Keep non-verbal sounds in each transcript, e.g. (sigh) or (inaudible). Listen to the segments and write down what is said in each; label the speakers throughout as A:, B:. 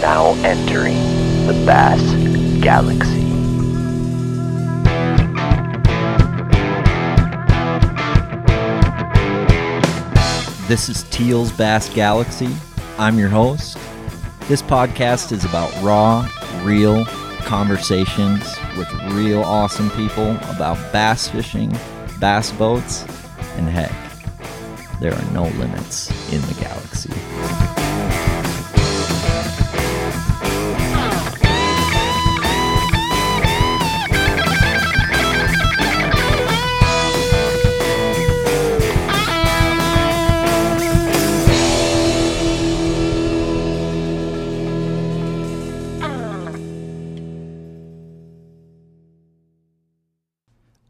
A: now entering the Bass Galaxy.
B: This is Teal's Bass Galaxy. I'm your host. This podcast is about raw, real conversations with real awesome people about bass fishing, bass boats, and heck, there are no limits in the galaxy.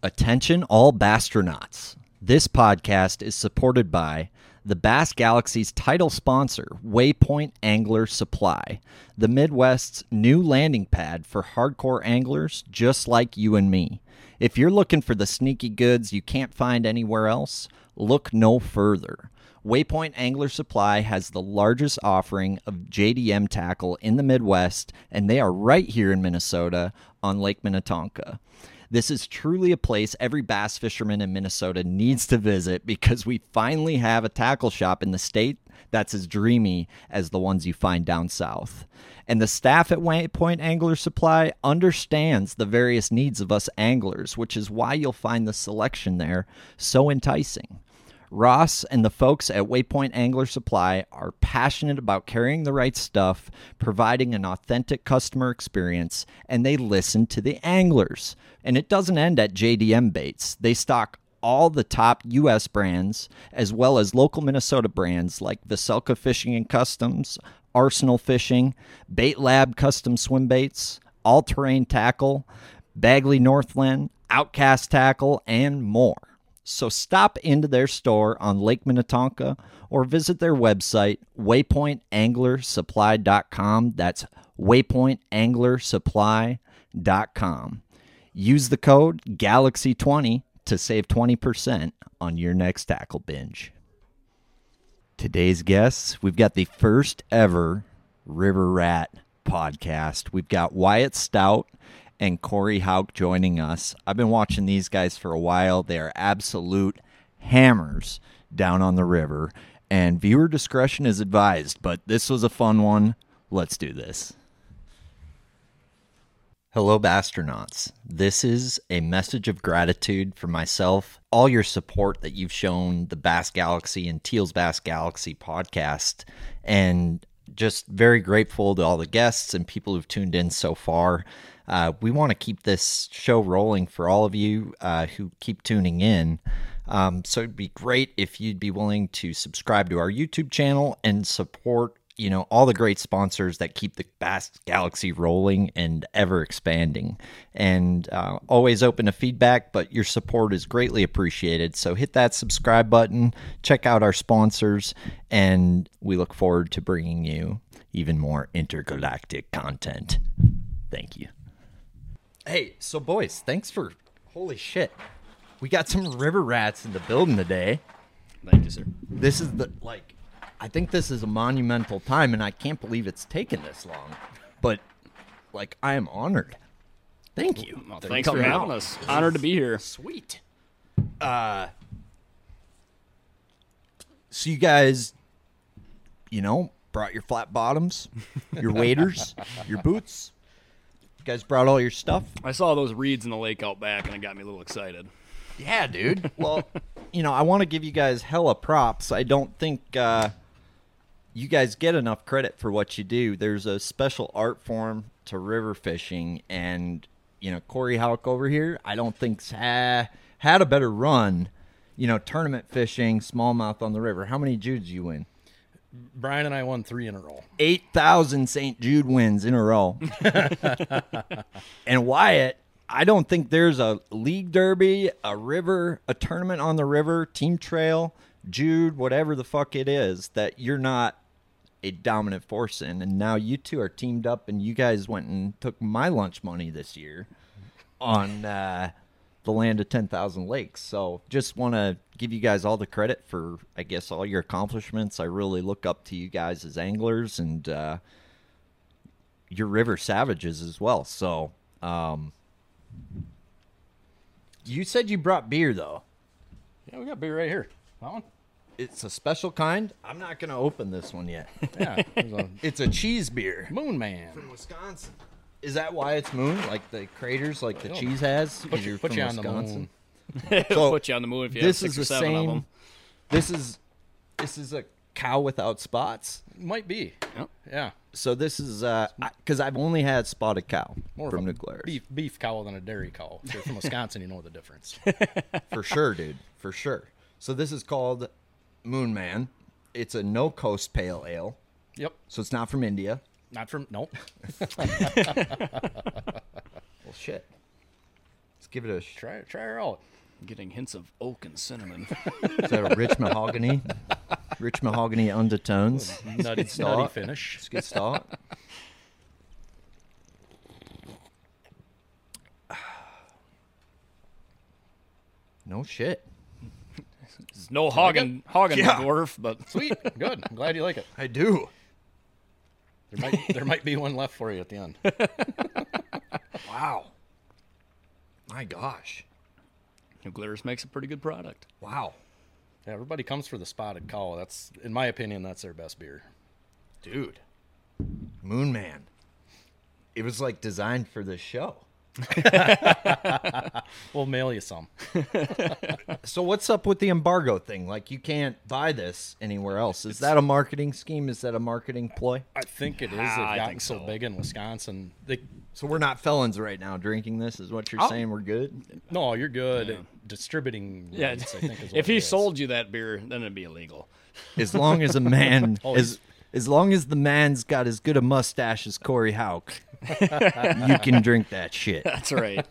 B: Attention all Bastronauts. This podcast is supported by the Bass Galaxy's title sponsor, Waypoint Angler Supply, the Midwest's new landing pad for hardcore anglers just like you and me. If you're looking for the sneaky goods you can't find anywhere else, look no further. Waypoint Angler Supply has the largest offering of JDM tackle in the Midwest, and they are right here in Minnesota on Lake Minnetonka. This is truly a place every bass fisherman in Minnesota needs to visit because we finally have a tackle shop in the state that's as dreamy as the ones you find down south. And the staff at Waypoint Angler Supply understands the various needs of us anglers, which is why you'll find the selection there so enticing. Ross and the folks at Waypoint Angler Supply are passionate about carrying the right stuff, providing an authentic customer experience, and they listen to the anglers. And it doesn't end at JDM baits. They stock all the top US brands as well as local Minnesota brands like Veselka Fishing and Customs, Arsenal Fishing, Bait Lab Custom Swim Baits, All Terrain Tackle, Bagley Northland, Outcast Tackle, and more. So stop into their store on Lake Minnetonka or visit their website, waypointanglersupply.com. That's waypointanglersupply.com. Use the code GALAXY20 to save 20% on your next tackle binge. Today's guests, we've got the first ever River Rat podcast. We've got Wyatt Stout and Corey Hauk joining us. I've been watching these guys for a while. They are absolute hammers down on the river, and viewer discretion is advised, but this was a fun one. Let's do this. Hello, Bastronauts. This is a message of gratitude for myself, all your support that you've shown the Bass Galaxy and Teal's Bass Galaxy podcast, and just very grateful to all the guests and people who've tuned in so far. Uh, we want to keep this show rolling for all of you uh, who keep tuning in. Um, so it'd be great if you'd be willing to subscribe to our YouTube channel and support, you know, all the great sponsors that keep the Bass Galaxy rolling and ever expanding. And uh, always open to feedback, but your support is greatly appreciated. So hit that subscribe button, check out our sponsors, and we look forward to bringing you even more intergalactic content. Thank you. Hey, so boys, thanks for holy shit. We got some river rats in the building today.
C: Thank you, sir.
B: This is the like I think this is a monumental time and I can't believe it's taken this long. But like I am honored. Thank you.
C: Well, thanks for having us. Honored to be here.
B: Sweet. Uh so you guys you know, brought your flat bottoms, your waders, your boots. You guys brought all your stuff.
C: I saw those reeds in the lake out back, and it got me a little excited.
B: Yeah, dude. (laughs) Well, you know, I want to give you guys hella props. I don't think uh, you guys get enough credit for what you do. There's a special art form to river fishing, and you know, Corey Houck over here, I don't think's ha- had a better run. You know, tournament fishing, smallmouth on the river. How many Judes you win?
D: Brian and I won three in a row.
B: Eight thousand St. Jude wins in a row. and Wyatt, I don't think there's a league derby, a river, a tournament on the river, team trail, Jude, whatever the fuck it is, that you're not a dominant force in. And now you two are teamed up, and you guys went and took my lunch money this year on uh, the land of 10,000 lakes. So just want to give you guys all the credit for, I guess, all your accomplishments. I really look up to you guys as anglers and, uh, your river savages as well. So, um, you said you brought beer though.
D: Yeah, we got beer right here. That one?
B: It's a special kind. I'm not gonna open this one
D: (laughs)
B: yet.
D: Yeah. There's a
B: it's a cheese beer.
D: moon man.
B: Wisconsin. Is that why it's moon? Like the craters, like the cheese has.
D: Put, you, put you on the moon. (laughs)
B: So
C: Put you on the moon if you have
B: this
C: six
B: is
C: or
B: the
C: seven of
B: same.
C: them.
B: This is this is a cow without spots.
D: Might be.
C: Yep.
D: Yeah.
B: So this is because I've only had spotted cow
D: More
B: from
D: of a
B: Nuclear
D: beef beef cow than a dairy cow. If you're from Wisconsin, you know
C: (laughs)
D: the difference.
B: for sure, dude, for sure. So this is called Moon Man. It's a no coast pale ale,
D: Yep.
B: so it's not from India.
D: Not from nope.
B: Well, shit. Let's give it a. Sh-
D: Try try her out.
C: Getting hints of oak and cinnamon.
B: is that a rich mahogany? rich mahogany undertones.
D: Nutty, nutty
B: start.
D: finish.
B: It's a good (laughs) start. no shit.
C: There's no Hagen Hagen
B: Yeah.
C: dwarf, but
D: Sweet. Good. I'm glad you like it.
B: I do.
D: There might there might be one left for you at
C: (laughs)
D: the end.
B: Wow. My gosh.
C: Nuclearis makes a pretty good product.
B: Wow.
D: Yeah, everybody comes for the spotted cow. That's in my opinion, that's their best beer.
B: Dude. Moon Man. It was like designed for this show.
D: We'll mail you some.
B: So what's up with the embargo thing? Like you can't buy this anywhere else. Is that a marketing scheme? Is that a marketing ploy?
D: I think it is.
C: Ah, I
D: They've gotten
C: think
D: so
C: so.
D: big in Wisconsin. They,
B: So we're not felons right now drinking this is what you're saying we're good?
D: no, you're good. at Distributing.
C: Yeah,
D: rights, I think is
C: (laughs)
D: what
C: if he
D: it is.
C: sold you that beer, then it'd be illegal.
B: as long as a (laughs) man
D: Oh,
B: as as long as the man's got as good a mustache as Corey (laughs) Hauk, you can drink that shit.
C: That's right.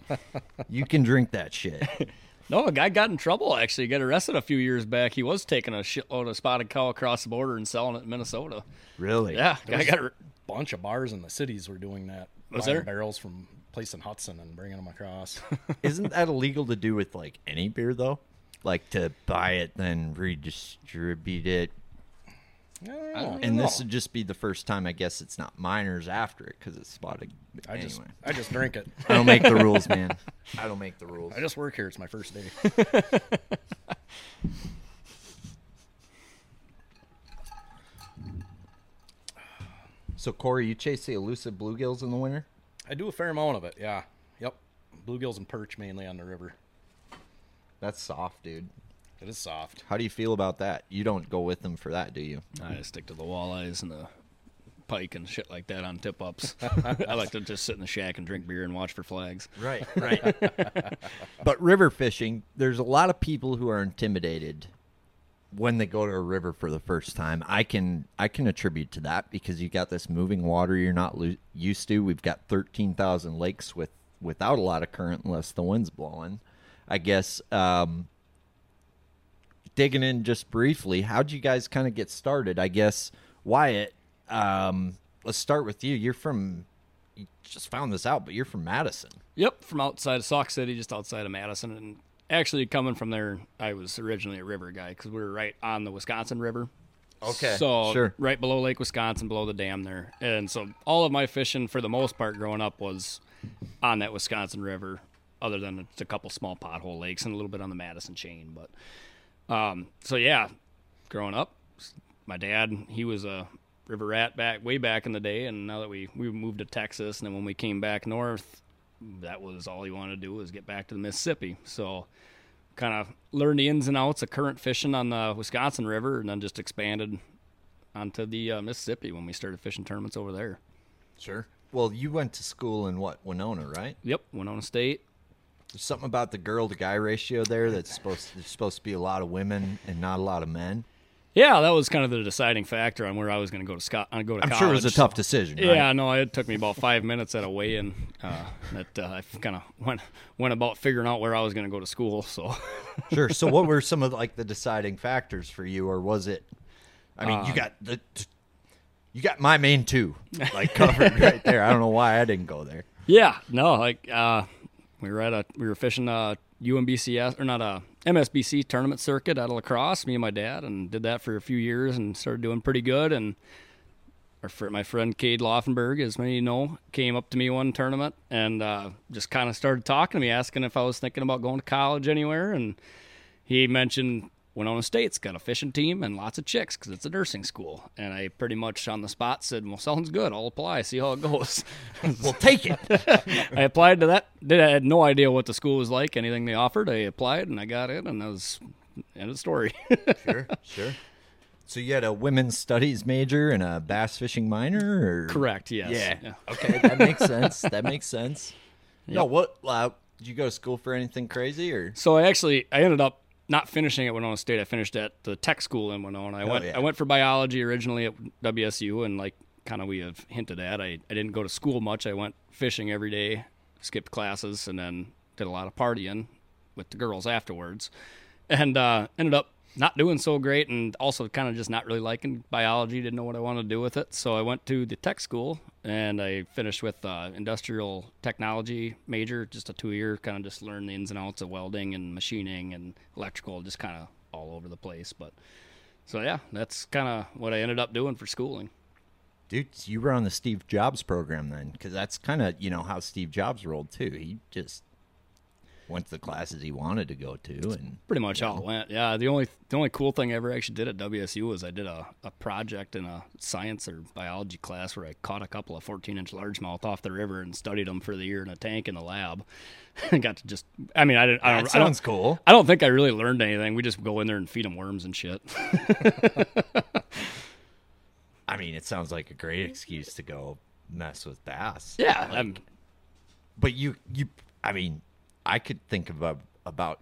B: You can drink that shit.
C: (laughs) no, a guy got in trouble actually. He got arrested a few years back. He was taking a shitload of spotted cow across the border and selling it in Minnesota.
B: Really?
C: Yeah, guy got ar-
D: bunch of bars in the cities were doing that.
C: Was
D: buying
C: there?
D: barrels from place in Hudson and bringing them
C: (laughs)
D: across?
B: Isn't that illegal to do with like any beer though? Like to buy it then redistribute it. And this would just be the first time I guess it's not minors after it cuz it's spotted.
D: I
B: anyway.
D: just I just
C: (laughs)
D: drink it.
B: I don't make the rules, man. (laughs) I don't make the rules.
D: I just work here. It's my
C: (laughs)
D: first day.
B: So Corey, you chase the elusive bluegills in the winter?
D: I do a fair amount of it. Yeah. Yep. Bluegills and perch mainly on the river.
B: That's soft, dude.
D: It
C: (laughs)
D: is soft.
B: How do you feel about that? You don't go with them for that, do you?
C: I just stick to the walleyes and the pike and shit like that on tip ups. I like to just sit in the shack and drink beer and watch for flags.
B: Right, right. but river fishing, there's a lot of people who are intimidated when they go to a river for the first time. I can I can attribute to that because you got this moving water you're not lo- used to. We've got 13,000 lakes with without a lot of current unless the wind's blowing. I guess um digging in just briefly, how'd you guys kind of get started? I guess Wyatt, um let's start with you. You're from you just found this out, but you're from Madison.
C: Yep, from outside of Sauk City, just outside of Madison. And actually, coming from there, I was originally a river guy because we were right on the Wisconsin River.
B: Okay,
C: So,
B: sure.
C: right below Lake Wisconsin, below the dam there. And so, all of my fishing for the most part growing up was on that Wisconsin River, other than just a couple small pothole lakes and a little bit on the Madison chain. But Um, so yeah, growing up, my dad he was a river rat back way back in the day, and now that we we moved to Texas, and then when we came back north, that was all he wanted to do was get back to the Mississippi. So kind of learned the ins and outs of current fishing on the Wisconsin River, and then just expanded onto the uh, Mississippi when we started fishing tournaments over there.
B: Sure. Well, you went to school in what Winona, right?
C: Yep, Winona State.
B: There's something about the girl to guy ratio there that's supposed there's supposed to be a lot of women and not a lot of men.
C: Yeah, that was kind of the deciding factor on where I was going to go to Scott. Uh, go to
B: I'm sure it was a
C: college.
B: tough decision. Right?
C: Yeah, no, it took me about five minutes at a weigh-in uh, that uh, I kind of went went about figuring out where I was going to go to school. So
B: (laughs)
C: (laughs)
B: sure. So, what were some of like the deciding factors for you, or was it? I mean,
C: Uh,
B: you got the you got my main two like
C: (laughs)
B: covered right there. I don't know why I didn't go there.
C: yeah, no, like uh, we were at a we were fishing a UMBCS or not a MSBC tournament circuit out of lacrosse. Me and my dad and did that for a few years and started doing pretty good and our fr- my friend Cade Laufenberg, as many of you know, came up to me one tournament and uh, just kind of started talking to me, asking if I was thinking about going to college anywhere. And he mentioned Winona State's got a fishing team and lots of chicks because it's a nursing school. And I pretty much on the spot said, "Well, sounds good. I'll apply. See how it goes."
B: Well, take
C: (laughs)
B: it.
C: I applied to that. Did I had no idea what the school was like, anything they offered. I applied and I got in, and that was end of story. (laughs)
B: sure, sure. So you had a women's studies major and a bass fishing minor, or
C: Correct. Yes.
B: Yeah. (laughs) Okay, that makes sense. That makes sense. No, what? Uh, did you go to school for anything crazy, or
C: So I actually I ended up not finishing at Winona State. I finished at the tech school in Winona. I went
B: yeah.
C: I went for biology originally at WSU, and like kind of we have hinted at, I I didn't go to school much. I went fishing every day, skipped classes, and then did a lot of partying with the girls afterwards, and uh, ended up not doing so great and also kind of just not really liking biology didn't know what i wanted to do with it so i went to the tech school and i finished with uh, industrial technology major just a two year kind of just learn the ins and outs of welding and machining and electrical just kind of all over the place but so yeah that's kind of what i ended up doing for schooling
B: dude, you were on the Steve Jobs program then? Because that's kind of you know how Steve Jobs rolled too. He just went to the classes he wanted to go to, and
C: pretty much how it went. Yeah, the only the only cool thing I ever actually did at WSU was I did a, a project in a science or biology class where I caught a couple of 14 inch largemouth off the river and studied them for the year in a tank in the lab. (laughs) I got to just, I mean, I didn't. I don't,
B: that
C: I don't-
B: sounds cool.
C: I don't think I really learned anything. We just go in there and feed them worms and shit.
B: I mean, it sounds like a great excuse to go mess with bass.
C: (laughs) yeah, I'm-
B: but you you i mean i could think of a, about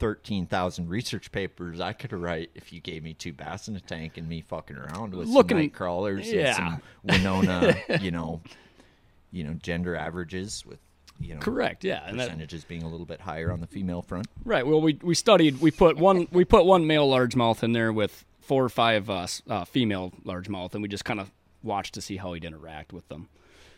B: 13,000 research papers i could write if you gave me two bass in a tank and me fucking around with
C: Looking-
B: some night crawlers
C: yeah. (laughs)
B: and some winona you know you know gender averages with you know
C: correct. Yeah, and that,
B: percentages being a little bit higher on the female front
C: Right. Well, we we studied. We put one we put one male largemouth in there with four or five uh, s- uh, female largemouth, and we just kind of watched to see how he'd interact with them.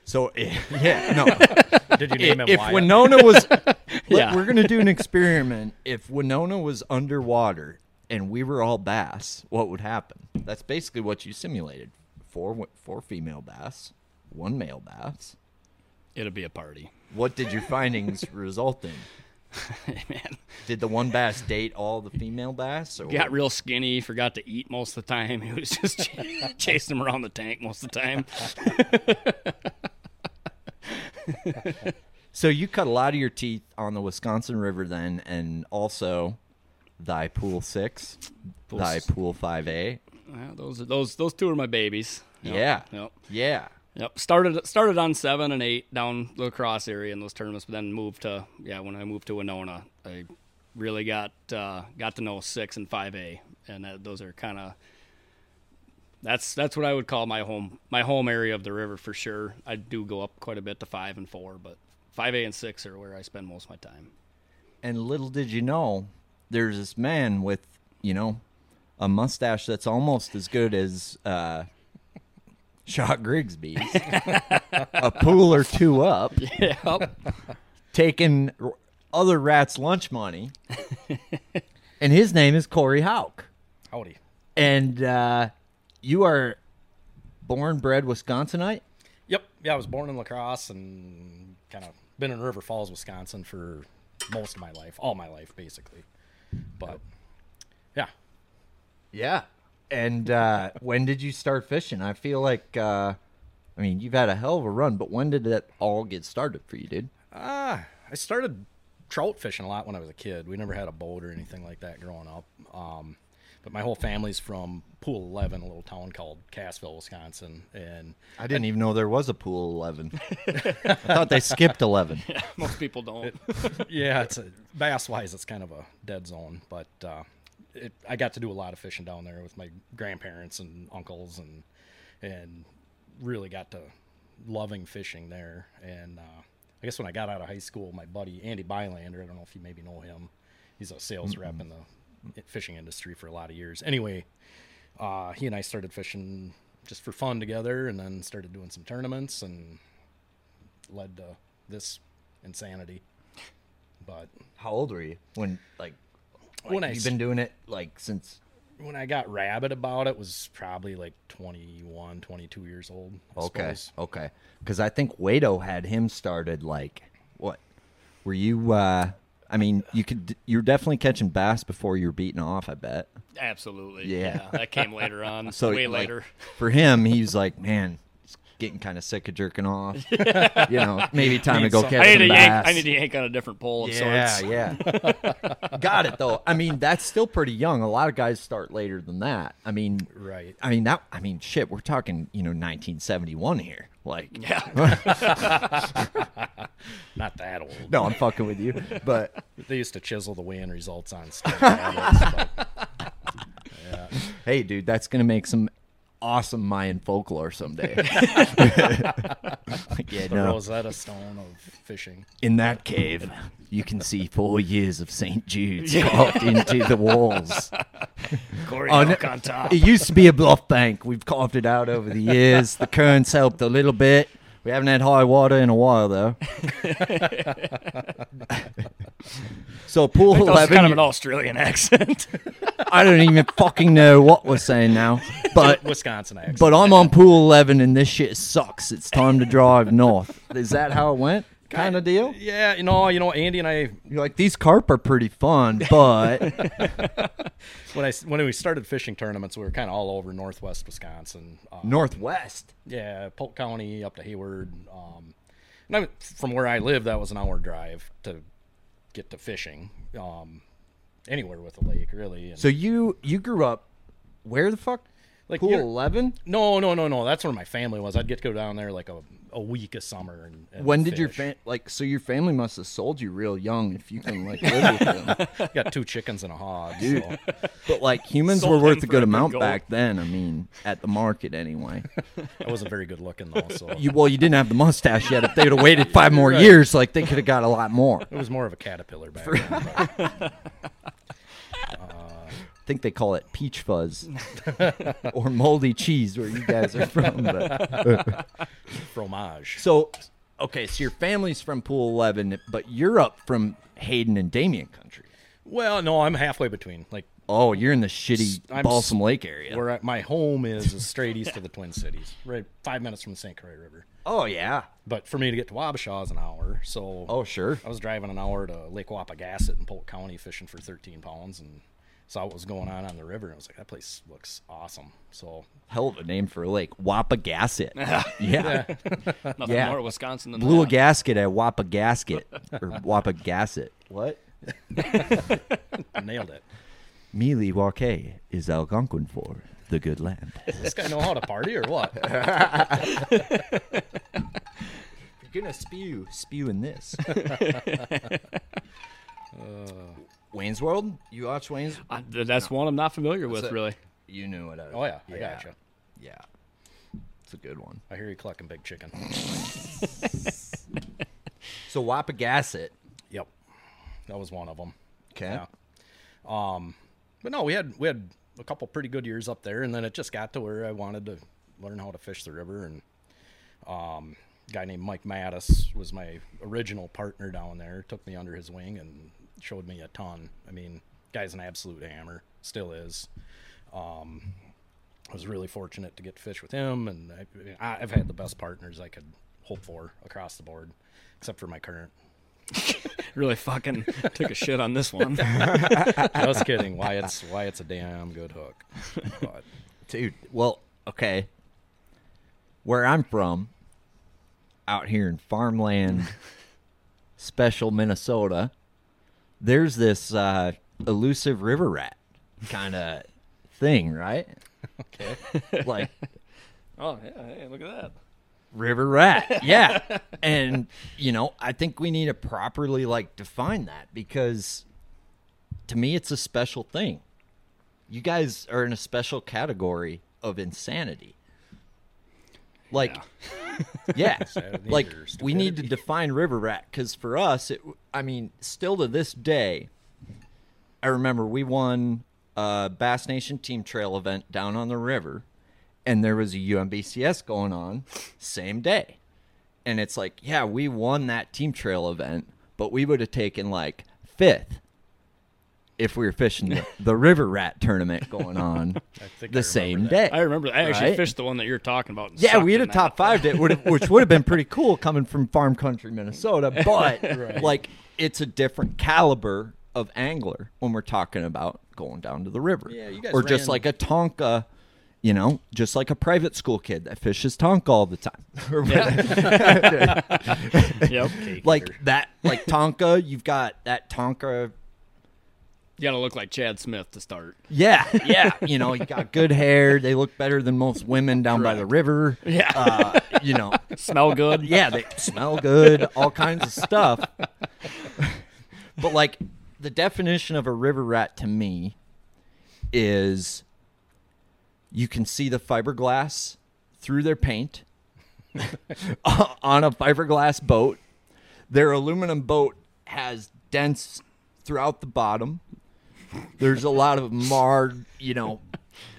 B: so (laughs) yeah no
D: Did you name him
B: if
D: Wyatt?
B: winona was
C: (laughs) Yeah.
B: we're gonna do an experiment (laughs) if winona was underwater and we were all bass what would happen that's basically what you simulated four wi- four female bass one male bass
C: It'd be a party. (laughs)
B: what did your (laughs) findings result in
C: Man,
B: did the one bass date all the female bass or
C: got real skinny. Forgot to eat most of the time. (laughs) He was just ch- chasing them around the tank most of the time.
B: so you cut a lot of your teeth on the wisconsin river then and also thy pool six thy
C: s-
B: pool 5a
C: Yeah, those are those those two are my babies. Yep,
B: yeah
C: Yep.
B: yeah
C: Yep. Started started on seven and eight down the lacrosse area in those tournaments, but then moved to yeah, when I moved to Winona, I really got uh, got to know six and five A. And that, those are kinda that's that's what I would call my home my home area of the river for sure. I do go up quite a bit to five and four, but five A and six are where I spend most of
B: (laughs)
C: my time.
B: and little did you know, there's this man with, you know, a mustache that's almost as good as uh, Shot Grigsby's, a pool or two up,
C: Yep.
B: taking r- other rats' lunch money. and his name is Corey Hauk.
D: Howdy.
B: And uh, you are born, bred Wisconsinite?
D: Yep. Yeah, I was born in Lacrosse and kind of been in River Falls, Wisconsin for most of my life, all my life basically. But yeah,
B: Yeah. And uh, when did you start fishing? I feel like, uh, I mean, you've had a hell of a run, but when did it all get started for you, dude?
D: Ah, I started trout fishing a lot when I was a kid. We never had a boat or anything like that growing up. Um, but my whole family's from Pool 11, a little town called Cassville, Wisconsin. And
B: I didn't even know there was a pool 11. (laughs) I thought they skipped 11.
C: (laughs) most people don't.
D: yeah, it's a, bass wise, it's kind of a dead zone. But uh, it, I got to do a lot of fishing down there with my grandparents and uncles, and and really got to loving fishing there. And uh, I guess when I got out of high school, my buddy Andy Bylander, I don't know if you maybe know him, he's a sales rep in the fishing industry for a lot of years. Anyway, uh, he and I started fishing just for fun together, and then started doing some tournaments, and led to this insanity. But
B: How old were you when, like, like
D: When I
B: you've
D: s-
B: been doing it, like, since
D: when I got rabid about it was probably like 21, 22 years old. I
B: Okay.
D: suppose.
B: Okay. Because I think Wado had him started like what? Were you? uh I mean, you could. You're definitely catching bass before you're beating off. I bet.
C: Absolutely.
B: Yeah.
C: That came later on.
B: (laughs) So
C: way
B: like,
C: later.
B: For him, he's like, man, it's getting kind of sick of jerking off.
C: (laughs)
B: you know, maybe time to
D: Need
B: go
D: some-
B: catch
D: I
B: some
C: I need, to yank,
B: bass.
C: I need to yank on a different pole of
B: yeah,
C: sorts.
B: yeah. (laughs) Got it though. I mean, that's still pretty young. A lot of guys start later than that. I mean,
D: Right.
B: I mean that. I mean, shit. We're talking, you know, 1971 here. Like,
C: Yeah.
D: Not that old.
B: (laughs) no, I'm fucking with you, but
D: They used to chisel the weigh-in
B: (laughs)
D: results on stuff. but
B: hey, dude, that's gonna make some awesome Mayan folklore
C: (laughs)
B: someday. (laughs) yeah,
D: the
B: no.
D: Rosetta Stone of fishing.
B: In that cave, you can see four years of St. Jude's carved into the
C: (laughs)
B: walls.
C: Corey
B: Oh, no.
C: Hawk on top.
B: It used to be a bluff bank. We've carved it out over the years. The currents helped a little bit. We haven't had high water in a while, though. (laughs) so pool
C: That was
B: eleven.
C: kind of an Australian (laughs) accent.
B: I don't even fucking know what we're saying now, but
D: Wisconsin accent.
B: Uh, but I'm on pool eleven, and this shit sucks. It's time to drive north. Is that how it went? Kind of deal.
D: yeah, you know, you know, Andy and I
B: You're like these carp are pretty fun, but
D: when I when we started fishing tournaments, we were kind of all over northwest Wisconsin. Uh,
B: northwest.
D: yeah, Polk County up to Hayward. Um, and I, from where I live, that was an hour drive to get to fishing. Um, anywhere with a lake, really. And
B: So you you grew up where the fuck?
D: Like
B: pool
D: you're-
B: eleven.
D: no, no, no, no. That's where my family was. I'd get to go down there like a, a week of summer. And, and
B: When did your
D: fish.
B: fam- like? So your family must have sold you real young if you can like live
C: (laughs)
B: with them.
D: (laughs) got two chickens and a hog? So.
B: But like humans
C: Sold
B: were worth
C: him
B: a
C: for
B: good
C: a good
B: amount
C: gold.
B: back then. I mean, at the market anyway.
D: I wasn't very good looking though, so
B: You well, you didn't have the mustache yet. If they'd have
C: (laughs)
B: waited five more years, like they could have got a lot more.
D: it was more of a caterpillar back then. but-
B: (laughs) I think they call it peach
C: (laughs)
B: fuzz or moldy cheese where you guys are from. But.
D: fromage.
B: So, okay, so your family's from Pool 11, but you're up from Hayden and Damien country.
D: Well, no, I'm halfway between. Like
B: Oh, you're in the shitty
D: I'm s-
B: Balsam Lake area.
D: where I, my home is, is straight east of the Twin Cities, right five minutes from the St. Croix River.
B: Oh, yeah.
D: But for me to get to Wabasha is an hour, so
B: Oh, sure.
D: I was driving an hour to Lake Wapagasset in Polk County fishing for 13 pounds and saw what was going on on the river. And I was like, that place looks awesome. So
B: Hell of a name for a lake.
D: (laughs)
B: Wapagasset. yeah.
C: Nothing
B: Yeah.
C: more at Wisconsin than
B: Blew a
C: that.
B: gasket at Wapagasket or Wapagasset. What?
D: nailed it.
B: Mealy Wake is Algonquin for the good land.
D: Does this guy know how to party or what?
B: You're gonna spew, spew in
D: (laughs)
B: this. Uh, Wayne's World? You watch Wayne's?
C: I- th- that's one I'm not familiar with,
B: it.
C: really.
B: You knew what I
D: Oh yeah, I gotcha.
B: Yeah. It's a good one.
D: I hear you clucking big chicken.
B: So Wapagasset.
D: yep, that was one of them.
B: Okay.
D: Yeah. But no, we had we had a couple pretty good years up there, and then it just got to where I wanted to learn how to fish the river. And um, a guy named Mike Mattis was my original partner down there. Took me under his wing and showed me a ton. I mean, guy's an absolute hammer, still is. Um, I was really fortunate to get to fish with him, and I, I- I've had the best partners I could hope for across the board, except for my current.
C: Really fucking took a shit on
B: (laughs)
C: this one.
D: Just kidding. Why it's why it's a damn good hook. But
B: Dude, well, okay. Where I'm from, out here in farmland,
D: (laughs)
B: special Minnesota, there's this uh, elusive river rat kind of thing,
D: (laughs)
B: right? Okay. Like
C: oh, yeah. Hey, look at that.
B: river rat.
D: (laughs)
B: Yeah. and, you know, I think we need to properly like define that because to me it's a special thing. You guys are in a special category of insanity. Like (laughs) yeah.
D: Insanity
B: like
D: or
B: we need to define river rat cuz for us it I mean, still to this day I remember we won a Bass Nation team trail event down on the river, and there was a UMBCS going on same day. And it's like, yeah, we won that team trail event, but we would have taken like fifth if we were fishing
D: (laughs)
B: the, the river rat tournament going on
D: think I
B: the
D: remember
B: same
D: that.
B: day.
C: I remember. I actually
B: Right?
C: fished the one that you're talking about. and
B: Yeah, we had
C: sucked
B: a
C: in
B: top
C: that.
B: five that would have, which would have been pretty cool coming from farm country
D: (laughs)
B: Minnesota, but like it's a different caliber of angler when we're talking about going down to the river.
D: Yeah, you guys
B: or just
D: ran-
B: like a Tonka, you know, just like a private school kid that fishes Tonka all the
D: (laughs)
B: time. Or (laughs)
C: Yep.
B: like that, like Tonka, you've got that Tonka.
C: You gotta look like Chad Smith to start.
B: Yeah, yeah. (laughs) You know, you got good hair. They look better than most women down by the river.
C: Yeah.
B: Uh, you know, (laughs)
C: Smell good.
B: yeah, they smell good, all kinds of stuff. (laughs) but like the definition of a river rat to me is you can see the fiberglass through their paint (laughs) on a fiberglass boat. Their aluminum boat has dents throughout the bottom. There's a lot of marred, you know,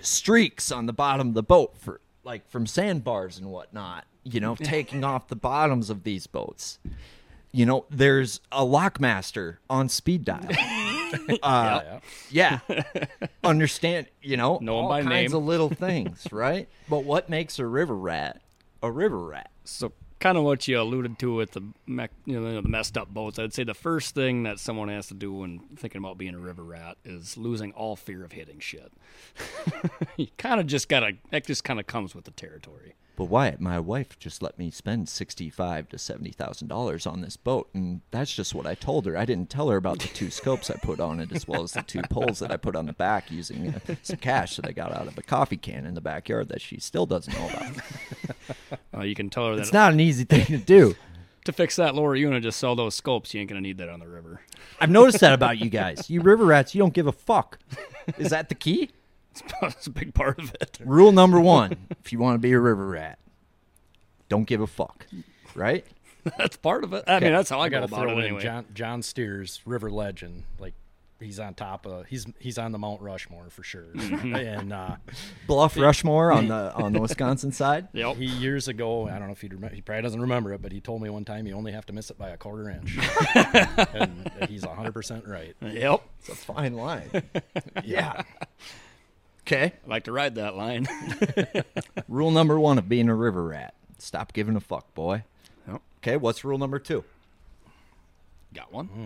B: streaks on the bottom of the boat for like from sandbars and whatnot, you know, taking off the bottoms of these boats. You know, there's a lockmaster on speed
C: (laughs)
B: dial. Uh,
D: Yeah.
B: yeah. Understand, you know,
C: Know 'em
B: all
C: by
B: kinds
C: name.
B: of little
C: (laughs)
B: things, right? but what makes a river rat a river rat?
C: So kind of what you alluded to with the mech, you know the messed up boats. I'd say the first thing that someone has to do when thinking about being a river rat is losing all fear of hitting shit. (laughs) you kind of just gotta. That just kind of comes with the territory.
B: But Wyatt, my wife just let me spend sixty-five to seventy thousand dollars on this boat, and that's just what I told her. I didn't tell her about the two scopes I put on it, as well as the two poles that I put on the back using uh, some cash that I got out of a coffee can in the backyard that she still doesn't know about.
C: Uh, you can tell her that
B: It's not an easy thing to do.
C: to fix that lower unit, just sell those scopes. You ain't gonna need that on the river. (laughs)
B: I've noticed that about you guys. You river rats, you don't give a fuck. Is that the key?
C: That's a big part of it. (laughs)
B: Rule number one: if you want to be a river rat, don't give a fuck. Right?
C: That's part of it. I mean, that's how I,
D: I
C: go
D: gotta
C: about
D: throw
C: it
D: in
C: anyway.
D: John John Steers, River Legend. Like he's on top of he's he's on the Mount Rushmore for sure.
C: Mm-hmm.
D: (laughs) and uh,
B: Bluff Rushmore on the on the Wisconsin side.
C: Yep.
D: he years ago, I don't know if he'd remember, he probably doesn't remember it, but he told me one time you only have to miss it by a
C: (laughs)
D: quarter inch, and he's hundred percent right.
C: Yep.
B: It's a fine line. yeah. Okay.
C: I like to ride that line. (laughs)
B: Rule number one of being a river rat stop giving a fuck, boy.
C: Yep.
B: Okay. What's rule number two?
C: Got one.
D: Hmm.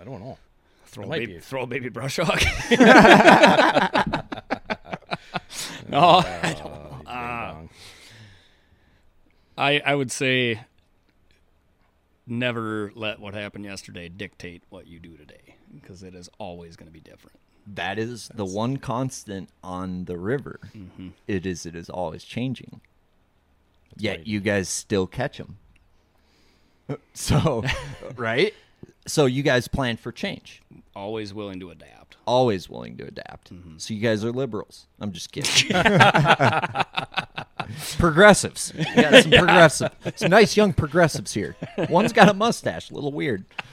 D: I don't know.
C: Throw a
D: might
C: baby,
D: be.
C: throw a baby brush
D: (laughs)
C: hog. (laughs)
D: Oh,
C: no,
D: Ding dong.
C: Uh, I I would say never let what happened yesterday dictate what you do today because it is always going to be different.
B: That is the one constant on the river. It is. It is always changing. Yet
D: right.
B: you guys still catch them. (laughs) So, right? So you guys plan for change.
C: Always willing to adapt.
B: Always willing to adapt. So you guys are liberals. I'm just
C: (laughs)
B: kidding. (laughs) progressives. We got some progressive, some nice young progressives here. One's got a mustache. A little weird.
C: (laughs)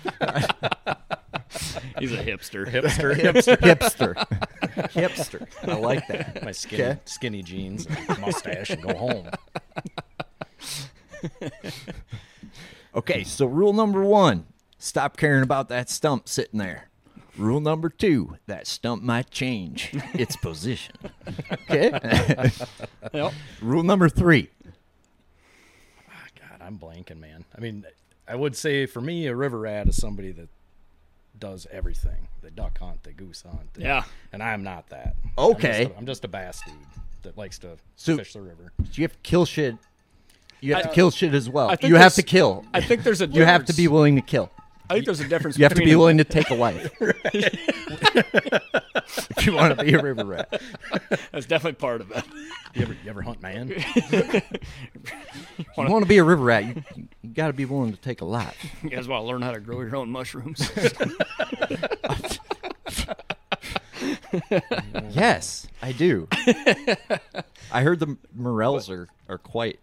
C: He's a hipster. (laughs)
D: Hipster,
B: Hipster. Hipster. I like
C: (laughs)
B: that.
D: my skinny,
B: Okay.
D: skinny jeans, and mustache, and go home.
B: Okay, so rule number one stop caring about that stump sitting there. Rule number two that stump might change
C: (laughs)
B: its position. Okay? (laughs)
C: Yep.
B: rule number three
D: God, I'm blanking, man. I mean, I would say for me, a river rat is somebody that does everything. They duck hunt, they goose hunt. they-
C: Yeah.
D: And I'm not that.
B: Okay.
D: I'm just a, I'm just a bass dude that likes to
B: So-
D: fish the river.
B: you have to kill shit. You have to kill shit as well.
C: I think
B: You have
C: there's-
B: to kill.
C: I think there's a
B: You have to
C: difference.
B: be willing to kill.
C: I think there's a difference.
B: You have to
C: between
B: be
C: a-
B: willing to take a life. (laughs) if you want to be a river rat.
C: (laughs) That's definitely part of it.
D: You ever, you ever hunt
B: (laughs)
D: man?
B: If you want to be a river rat, you, you, you got to be willing to take a life.
C: (laughs) You guys want to learn how to grow your own (laughs) mushrooms?
B: Yes, I do. I heard the morels are, are quite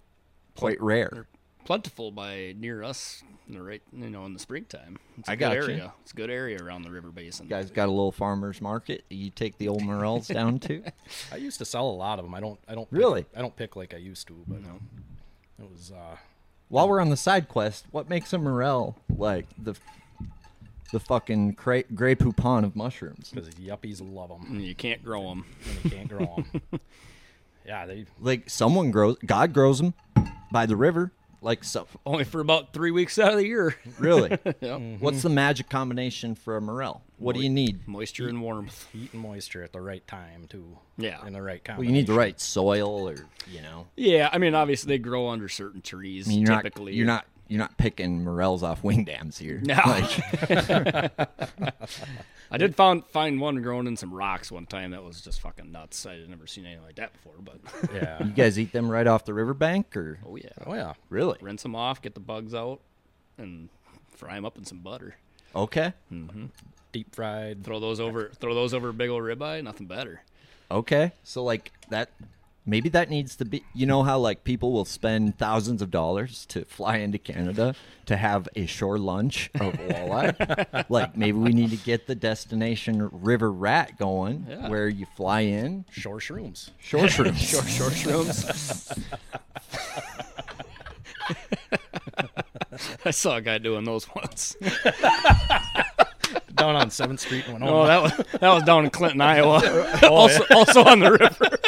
B: quite rare.
C: Plentiful by near us, in the right you know, in the springtime. It's a
B: I
C: good
B: gotcha.
C: area. It's a good area around the river basin.
B: You guys got a little farmers market. that You take the old morels down to.
D: I used to sell a lot of them. I don't. I don't pick-
B: Really?
D: I don't pick like I used to, but it was. uh
B: While we're on the side quest, what makes a morel like the the fucking cra- gray poupon of mushrooms.
D: because yuppies love them
C: You can't grow them.
D: and they can't grow them. yeah, they
B: Like someone grows, God grows them by the river. Like so,
C: (laughs) Only for about three weeks out of the (laughs) year.
B: (laughs) really. What's the magic combination for a morel? What do you need?
C: Moisture and warmth.
D: heat and moisture at the right time too.
C: Yeah.
D: in the right
B: Well, you
D: combination.
B: need the right soil, or you know,
C: Yeah, I mean, obviously they grow under certain
B: I
C: trees.
B: mean, you're
C: typically,
B: not you're not you're not picking morels off wing dams here.
C: No. I did found find one growing in some rocks one time that was just fucking nuts. I had never seen anything like that before, but (laughs)
D: (laughs) yeah.
B: you guys eat them right off the riverbank, or
C: oh yeah,
D: Oh yeah.
B: really?
C: rinse them off, get the bugs out, and fry them up in some butter.
B: Okay,
D: Deep fried.
C: Throw those over, throw those over a big old ribeye. Nothing better.
B: okay. So like that, maybe that needs to be. You know how like people will spend thousands of dollars to fly into Canada to have a shore lunch of walleye. like maybe we need to get the destination river rat going,
C: Yeah.
B: where you fly in
D: Shore shrooms.
B: (laughs) shore shrooms.
C: Short, short shrooms. (laughs) I saw a guy doing those once.
D: Down on Seventh Street and went
C: Oh,
D: over.
C: that was that was down in Clinton, (laughs) Iowa. also, also on the river.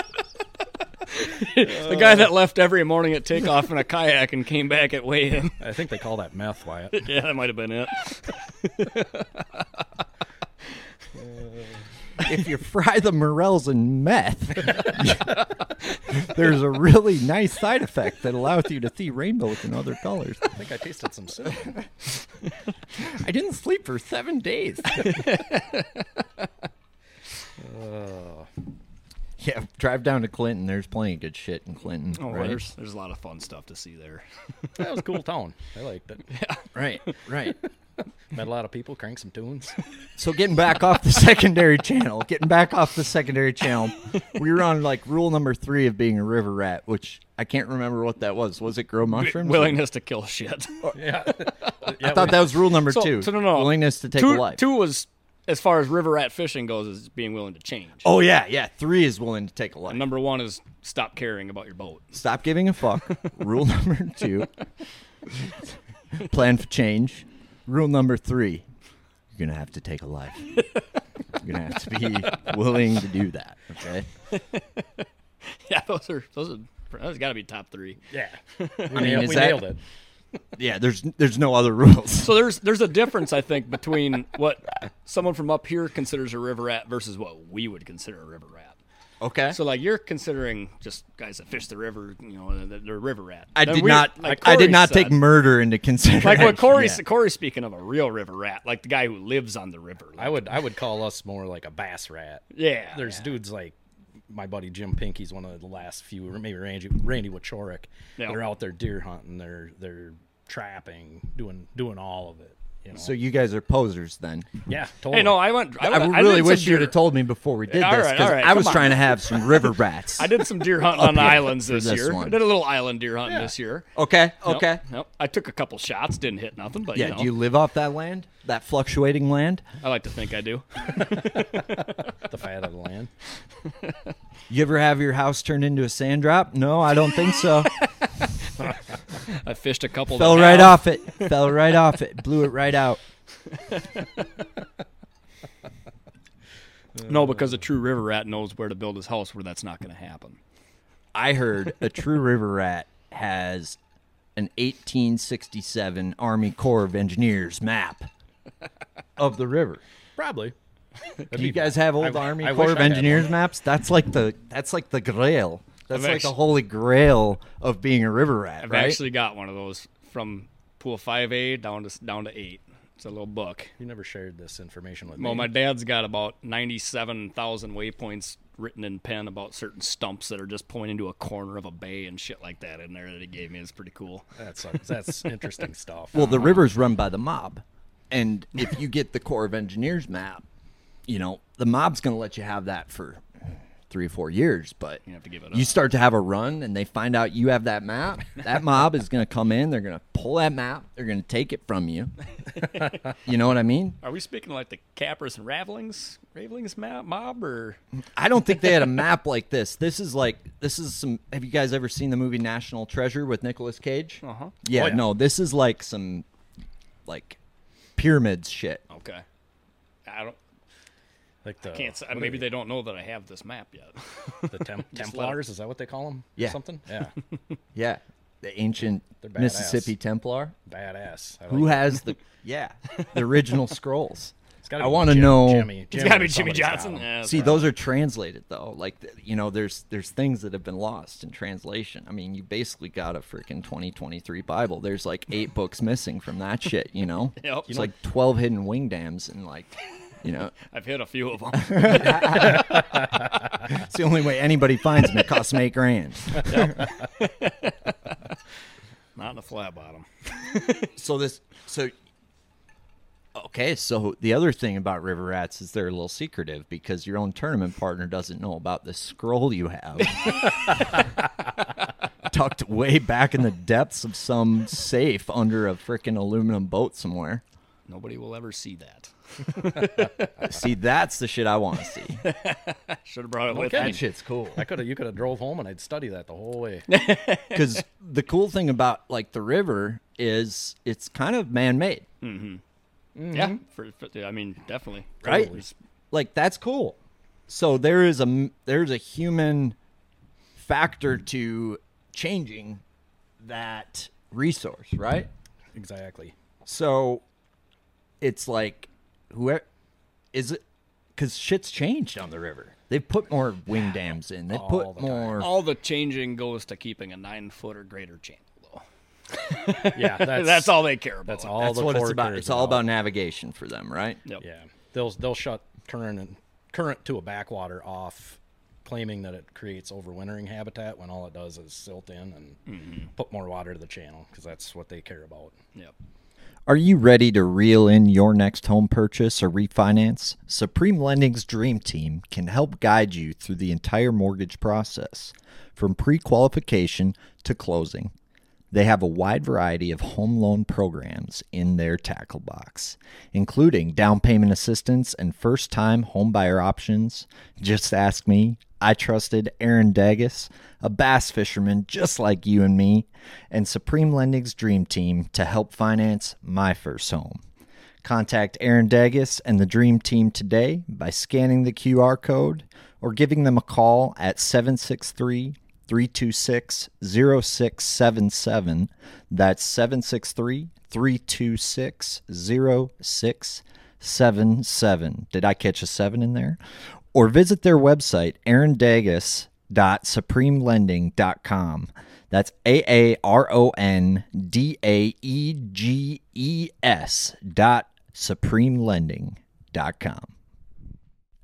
C: (laughs) the guy that left every morning at takeoff in a kayak and came back at weigh-in.
D: I think they call that meth,
C: (laughs)
D: Wyatt.
C: Yeah, that might have been it.
B: if you fry the morels in meth, there's a really nice side effect that allows you to see rainbows and other colors.
D: I think I tasted
C: (laughs)
D: some cinnamon.
B: I didn't sleep for seven days.
D: Uh,
B: (laughs) Yeah, drive down to Clinton. There's plenty of good shit in Clinton.
C: Oh,
B: right?
C: there's there's a lot of fun stuff to see there.
D: That was a cool town. I liked it.
C: (laughs)
B: right, right.
D: Met a lot of people, crank some tunes.
B: So getting back off the
C: (laughs)
B: secondary channel, getting back off the secondary channel, we were on like rule number three of being a river rat, which I can't remember what that was. Was it grow mushrooms?
C: Willingness to kill shit.
D: Yeah.
B: I thought that was rule number two.
C: so no, no.
B: Willingness to take
C: two,
B: a life.
C: Two was as far as river rat fishing goes is being willing to change.
B: Oh yeah, yeah. Three is willing to take a life.
C: Number one is stop caring about your boat. (laughs)
B: Stop giving a fuck. rule number two. Plan for change. Rule number three. You're gonna have to take a life. You're gonna have to
C: (laughs)
B: be willing to do that. Okay.
C: Yeah, those are those are those got to be top three.
D: Yeah. We,
B: mean,
D: nailed,
B: is
D: we
B: that-
D: nailed it.
B: Yeah. There's there's no other rules.
C: So there's there's a difference I think between what someone from up here considers a river rat versus what we would consider a river rat.
B: Okay.
C: So like you're considering just guys that fish the river, you know, they're, they're river rat.
B: I
C: Then
B: did
C: we-
B: not.
C: like
B: I did
C: Corey
B: not take
C: said-
B: murder into consideration.
C: like what Corey's
B: Yeah.
C: Corey's speaking of a real river rat, like the guy who lives on the river. Like,
D: I would I would call us more like a bass rat.
C: yeah,
D: There's dudes like my buddy Jim Pink. He's one of the last few, or maybe Randy Randy Wachorek.
C: Yeah.
D: They're out there deer hunting. They're they're trapping, doing doing all of it. You know.
B: So you guys are posers then.
D: yeah, totally.
C: Hey, no, I went. I,
B: I
C: went- I
B: really
C: did some
B: wish you'd
C: deer-
B: have told me before we did
C: All
B: this
C: right,
B: because
C: all right,
B: I was
C: come on.
B: trying to have some
C: (laughs)
B: river rats.
C: I did some
B: (laughs)
C: deer hunting on the
B: here
C: islands
B: for
C: this,
B: this
C: year.
B: one.
C: I did a little island deer hunting this year.
B: Okay.
C: Nope,
B: Okay.
C: nope. I took a couple shots, didn't hit nothing, but
B: Yeah.
C: you know,
B: Do you live off that land? That fluctuating land?
C: I like to think I do.
D: the fat of
C: (laughs)
D: the land.
B: You ever have your house turned into a sand drop? No, I don't think
D: (laughs)
B: so.
C: I fished a couple.
B: Fell
C: that
B: right
C: have.
B: off it. Fell right off it. Blew it right out.
C: No, because a true river rat knows where to build his house where that's not going to happen.
B: I heard a true river rat has an 1867 Army Corps of Engineers map of the river.
D: Probably.
B: Do you guys have old
D: I-
B: Army
D: I
B: Corps
D: wish
B: of
D: I had
B: Engineers maps? That's like the that's like the grail. That's
C: I've
B: like the
C: actu-
B: holy grail of being a river rat,
C: I've
B: right?
C: actually got one of those from pool five A down to down to eight. It's a little book.
D: You never shared this information with
C: Well,
D: me.
C: my dad's got about ninety-seven thousand waypoints written in pen about certain stumps that are just pointing to a corner of a bay and shit like that in there that he gave me. It's pretty cool.
D: That's
C: (laughs)
D: that's interesting stuff.
B: Well,
C: Uh-huh.
B: the river's run by the mob. And if you get the Corps of Engineers map, you know, the mob's going to let you have that for three or four years. But
C: You have to give it
B: you
C: up.
B: start to have a run and they find out you have that map, that mob is going to come in. They're going to pull that map. They're going to take it from
C: (laughs)
B: you. you know what I mean?
C: Are we speaking like the Cappers and Ravelings, Ravelings ma- mob, or
B: I don't think they had a map like this. This is like this is some. Have you guys ever seen the movie National
C: Uh-huh. Oh,
B: Treasure with Nicolas Cage? Uh huh. Yeah,
D: Oh, yeah.
B: No, this is like some like pyramids shit.
C: Okay. I don't.
D: Like the
C: Can't. say-
D: Uh, what are
C: maybe
D: they,
C: they don't know that I have this map yet. (laughs)
D: the
C: let
D: Tem-
C: 'em-
D: Templars. Is that what they call them?
B: Yeah. (laughs)
D: Something. Yeah.
B: Yeah. The ancient
D: They're badass.
B: Mississippi Templar.
D: Badass. I
B: Who
D: like- (laughs)
B: has the yeah, the original scrolls.
D: it's gotta
B: I
D: be
B: wanna
D: Jim-
B: know-
D: Jimmy.
C: it's gotta be Jimmy
D: somebody's got
C: Johnson.
D: 'em.
C: Yeah, that's
B: See,
C: right.
B: those are translated though. Like th- you know, there's there's things that have been lost in translation. I mean, you basically got a freaking 2023 Bible. There's like eight books missing from that shit. You
D: (laughs)
B: know,
C: Yep.
B: it's like 12 hidden wing dams and like, you
D: (laughs)
B: know,
C: I've hit a few of them.
B: it's the only way anybody finds them. It costs them eight grand.
C: Not in the flat bottom.
B: So this so okay. So the other thing about river rats is they're a little secretive because your own tournament partner doesn't know about the scroll you have. (laughs) Tucked way back in the depths of some safe under a freaking aluminum boat somewhere.
C: Nobody will ever see that.
B: See, that's the shit I want to see.
C: Should have brought it with
D: Okay.
C: me.
B: shit's cool.
D: I could have. You could have drove home, and I'd study that the whole
B: (laughs)
D: way.
B: because the cool thing about like the river is it's kind of man-made,
C: Yeah. For, for- I mean, definitely.
B: right?
C: Totally.
B: Like that's cool. So there is a m- there's a human factor to changing that resource, right?
D: exactly.
B: So it's like whoever is it because shit's changed on the river. They've put more wing dams in. They
D: All
B: put
D: the time.
B: more.
C: All the changing goes to keeping a nine foot or greater channel, though.
B: (laughs)
D: Yeah. That's,
C: That's, all they care about.
D: That's all.
B: that's
D: the
B: what it's
D: core
B: about.
D: cares
B: It's all about navigation for them, right?
C: Yep.
D: Yeah, they'll they'll shut current and current to a backwater off, claiming that it creates overwintering habitat when all it does is silt in and
B: Mm-hmm.
D: put more water to the channel because that's what they care about.
C: Yep.
B: Are you ready to reel in your next home purchase or refinance? Supreme Lending's Dream Team can help guide you through the entire mortgage process, from pre qualification to closing. They have a wide variety of home loan programs in their tackle box, including down payment assistance and first time homebuyer options. Just ask me. I trusted Aaron Dagus, a bass fisherman just like you and me, and Supreme Lending's dream team to help finance my first home. Contact Aaron Dagus and the Dream Team today by scanning the QR code or giving them a call at 763 326 0677. That's 763 326 0677. Did I catch a 7 in there? Or visit their website, aarondagus.supremelending.com. That's A A R O N D A E G E S dot supremelending.com.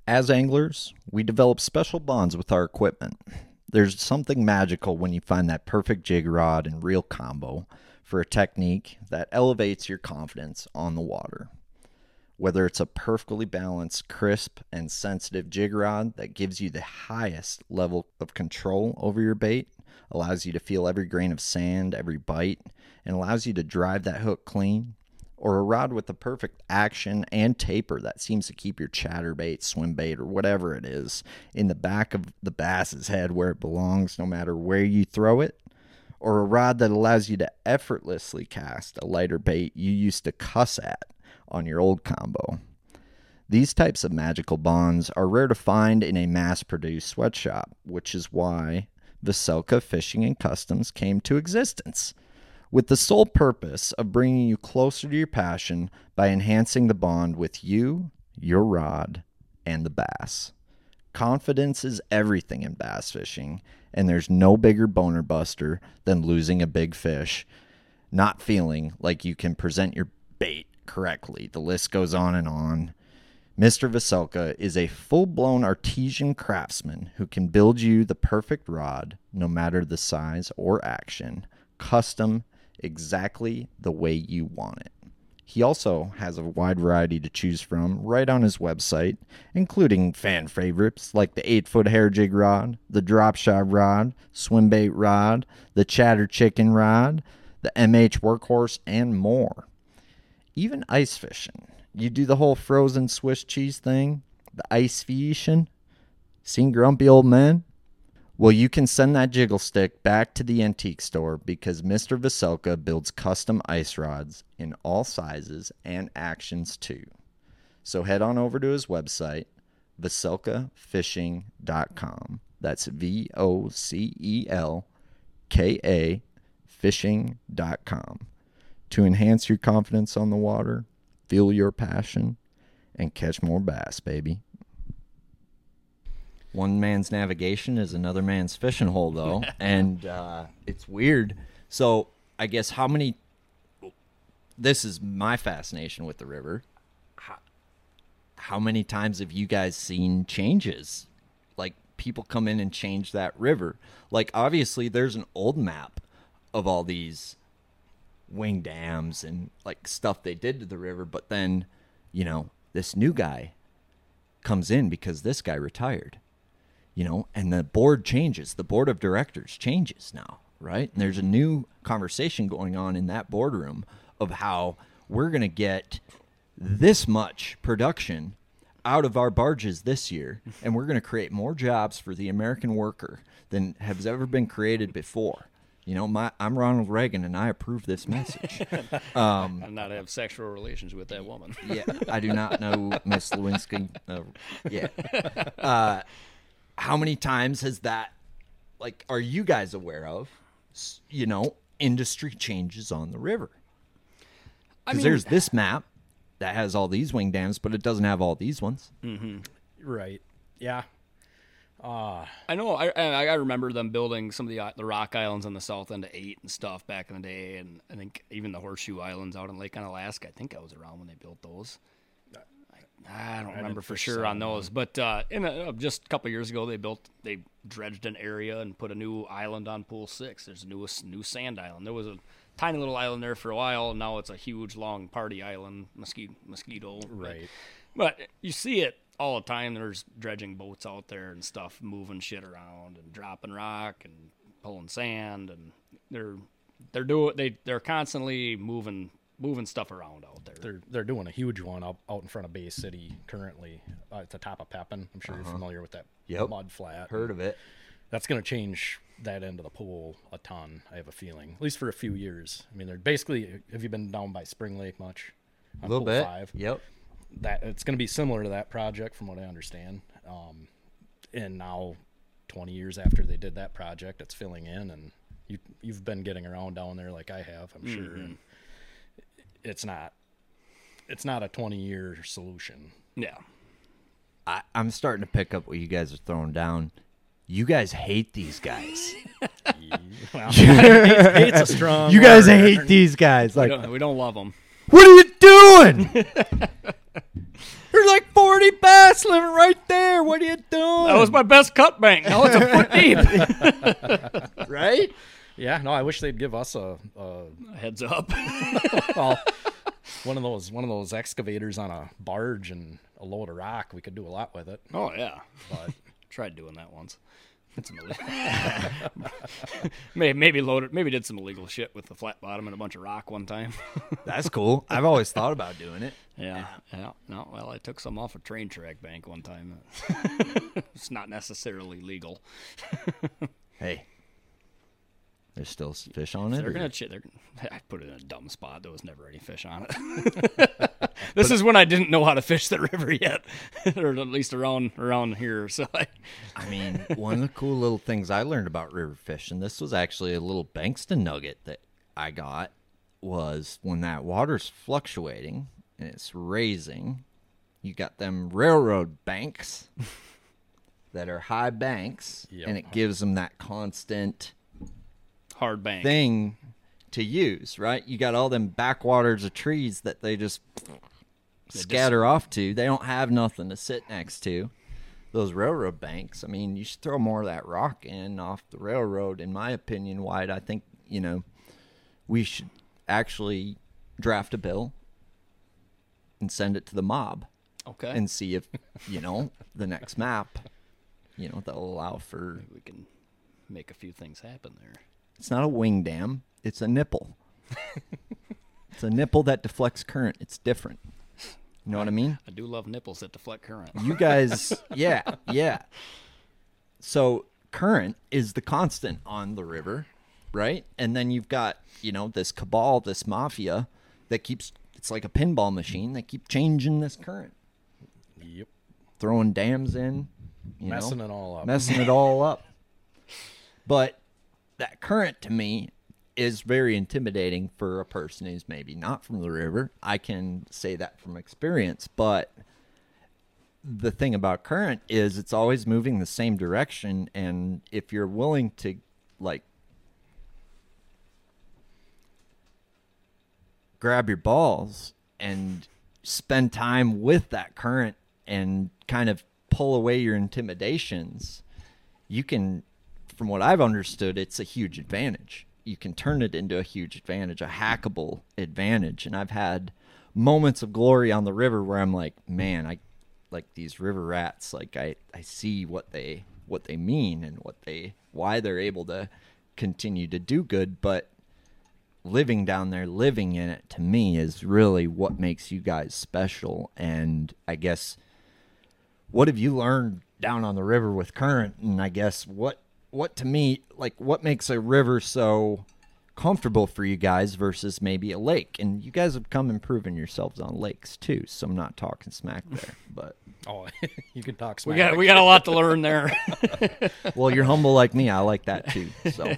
B: As anglers, we develop special bonds with our equipment. There's something magical when you find that perfect jig rod and reel combo for a technique that elevates your confidence on the water. Whether it's a perfectly balanced, crisp, and sensitive jig rod that gives you the highest level of control over your bait, allows you to feel every grain of sand, every bite, and allows you to drive that hook clean, or a rod with the perfect action and taper that seems to keep your chatterbait, swim bait, or whatever it is in the back of the bass's head where it belongs, no matter where you throw it, or a rod that allows you to effortlessly cast a lighter bait you used to cuss at on your old combo. These types of magical bonds are rare to find in a mass produced sweatshop, which is why Veselka Fishing and Customs came to existence with the sole purpose of bringing you closer to your passion by enhancing the bond with you, your rod, and the bass. Confidence is everything in bass fishing, and there's no bigger boner buster than losing a big fish, not feeling like you can present your bait correctly. The list goes on and on. Mr. Veselka is a full blown artesian craftsman who can build you the perfect rod, no matter the size or action, custom exactly the way you want it. He also has a wide variety to choose from right on his website, including fan favorites like the 8 foot hair jig rod, the drop shot rod, swim bait rod, the chatter chicken rod, the MH workhorse, and more even ice fishing. You do the whole frozen Swiss cheese thing, the ice fishing. Seen grumpy old men? Well, you can send that jiggle stick back to the antique store because Mr. Veselka builds custom ice rods in all sizes and actions too. So head on over to his website, veselkafishing.com. That's V O C E L K A fishing.com to enhance your confidence on the water, feel your passion, and catch more bass, baby. One man's navigation is another man's fishing hole, though, and uh, it's weird. So, I guess how many? This is my fascination with the river. How, how many times have you guys seen changes? Like people come in and change that river. Like obviously, there's an old map of all these wing dams and like stuff they did to the river, but then, you know, this new guy comes in because this guy retired you know, and the board changes. The board of directors changes now, right? And there's a new conversation going on in that boardroom of how we're going to get this much production out of our barges this year, and we're going to create more jobs for the American worker than has ever been created before. You know, my, I'm Ronald Reagan, and I approve this message.
C: and not have sexual relations with that woman.
B: yeah, I do not know Miss Lewinsky. Uh, yeah, uh, how many times has that? Like, are you guys aware of? s- You know, industry changes on the river.
C: I
B: Because there's this map that has all these wing dams, but it doesn't have all these ones.
D: Right. Yeah.
C: I know. I and I I remember them building some of the i- the rock islands on the south end of eight and stuff back in the day, and I think even the horseshoe islands out in Lake on Alaska. I think I was around when they built those. I, I don't remember for sure on those, but uh, in a, just a couple years ago, they built they dredged an area and put a new island on Pool Six. There's a new new sand island. There was a tiny little island there for a while, and now it's a huge long party island, mosquito mosquito
D: Right.
C: but you see it all the time. There's dredging boats out there and stuff, moving shit around and dropping rock and pulling sand, and they're they're doing they they're constantly moving moving stuff around out there.
D: They're they're doing a huge one up out in front of Bay City currently uh, at the top of Pepin. I'm sure you're familiar with that
B: Uh-huh. Yep.
D: mud flat.
B: Heard of it?
D: That's going to change that end of the pool a ton. I have a feeling, at least for a few years. I mean, they're basically. Have you been down by Spring Lake much?
B: A
D: On
B: little
D: Pool
B: bit.
D: Five?
B: Yep.
D: that it's going to be similar to that project from what I understand. Um, and now, 20 years after they did that project, it's filling in, and you you've been getting around down there like I have, I'm sure.
B: Mm-hmm.
D: And it's not it's not a 20 year
B: (laughs)
D: solution.
C: (laughs) Yeah,
B: I, I'm starting to pick up what you guys are throwing down. You guys hate these guys.
D: Well, it's a strong.
B: you guys
D: word.
B: hate these guys.
C: we
B: Like,
C: don't, we don't love them.
B: What are you (laughs) doing? There's like 40 bass living right there. What are you doing?
C: That was my best cut bank. Now it's a (laughs) foot deep.
B: right?
D: Yeah, no, I wish they'd give us a, a
C: Heads up. (laughs)
D: well, (laughs) one of those one of those excavators on a barge and a load of rock. We could do a lot with it.
C: Oh yeah, tried doing that once. It's an illegal. (laughs) maybe maybe loaded maybe did some illegal shit with the flat bottom and a bunch of rock one time.
B: (laughs)
C: (laughs)
B: That's cool. I've always thought about doing it.
C: Yeah, yeah. No, well, I took some off a train track bank one time. it's not necessarily legal.
B: Hey, there's still fish on it?
C: They're
B: or-
C: gonna. Ch- they're, I put it in a dumb spot. There was never any fish on it. this is when I didn't know how to fish the river yet, (laughs) or at least around around here. So I,
B: I mean, one of the cool little things I learned about river fish, and this was actually a little Bankston nugget that I got, was when that water's fluctuating and it's raising, you got them railroad banks that are high banks,
D: Yep.
B: and it gives them that constant
C: hard bank.
B: thing to use, right? You got all them backwaters of trees that they just scatter off to. They don't have nothing to sit next to. Those railroad banks. I mean, you should throw more of that rock in off the railroad, in my opinion, White. I think, you know, we should actually draft a bill and send it to the mob
C: okay.
B: and see if, you know, the next map, you know, they'll allow for
C: we can make a few things happen there.
B: it's not a wing dam. It's a nipple. it's a nipple that deflects current. It's different. You know what I mean?
C: I do love nipples that deflect current.
B: You guys, yeah, yeah. So current is the constant on the river, right? And then you've got, you know, this cabal, this mafia that keeps it's like a pinball machine that keep changing this current,
D: Yep.
B: throwing dams in, you know,
D: Messing it all up.
B: messing it all up. But that current to me is very intimidating for a person who's maybe not from the river. I can say that from experience, but the thing about current is it's always moving the same direction and if you're willing to like grab your balls and spend time with that current and kind of pull away your intimidations, you can, from what I've understood, it's a huge advantage. You can turn it into a huge advantage, a hackable advantage. And I've had moments of glory on the river where I'm like, man, I like these river rats, like I, I see what they what they mean and what they why they're able to continue to do good, but living down there, living in it, to me is really what makes you guys special. And I guess what have you learned down on the river with current? And I guess what what to me like what makes a river so comfortable for you guys versus maybe a lake? And you guys have come improving yourselves on lakes too, so I'm not talking smack there, but.
D: Oh, (laughs) you can talk smack.
C: We got we got a lot to learn there. (laughs)
B: Well, you're humble like me. I like that too. So,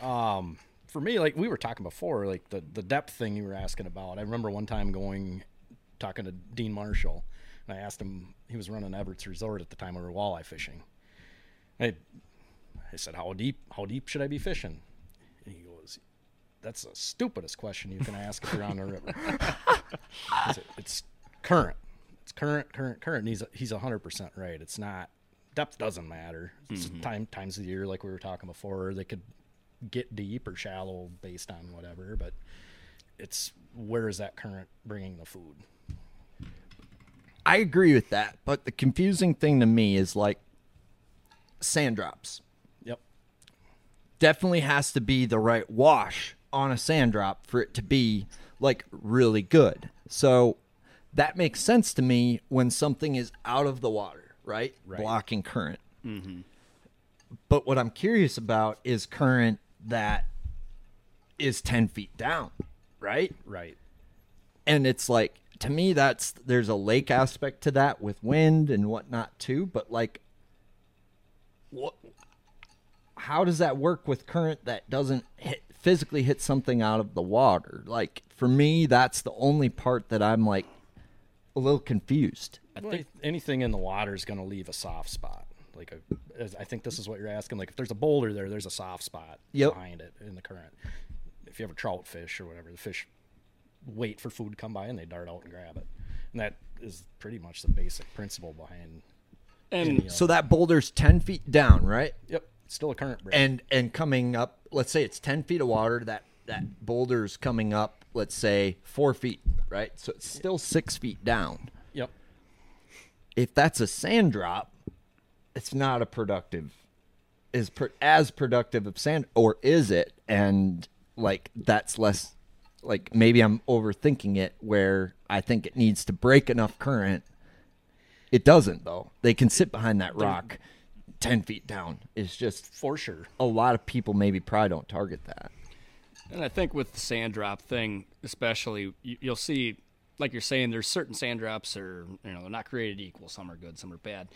D: for me, like we were talking before, like the, the depth thing you were asking about. I remember one time going, talking to Dean Marshall, and I asked him, he was running Everett's Resort at the time we were walleye fishing. I, I said, how deep, how deep should I be fishing? And he goes, that's the stupidest question you can ask if you're on the (laughs) river. I said, it's current. It's current, current, current. And he's, he's 100% right. It's not, depth doesn't matter. It's time, times of the year, like we were talking before, they could get deep or shallow based on whatever, but it's where is that current bringing the food?
B: I agree with that. But the confusing thing to me is like sand drops.
D: Yep.
B: definitely has to be the right wash on a sand drop for it to be like really good. So that makes sense to me when something is out of the water, right? Blocking current. But what I'm curious about is current that is 10 feet down, right?
D: Right.
B: and it's like to me that's there's a lake aspect to that with wind and whatnot too but like what how does that work with current that doesn't hit, physically hit something out of the water like for me that's the only part that i'm like a little confused
D: I think anything in the water is going to leave a soft spot. Like a, as- I think this is what you're asking. Like if there's a boulder there, there's a soft spot
B: Yep.
D: behind it in the current. If you have a trout fish or whatever, the fish wait for food to come by and they dart out and grab it. And that is pretty much the basic principle behind.
C: and
B: so that boulder's 10 feet down right
D: Yep. It's still a current. Break.
B: and and coming up let's say it's 10 feet of water that that boulder's coming up let's say four feet right so it's still six feet down
D: yep.
B: if that's a sand drop, it's not a productive is pr as productive of sand or is it? And like that's less like maybe I'm overthinking it where I think it needs to break enough current. It doesn't though. They can sit behind that rock 10 feet down. It's just
D: For sure.
B: a lot of people maybe probably don't target that.
C: And I think with the sand drop thing, especially, you, you'll see, like you're saying, there's certain sand drops are, you know, they're not created equal. Some are good, some are bad.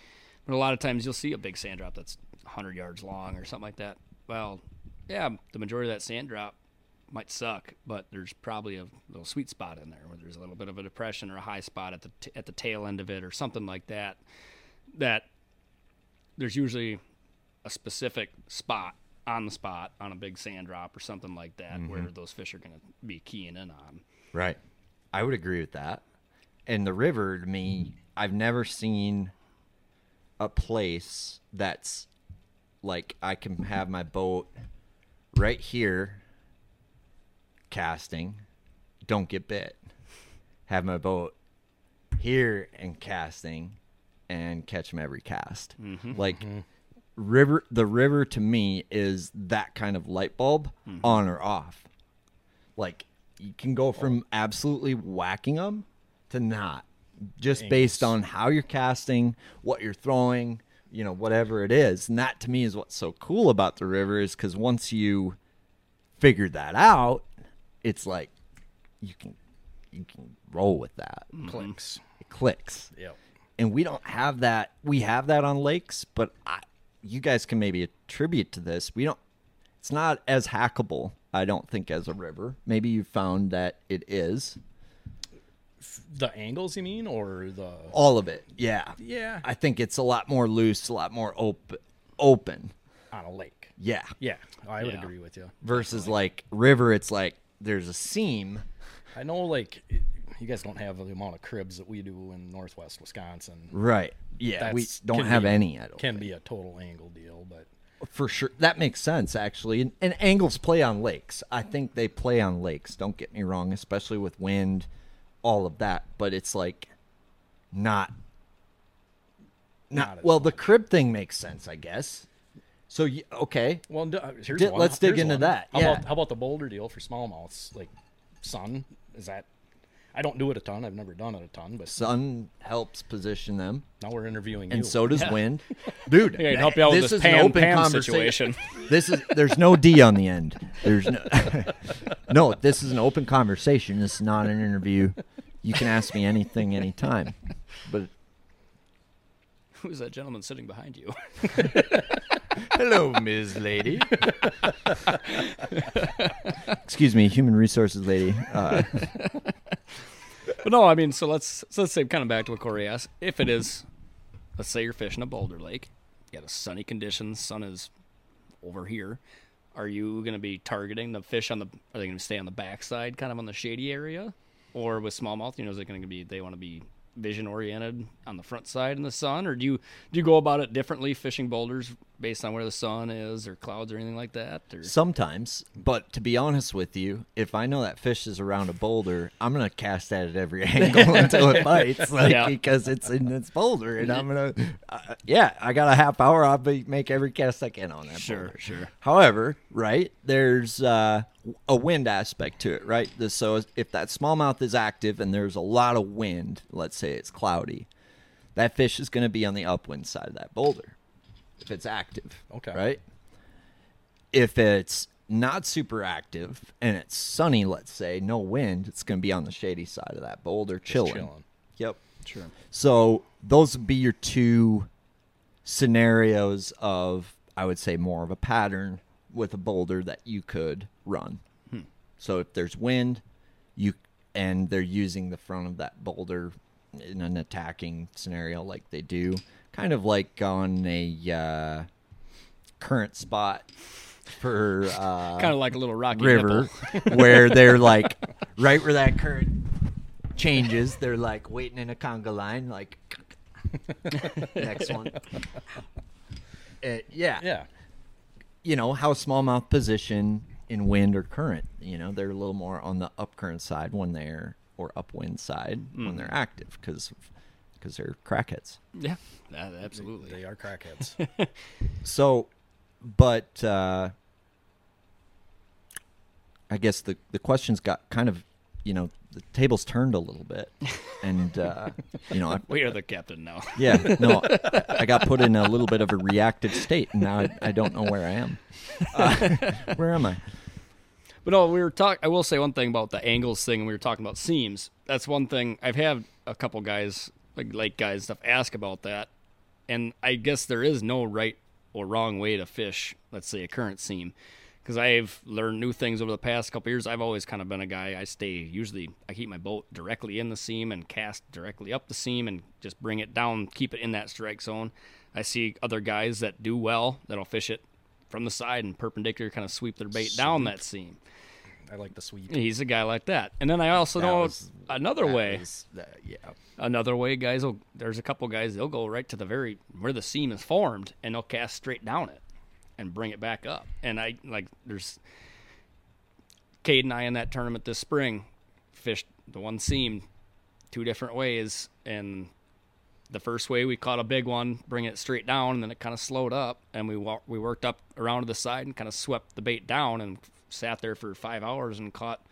C: But a lot of times you'll see a big sand drop that's 100 yards long or something like that. Well, yeah, the majority of that sand drop might suck, but there's probably a little sweet spot in there where there's a little bit of a depression or a high spot at the t- at the tail end of it or something like that. That there's usually a specific spot on the spot on a big sand drop or something like that where those fish are going to be keying in on. (laughs)
B: Right. I would agree with that. And the river to me, I've never seen a place that's like I can have my boat right here casting, don't get bit. Have my boat here and casting and catch them every cast. Like river the river to me is that kind of light bulb on or off like you can go from absolutely whacking them to not just based on how you're casting what you're throwing you know whatever it is and that to me is what's so cool about the river is because once you figure that out it's like you can you can roll with that
D: Clicks.
B: it clicks
D: Yep.
B: and we don't have that we have that on lakes but I, you guys can maybe attribute to this we don't it's not as hackable i don't think as a river maybe you found that it is
D: The angles, you mean, or the?
B: all of it yeah
D: Yeah.
B: i think it's a lot more loose a lot more open open
D: On a lake.
B: yeah
D: Yeah, I would
C: Yeah.
D: agree with you.
B: versus like river it's like there's a seam
D: I know, like, it- you guys don't have the amount of cribs that we do in Northwest Wisconsin.
B: right yeah we
D: That's-
B: don't
D: can
B: have
D: be-
B: any i don't
D: Can be a total angle deal, but
B: for sure that makes sense actually and, and angles play on lakes i think they play on lakes don't get me wrong especially with wind all of that but it's like not not,
D: Not as
B: well the crib thing makes sense i guess so y- okay
D: well, d- uh, here's
B: Di-
D: one.
B: let's dig
D: Here's
B: into
D: one.
B: that,
D: How
B: yeah.
D: about how about the boulder deal for smallmouths? Like, sun is that? I don't do it a ton. I've never done it a ton, but
B: sun helps position them
D: now we're interviewing
B: and
D: you.
B: so does wind (laughs) dude
C: I can help you out with this
B: is an
C: Pam
B: open
C: Pam
B: conversation.
C: situation.
B: (laughs) this is there's no d on the end there's no (laughs) no this is an open conversation this is not an interview you can ask me anything anytime but
C: Who's that gentleman sitting behind you?
B: hello ms lady (laughs) excuse me human resources lady uh,
C: But no, I mean, so let's so let's say kind of back to what Corey asked. If it is, let's say you're fishing a boulder lake, you got a sunny conditions, sun is over here. Are you going to be targeting the fish on the? Are they going to stay on the backside, kind of on the shady area, or with smallmouth? You know, is it going to be they want to be vision oriented on the front side in the sun, or do you do you go about it differently fishing boulders based on where the sun is or clouds or anything like that? Or
B: sometimes but to be honest with you if i know that fish is around a boulder i'm gonna cast that at every (laughs) angle until it bites like
C: (laughs) Yeah.
B: because it's in this boulder and i'm gonna uh, yeah i got a half hour i'll be, make every cast i can on that boulder.
C: sure.
B: However, right, there's uh, a wind aspect to it, right? The- So if that smallmouth is active and there's a lot of wind, let's say it's cloudy, that fish is going to be on the upwind side of that boulder if it's active.
D: Okay.
B: Right? If it's not super active and it's sunny, let's say, no wind, it's going to be on the shady side of that boulder, chilling.
D: chilling.
B: Yep.
C: Sure.
B: So those would be your two scenarios of, I would say, more of a pattern with a boulder that you could run. So if there's wind, you and they're using the front of that boulder in an attacking scenario, like they do, kind of like on a uh, current spot for uh,
C: Kind of like a little rocky
B: river (laughs)
C: nipple.
B: where they're like right where that current changes they're like waiting in a conga line like (laughs) next one Uh, yeah
D: yeah,
B: you know how smallmouth position in wind or current you know they're a little more on the upcurrent side when they're or upwind side when they're active because because they're crackheads
C: Yeah, that, absolutely.
D: they
B: (laughs)
D: are crackheads.
B: So, but uh, I guess the the questions got kind of, you know, the tables turned a little bit, and uh, you know, I,
C: We are the captain now. (laughs)
B: yeah, no, I got put in a little bit of a reactive state, and now I, I don't know where I am. Uh, where am I?
C: But no, we were talking. I will say one thing about the angles thing, and we were talking about seams. That's one thing I've had a couple guys, like lake guys, and stuff, ask about that. And I guess there is no right or wrong way to fish. Let's say a current seam, because I've learned new things over the past couple years. I've always kind of been a guy. I stay usually. I keep my boat directly in the seam and cast directly up the seam and just bring it down, keep it in that strike zone. I see other guys that do well that'll fish it from the side and perpendicular, kind of sweep their bait down that seam.
D: I like the sweep.
C: He's a guy like that. And then I also
B: That
C: know
B: was-
C: another
B: That
C: way.
B: was- that- yeah,
C: Another way, guys. Will, there's a couple guys. They'll go right to the very where the seam is formed, and they'll cast straight down it, and bring it back up. And I like there's Cade and I in that tournament this spring fished the one seam two different ways, and the first way we caught a big one, bring it straight down, and then it kind of slowed up, and we wa- we worked up around to the side and kind of swept the bait down, and sat there for five hours and caught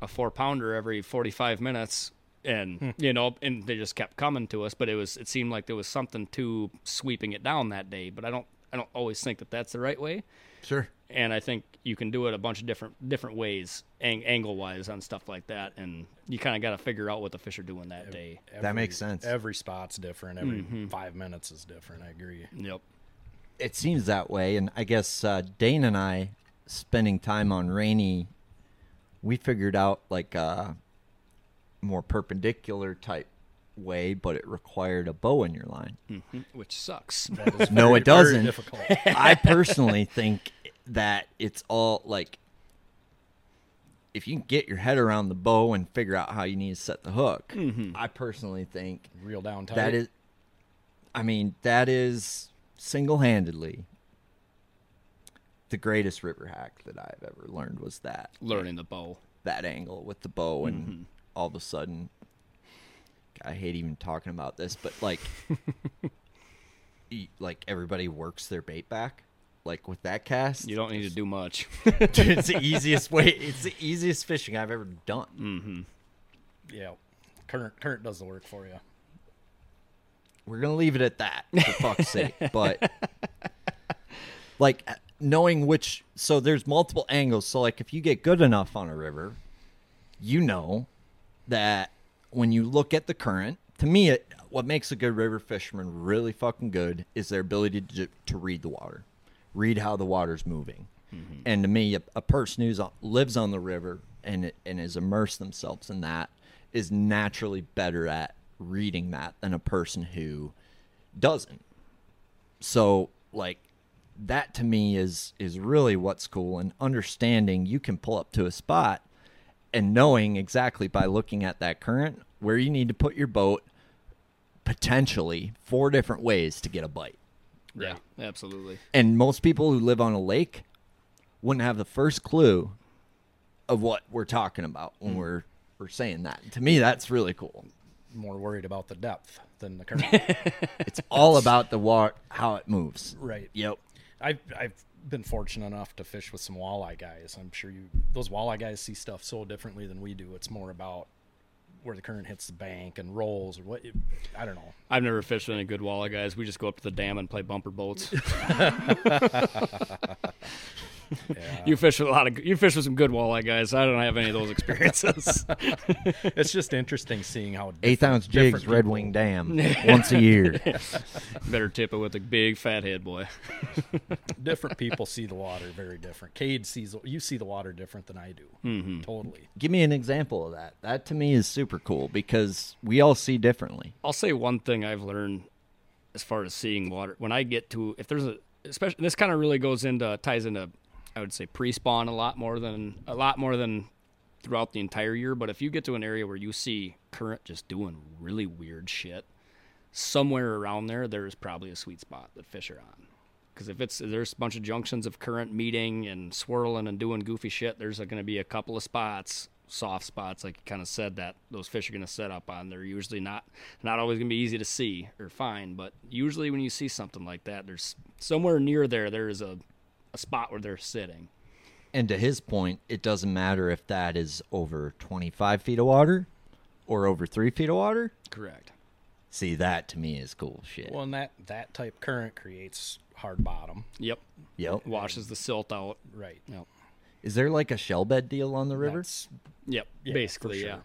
C: a four pounder every 45 minutes and you know and they just kept coming to us but it was it seemed like there was something to sweeping it down that day but i don't i don't always think that that's the right way
E: Sure.
C: and i think you can do it a bunch of different different ways ang- angle wise on stuff like that and you kind of got to figure out what the fish are doing that day
E: That makes sense.
D: Every spot's different. Every
B: Mm-hmm.
D: five minutes is different. I agree.
B: (laughs)
C: yep
B: it seems that way. And I guess uh, Dane and I spending time on Rainy, we figured out like a more perpendicular type way, but it required a bow in your line.
C: which sucks
D: That is
B: No,
D: very-
B: it doesn't. (laughs)
D: Very difficult.
B: I personally think that it's all like if you can get your head around the bow and figure out how you need to set the hook. I personally think
D: Real down tight.
B: that is, I mean, that is single handedly the greatest river hack that I've ever learned was that
C: learning the bow
B: that angle with the bow, and
C: Mm-hmm.
B: all of a sudden, I hate even talking about this, but
C: (laughs)
B: like, e- like everybody works their bait back. Like with that cast,
C: you don't need to do much
B: (laughs) it's the easiest way. It's the easiest fishing I've ever done.
D: yeah. Current current does the work for you.
B: we're gonna leave it at that for fuck's sake. But like knowing which, so there's multiple angles. So like if you get good enough on a river, you know that when you look at the current. To me, it, what makes a good river fisherman really fucking good is their ability to to read the water, read how the water's moving. And to me, a, a person who's on, lives on the river and and has immersed themselves in that is naturally better at reading that than a person who doesn't. So like that to me is is really what's cool and understanding you can pull up to a spot and knowing exactly by looking at that current where you need to put your boat potentially four different ways to get a bite.
C: yeah absolutely
B: And most people who live on a lake wouldn't have the first clue of what we're talking about when
D: Mm.
B: we're we're saying that. To me that's really cool.
D: More worried about the depth than the current.
B: (laughs) It's
D: (laughs)
B: all about the water how it moves.
D: right.
B: Yep.
D: I've I've been fortunate enough to fish with some walleye guys. I'm sure you those walleye guys see stuff so differently than we do. It's more about where the current hits the bank and rolls or what I don't know.
C: i've never fished with any good walleye guys we just go up to the dam and play bumper boats you fish with a lot of you fish with some good walleye guys i don't have any of those experiences
D: It's just interesting seeing how
B: Eighth ounce jigs,
D: different
B: Red
D: people-
B: Wing
D: (laughs)
B: Dam, once a year.
C: Better tip it with a big fat head, boy.
D: different people see the water very different. Cade sees you see the water different than I do. Totally.
B: Give me an example of that. That to me is super cool because we all see differently.
C: I'll say one thing I've learned as far as seeing water. When I get to, if there's a, especially this kind of really goes into ties into, I would say pre-spawn a lot more than a lot more than throughout the entire year. But if you get to an area where you see current just doing really weird shit, somewhere around there, there is probably a sweet spot that fish are on. Because if it's there's a bunch of junctions of current meeting and swirling and doing goofy shit, there's going to be a couple of spots, soft spots, like you kind of said that those fish are going to set up on. They're usually not not always going to be easy to see or find, but usually when you see something like that, there's somewhere near there there is a a spot where they're sitting.
B: And to his point, it doesn't matter if that is over 25 feet of water or over three feet of water.
C: Correct.
B: See, that to me is cool shit.
D: Well, and that that type current creates hard bottom.
C: Yep.
B: Yep.
C: Washes the silt out.
D: Right.
C: Yep.
B: Is there like a shell bed deal on the river?
D: That's-
C: Yep.
D: Yeah,
C: basically,
D: for sure.
C: yeah.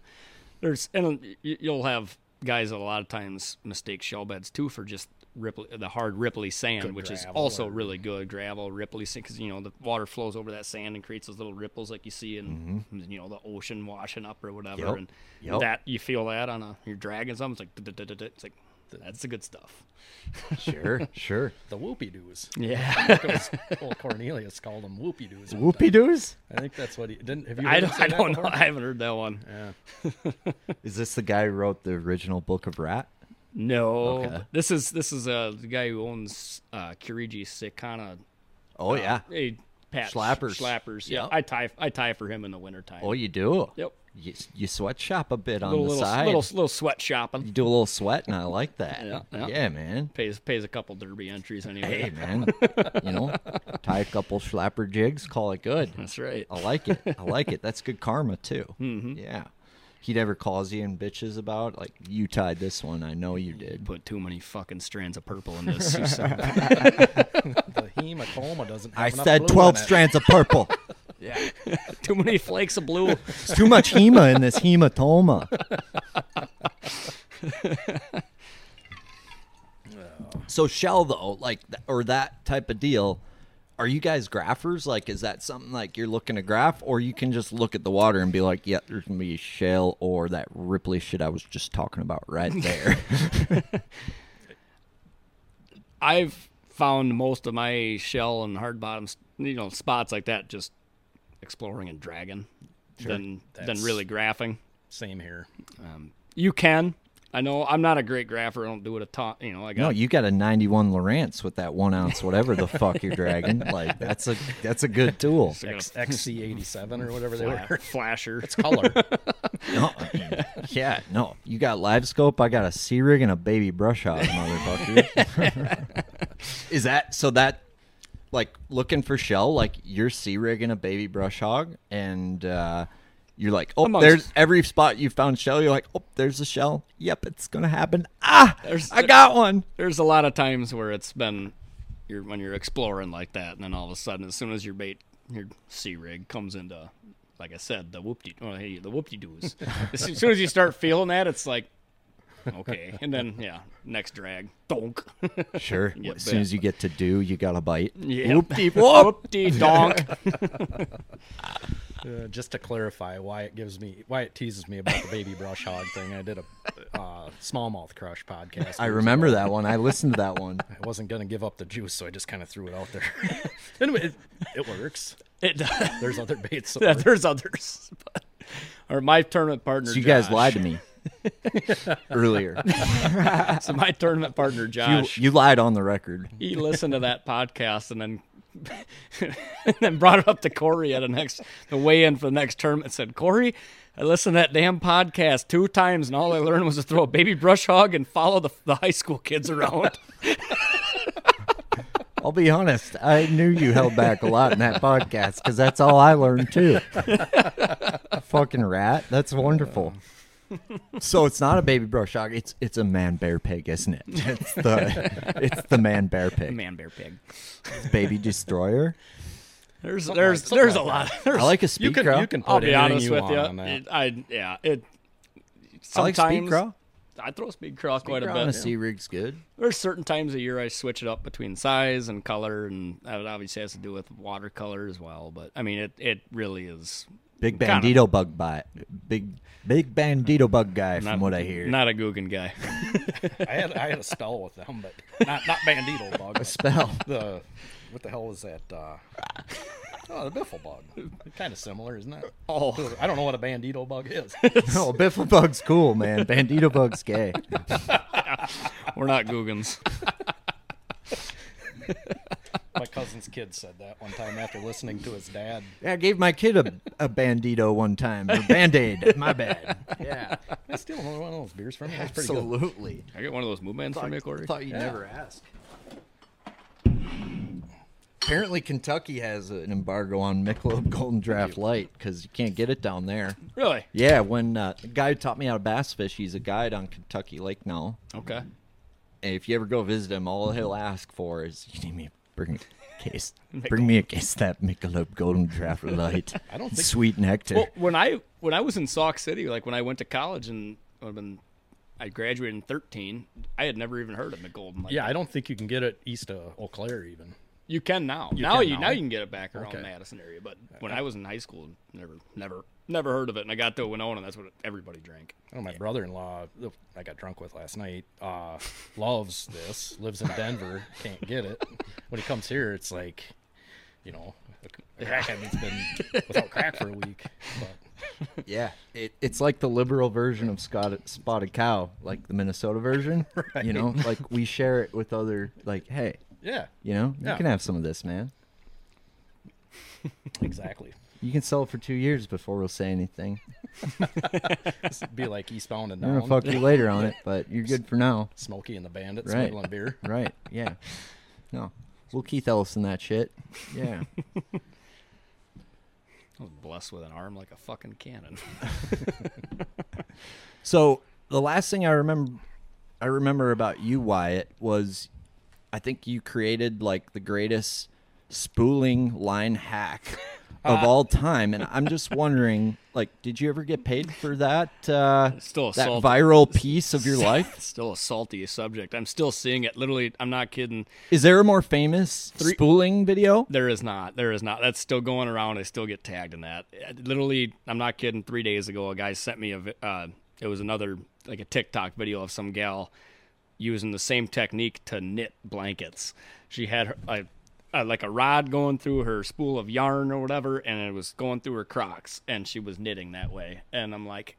C: There's and um, y- you'll have guys that a lot of times mistake shell beds too for just ripple the hard ripply sand,
D: Good
C: which is
D: gravel
C: also
D: or-
C: really good gravel ripply sand because you know the water flows over that sand and creates those little ripples like you see in
D: Mm-hmm.
C: you know the ocean washing up or whatever,
B: Yep.
C: and
B: Yep.
C: that you feel that on a you're dragging something. It's like "Duh-duh-duh-duh." it's like that's the good stuff.
B: (laughs) Sure,
C: (laughs)
B: sure.
D: the whoopie doos.
C: Yeah,
D: Old Cornelius called them whoopie doos.
B: Whoopie doos?
D: I think that's what he didn't. Have you? Heard
C: I
D: him
C: don't,
D: say
C: I
D: that
C: don't know.
D: before?
C: I haven't heard that one.
B: Is this the guy who wrote the original Book of Rat?
C: No,
B: Okay.
C: but this is this is uh, the guy who owns uh, Kirigi Sikana
B: Oh,
C: Uh,
B: yeah.
C: Hey, Pat
B: Schlappers.
C: Schlappers. Yeah,
B: Yep.
C: I tie. I tie for him in the wintertime.
B: Oh, you do?
C: Yep.
B: You, you sweatshop a bit on
C: Little
B: the
C: little,
B: side.
C: little little sweat
B: You
C: shopping.
B: do a little sweat, and I
C: (laughs)
B: like that.
C: Yeah, yeah.
B: yeah man.
C: Pays pays a couple derby entries anyway.
B: hey
C: (laughs)
B: man you know tie a couple slapper jigs call it good
C: That's right.
D: (laughs)
B: i like it i like it that's good karma too mm-hmm. yeah he'd ever calls you and bitches about like you tied this one. I know you did.
C: Put too many fucking strands of purple in this.
B: (laughs)
C: (laughs) you son of a-
D: The hematoma doesn't. Have
B: I
D: enough
B: said
D: blue
B: twelve
D: in it.
B: strands of
D: (laughs)
B: purple.
C: too many flakes of blue.
B: It's too much hema in this
D: (laughs)
B: hematoma. so shell though, like th- or that type of deal. Are you guys graphers? Like, is that something like you're looking to graph, or you can just look at the water and be like, "Yeah, there's gonna be shell or that Ripley shit I was just talking about
D: (laughs)
B: right there."
C: I've found most of my shell and hard bottoms, you know, spots like that just exploring and dragging than than
D: That's-
C: really graphing.
D: Same here.
C: You can. I know I'm not a great grapher. I don't do it a ton. You know, I got
B: no, you got a 91 Lawrence with that one ounce, whatever the fuck you're
C: (laughs)
B: dragging. Like, that's a that's a good tool.
C: I got
D: X, XC87 or whatever they
C: a fla-
D: were.
C: flasher.
D: It's color.
B: No, yeah, no. You got live scope. I got a C rig and a baby brush hog, motherfucker.
C: (laughs)
B: Is that so? That like looking for shell, like you're C rig and a baby brush hog, and uh, you're like, oh,
C: Amongst-
B: there's every spot you found shell. You're like, oh, there's a shell. Yep, it's gonna happen. Ah,
C: There's-
B: I got
C: (laughs)
B: one.
C: There's a lot of times where it's been you're when you're exploring like that, and then all of a sudden, as soon as your bait, your sea rig comes into, like I said, the whoopty, oh, hey, the
B: (laughs)
C: whoopty doos. as soon as you start feeling that, it's like, okay, and then yeah, next drag, donk, (laughs)
B: Sure.
C: You
B: as soon as
C: bet.
B: you get to do, you got to bite.
C: yeah, (laughs) whoopty
B: (laughs)
C: whoopty donk.
D: Uh, just to clarify why it gives me why it teases me about the baby brush hog thing. I did a uh, smallmouth crush podcast.
B: I
D: years
B: remember
D: ago.
B: that one. I listened to that one.
D: (laughs) I wasn't gonna give up the juice, so I just kind of threw it out there. anyway, it, it works.
B: (laughs)
C: It does.
D: There's other baits. that
C: Yeah,
D: work.
C: there's others, (laughs) but, or my tournament partner.
B: So you guys
C: Josh.
B: lied to
D: (laughs)
B: me earlier.
C: So (laughs) my tournament partner
B: You,
C: Josh.
B: you lied on the record.
C: he listened to that podcast and then (laughs) and then brought it up to Corey at the next the weigh in for the next term and said, Corey, I listened to that damn podcast two times and all I learned was to throw a baby brush hog and follow the, the high school kids around.
B: I'll be honest. I knew you held back a lot in that podcast because that's all I learned too. Fucking rat. That's
D: (laughs)
B: wonderful. So it's not a baby bro shock. It's it's a man bear pig, isn't it? It's the it's the man bear pig.
C: Man bear pig.
B: It's baby destroyer.
C: There's there's
D: something
C: there's a
D: like
C: lot.
B: I
C: There's,
B: like a
D: you
B: speed
D: can
B: crow.
D: you can put
C: I'll be
D: anything
C: honest
D: you
C: with
D: want
C: you.
D: on that.
C: It- I yeah, it
B: I like
C: sometimes
B: speed crow.
C: I throw speed crawl quite
B: Speed
C: a
B: crow on
C: bit.
B: a sea rig's good.
C: There's certain times a year I switch it up between size and color, and that obviously has to do with watercolor as well. But I mean, it, it really is
B: Big
C: Kinda.
B: bandito bug bite. Big big bandito bug guy from what I hear. (laughs)
C: (laughs) Not a Guggen guy. (laughs)
D: I had I had a spell with them, but not not bandito bug. but
B: spell.
D: The what the hell is that?
B: (laughs)
D: Uh, oh, the biffle bug. Kind of similar, isn't it?
C: Oh,
D: I don't know what a bandito bug
B: (laughs)
D: is.
B: No, Oh, Biffle Bug's cool, man. Bandito Bug's gay.
C: (laughs) we're not Guggens. (laughs)
D: My cousin's kid said that one time after listening to his dad.
B: I gave my kid a, a Bandito one time. Or Band-Aid. My bad. Yeah,
D: Can I steal another one of those beers from you? That's pretty good.
B: absolutely.
C: I get one of those movements from you, Corey.
B: thought you'd never ask. Apparently, Kentucky has an embargo on Michelob Golden Draft Light because you can't get it down there.
C: Really?
B: Yeah, when uh, the guy who taught me how to bass fish, he's a guide on Kentucky Lake now.
C: Okay.
B: And if you ever go visit him, all he'll ask for is, "You need me to bring a (laughs) case, bring me a case of that Michelob Golden Draft Light, (laughs) I
D: don't think-
B: sweet nectar."
C: Well, when I when I was in Sauk City, like when I went to college and I've been, I graduated in thirteen. I had never even heard of the Golden. Light.
D: Yeah, I don't think you can get it east of Eau Claire even.
C: You can now. now
D: can
C: you
D: now?
C: now you can get it back around
D: Okay.
C: Madison area. But when I was in high school, never never never heard of it. And I got to Winona, that's what everybody drank.
D: I know my brother-in-law, who I got drunk with last night, uh, loves this. Lives in Denver, can't get it. When he comes here, it's like, you know, a crackhead that's been without crack for a week. But
B: Yeah, it, it's like the liberal version of Scott, spotted cow, like the Minnesota (laughs) version. You know, like we share it with other, like, hey,
D: yeah,
B: you know, you
D: Yeah.
B: can have some of this, man.
D: exactly.
B: You can sell it for two years before we'll say anything.
D: Be like eastbound and
B: We're
D: down.
B: gonna fuck you later on (laughs) it, but you're good for now.
D: Smokey and the Bandit
B: Right.
D: smuggling beer.
B: Right? (laughs) Yeah. No, we'll Keith Ellison that shit. Yeah.
C: I was blessed with an arm like a fucking cannon.
B: So the last thing I remember, I remember about you, Wyatt, was I think you created like the greatest spooling line hack of all time, and I'm just wondering, like, did you ever get paid for that? Uh,
C: Still a
B: that
C: salt-
B: viral piece of
C: (laughs)
B: your life.
C: still a salty subject. I'm still seeing it. Literally, I'm not kidding.
B: Is there a more famous spooling video?
C: There is not. There is not. That's still going around. I still get tagged in that. Uh, Literally, I'm not kidding. Three days ago, a guy sent me a. vi- Uh, it was another like a TikTok video of some gal using the same technique to knit blankets. She had her, a, a like a rod going through her spool of yarn or whatever, and it was going through her Crocs, and she was knitting that way. And I'm like,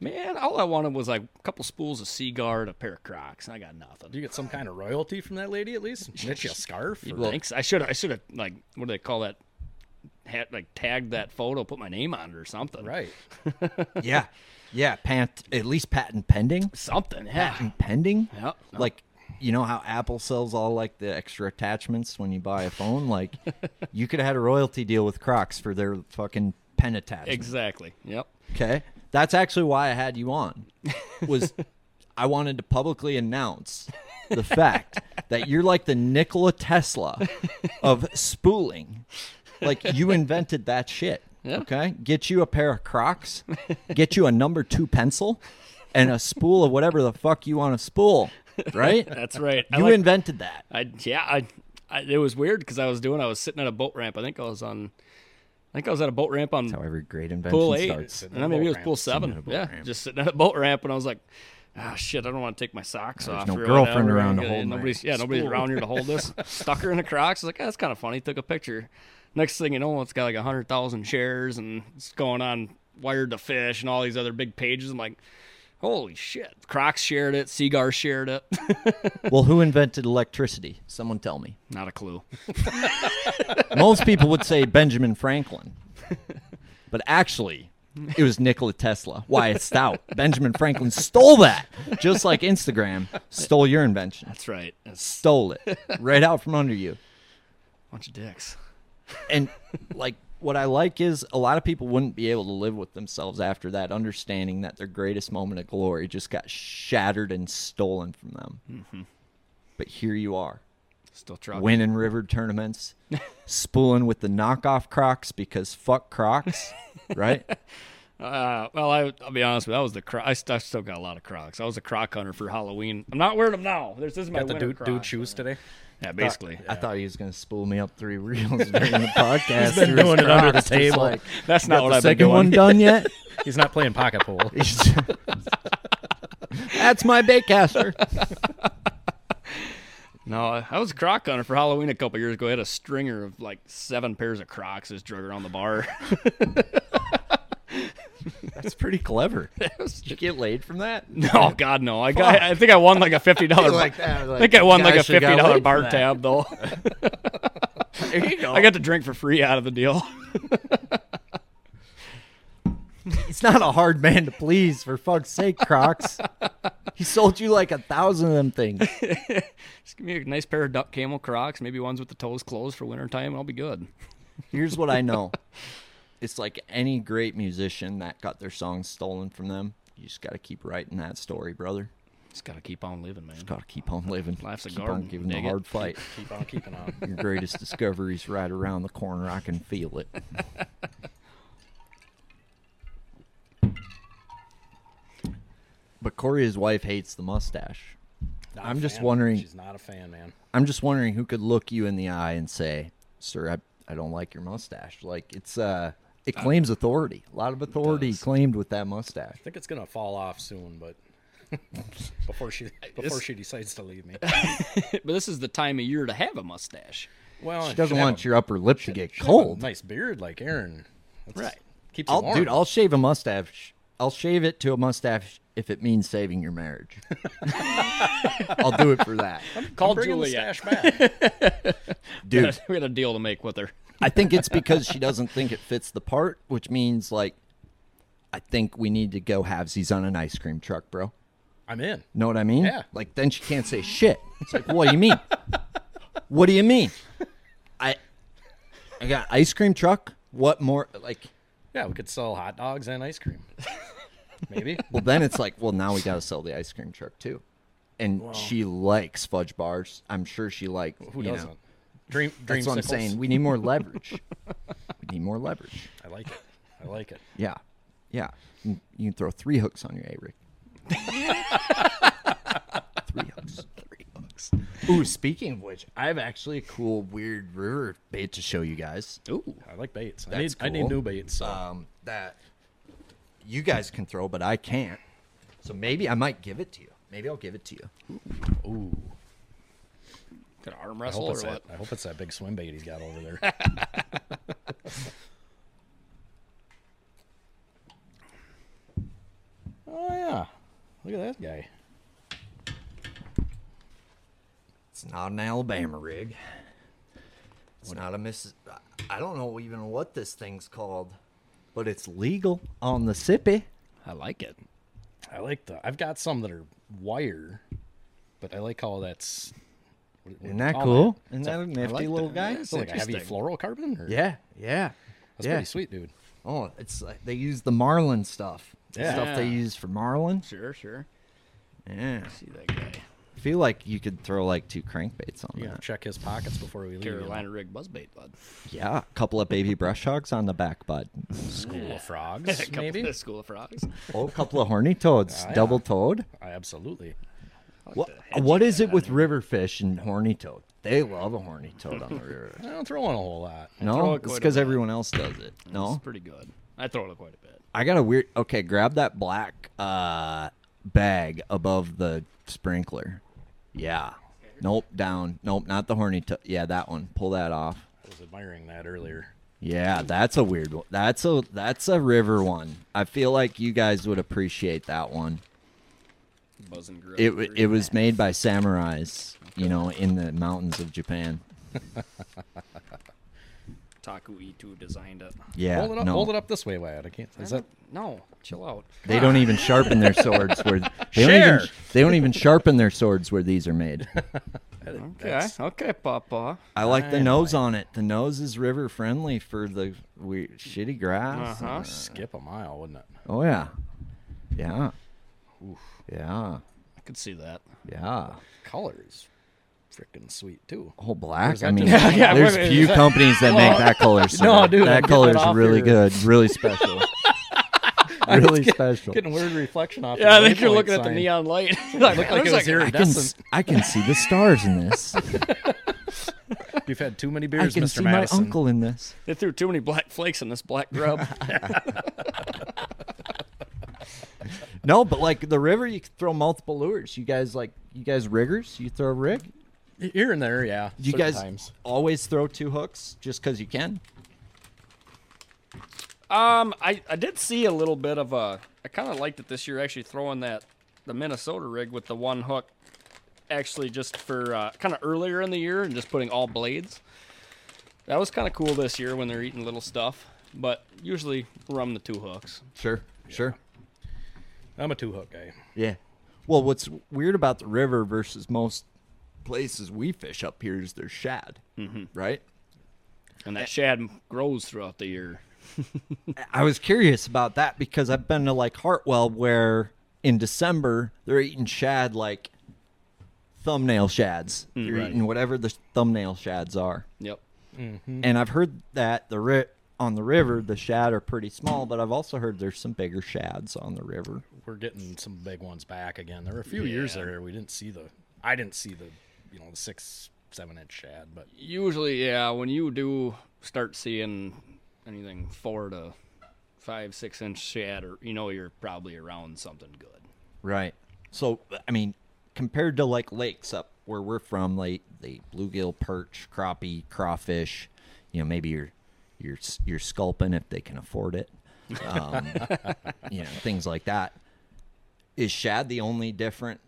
C: man, all I wanted was like a couple spools of Sea Guard, a pair of Crocs, and I got nothing.
D: Do you get some kind of royalty from that lady at least? Knit you a scarf? or-
C: Thanks. I should I should have like what do they call that? Had like tagged that photo, put my name on it or something.
D: Right.
B: Yeah, (laughs) yeah. Pat, at least patent pending.
C: Something. Yeah.
B: Patent pending.
C: Yep.
B: Like. You know how Apple sells all like the extra attachments when you buy a phone? Like, you could have had a royalty deal with Crocs for their fucking pen attachment.
C: (laughs) Exactly. Yep.
B: Okay. That's actually why I had you on. Was (laughs) I wanted to publicly announce the
C: (laughs)
B: fact that you're like the Nikola Tesla of spooling. Like you invented that shit.
C: Yeah.
B: Okay? Get you a pair of Crocs, get you a number 2 pencil and a spool of whatever the fuck you want to spool, right?
C: That's right. I
B: You
C: like-
B: invented that.
C: I yeah, I, I it was weird because I was doing I was sitting at a boat ramp. I think I was on I think I was at a boat ramp on
B: However, great invention
C: pool eight.
B: starts.
C: And then maybe it was
D: Sitting at a
C: pool
D: boat
C: seven.
B: ramp.
C: Yeah. Just sitting at a boat ramp and I was like, Ah shit, I don't want to take my socks off.
B: no
C: or
B: girlfriend
C: whatever.
B: around to
C: Yeah,
B: hold my
C: nobody's yeah, nobody's
B: spool.
C: around here to
B: (laughs)
C: hold this. Stuck her in the crocs. I was like, ah, that's kinda funny. Took a picture. Next thing you know, it's got like hundred thousand shares and it's going on wired to fish and all these other big pages. I'm like, holy shit. Crocs shared it, Seagar shared it. (laughs)
B: Well, who invented electricity? Someone tell me.
C: Not a clue.
B: Most people would say Benjamin Franklin, but actually, it was Nikola Tesla. Why it's stout. Benjamin Franklin stole that, just like Instagram stole your invention.
C: That's right. That's
B: Stole it right out from under you.
C: a bunch of dicks.
B: And like what I like is a lot of people wouldn't be able to live with themselves after that, understanding that their greatest moment of glory just got shattered and stolen from them. But here you are.
C: Still trucking.
B: winning river tournaments, spooling with the knockoff Crocs because fuck Crocs, right?
C: Uh, well, I, I'll be honest with you. That was the Croc. I, st- I still got a lot of Crocs. I was a Croc hunter for Halloween. I'm not wearing them now. There's, this is my
D: Got the
C: winter
D: dude,
C: Croc.
D: dude shoes today?
C: Yeah, basically.
B: I thought he was gonna spool me up three reels during the podcast. He's
D: been doing it under the table.
C: (laughs) That's not
B: got
C: what
B: the
C: I've been
B: second
C: doing.
B: one done (laughs) yet?
D: (laughs) He's not playing pocket pool.
B: That's my baitcaster.
C: No, I- I was a Croc hunter for Halloween a couple years ago. I had a stringer of like seven pairs of Crocs just drug around the bar.
B: (laughs)
C: (laughs)
B: That's pretty clever. Did you get laid from that?
C: no, God, no. I got. I think I
B: (laughs)
C: won like a fifty dollar.
B: Like that,
C: I
B: like,
C: think I won like a
B: gosh, you got
C: fifty dollar
B: laid
C: bar
B: for that. (laughs)
C: tab though. (laughs)
B: There you go.
C: I got to drink for free out of the deal. (laughs)
B: He's not a hard man to please, for fuck's sake, Crocs. he sold you like a thousand of them things.
C: just give me a nice pair of duck camel Crocs, maybe ones with the toes closed for wintertime, and I'll be good.
B: Here's what I know. It's like any great musician that got their song stolen from them. You just got to keep writing that story, brother.
C: Just gotta keep on living, man.
B: Got to keep on living.
C: Life's a
B: keep on
C: garden.
B: giving the
C: Dig it.
B: hard fight.
D: Keep on keeping on.
B: Your
C: (laughs)
B: greatest discovery's right around the corner. I can feel it. But Corey's wife hates the mustache.
D: Not a
B: I'm just
D: fan.
B: wondering-
D: She's not a fan, man.
B: I'm just wondering who could look you in the eye and say, "Sir, I, I don't like your mustache." Like it's uh, it claims authority. A lot of authority
C: does.
B: claimed with that mustache.
D: I think it's gonna fall off soon, but (laughs)
B: (laughs)
D: before she before she decides to leave me.
C: (laughs) But this is the time of year to have a mustache.
D: Well,
B: She doesn't
D: should have
B: want
D: a-
B: your upper lip to get
D: should have a
B: cold.
D: Nice beard like Aaron. That's
C: Right.
D: Keeps you
B: I'll,
D: warm.
B: dude, I'll shave a mustache. I'll shave it to a mustache if it means saving your marriage. I'll do it for that,
C: Call
D: bring the
C: Julia.
B: (laughs)
D: stash back.
B: dude.
C: (laughs) we had a deal to make with her.
B: I think it's because she doesn't think it fits the part, which means like, I think we need to go halvesies on an ice cream truck, bro.
D: I'm in.
B: Know what I mean?
D: Yeah.
B: Like then she can't say shit. It's like, what do you
D: (laughs)
B: mean? what do you mean? I I got ice cream truck. What more? Like,
D: Yeah, we could sell hot dogs and
B: (laughs)
D: ice cream. Maybe.
B: well, then it's like, well, now we got to sell the ice cream truck too. And she likes fudge bars. I'm sure she likes.
D: Who
B: you know.
D: doesn't? Dream, dream
B: That's what I'm saying. We need more
D: (laughs)
B: leverage. we need more leverage.
D: I like it. I like it.
B: Yeah, yeah. You you can throw three hooks on your a (laughs) rig. three hooks. Three hooks. Ooh, speaking of which, I have actually a cool, weird river bait to show you guys.
C: Ooh.
D: I like baits. I
B: That's
D: need, I need
B: cool.
D: new baits. So.
B: Um, that you guys can throw, but I can't. So maybe I might give it to you. Maybe I'll give it to you.
D: Ooh.
C: Could arm
D: I hope,
C: wrestle or
D: it's that,
C: what?
D: I hope it's that big swim bait he's got over there.
C: (laughs)
D: oh, yeah. Look at that guy.
B: It's not an Alabama rig. It's not a Miss. I don't know even what this thing's called, but it's legal on the Sippy.
C: I like it.
D: I like the. I've got some that are wire, but I like how that's. what- what
B: Isn't
D: do
B: that
D: you call
B: cool?
D: That?
B: Isn't that Oh, a nifty
C: like
B: little
C: that.
B: guy?
C: Yeah,
D: Is it like a heavy
C: Interesting.
D: fluorocarbon? Or?
B: Yeah, yeah.
D: That's
B: yeah.
D: pretty sweet, dude.
B: Oh, it's like they use the marlin stuff. The Stuff they
C: Yeah.
B: use for marlin.
C: Sure, sure.
B: Yeah.
C: See that guy.
B: I feel like you could throw like two crankbaits on
D: You gotta
B: that.
D: check his pockets before we leave. you know?
C: Carolina rig buzzbait, bud. (laughs)
B: Yeah. A couple of baby brush hogs on the back, bud.
D: School
C: (laughs)
D: of
C: A
D: frogs,
C: couple
D: maybe.
C: of school of frogs.
B: Oh, a couple of horny toads.
D: Ah, yeah.
B: Double toad.
D: I absolutely.
B: What, what is it with river fish and horny toad? They love a horny toad on the river.
C: (laughs)
D: I don't throw in a whole lot.
B: No,
C: throw it
B: it's
C: quite a
B: because
C: bit.
B: everyone else does it. No,
C: It's pretty good. I throw it quite a bit.
B: I got a weird. Okay, grab that black uh, bag above the sprinkler. Yeah. Nope, down. Nope, not the horny. To- yeah, that one. Pull that off.
D: I was admiring that earlier.
B: Yeah, that's a weird one. That's a that's a river one. I feel like you guys would appreciate that one.
C: Buzzing grill.
B: It wa- it was made by samurais, you know, in the mountains of Japan.
C: Taku E2 designed it.
B: Yeah,
D: hold it up.
B: no,
D: Hold it up this way, Wyatt. I can't. Is that?
C: No, chill out.
B: they don't even sharpen their swords
D: (laughs)
B: where they don't even
D: Share.
B: they don't even sharpen their swords where these are made.
C: Okay, okay, Papa.
B: I like the nose on it. The nose is river friendly for the we shitty grass.
C: Uh-huh.
D: Skip a mile, wouldn't it?
B: Oh yeah, yeah, yeah,
C: I could see that.
B: yeah.
D: Colors, freaking sweet too.
B: Oh, black.
D: is
B: I
D: that
B: mean,
D: just- (laughs) Yeah, yeah,
B: there's
D: wait,
B: few
D: is that-
B: companies that make that color. sir.
D: (laughs) No, dude, I'm
B: that
D: getting
B: color's
D: that off
B: really
D: your-
B: good, really
D: (laughs)
B: special, (laughs) really special.
D: Getting weird reflection (laughs) off.
C: Yeah, I
D: your
C: think you're
D: waypoint
C: looking at the
D: sign.
C: neon (laughs) light.
D: Looked like it was
B: I can, s-
D: iridescent.
B: I can see the stars in
D: (laughs)
B: this.
D: You've had too many
B: I
D: beers,
B: can
D: Mr.
B: see
D: Madison.
B: my uncle in this.
C: (laughs) They threw too many black flakes in this black grub. (laughs)
B: No, but like the river, you could throw multiple lures. You guys like you guys riggers? You throw a rig?
D: Here and there, yeah.
B: Do you
D: certain
B: guys
D: times.
B: always throw two hooks just because you can?
C: um, I, I did see a little bit of a. I kind of liked it this year, actually throwing that the Minnesota rig with the one hook, actually just for uh, kind of earlier in the year and just putting all blades. That was kind of cool this year when they're eating little stuff, but usually rum the two hooks.
B: Sure, sure.
D: I'm a two hook guy.
B: Yeah. Well, what's weird about the river versus most places we fish up here is there's shad, mm-hmm. right?
C: And that shad grows throughout the year.
B: I was curious about that because I've been to like Hartwell where in December they're eating shad like thumbnail shads. They're eating whatever the thumbnail shads are.
C: Yep.
B: And I've heard that the ri- on the river the shad are pretty small, but I've also heard there's some bigger shads on the river.
D: We're getting some big ones back again. There were a few years there we didn't see the. I didn't see the, you know, the six, seven inch shad, but
C: Usually, yeah, when you do start seeing anything four to five, six inch shad, or you know you're probably around something good.
B: Right. So I mean, compared to like lakes up where we're from, like the bluegill, perch, crappie, crawfish, you know, maybe you're you're s- you're sculpin if they can afford it, um, you know, things like that. Is shad the only different,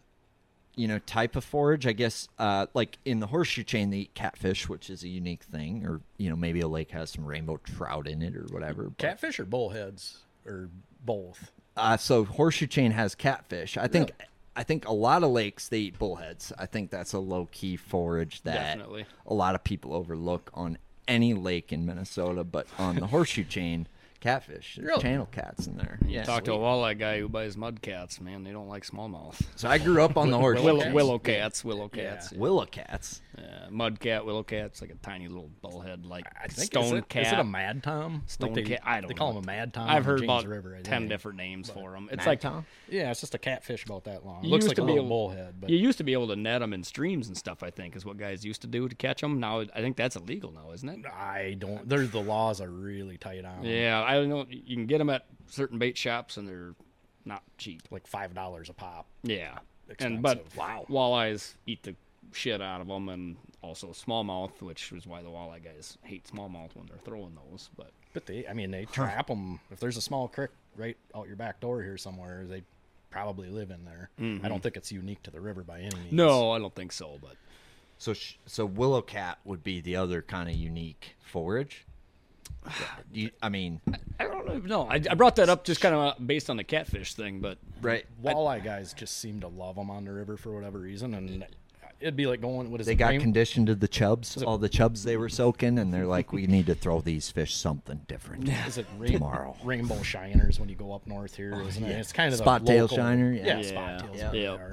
B: you know, type of forage? I guess, uh, like in the horseshoe chain, they eat catfish, which is a unique thing, or you know, maybe a lake has some rainbow trout in it or whatever. but-
D: catfish or bullheads or both.
B: uh, so horseshoe chain has catfish. I think I think a lot of lakes they eat bullheads. I think that's a low key forage that
C: Definitely.
B: a lot of people overlook on any lake in Minnesota, but on the horseshoe chain, catfish. There's
D: Really?
B: channel cats in there. Yeah.
C: Talk to a walleye guy who buys mud cats, man. They don't like
D: (laughs)
C: smallmouth.
B: So I grew up on the horseshoe.
C: Willow,
B: chain.
C: willow cats, willow cats. Yeah.
B: Willow cats.
C: mud cat, willow cat's like a tiny little bullhead, like
D: I think
C: stone
D: is it,
C: cat.
D: Is it a mad tom? Like
C: Stone
D: they,
C: cat. I don't
D: They
C: know
D: call
C: what
D: him a
C: the-
D: mad tom.
C: I've
D: on
C: heard
D: James
C: about
D: River, I
C: ten
D: think.
C: different names for 'em. for them. It's
B: Mad
C: like
B: Tom?
D: Yeah, it's just a catfish about that long.
C: you
D: Looks
C: used
D: like
C: to
D: a
C: be
D: little
C: able-
D: bullhead, but
C: you used to be able to net them in streams and stuff. I think is what guys used to do to catch them. Now I think that's illegal now, isn't it?
D: I don't. There's the laws are really tight on. 'em.
C: Yeah, I don't know. You can get them at certain bait shops, and they're not cheap.
D: like five dollars a pop.
C: Yeah, and but
D: Expensive. Wow.
C: walleyes eat the shit out of them, and also smallmouth, which is why the walleye guys hate smallmouth when they're throwing those. But
D: But they, I mean, they trap them. If there's a small creek right out your back door here somewhere, they probably live in there. I don't think it's unique to the river by any means.
C: no, I don't think so. But
B: So sh- so willow cat would be the other kind of unique forage.
C: (sighs)
B: You, I mean,
C: I don't know. No, I, I brought that up just kind of based on the catfish thing, but
B: right?
D: walleye guys just seem to love them on the river for whatever reason, and it'd be like going. What is
B: They
D: it,
B: got
D: rain-
B: conditioned to the chubs, all the chubs they were soaking, and they're like, "We
D: (laughs)
B: need to throw these fish something different."
D: Is it rain-
B: tomorrow.
D: rainbow shiners when you go up north here? isn't it? It's kind of the
B: Spot tail
D: local-
B: shiner, yeah.
D: Yeah,
B: Yeah,
D: spot tails.
B: yeah.
D: Yeah.
C: Yep.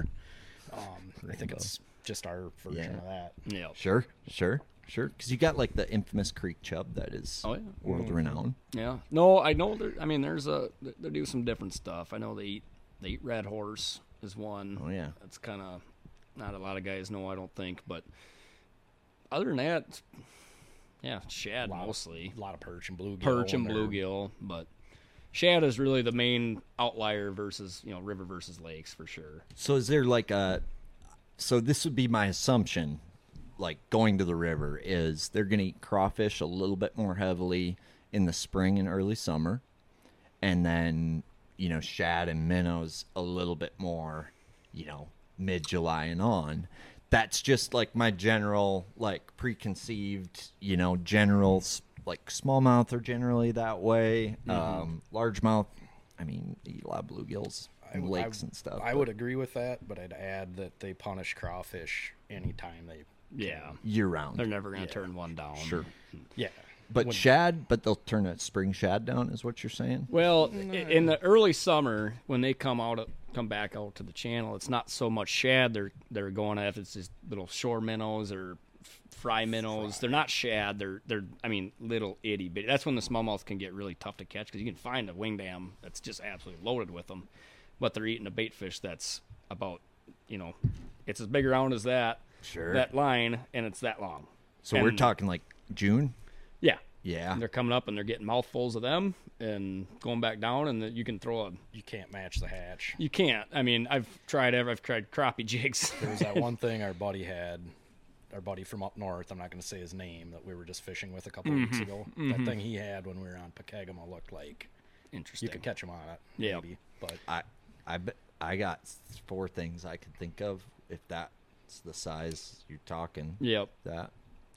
D: Um, (laughs) I think it's just our version
B: Yeah.
D: of that.
C: yeah,
B: Sure, sure, sure. Because you got like the infamous creek chub that is
C: Oh, yeah.
B: world
D: Mm-hmm.
B: renowned.
C: yeah. No, I know. There, I mean, there's a they do some different stuff. I know they eat they eat red horse is one.
B: Oh, yeah.
C: that's kind of not a lot of guys know. I don't think, but other than that, yeah, shad
D: Wow.
C: mostly.
D: A lot of perch and bluegill.
C: perch and
D: they're-
C: bluegill, but shad is really the main outlier versus you know river versus lakes for sure.
B: So is there like a? So this would be my assumption, like going to the river is they're gonna eat crawfish a little bit more heavily in the spring and early summer, and then you know shad and minnows a little bit more, you know mid July and on. That's just like my general like preconceived, you know, generals like smallmouth are generally that way.
D: Mm-hmm.
B: Um, largemouth, I mean, you eat a lot of bluegills,
D: I
B: and
D: w- I
B: lakes
D: w-
B: and stuff.
D: I
B: but-
D: would agree with that, but I'd add that they punish crawfish anytime they.
C: Yeah,
B: year round.
C: they're never gonna turn one down. Sure.
D: Yeah.
B: but shad, but they'll turn a spring shad down, is what you're saying?
C: Well, i in the early summer when they come out, come back out to the channel, it's not so much shad they're they're going after. It's just little shore minnows or f- fry minnows. They're not shad. They're they're I mean little itty bitty. That's when the smallmouth can get really tough to catch because you can find a wing dam that's just absolutely loaded with them, but they're eating a bait fish that's about you know it's as big around as that
B: Sure.
C: that line and it's that long.
B: So we're
C: And-
B: talking like June.
C: Yeah.
B: Yeah.
C: And they're coming up and they're getting mouthfuls of them and going back down, and then you can throw a
D: You can't match the hatch.
C: you can't. I mean, I've tried ever. I've tried crappie jigs.
D: There was
B: (laughs)
D: that one thing our buddy had, our buddy from up north. I'm not going to say his name that we were just fishing with a couple
B: Mm-hmm.
D: weeks ago. That thing he had when we were on Pekegama looked like
C: Interesting.
D: you could catch him on it.
C: Yeah.
D: Maybe, but
B: I, I, bet- I got s- four things I could think of if that's the size you're talking.
C: Yep.
B: That.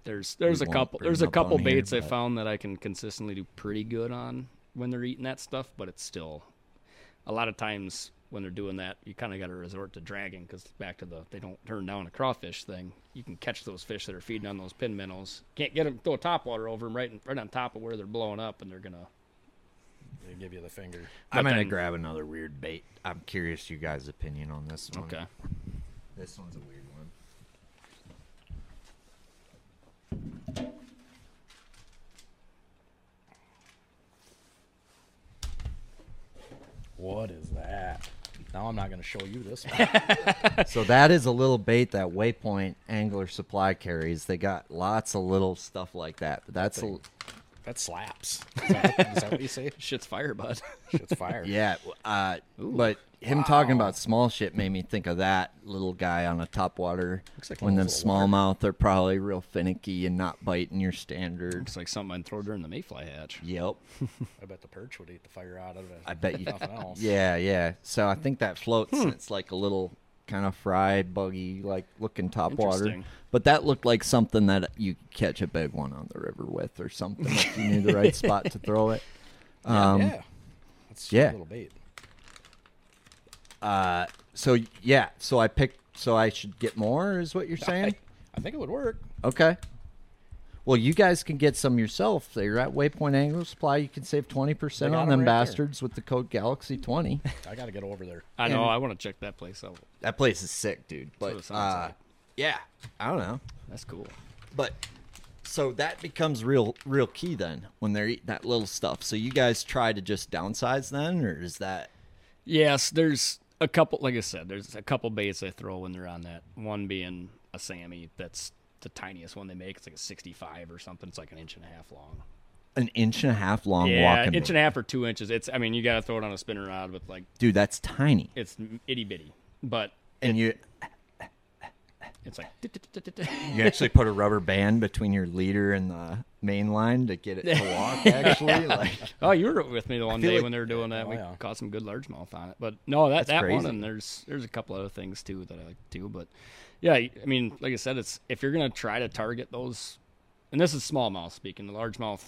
C: There's there's a
B: won't
C: couple
B: bring
C: there's
B: them
C: a
B: up on
C: couple
B: here,
C: baits I
B: but-
C: found that I can consistently do pretty good on when they're eating that stuff, but it's still a lot of times when they're doing that, you kind of got to resort to dragging because back to the they don't turn down a crawfish thing. You can catch those fish that are feeding on those pin minnows. Can't get them throw a top water over them right in, right on top of where they're blowing up, and they're gonna
D: they give you the finger.
B: I'm
C: But
B: going to
C: then-
B: grab another weird bait. I'm curious you guys' opinion on this one.
C: okay.
B: This one's a weird one.
D: What is that? Now I'm not going to show you
B: (laughs)
D: this. One.
B: (laughs) So that is a little bait that Waypoint Angler Supply carries. They got lots of little stuff like that. But that's a,
D: that slaps. Is that, is that what you say?
C: Shit's fire, bud. (laughs)
D: Shit's fire.
B: Yeah, w- uh, but him talking about small shit made me think of that little guy on a topwater.
D: Looks like
B: when
D: one of
B: them
D: those little
B: smallmouth are probably real finicky and not biting your standard.
C: Looks like something I'd throw during the mayfly hatch.
B: Yep.
D: I bet the perch would eat the fire out of it.
B: I
D: (laughs)
B: bet you-
D: Nothing else.
B: Yeah, yeah. So I think that floats and it's like a little kind of fried, buggy, like looking topwater.
C: Interesting.
B: But that looked like something that you could catch a big one on the river with or something if you knew the right spot to throw it.
D: yeah. That's
B: Um, yeah.
D: a little bait.
B: So yeah, so I picked so I should get more is what you're saying?
D: I think it would work.
B: Okay. Well, you guys can get some yourself. They're at Waypoint Angler Supply. You can save 20% on
D: got 'em
B: them
D: right there.
B: bastards with the code
C: (laughs)
B: GALAXY20.
D: I got to get over there.
C: I know. I want to check that place out.
B: that place is sick, dude.
C: what it
B: But
C: sounds
B: uh,
C: like.
B: yeah, I don't know.
C: That's cool.
B: But so that becomes real real key then when they're eating that little stuff. So you guys try to just downsize then or is that
C: Yes, there's a couple. Like I said, there's a couple baits I throw when they're on that. One being a Sammy. That's the tiniest one they make. It's like a 65 or something. It's like an inch and a half long.
B: an inch and a half long
C: yeah,
B: walking
C: inch
B: rope?
C: and a half or two inches. It's. I mean, you got to throw it on a spinner rod with like
B: Dude, that's tiny.
C: it's itty bitty, but
B: And you
C: it's like (laughs)
B: you actually put a rubber band between your leader and the main line to get it to walk
C: (laughs)
B: actually like
C: Oh, you were with me the one
B: feel
C: day
B: like- Oh,
C: when they were doing that. we
D: yeah.
C: caught some good largemouth on it. But no, that that one
B: crazy.
C: and there's there's a couple other things too that I like to do. But yeah, I mean, like I said, it's if you're gonna try to target those, and this is smallmouth speaking. The largemouth,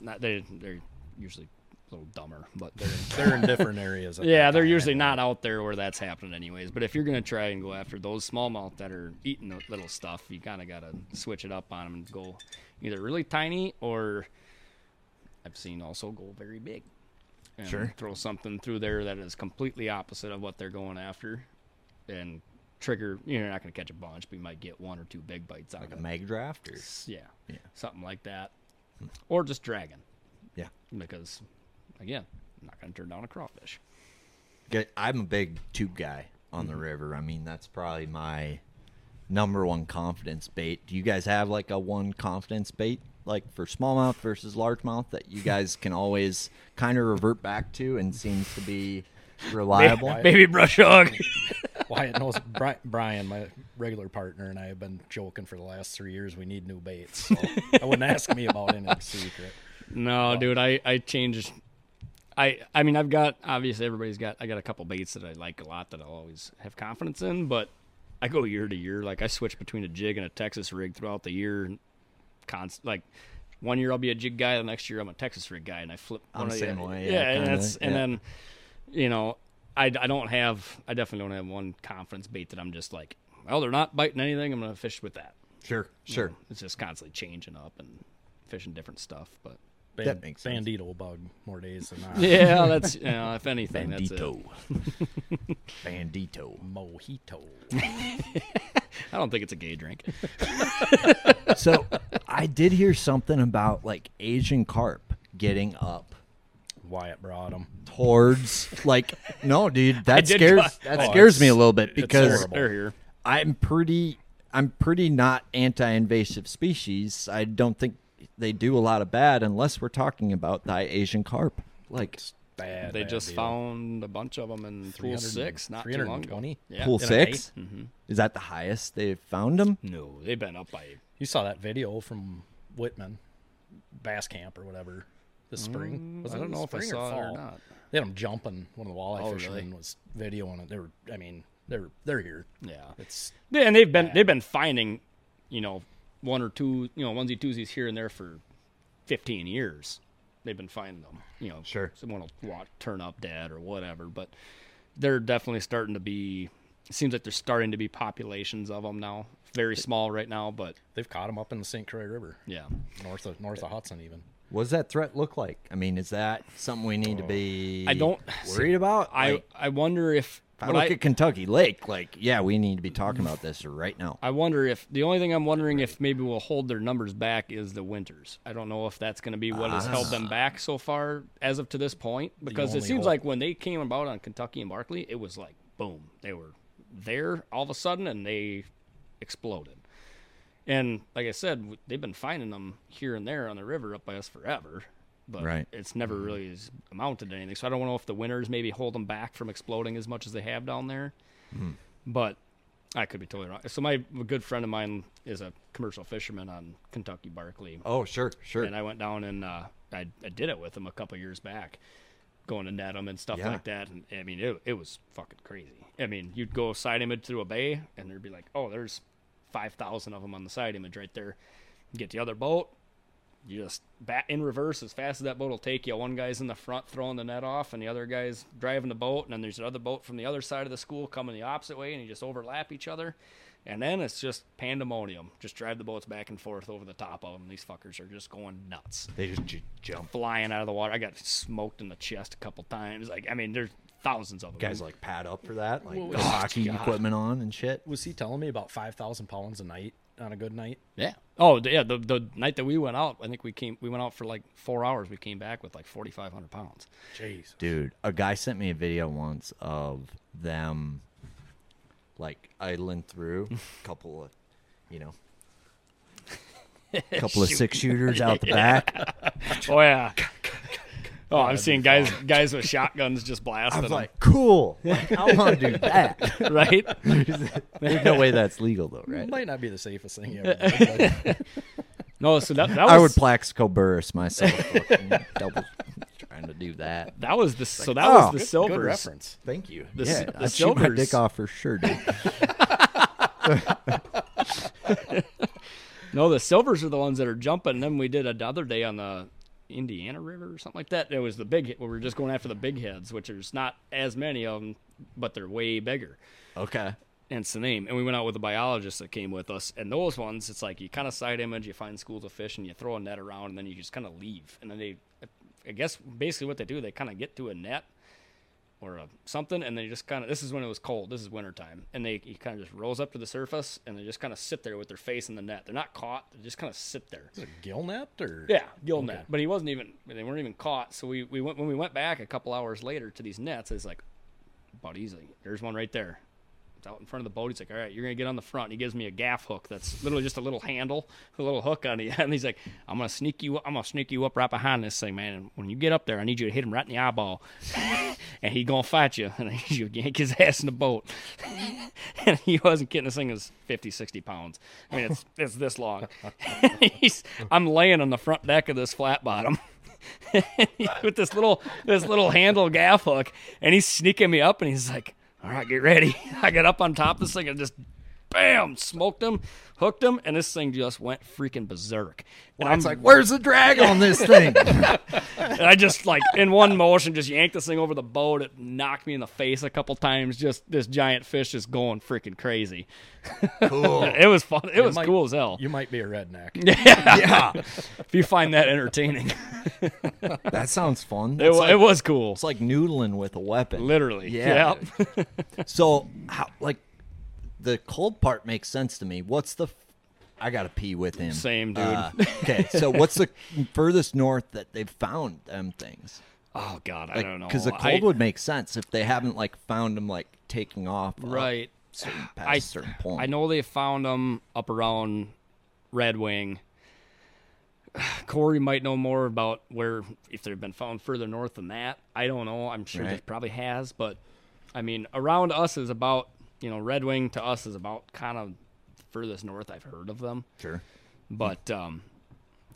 C: not they they're usually a little dumber, but they're
D: They're in different areas.
C: (laughs)
D: at
C: yeah,
D: that
C: they're
D: time.
C: usually not out there where that's happening anyways. But if you're gonna try and go after those smallmouth that are eating the little stuff, you kind of gotta switch it up on them and go either really tiny or I've seen also go very big. And
B: Sure.
C: Throw something through there that is completely opposite of what they're going after, and trigger. You know, you're not gonna catch a bunch, but you might get one or two big bites out
B: like a
C: of it.
B: mag draft or
C: Yeah, yeah, Hmm. something like that, or just dragon
B: yeah.
C: because again, I'm not gonna turn down a crawfish.
B: Get- I'm a big tube guy on the river. I mean, that's probably my number one confidence bait. Do you guys have like a one confidence bait, like for smallmouth versus largemouth, that you guys can always kind of revert back to and seems to be reliable?
C: Baby brush hog.
D: (laughs)
C: (laughs)
D: Wyatt knows Bri- Brian, my regular partner, and I have been joking for the last three years. We need new
B: (laughs)
D: baits. So I wouldn't ask me about anything secret.
C: No, dude, I I changed. I I mean, I've got obviously everybody's got. I got a couple baits that I like a lot that I'll always have confidence in, but I go year to year. Like I switch between a jig and a Texas rig throughout the year. Const like one year I'll be a jig guy, the next year I'm a Texas rig guy, and I flip.
B: I'm
C: one
B: the
C: of the-
B: same way,
C: Yeah,
B: yeah,
C: and
B: kinda,
C: that's and
B: yeah.
C: then you know I I don't have I definitely don't have one confidence bait that I'm just like well they're not biting anything I'm gonna fish with that.
B: Sure, sure.
C: It's just constantly changing up and fishing different stuff, but.
B: (laughs)
D: Ban-
B: That makes sense.
D: Bandito bug more days than not.
C: Yeah, that's you know, if anything, that's
B: Bandito. Bandito.
D: Mojito.
C: it. I don't think it's a gay drink.
B: So I did hear something about like Asian carp getting up
D: Wyatt brought them.
B: towards like no dude that
C: did
B: scares
C: cut-
B: that
D: Oh,
B: scares
D: it's-
B: me a little bit
C: They're,
B: because
D: horrible.
C: they're here.
B: I'm pretty I'm pretty not anti-invasive species. I don't think they do a lot of bad unless we're talking about thy Asian carp. Like
D: Bad.
C: They
D: bad
C: just
D: deal.
C: found a bunch of them in pool
D: 300
C: six, not too long ago.
D: 320?
C: Yeah.
B: pool
D: in a Mm-hmm.
B: 6 Is that the highest they've found them?
C: No, they've been up by.
D: You saw that video from Whitman, Bass Camp or whatever, this spring. Was
C: Mm, I
D: it
C: don't know if I
D: spring
C: saw it or
D: fall?
C: not.
D: They had them jumping. One of the walleye
C: Oh, really?
D: fishermen was videoing it. They were, I mean, they're they're here.
C: Yeah.
D: It's
C: Yeah, and they've been they've been finding, you know, one or two, you know, onesie twosies here and there for fifteen years. They've been finding them, you know.
B: Sure.
C: Someone will walk, turn up dead or whatever, but they're definitely starting to be. It seems like there's starting to be populations of them now. Very small right now, but
D: they've caught them up in the St. Croix River,
C: yeah.
D: north of north of Hudson even.
B: What does that threat look like? I mean, is that something we need to be
C: Oh. I don't-
B: worried about?
C: I
B: Like,
C: I wonder if.
B: if I
C: what
B: look
C: I-
B: at Kentucky Lake, like, yeah, we need to be talking about this right now.
C: I wonder if the only thing I'm wondering if maybe we'll hold their numbers back is the winters. I don't know if that's going to be what has held
B: Ah.
C: them back so far as of to this point because it
D: only
C: seems
D: hope.
C: like when they came about on Kentucky and Barkley, it was like boom, they were there all of a sudden and they exploded. And like I said, w- they've been finding them here and there on the river up by us forever, but
B: Right. Mm-hmm.
C: it's never really has amounted to anything. So I don't know if the winters maybe hold them back from exploding as much as they have down there. But I could be totally wrong. So my a good friend of mine is a commercial fisherman on Kentucky Barkley,
B: Oh, sure, sure.
C: and I went down and uh, I, I did it with him a couple years back, going to net him and stuff
B: Yeah.
C: like that. And I mean, it, it was fucking crazy. I mean, you'd go side image through a bay, and there'd be like, oh, there's five thousand of them on the side image right there. Get the other boat. You just bat in reverse as fast as that boat will take you. One guy's in the front throwing the net off, and the other guy's driving the boat. And then there's another boat from the other side of the school coming the opposite way, and you just overlap each other. And then it's just pandemonium. Just drive the boats back and forth over the top of them. These fuckers are just going nuts
E: They just j- jump.
C: flying out of the water. I got smoked in the chest a couple times. Like, I mean, there's thousands of them.
E: Guys like pad up for that, like
C: (laughs)
B: Got hockey
C: God.
B: equipment on and shit.
D: Was he telling me about five thousand pounds a night on a good night?
C: yeah. Oh, th- yeah. The, the night that we went out, I think we came, we went out for like four hours. We came back with like 4,500 pounds.
D: Jeez.
B: Dude, a guy sent me a video once of them like idling
C: (laughs)
B: through a couple of, you know, couple of six
C: (laughs)
B: shooters out the back. (laughs)
C: Oh, yeah. Oh, I'm seeing guys, guys with shotguns just blasting
B: I was
C: them,
B: like, cool. Like, I want to do that.
C: (laughs) right?
B: There's no way that's legal though, right?
D: Might not be the safest thing
C: (laughs)
D: ever. did, but-
C: No, so that, that was,
B: I would Plaxico Burris
C: (laughs)
B: myself. fucking double (laughs) trying to do that.
C: that was the, so that
B: oh,
C: was the
B: good- good
C: silver
D: reference.
B: Thank you.
C: The
B: yeah,
C: s- the
B: I'd shoot my
C: silvers.
B: dick off for sure, dude.
C: (laughs) No, the silvers are the ones that are jumping. And then we did another day on the Indiana River or something like that. It was the big. We were just going after the big heads, which there's not as many of them, but they're way bigger.
B: okay.
C: Hence the name. And we went out with a biologist that came with us. And those ones, it's like you kind of side image, you find schools of fish, and you throw a net around, and then you just kind of leave. And then they, I guess, basically what they do, they kind of get to a net or a, something, and they just kind of. This is when it was cold. This is wintertime, and they you kind of just rolls up to the surface, and they just kind of sit there with their face in the net. They're not caught. They just kind of sit there.
D: Is it gill net or
C: Yeah, Gillnet. But he wasn't even. They weren't even caught. So we, we went when we went back a couple hours later to these nets. It's like, about easily. There's one right there. It's out in front of the boat. He's like, "All right, you're gonna get on the front." And he gives me a gaff hook that's literally just a little handle, a little hook on the end. (laughs) He's like, "I'm gonna sneak you. I'm gonna sneak you up right behind this thing, man. And when you get up there, I need you to hit him right in the eyeball, and he gonna fight you. (laughs) And I need you to yank his ass in the boat." (laughs) and he wasn't kidding. This thing is 50, 60 pounds. I mean, it's it's this long. (laughs) He's, I'm laying on the front deck of this flat bottom (laughs) with this little this little handle gaff hook, and he's sneaking me up, and he's like, "All right, get ready." (laughs) I get up on top of this thing and just. Bam! Smoked him, hooked him, and this thing just went freaking berserk. And
B: It's like, where's the drag on this
C: (laughs)
B: thing?
C: and I just like in one motion just yanked this thing over the boat. It knocked me in the face a couple times. Just this giant fish just going freaking crazy. Cool. (laughs) it was fun. It was
D: might-
C: cool as hell. (laughs)
D: You might be a redneck.
B: yeah.
C: if you find that entertaining,
B: That sounds fun.
C: it,
B: That's
C: wa-
B: like,
C: it was cool.
B: it's like noodling with a weapon.
C: Literally.
B: Yeah.
C: Yep.
B: So, how, like, the cold part makes sense to me. What's the. F- I got to pee with him.
C: Same, dude. (laughs)
B: Uh, okay. So, what's the furthest north that they've found them things?
C: oh God, I don't know.
B: Because the
C: I-
B: cold would make sense if they haven't, like, found them, like, taking off. uh,
C: right.
B: certain- past
C: I
B: a certain point.
C: I know they found them up around Red Wing. (sighs) Corey might know more about where if they've been found further north than that. I don't know. I'm sure they
B: Right.
C: probably has, but I mean, around us is about you know Red Wing to us is about kind of furthest north I've heard of them.
B: Sure.
C: But um,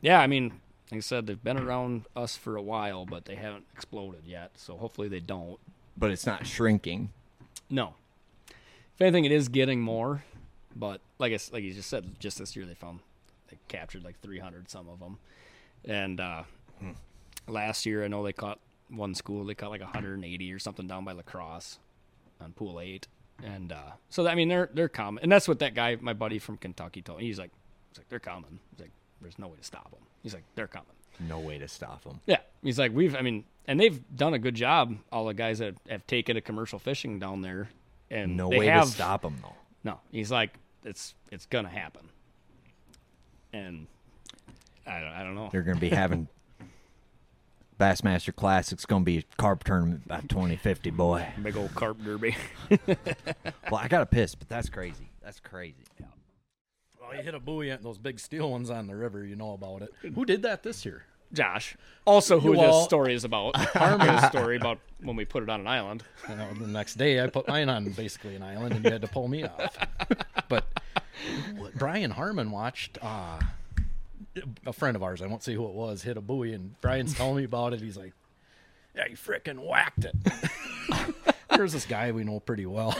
C: yeah, I mean, like I said, they've been around us for a while, but they haven't exploded yet. So hopefully they don't.
B: But it's not shrinking.
C: No. If anything, it is getting more, but like I, s- like you just said, just this year they found they captured like 300 some of them, and uh, last year I know they caught one school they caught like 180 or something down by Lacrosse on Pool Eight, and uh, so I mean they're they're common, and that's what that guy my buddy from Kentucky told me. He's like, he's like they're common. He's like, there's no way to stop them. He's like, they're coming.
B: No way to stop them.
C: Yeah. He's like, we've, I mean, and they've done a good job, all the guys that have taken a commercial fishing down there. And
B: No
C: they
B: way
C: have,
B: to stop them, though.
C: No. He's like, it's, it's going to happen. And I don't, I don't know.
B: They're going to be having (laughs) Bassmaster Classic's going to be a carp tournament by 2050, boy.
C: Big old carp derby. (laughs)
B: Well, I got to piss, but that's crazy. That's crazy.
D: Well, you hit a buoy at those big steel ones on the river. You know about it. Who did that this year?
C: Josh. Also, who
D: Well-
C: this story is
B: (laughs)
C: about. Harmon's story about when we put it on an island.
D: You know, the next day, I put mine on basically an island, and you had to pull me off. but Brian Harmon watched uh, a friend of ours. I won't say who it was. Hit a buoy, and Brian's telling me about it. He's like, "Yeah, he frickin' whacked it." (laughs) There's this guy we know pretty well.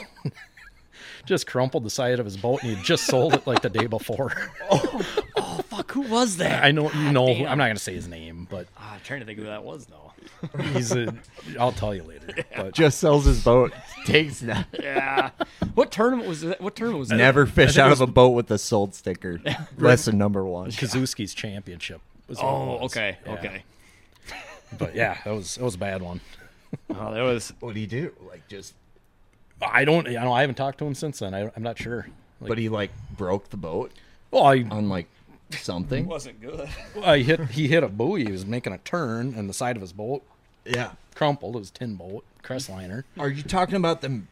D: (laughs) just crumpled the side of his boat, and he had just sold it like the day before. (laughs)
B: Oh, fuck.
C: Who was that?
D: I know you know. who- I'm not gonna say his name, but
C: Ah, I'm trying to think who that was though.
D: he's a. I'll tell
C: (laughs)
D: you later. But
B: Just sells his boat, (laughs) takes na-
C: Yeah. what tournament was that? What tournament was that?
B: never fish
D: it
B: out
D: was-
B: of a boat with a sold (laughs) sticker. Lesson number one.
D: Kazuski's championship. Was what it
C: Oh,
D: was.
C: okay,
D: Yeah.
C: okay.
D: But yeah, that was that was a bad one.
C: Oh, that was
B: What do you do? Like just,
D: I don't. I don't. I haven't talked to him since then. I, I'm not sure. Like,
B: but he like broke the boat
D: well, I
B: on like something.
C: wasn't good.
D: I hit he hit a buoy. He was making a turn, and the side of his boat
B: Yeah.
D: crumpled. It was a tin boat,
C: (laughs)
D: crest liner,
B: Are you talking about them,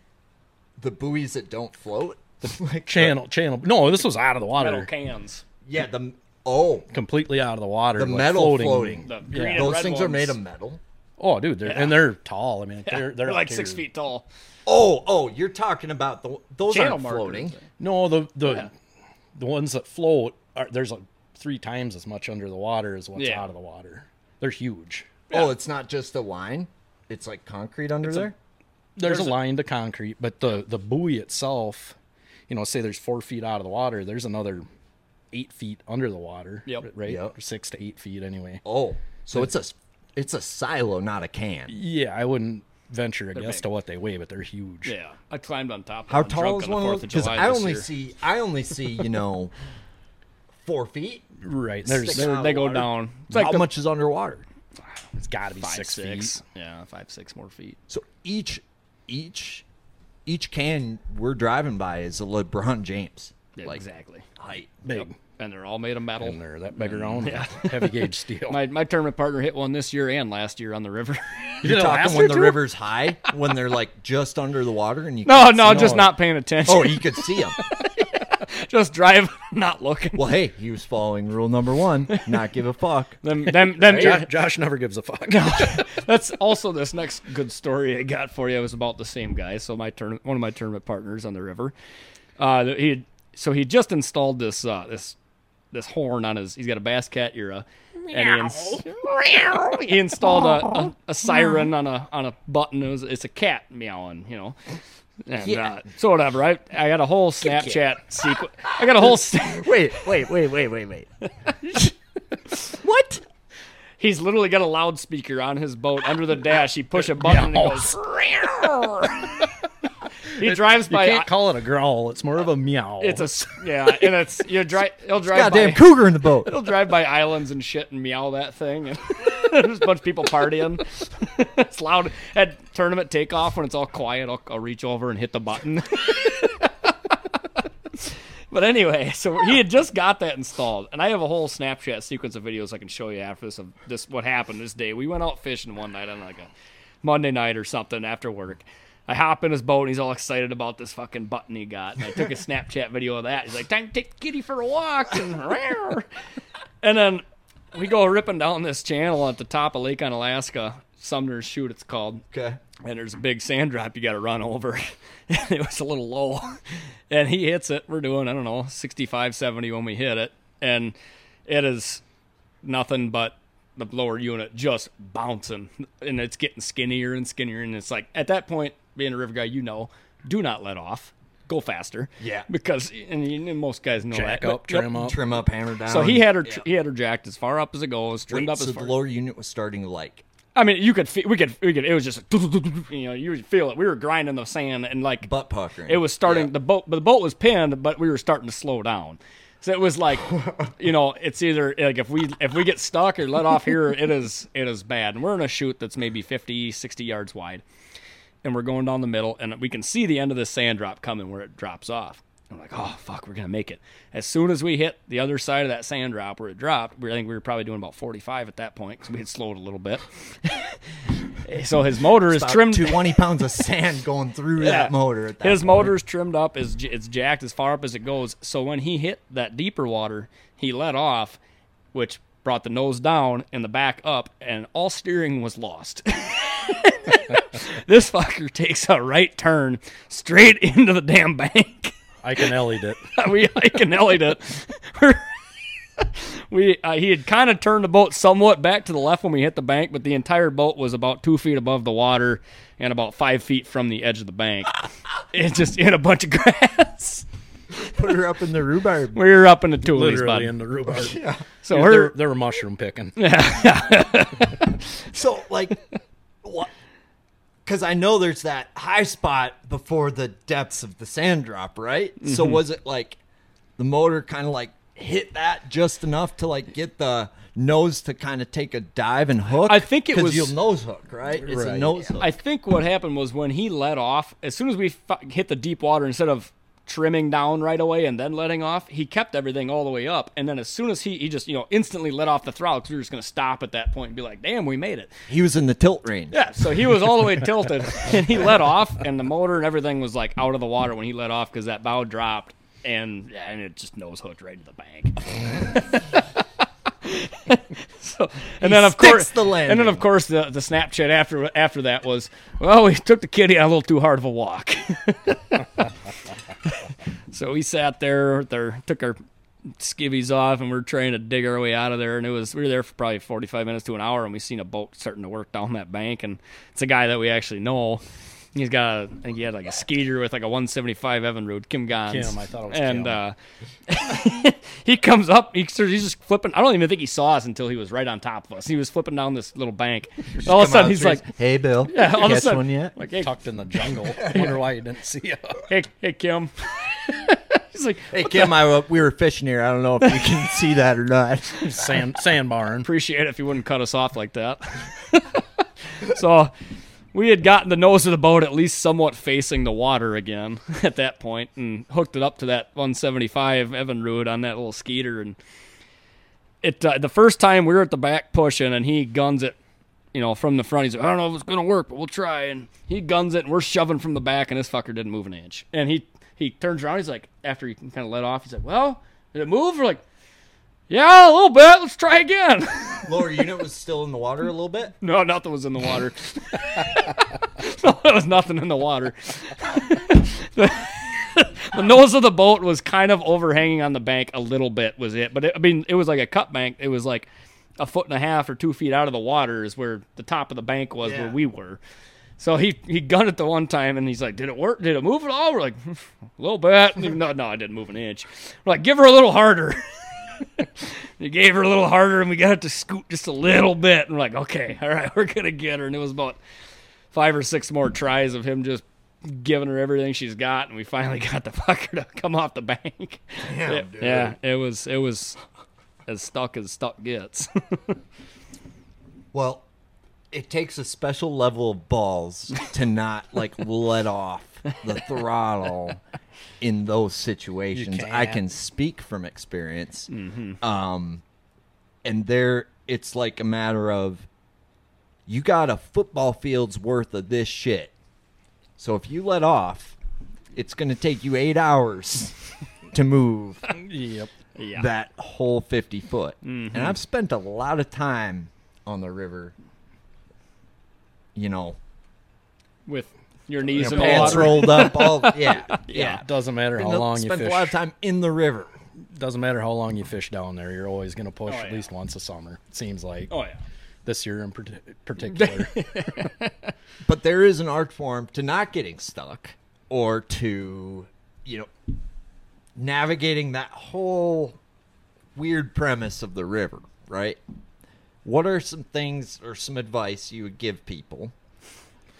B: the buoys that don't float? like
D: channel, channel. No, this was out of the
C: Metal
D: water,
C: cans.
B: yeah, the oh,
D: completely out of the water.
B: the
D: like,
B: metal floating.
C: The green
D: Yeah.
C: and
B: Those
C: red
B: things are
C: ones.
B: made of metal.
D: Oh, dude, they're, and they're tall. I mean, they're they're,
C: They're
D: up
C: like
D: to
C: six
D: your-
C: feet tall.
B: Oh, oh, you're talking about the those
C: Channel
B: aren't
C: markers.
B: floating.
D: No, the the the ones that float are there's like three times as much under the water as what's
C: Yeah.
D: out of the water. They're huge.
B: Oh, it's not just a line. It's like concrete under there.
D: There's,
C: There's
D: a
C: a-
D: line to concrete, but the the buoy itself, you know, say there's four feet out of the water. There's another eight feet under the water.
C: Yep.
D: Right.
B: Yep.
D: Six to eight feet anyway.
B: oh, so it's a s- it's a silo, not a can.
D: Yeah, I wouldn't venture a guess
C: big.
D: to what they weigh, but they're huge.
C: Yeah, I climbed on top. of
B: How
C: one drunk
B: tall is
C: on the
B: one of
C: 4th
B: those? Because
C: July
B: I
C: this
B: only (laughs)
C: year.
B: see I only see you know four feet.
D: Right. There's
B: Six-
C: They're- they go
B: Water.
C: down. It's
B: How
C: like the
B: much is underwater?
D: it's got to be
C: five,
D: six,
C: six.
D: feet.
C: Yeah, five six more feet.
B: So each each each can we're driving by is a LeBron James
C: Yeah,
B: like
C: exactly.
B: height.
D: Big.
C: And they're all made of metal.
D: And they're that big around. Heavy gauge steel.
C: Mm, (laughs) My my tournament partner hit one this year and last year on the river. (laughs)
B: You're
D: did it
B: talking
D: last
B: when
D: year
B: the
D: too?
B: river's high, when they're like just under the water, (laughs) and you
C: no,
B: can
C: no,
B: see 'em.
C: just not paying attention.
B: Oh, you could see them.
C: (laughs) just drive, not looking.
B: Well, hey, he was following rule number one: not give a (laughs) fuck.
C: Them, them, them ear-
D: Josh, Josh never gives
C: (laughs)
D: a fuck.
C: That's also this next good story I got for you. It was about the same guy. So my turn, one of my tournament partners on the river. Uh, he had- so he just installed this uh, this this horn on his. He's got a bass cat era, and he, ins- he installed a, a, a siren on a on a button. It was, it's a cat meowing, you know. And uh, so whatever. I I got a whole Snapchat sequence. I got a whole. s-
B: (laughs) Wait, wait, wait, wait, wait, wait.
C: (laughs) What? He's literally got a loudspeaker on his boat under the dash. He push a button
D: Oh.
C: and it goes. he drives
D: You
C: by.
D: can't call it a growl. It's more of a meow.
C: it's a s- yeah, and it's you drive. He'll drive
B: Goddamn
C: by.
B: cougar in the boat.
C: He'll drive by islands and shit and meow that thing. And (laughs) there's a bunch of people partying. (laughs) it's loud at tournament takeoff when it's all quiet. I'll, I'll reach over and hit the button. (laughs) But anyway, so he had just got that installed, and I have a whole Snapchat sequence of videos I can show you after this of this what happened this day. We went out fishing one night on like a Monday night or something after work. I hop in his boat and he's all excited about this fucking button he got. And I took a Snapchat video of that. He's like, "Time to take the kitty for a walk," and (laughs) "Rawr." and then we go ripping down this channel at the top of Lake on Alaska, Sumner's Chute, it's called
B: Okay.
C: and there's a big sand drop you got to run over. (laughs) and it was a little low. And he hits it. We're doing, I don't know, 65, 70 when we hit it. And it is nothing but the blower unit just bouncing. And it's getting skinnier and skinnier. And it's like, at that point, being a river guy, you know, do not let off. Go faster.
B: Yeah.
C: Because, and, you, and most guys know
D: Jack
C: that.
D: up,
C: But- yep.
D: trim up.
B: Trim up, hammer down.
C: So he had her, he had her jacked as far up as it goes, trimmed
B: Wait,
C: up
B: so
C: as
B: the
C: far.
B: lower unit was starting to like
C: I mean, you could feel, we could we could it was just (laughs) you know you would feel it. We were grinding the sand and like
B: butt puckering.
C: it was starting the boat, but the boat was pinned, but we were starting to slow down. So it was like, you know, it's either like if we if we get stuck or let off here, it is it is bad. And we're in a chute that's maybe 50, 60 yards wide, and we're going down the middle, and we can see the end of the sand drop coming where it drops off. I'm like, oh fuck, we're gonna make it. As soon as we hit the other side of that sand drop where it dropped, we, I think we were probably doing about 45 at that point because we had slowed a little bit. (laughs) so his motor is
B: About
C: trimmed
B: 220 pounds of sand going
C: (laughs)
B: through that motor. At that
C: his
B: point.
C: motor's trimmed up, is j- it's jacked as far up as it goes. So when he hit that deeper water, he let off, which brought the nose down and the back up, and all steering was lost. (laughs) this fucker takes a right turn straight (laughs) into the damn bank.
D: I can ellied it.
C: (laughs) we like and ellied it. (laughs) we uh, he had kind of turned the boat somewhat back to the left when we hit the bank, but the entire boat was about two feet above the water
D: (laughs)
C: and about five feet from the edge of the bank. it's just in a bunch of grass. (laughs)
B: Put her up in the (laughs) rhubarb.
C: We were up in the toolies,
D: Literally
C: bud.
D: in
B: (laughs)
D: the rhubarb. yeah.
C: so
D: They're,
C: her,
D: they were mushroom picking.
B: So like, what? Because I know there's that high spot before the depths of the sand drop, right? So
C: Mm-hmm.
B: was it like the motor kind of like hit that just enough to like get the nose to kind of take a dive and hook?
C: I think it
B: 'Cause
C: was-
B: you'll nose hook, right? It's a
D: Right.
B: nose hook.
C: I think what happened was when he let off, as soon as we fu- hit the deep water, instead of trimming down right away and then letting off, he kept everything all the way up. And then as soon as he, he just, you know, instantly let off the throttle because we were just going to stop at that point and be like, damn, we made it.
B: he was in the tilt range.
C: Yeah, so he was all the way tilted,
B: (laughs)
C: and he let off, and the motor and everything was like out of the water when he let off because that bow dropped, and yeah, and it just nose hooked right into the bank. (laughs) so, and then of
B: sticks
C: course
B: the landing.
C: and then of course the, the Snapchat after after that was well we took the kitty on a little too hard of a walk, so we sat there, with our- took our skivvies off and we're trying to dig our way out of there and it was we were there for probably 45 minutes to an hour and we seen a boat starting to work down that bank and it's a guy that we actually know he's got a, I think he had like a skeeter with like a 175 Evan Road Kim Gons
D: Kim, I thought it was
C: and
D: Kim.
C: uh (laughs) he comes up he starts, he's just flipping I don't even think he saw us until he was right on top of us he was flipping down this little
D: (laughs)
C: bank all of a sudden he's like
B: "Hey, Bill,
C: yeah, all
B: catch
C: of a sudden
B: one yet?"
C: like hey,
D: Tucked in
B: (laughs)
D: the jungle. Wonder why you didn't see it.
C: hey hey Kim (laughs) he's like
B: Hey, Kim, I, uh, we were fishing here. I don't know if
C: (laughs)
B: you can see that or not.
D: Sand sand barn.
C: appreciate it if you wouldn't cut us off like that. (laughs) so we had gotten the nose of the boat at least somewhat facing the water again (laughs) at that point and hooked it up to that 175 Evan Rood on that little skeeter. And it uh, the first time we were at the back pushing and he guns it, you know, from the front. He's like, I don't know if it's going to work, but we'll try. And he guns it and we're shoving from the back and this fucker didn't move an inch. And he, he turns around. He's like, after he kind of let off, he's like, well, did it move? We're like, yeah, a little bit. Let's try again. (laughs)
B: Lower unit was still in the water a little bit.
C: No, nothing was in the water. (laughs) no, there was nothing in the water. (laughs) the, the nose of the boat was kind of overhanging on the bank a little bit, was it? But it, I mean, it was like a cut bank. It was like a foot and a half or two feet out of the water is where the top of the bank was where
B: Yeah.
C: we were. So he he gunned it the one time and he's like, "Did it work? Did it move at all?" We're like, (laughs) "A little bit." (laughs) And he, no, no, I didn't move an inch. We're like, "Give her a little harder." He gave her a little harder, and we got it to scoot just a little bit. And we're like, okay, (laughs) all right, we're gonna get her. And it was about five or six more tries of him just giving her everything she's got, and we finally (laughs) got the fucker to come off the bank. It- yeah, it was it was as stuck as stuck gets. (laughs)
B: Well, it takes a special level of balls to not like let off the throttle in those situations. I
D: can't.
B: can speak from experience. Um, and there, it's like a matter of you got a football field's worth of this shit. So if you let off, it's going to take you eight hours to move
D: Yep.
C: yeah, Mm-hmm.
B: that whole 50 foot. And I've spent a lot of time on the river, you know,
C: with your knees in the
B: pants
C: water.
B: rolled up,
C: (laughs)
B: all, yeah, yeah.
D: Doesn't matter how
B: Spent a-
D: long you
B: spent
D: fish.
B: a lot of time in the river.
D: Doesn't matter how long you fish down there. You're always going to push
C: Oh,
D: at
C: yeah.
D: least once a summer. It seems like
C: Oh yeah.
D: this year in parti- particular.
B: But there is an art form to not getting stuck or to, you know, navigating that whole weird premise of the river, right? What are some things or some advice you would give people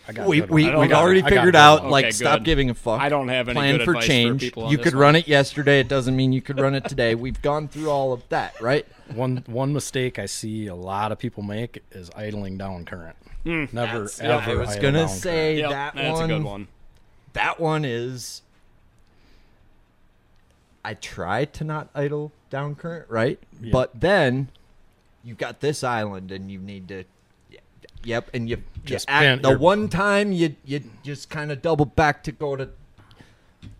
D: I got a
B: we,
D: good one.
B: we,
D: I got
B: we've
D: a-
B: already
D: I got a
B: figured
D: good
B: out
D: one.
B: like
C: Okay,
B: stop
C: good.
B: giving a fuck
C: I don't have any
B: plan
C: good
B: for
C: advice for
B: change
C: people on
B: you
C: this
B: could
C: one.
B: run it yesterday it doesn't mean you could run it today we've gone through all of that right
D: One one mistake I see a lot of people make is idling down current. Never
C: that's- (laughs) yeah,
D: ever.
B: i was
D: idle
B: gonna
D: down current.
B: say
C: Yep,
B: that
C: that's
B: one,
C: a good one.
B: that one is i try to not idle down current right
D: Yeah.
B: but then you got this island and you need to yep and you just
D: Just
B: you act,
D: bend
B: the
D: your-
B: one time you you just kind of double back to go to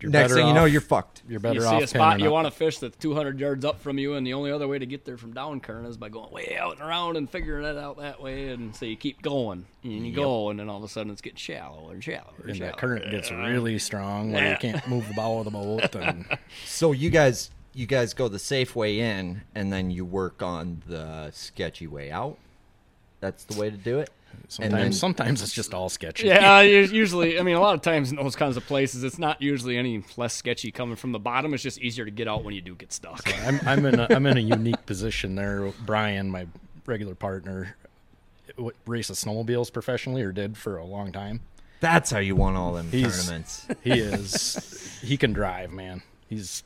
D: You're
B: next
D: better
B: thing you know
D: off-
B: you're fucked
D: you're better
C: You
D: off.
C: see a spot
D: pinning
C: you
D: up.
C: want to fish that's 200 yards up from you, and the only other way to get there from down current is by going way out and around and figuring it out that way. And so you keep going and you go, and then all of a sudden it's getting shallow and shallow and
D: and
C: shallow.
D: that current gets really strong where
C: Yeah.
D: you can't move the bow of the
C: (laughs)
D: boat and
B: So you guys, you guys go the safe way in, and then you work on the sketchy way out. That's the way to do it.
D: Sometimes,
B: then-
D: sometimes it's just all
C: (laughs)
D: sketchy.
C: Yeah, uh, us- usually, I mean, a lot of times in those kinds of places, it's not usually any less sketchy coming from the bottom. It's just easier to get out when you do get stuck.
D: I'm I'm in a, I'm in a unique position there. Brian, my regular partner, w- races snowmobiles professionally or did for a long time.
B: That's how you won all them
D: He's-
B: tournaments.
D: He is he can drive, man. He's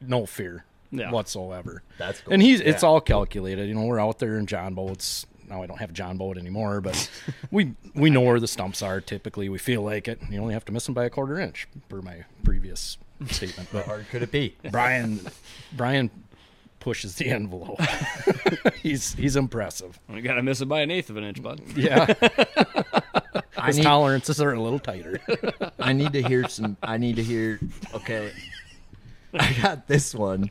D: no fear
C: Yeah.
D: whatsoever.
B: That's cool.
D: And he's it's all calculated. You know, we're out there in John boats. Now I don't have a John boat anymore, but we we know where the stumps are. Typically, we feel like it. You only have to miss them by a quarter inch, per my previous statement.
B: (laughs)
D: But
B: Hard could it be?
D: Brian Brian pushes the envelope. (laughs) he's he's impressive.
C: (laughs) you got to miss it by an eighth of an inch, bud.
D: Yeah.
B: I
D: (laughs) His
B: need,
D: tolerances are a little tighter.
B: I need to hear some. I need to hear. Okay, I got this one.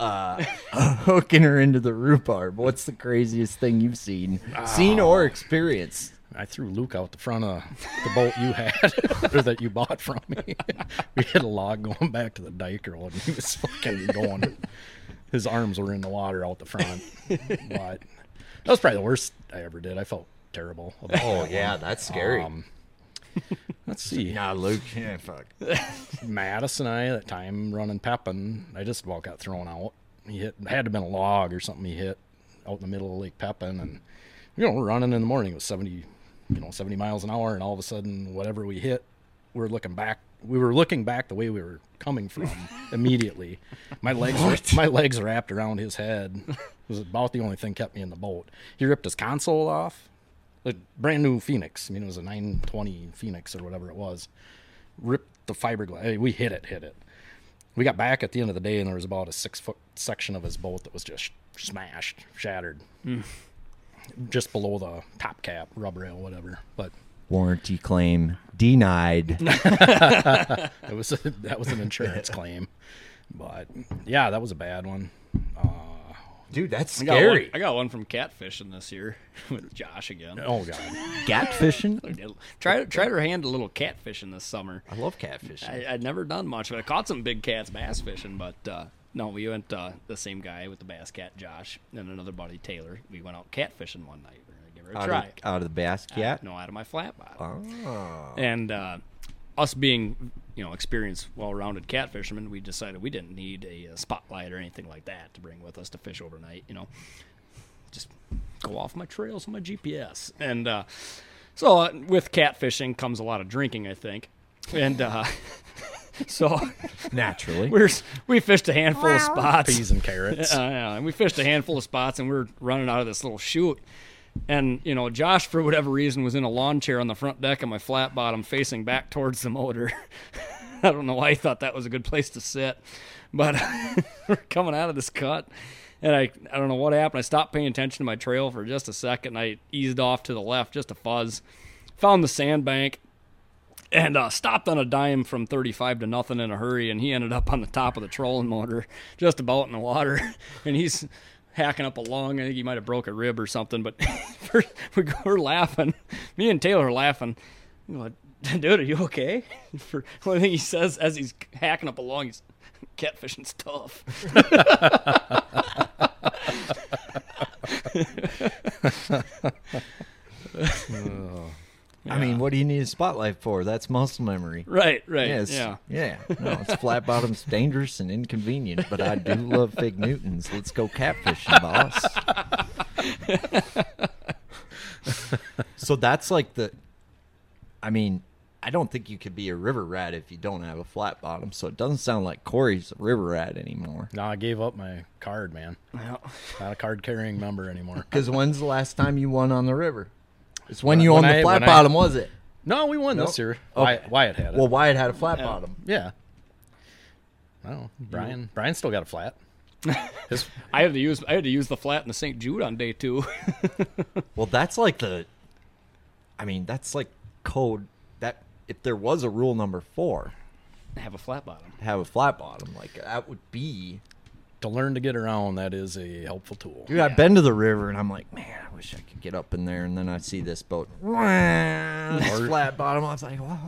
B: Uh, (laughs) hooking her into the rhubarb. What's the craziest thing you've seen, seen or experienced?
D: I threw Luke out the front of the boat you had (laughs) or that you bought from me. (laughs) we had a log going back to the dike road and (laughs) he was fucking going. His arms were in the water out the front. But that was probably the worst I ever did. I felt terrible about that.
B: Oh, yeah, that's scary.
D: Um, Let's see.
B: nah, Luke. Yeah, fuck.
D: Mattis and I that time running Pepin, I just about got thrown out. He hit it had to been a log or something he hit out in the middle of Lake Pepin and you know, we're running in the morning, it was seventy you know, seventy miles an hour and all of a sudden whatever we hit, we're looking back we were looking back the way we were coming from immediately. My legs were, my legs wrapped around his head. It was about the only thing kept me in the boat. He ripped his console off. A brand new Phoenix. I mean it was a nine twenty Phoenix or whatever it was ripped the fiberglass. Hey, We hit it, hit it. We got back at the end of the day, and there was about a six foot section of his boat that was just smashed, shattered, just below the top cap, rub rail, whatever. But
B: Warranty claim denied.
D: it was (laughs) that was an (laughs) insurance claim. But yeah, that was a bad one.
B: Dude, that's
C: I got, one,
B: scary.
C: I got one from catfishing this year (laughs) with Josh again.
D: Oh (laughs) god,
B: Cat fishing.
C: Try tried her hand a little catfishing this summer.
B: I love catfishing.
C: (laughs) I, I'd never done much, but I caught some big cats bass fishing. But uh, no, we went uh, the same guy with the bass cat, Josh, and another buddy, Taylor. We went out catfishing one night. We're gonna give her a
B: out,
C: try.
B: Of, out of the bass cat.
C: No, out of my flat bottom. And uh, us being, you know, experienced, well-rounded cat fishermen, we decided we didn't need a, uh spotlight or anything like that to bring with us to fish overnight. You know, just go off my trails and my GPS. And uh, so uh, with catfishing comes a lot of drinking, I think. And uh, (laughs) so (laughs)
B: Naturally.
C: we're s- we fished a handful of spots.
D: peas and carrots.
C: Uh, yeah, and we fished a handful of spots, and we are running out of this little chute. And you know, Josh, for whatever reason, was in a lawn chair on the front deck of my flat bottom, facing back towards the motor. (laughs) I don't know why he thought that was a good place to sit, but (laughs) we're coming out of this cut, and I I don't know what happened. I stopped paying attention to my trail for just a second. And I eased off to the left just a fuzz, found the sandbank, and uh, stopped on a dime from 35 to nothing in a hurry. And he ended up on the top of the trolling motor, just about in the water. (laughs) And he's hacking up a lung. I think he might have broke a rib or something. But (laughs) first, we go- we're laughing. Me and Taylor are laughing. I'm going, dude, are you okay? (laughs) For one thing he says as he's hacking up a lung, he's (laughs) catfishing stuff.
B: I mean, what do you need a spotlight for? That's muscle memory.
C: Right, right.
B: Yes.
C: Yeah.
B: Yeah. No, it's flat bottoms, dangerous and inconvenient, but I do love Fig Newtons. Let's go catfishing, boss. so that's like the. I mean, I don't think you could be a river rat if you don't have a flat bottom. So it doesn't sound like Corey's a river rat anymore.
D: No, I gave up my card, man.
C: Yeah.
D: Not a card carrying member anymore.
B: Because when's the last time you won on the river? It's when you
D: When
B: owned the
D: I-
B: flat
D: when I-
B: bottom, was it?
D: (laughs) No, we won this
B: Nope.
D: year.
B: Oh.
D: Wyatt, Wyatt had it.
B: Well, Wyatt had a flat bottom.
D: yeah. I don't know. Brian. Brian still got a flat. His,
C: I had to use I had to use the flat in the St. Jude on day two. (laughs)
B: Well, that's like the. I mean, that's like code that if there was a rule number four,
C: Have a flat bottom.
B: have a flat bottom, like that would be.
D: to learn to get around that is a helpful tool
B: Dude, I've been to the river and I'm like, man, I wish I could get up in there. And then I see this (laughs) boat, it's flat bottom. I was like, "Wha-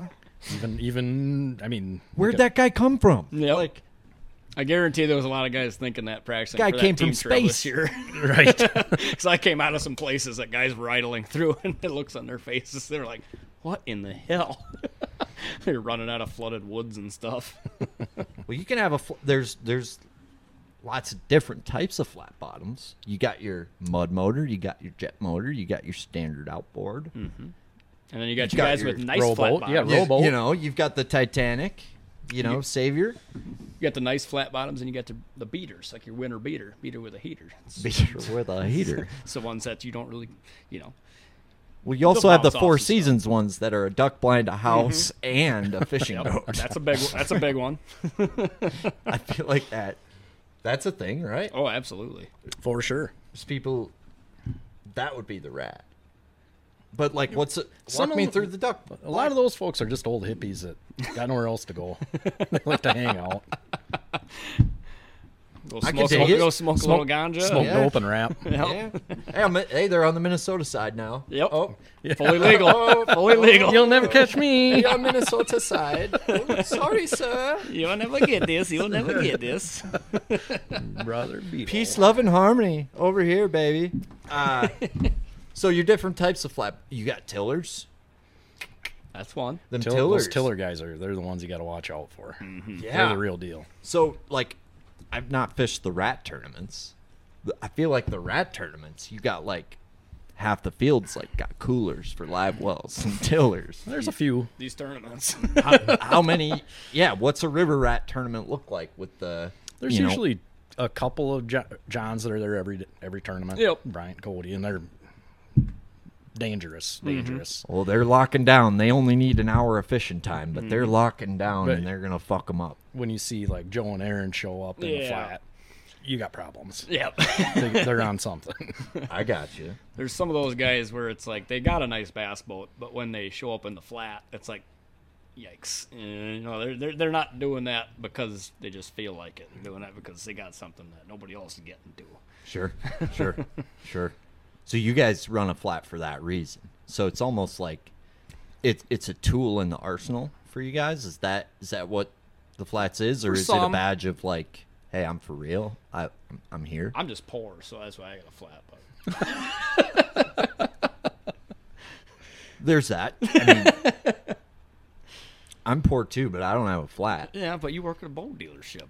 D: even even i mean
B: where'd that guy come from?
C: Yeah. Like I guarantee there was a lot of guys thinking that practicing.
F: Guy
C: for that
F: came from
C: team trail this
F: space.
C: year. (laughs)
D: Right.
B: (laughs)
C: Because I came out of some places that guys were idling through, (laughs) and it looks on their faces. They're like, "What in the hell?" (laughs) They're running out of flooded woods and stuff.
F: Well, you can have a fl-
B: There's there's lots of different types of flat bottoms. You got your mud motor, you got your jet motor, you got your standard outboard.
C: And then you got you
B: got
C: guys
B: your
C: with nice flat
D: rowboat,
C: bottoms.
D: yeah,
B: You-
D: rowboat.
B: You know, you've got the Titanic, you know, Savior.
C: You got the nice flat bottoms, and you got the, the beaters, like your winter beater, beater with a heater. It's,
B: Beater with a heater.
C: it's the ones that you don't really, you know.
B: (laughs) Well, you also have the
C: bounce
B: Four
C: off and stuff.
B: Seasons ones that are a duck blind, a house, and a fishing boat. (laughs)
C: That's a big. That's a big one.
B: I feel like that. That's a thing, right?
C: Oh, absolutely.
D: For sure.
B: There's people. That would be the rat. But like, what's it?
D: Some
B: walk me
D: of-
B: through the duck.
D: A lot of those folks are just old hippies that got nowhere else
B: (laughs)
D: to go. they like to hang out.
C: Go
B: I can
C: smoke,
B: dig
C: a-
B: it.
C: go smoke, a little ganja.
D: Smoke
B: Yeah.
D: dope
B: (laughs)
D: and rap.
B: Yeah. hey, I'm, hey, they're on the Minnesota side now.
C: Yep.
B: Oh, (laughs)
C: Fully legal.
D: (laughs)
C: Fully legal.
D: You'll never catch me.
B: you're on Minnesota side.
D: (laughs)
B: Oh, sorry, sir.
C: You'll never get this. You'll (laughs) never get this.
D: Brother Beetle.
B: Peace, love, and harmony over here, baby. (laughs) Uh, so your different types of flap. You got tillers.
C: That's one.
B: Them
D: Till-
B: tillers. Mm-hmm.
D: Those tiller guys are they're the ones you got to watch out for. They're
B: Yeah.
D: the real deal.
B: So like, I've not fished the rat tournaments. The- I feel like the rat tournaments, you got like half the fields like got coolers for live wells and (laughs) tillers.
D: There's a few.
C: These tournaments.
B: how, how many? Yeah, what's a river rat tournament look like with the?
D: There's
B: you know,
D: usually a couple of jo- Johns that are there every every tournament.
C: Yep.
D: Bryant, Cody, and they're
B: Mm-hmm.
D: dangerous, dangerous.
B: Well, they're locking down. They only need an hour of fishing time, but they're locking down
D: Right.
B: and they're gonna fuck them (laughs) up.
D: When you see like Joe and Aaron show up in the
C: Yeah.
D: flat, you got problems.
C: (laughs) yep.
D: they, they're on something. (laughs)
B: I got you.
C: (laughs) There's some of those guys where it's like they got a nice bass boat, but when they show up in the flat, it's like, yikes. Uh, You know, they're, they're, they're not doing that because they just feel like it. They're doing that because they got something that nobody else is getting to.
B: (laughs) Sure, sure, sure. So you guys run a flat for that reason. So it's almost like it's it's a tool in the arsenal for you guys. Is that is that what the flats is, or
C: For
B: is it a
C: some.
B: badge of like, hey, I'm for real. I I'm- I'm here.
C: I'm just poor, so that's why I got a flat boat.
B: There's that. I mean, (laughs) I'm poor too, but I don't have a flat.
C: Yeah, but you work at a boat dealership.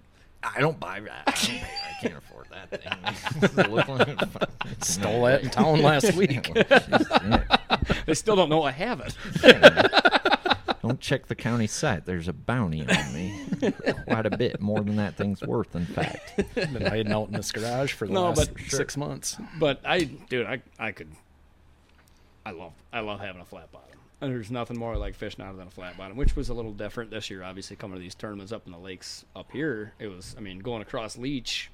B: I don't buy that. I, don't pay- I can't afford that thing.
D: Stole that in town
B: (laughs)
D: last week.
C: They still don't know I have it.
B: Don't check the county site. There's a bounty on me. Quite a bit more than that thing's worth, in fact.
D: Been hiding out in this garage for the
C: No,
D: last
C: but-
D: six months.
C: But I, dude, I, I could, I love, I love having a flat bottom. And there's nothing more I like fishing out of than a flat bottom, which was a little different this year. Obviously, coming to these tournaments up in the lakes up here, it was. I mean, going across Leech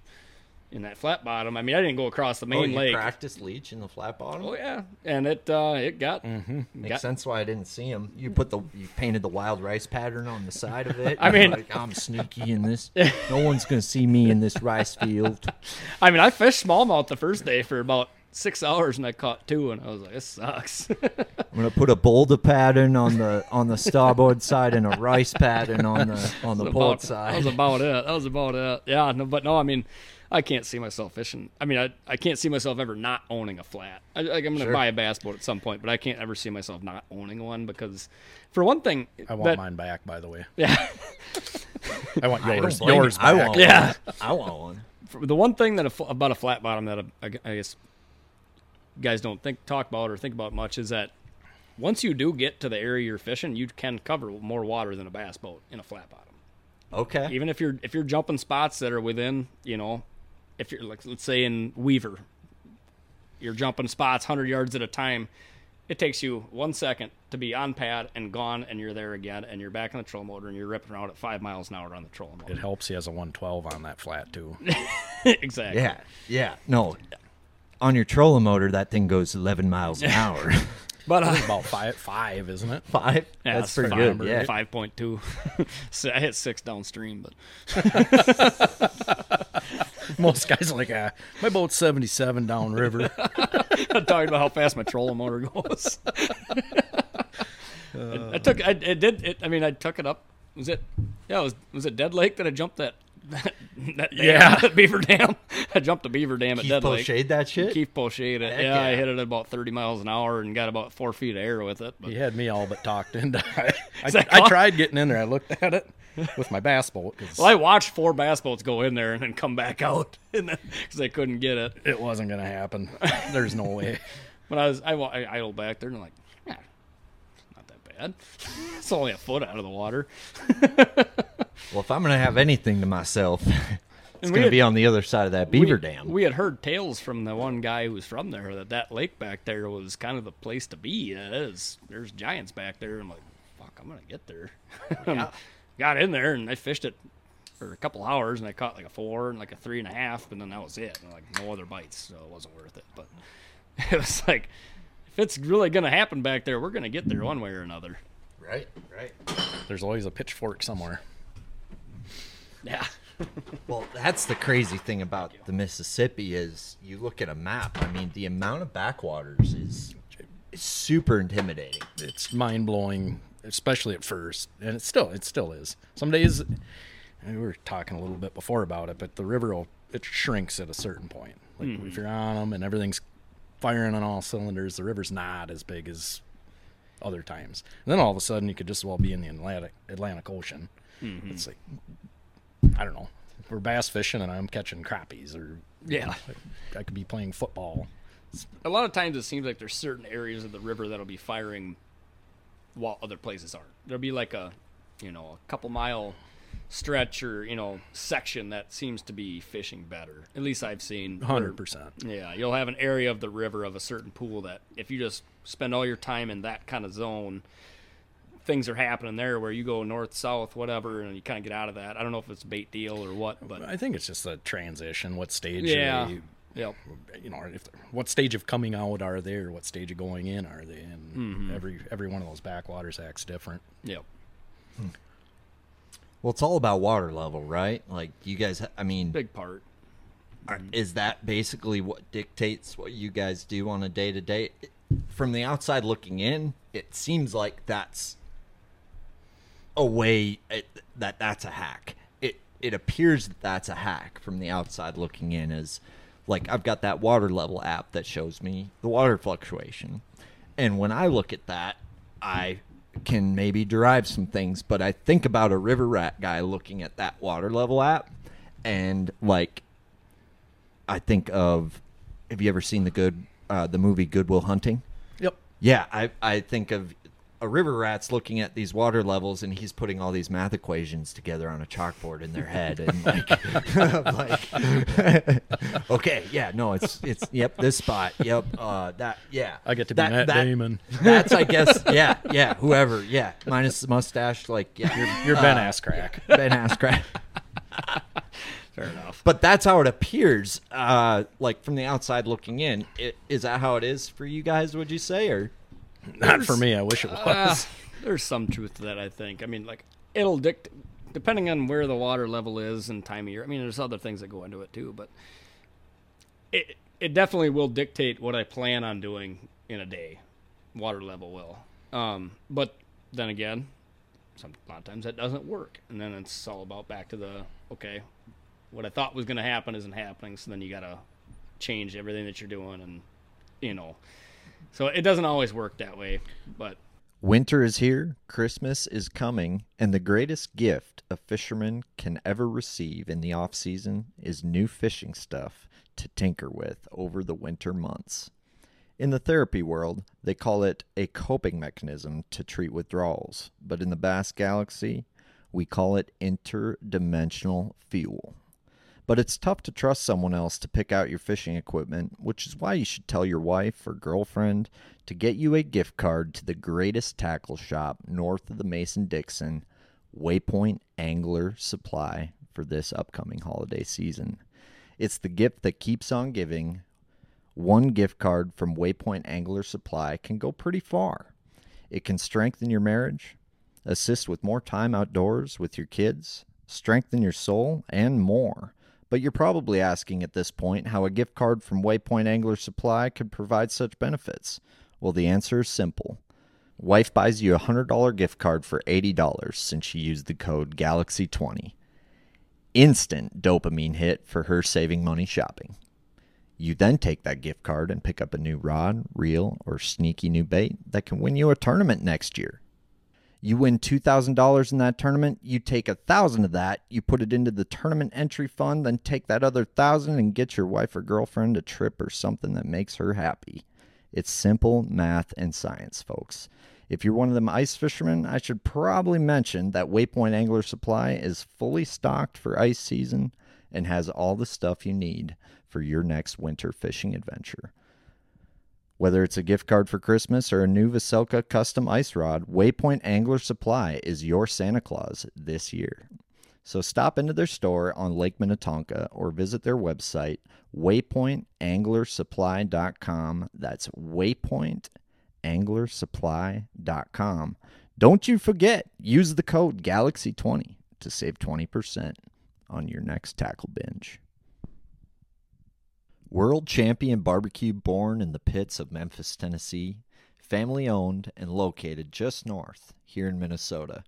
C: in that flat bottom. I mean, I didn't go across
B: Oh,
C: the main lake.
B: practice leech in the flat bottom.
C: Oh yeah, and it uh, it got.
B: Mm-hmm. Makes
C: got
B: sense why I didn't see him. You put the you painted the wild rice pattern on the side of it.
C: (laughs) I
B: You're
C: mean-
B: like, I'm sneaky in
C: (laughs)
B: this. No one's gonna see me in this rice field.
C: I mean, I fished smallmouth the first day for about six hours, and I caught two, and I was like, this sucks. (laughs)
B: I'm gonna put a boulder pattern on the on the starboard side and a rice pattern on the on the port
C: about, That
B: side.
C: was about it. That was about it. Yeah, no, but no, I mean, I can't see myself fishing. I mean, I, I can't see myself ever not owning a flat. I, like, I'm going to buy a bass boat at some point, but I can't ever see myself not owning one because, for one thing,
D: I want
C: that-
D: mine back, by the way.
C: Yeah,
D: I want
B: I
D: yours.
B: don't blame you.
D: yours.
B: I
D: back.
B: want
C: Yeah.
B: one. I want one.
C: for- the one thing that a, fl- about a flat bottom that I, I guess you guys don't think talk about or think about much is that once you do get to the area you're fishing, you can cover more water than a bass boat in a flat bottom.
B: Okay.
C: even if you're if you're jumping spots that are within you know if you're like let's say in weaver you're jumping spots 100 yards at a time it takes you one second to be on pad and gone and you're there again and you're back on the trolling motor and you're ripping around at five miles an hour on the trolling
D: It
C: motor
D: helps he has a 112 on that flat too.
C: (laughs) exactly
B: Yeah, yeah. No, on your trolling motor, that thing goes 11 miles an hour. (laughs)
C: but uh,
D: About five, (laughs) five, isn't it?
B: Five.
C: yeah,
B: That's pretty
C: five,
B: good.
C: or
B: Yeah.
C: 5.2 (laughs) so i hit six downstream but
D: Most guys are like, ah, my boat's 77 downriver.
C: I'm talking about how fast my trolling motor goes. I, I took, I, I did, it, I mean, I took it up. Was it, yeah, it was was it Dead Lake that (laughs) I jumped that that dam,
D: Yeah.
C: that (laughs) beaver dam. I jumped a beaver dam at
E: Keith
C: Dead Lake.
E: Pochade that shit?
C: Keith Pochade it.
E: Heck
C: Yeah, I
E: yeah.
C: hit it at about 30 miles an hour and got about four feet of air with it. But
D: He had me all but talked into (laughs) it. I,
C: that
D: I
C: called-
D: tried getting in there. I looked at it with my bass boat because
C: Well, I watched four bass boats go in there and then come back out (laughs) because I couldn't get it.
D: it wasn't going to happen. There's no way.
C: When I was, I, wa- I idled back there and I'm like, yeah, not that bad. (laughs) it's only a foot out of the water.
E: Well, if I'm going to have anything to myself,
B: (laughs)
E: it's
C: we
E: going to
C: had-
E: be on the other side of that beaver
C: we,
E: dam.
C: We had heard tales from the one guy who's from there that that lake back there was kind of the place to be. That is, there's giants back there. I'm like, fuck, I'm gonna get there. (laughs) Got in there and I fished it for a couple hours and I caught like a four and like a three and a half, and then that was it. And like no other bites, so it wasn't worth it. But (laughs) it was like, if it's really gonna happen back there, we're gonna get there one way or another.
E: right, right.
D: There's always a pitchfork somewhere.
C: Yeah.
E: Well, that's the crazy thing about the Mississippi is you look at a map. I mean, the amount of backwaters is, is super intimidating.
D: It's mind blowing, especially at first, and it still it still is. Some days, and we were talking a little bit before about it, but the river will, it shrinks at a certain point. Like if you're on them and everything's firing on all cylinders, the river's not as big as other times. And then all of a sudden, you could just as well be in the Atlantic Atlantic Ocean. It's like I don't know. We're bass fishing, and I'm catching crappies, or
C: Yeah.
D: I could be playing football.
C: a lot of times it seems like there's certain areas of the river that'll be firing while other places aren't. There'll be like a, you know, a couple mile stretch or, you know, section that seems to be fishing better. At least I've seen. where-
D: Hundred percent.
C: Yeah, you'll have an area of the river of a certain pool that if you just spend all your time in that kind of zone, things are happening there where you go north, south, whatever, and you kind of get out of that. I don't know if it's a bait deal or what, but
D: I think it's just the transition. What stage? Are
C: yeah.
D: they,
C: Yep.
D: you know, if what stage of coming out are they, or what stage of going in are they? And every every one of those backwaters acts different.
C: Yep.
E: Well, it's all about water level, right? Like you guys, I mean,
C: Big part.
E: are- is that basically what dictates what you guys do on a day to day? From the outside looking in, it seems like that's a way it, that that's a hack. It it appears that that's a hack from the outside looking in is like I've got that water level app that shows me the water fluctuation. And when I look at that, I can maybe derive some things, but I think about a river rat guy looking at that water level app and like I think of have you ever seen the good uh, the movie Goodwill Hunting?
D: Yep.
E: Yeah, I I think of a river rat's looking at these water levels and he's putting all these math equations together on a chalkboard in their head (laughs) and like, (laughs) I'm like (laughs) okay, yeah, no, it's it's yep, this spot, yep, uh, that yeah.
D: I get to be
E: that,
D: Matt
E: that-
D: Damon.
E: That's I guess
D: (laughs)
E: yeah, yeah, whoever, yeah, minus the mustache, like yeah,
D: You're Ben (laughs) Asscrack.
C: (laughs)
E: Ben Askren.
C: Fair enough.
E: But that's how it appears, uh, like from the outside looking in. I- Is that how it is for you guys? Would you say, or
D: Not for me. I wish it was.
C: There's some truth to that, I think. I mean, like it'll dict depending on where the water level is and time of year. I mean, there's other things that go into it too, but it it definitely will dictate what I plan on doing in a day. Water level will, um, but then again, some a lot of times that doesn't work, and then it's all about back to the okay, what I thought was going to happen isn't happening, so then you got to change everything that you're doing, and you know, so it doesn't always work that way, but.
B: Winter is here, Christmas is coming, and the greatest gift a fisherman can ever receive in the off season is new fishing stuff to tinker with over the winter months. In the therapy world, they call it a coping mechanism to treat withdrawals, but in the Bass Galaxy, we call it interdimensional fuel. But it's tough to trust someone else to pick out your fishing equipment, which is why you should tell your wife or girlfriend to get you a gift card to the greatest tackle shop north of the Mason Dixon, Waypoint Angler Supply, for this upcoming holiday season. It's the gift that keeps on giving. One gift card from Waypoint Angler Supply can go pretty far. It can strengthen your marriage, assist with more time outdoors with your kids, strengthen your soul, and more. But you're probably asking at this point how a gift card from Waypoint Angler Supply could provide such benefits. Well, the answer is simple. Wife buys you a $100 gift card for $80 since she used the code GALAXY20. instant dopamine hit for her saving money shopping. You then take that gift card and pick up a new rod, reel, or sneaky new bait that can win you a tournament next year. You win $2,000 in that tournament, you take a 1000 of that, you put it into the tournament entry fund, then take that other 1000 and get your wife or girlfriend a trip or something that makes her happy. It's simple math and science, folks. If you're one of them ice fishermen, I should probably mention that Waypoint Angler Supply is fully stocked for ice season and has all the stuff you need for your next winter fishing adventure. Whether it's a gift card for Christmas or a new Veselka custom ice rod, Waypoint Angler Supply is your Santa Claus this year. So stop into their store on Lake Minnetonka or visit their website, waypointanglersupply.com. That's waypointanglersupply.com. Don't you forget, use the code GALAXY20 to save 20% on your next tackle binge. World champion barbecue born in the pits of Memphis, Tennessee, family owned and located just north here in Minnesota.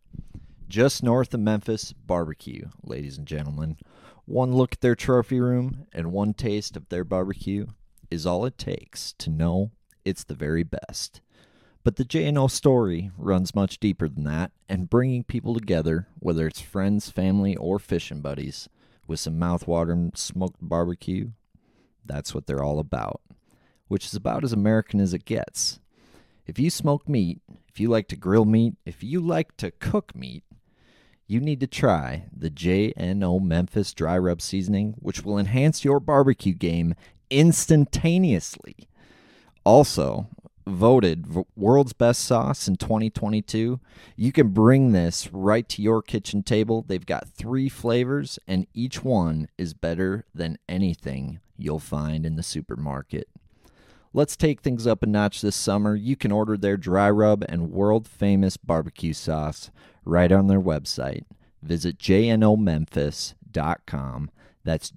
B: Just north of Memphis, barbecue, ladies and gentlemen. One look at their trophy room and one taste of their barbecue is all it takes to know it's the very best. But the J&O story runs much deeper than that, and bringing people together, whether it's friends, family, or fishing buddies, with some mouthwatering smoked barbecue, that's what they're all about, which is about as American as it gets. If you smoke meat, if you like to grill meat, if you like to cook meat, you need to try the JNO Memphis Dry Rub Seasoning, which will enhance your barbecue game instantaneously. Also, voted v- world's best sauce in 2022, you can bring this right to your kitchen table. They've got three flavors, and each one is better than anything you'll find in the supermarket. Let's take things up a notch this summer. You can order their dry rub and world famous barbecue sauce right on their website. Visit jnomemphis.com. That's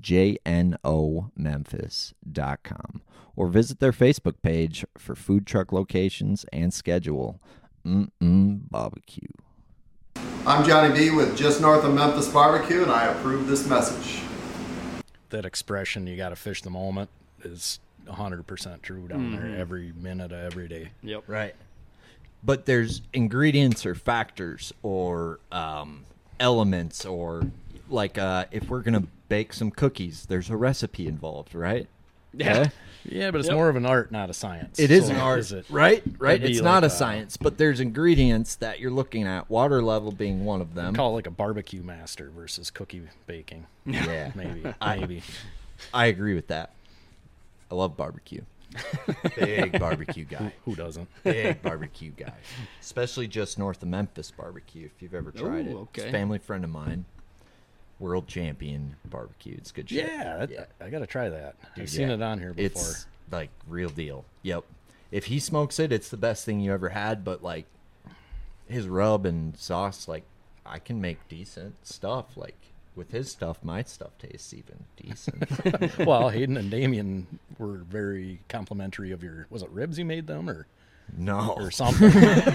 B: jnomemphis.com. Or visit their Facebook page for food truck locations and schedule. Mm-mm barbecue.
G: I'm Johnny B with Just North of Memphis Barbecue, and I approve this message.
D: That expression, you got to fish the moment, is 100% true down there every minute of every day.
C: Yep.
E: Right. But there's ingredients or factors or um, elements or like uh, if we're gonna bake some cookies, there's a recipe involved, right?
C: Yeah.
E: Okay?
D: Yeah, but it's more of an art, not a science.
E: It is
D: So
E: an
D: what
E: art,
D: is it?
E: right? Right.
D: It'd be
E: It's not
D: like
E: a science, but there's ingredients that you're looking at. Water level being one of them.
D: Call it like a barbecue master versus cookie baking. (laughs)
E: Yeah,
D: Maybe.
E: I-
D: maybe.
E: I agree with that. I love
D: (laughs)
E: barbecue. Big barbecue guy.
D: Who (laughs) doesn't?
E: Big barbecue guy. Especially just north of Memphis barbecue. If you've ever tried it,
C: Ooh,
E: It's
C: okay.
E: a family friend of mine, world champion barbecue. It's good shit.
D: Yeah, that, I got to try that. I've seen
E: Yeah.
D: it on here before.
E: It's like real deal. Yep. If he smokes it, it's the best thing you ever had. But like his rub and sauce, like I can make decent stuff. Like with his stuff, my stuff tastes even
D: (laughs)
E: decent. (laughs)
D: well, Hayden and Damien were very complimentary of your. Was it ribs you made them or
E: no, (laughs)
D: or something?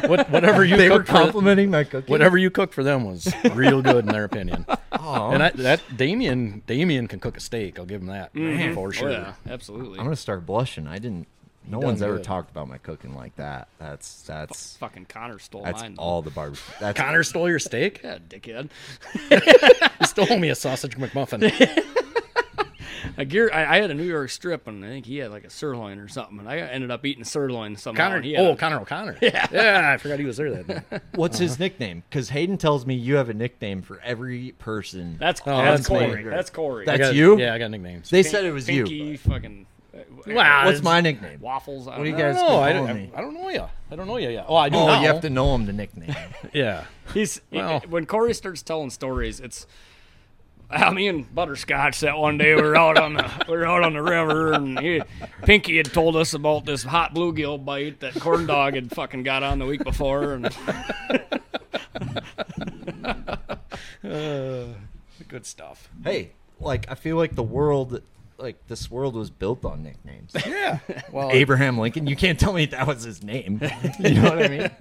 D: what, whatever you
E: they were
D: cooked for-
E: complimenting my cooking.
D: whatever you cooked for them was real good in their opinion.
E: (laughs) Aw.
D: And I, that Damien Damien can cook a steak. I'll give him that
E: Mm-hmm.
D: for
C: Oh,
D: sure.
C: yeah, absolutely.
E: I'm gonna start blushing. I didn't. No one's
D: done
E: ever
D: good.
E: talked about my cooking like that. That's that's
C: Fucking Connor stole
E: that's
C: mine. though.
E: all the barbecue. That's
D: Connor stole your steak.
C: Yeah, dickhead.
D: He stole me a sausage
E: (laughs)
D: McMuffin.
C: A gear, I, I had a New York strip, and I think he had like a sirloin or something, and I ended up eating sirloin somehow.
D: Connor.
C: and he had
D: Oh,
C: (laughs) a-
D: Connor O'Connor. Yeah. yeah, I forgot he was there that night.
E: (laughs) what's his
D: Uh-huh.
E: nickname? Because Hayden tells me you have a nickname for every person.
C: that's,
D: Oh,
C: that's
D: that's me.
C: Corey. That's Corey.
D: I
E: That's
D: got-
E: you?
D: Yeah, I got nicknames.
E: they said it was
C: Pinky,
E: you.
C: fucking. uh,
D: Wow,
E: What's
D: it's-
E: my nickname?
C: Waffles. I
E: What do you
C: know.
E: guys?
D: No, I
E: call
D: don't,
E: me?
D: I, I don't know you. I don't know you. Yeah. Oh, I do
E: Oh,
D: now.
E: you have to know him to nickname. (laughs)
D: Yeah.
C: He's he-
D: Wow.
C: when Corey starts telling stories, it's uh, me and Butterscotch that one day we were out on the we were out on the river and he, Pinky had told us about this hot bluegill bite that corn dog had fucking got on the week before and
D: Good stuff.
E: hey, like I feel like the world
B: like this world was built on nicknames.
D: Yeah. (laughs) Well,
B: Abraham Lincoln. You can't tell me that was his
D: (laughs)
B: name. You know what I mean?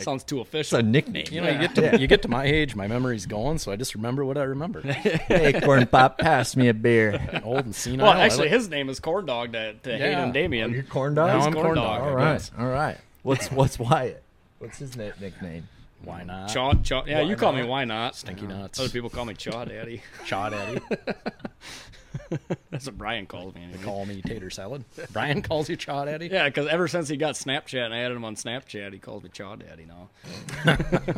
C: Sounds too
B: It's a
C: official.
B: nickname.
D: you know, you get to you get to my age, my memory's gone, so I just remember what I remember.
B: Hey, corn pop, pass me a beer.
D: (laughs) I'm old and senile.
C: Well,
D: I
C: actually,
D: like-
C: his name is Corn Dog to, to
D: Yeah.
C: Hayden Damien.
B: Your corn dog.
D: Now I'm
C: corn
D: corn
C: dog,
D: dog.
C: I
B: all right, all right. What's what's Wyatt? What's his na- nickname?
D: Why not?
C: Chaw, chaw, yeah, you call me why not?
D: Stinky nuts.
C: Other people call me Chaw Daddy. (laughs)
D: Chaw Daddy.
C: That's what Brian calls me. anyway.
D: Call me tater salad. Brian calls you Chaw Daddy.
C: Yeah, because ever since he got Snapchat and I added him on Snapchat, he calls me Chaw Daddy now.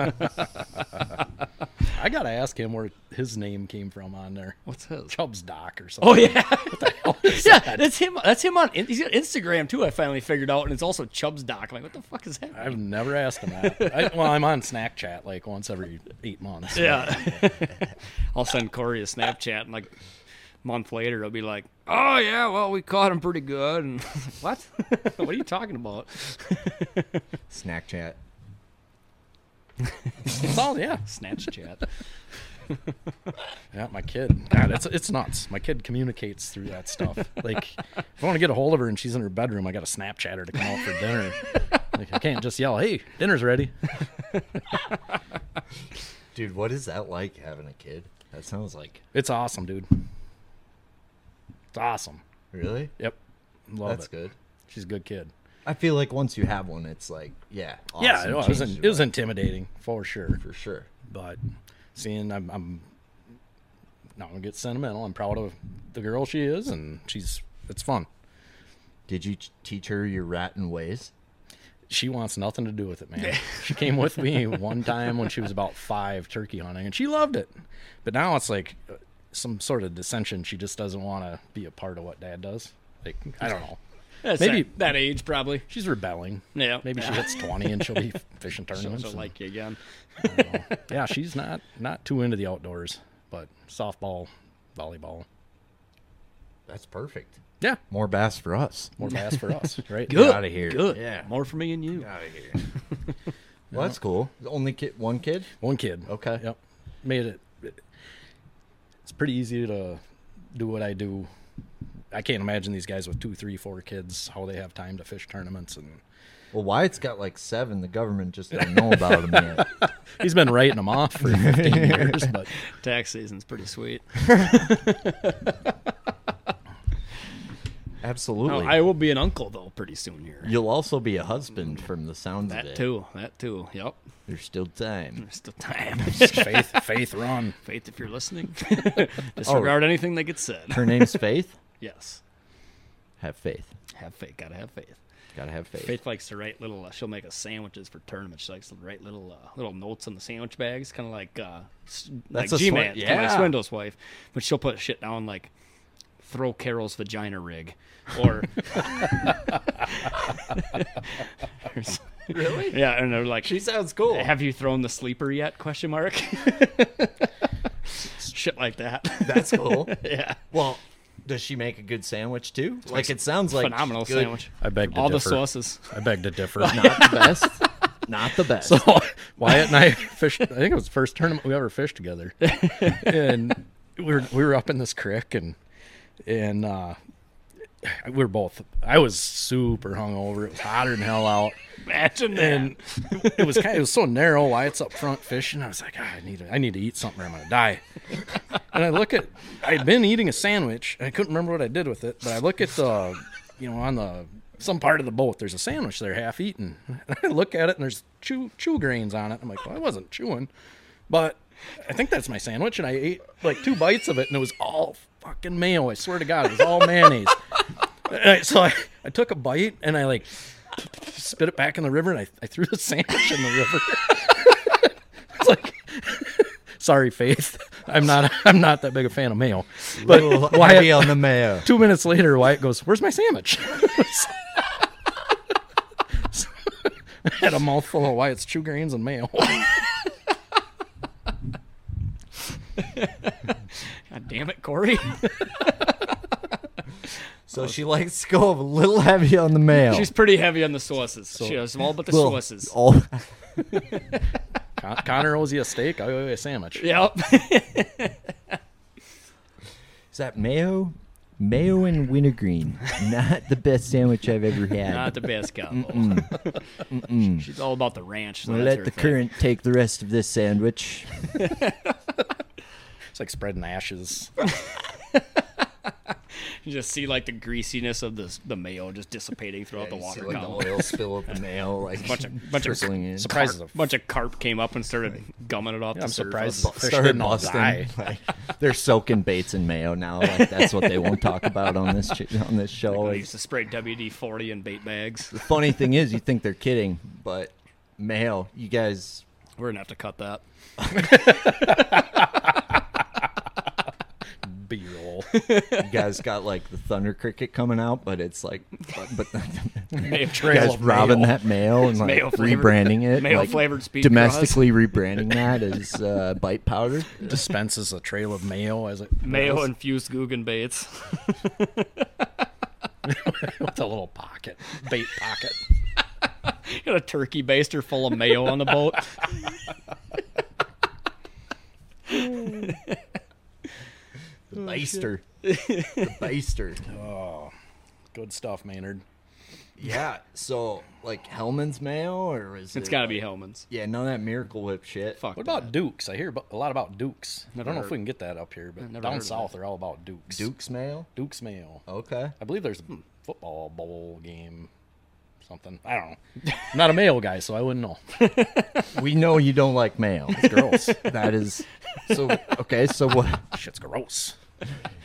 D: I gotta ask him where his name came from on there.
C: What's his? Oh,
D: Chubb's Doc or something.
C: yeah, (laughs) yeah, that's him. That's him on. He's got Instagram too. I finally figured out, and it's also Chubbs Doc. I'm like, what the fuck is that?
D: I've never asked him that. I, well, I'm on Snack Chat like once every eight months.
C: (laughs) Yeah. (laughs) I'll send Corey a Snapchat, and like a month later, I'll be like, "Oh yeah, well we caught him pretty good." And (laughs) what? what (laughs) are you talking about?
B: Snack chat.
D: It's all yeah.
C: Snapchat.
D: Yeah, my kid. God, it's it's nuts. My kid communicates through that stuff. Like, if I want to get a hold of her and she's in her bedroom, I got to Snapchat her to come out for dinner. Like, I can't just yell, "Hey, dinner's ready."
B: Dude, what is that like having a kid? That sounds like
D: It's awesome, dude. It's awesome.
B: really.
D: Yep, love
B: That's
D: it.
B: good.
D: She's a good kid.
B: I feel like once you have one, it's like yeah, awesome,
D: yeah, it was,
B: changes
D: it was
B: your
D: intimidating for sure.
B: life for sure.
D: but seeing I'm, I'm not gonna get sentimental. I'm proud of the girl she is, and she's it's fun.
B: Did you t- teach her your ratting ways?
D: She wants nothing to do with it, man. she came with me one time when she was about five turkey hunting, and she loved it. But now it's like uh, some sort of dissension. She just doesn't want to be a part of what dad does. Like I don't know.
C: That's
D: Maybe-
C: that, that age probably.
D: She's rebelling.
C: Yeah.
D: Maybe she hits twenty
C: (laughs)
D: and she'll be fishing
C: So,
D: tournaments.
C: so
D: and-
C: like you again.
D: yeah, she's not not too into the outdoors, but softball, volleyball.
B: That's perfect.
D: Yeah,
B: More bass for us.
D: more bass for
C: (laughs)
D: us, right?
B: Get out of here.
C: Good.
B: Yeah.
C: More for me and you.
B: out of here. well, that's cool. Only kid, one kid.
D: One kid.
B: Okay.
D: Yep. Made it. It's pretty easy to do what I do. I can't imagine these guys with two, three, four kids how they have time to fish tournaments. And
B: Well, Wyatt's got like seven. The government just don't know about him yet.
D: he's been writing them off for 15 years,
C: (laughs)
D: but
C: Tax season's pretty sweet. No,
B: Absolutely.
C: (laughs) I will be an uncle though pretty soon here.
B: You'll also be a husband from the sounds of
C: That
B: it.
C: too. That too. Yep.
B: There's still time.
C: There's still time.
D: faith, faith run.
C: Faith, if you're (laughs) listening, disregard anything that gets (laughs) said.
B: Her name's Faith.
C: Yes.
B: Have faith.
C: Have faith. Gotta have faith.
B: Gotta have faith.
C: Faith likes to write little. Uh, she'll make us sandwiches for tournaments. She likes to write little uh, little notes on the sandwich bags, kind of like uh, s- like
B: That's a
C: G Man,
B: swin-
C: kind of
B: yeah.
C: like Swindle's wife. But she'll put shit down like throw Carol's vagina rig, or really? (laughs) Yeah, and they're like,
B: She sounds cool.
C: "Have you thrown the sleeper yet?" Question (laughs) mark. shit like that.
B: That's cool.
C: (laughs) yeah,
B: well, does she make a good sandwich too? Like it sounds like
C: phenomenal
B: good-
C: sandwich.
D: I beg to
C: All
D: differ.
C: the sauces.
D: I beg to
C: (laughs)
D: differ.
B: Not the best. (laughs) Not the best.
D: So (laughs) Wyatt and I fished. I think it was the first tournament we ever fished together, and we were we were up in this creek, and and uh, we were both. I was super hungover. It was hotter than hell out,
C: Imagine that.
D: and it was kind. It was so narrow. Wyatt's up front fishing. I was like, "Ah, I need to, I need to eat something. or I'm gonna die. And I look at. I'd been eating a sandwich. And I couldn't remember what I did with it, but I look at the, you know, on the some part of the boat. There's a sandwich there, half eaten. (laughs) And I look at it, and there's chew chew grains on it. I'm like, well, I wasn't chewing, but I think that's my sandwich. And I ate like two bites of it, and it was all fucking mayo. I swear to God, it was all mayonnaise. (laughs) And I, so I, I took a bite, and I like spit it back in the river, and I, I threw the (laughs) sandwich in the river. (laughs) it's like, sorry, Faith, I'm not (laughs) I'm not that big a fan of mayo.
B: Little
D: But
B: heavy
D: Wyatt,
B: on the mayo.
D: two minutes later, Wyatt goes, "Where's my sandwich?" (laughs) So, I had a mouthful of Wyatt's chew grains and mayo.
C: God damn
B: (laughs)
C: it, Corey. (laughs)
B: So she likes to go a little heavy on the mayo.
C: She's pretty heavy on the sauces. she has all but the
B: Well,
C: sauces. (laughs)
B: all-
D: Con- Connor owes you a steak.
B: (laughs)
D: I owe you a sandwich.
C: Yep.
B: is that mayo Mayo and wintergreen. Not the best sandwich I've ever had.
C: (laughs) Not the best combo. (laughs) She's all about the ranch. So
B: We'll let
C: that's her
B: the
C: thing.
B: current take the rest of this sandwich.
D: It's like spreading ashes.
C: You just see like the greasiness of the the mayo just dissipating throughout the water
E: like
C: column.
E: the oil spill of the mail, like
C: (laughs) bunch of bunch of
B: Trickling in.
D: Surprises of
C: bunch of carp came up and started gumming it off. the
D: I'm
C: surface.
D: surprised the fish
E: started
D: didn't all
E: busting.
B: (laughs)
D: die.
E: Like,
B: They're soaking baits in mayo now. Like that's what they won't talk about on this ch- on this show.
C: They
B: It's-
C: used to spray WD forty in bait bags.
B: the funny thing is, you think they're kidding, but mayo. You guys,
C: We're gonna have to cut
B: (laughs)
C: that.
D: B-roll. (laughs)
B: you guys got like the thunder cricket coming out, but it's like, but, (laughs) but
C: Mayo
B: you guys
D: of
B: robbing
D: mayo.
B: that mayo and like
C: mayo flavored-
B: rebranding it,
C: mayo
B: like,
C: flavored speed
B: domestically rebranding that
C: (laughs)
B: as uh, bite powder.
D: Dispenses a trail of mayo as it
C: mayo
D: rolls
C: infused Guggen baits.
D: with a little pocket, bait pocket.
C: Got a turkey baster full of mayo on the
B: (laughs)
C: boat.
E: the baster. the
C: (laughs)
E: baster.
D: Good stuff, Maynard.
E: Yeah.
B: So like Hellman's mayo, or is
C: It's
B: it
C: gotta be Hellman's.
B: Yeah, none of that Miracle Whip shit.
C: Fuck.
D: What about Dukes? I hear abo- a lot about Dukes. I
C: Never
D: don't know
C: heard.
D: if we can get that up here, but
C: Never heard
D: down
C: of
D: south
C: that. Oh.
D: they're all about Dukes.
B: Duke's mayo.
D: Dukes Mayo.
B: Okay.
D: I believe there's
C: Hmm.
D: a football bowl game, something. I
C: (laughs)
D: don't know. I'm not a mayo guy, so I wouldn't know.
B: We know you don't like (laughs) mayo.
D: Girls,
B: That is (laughs) so okay, so what
D: shit's gross.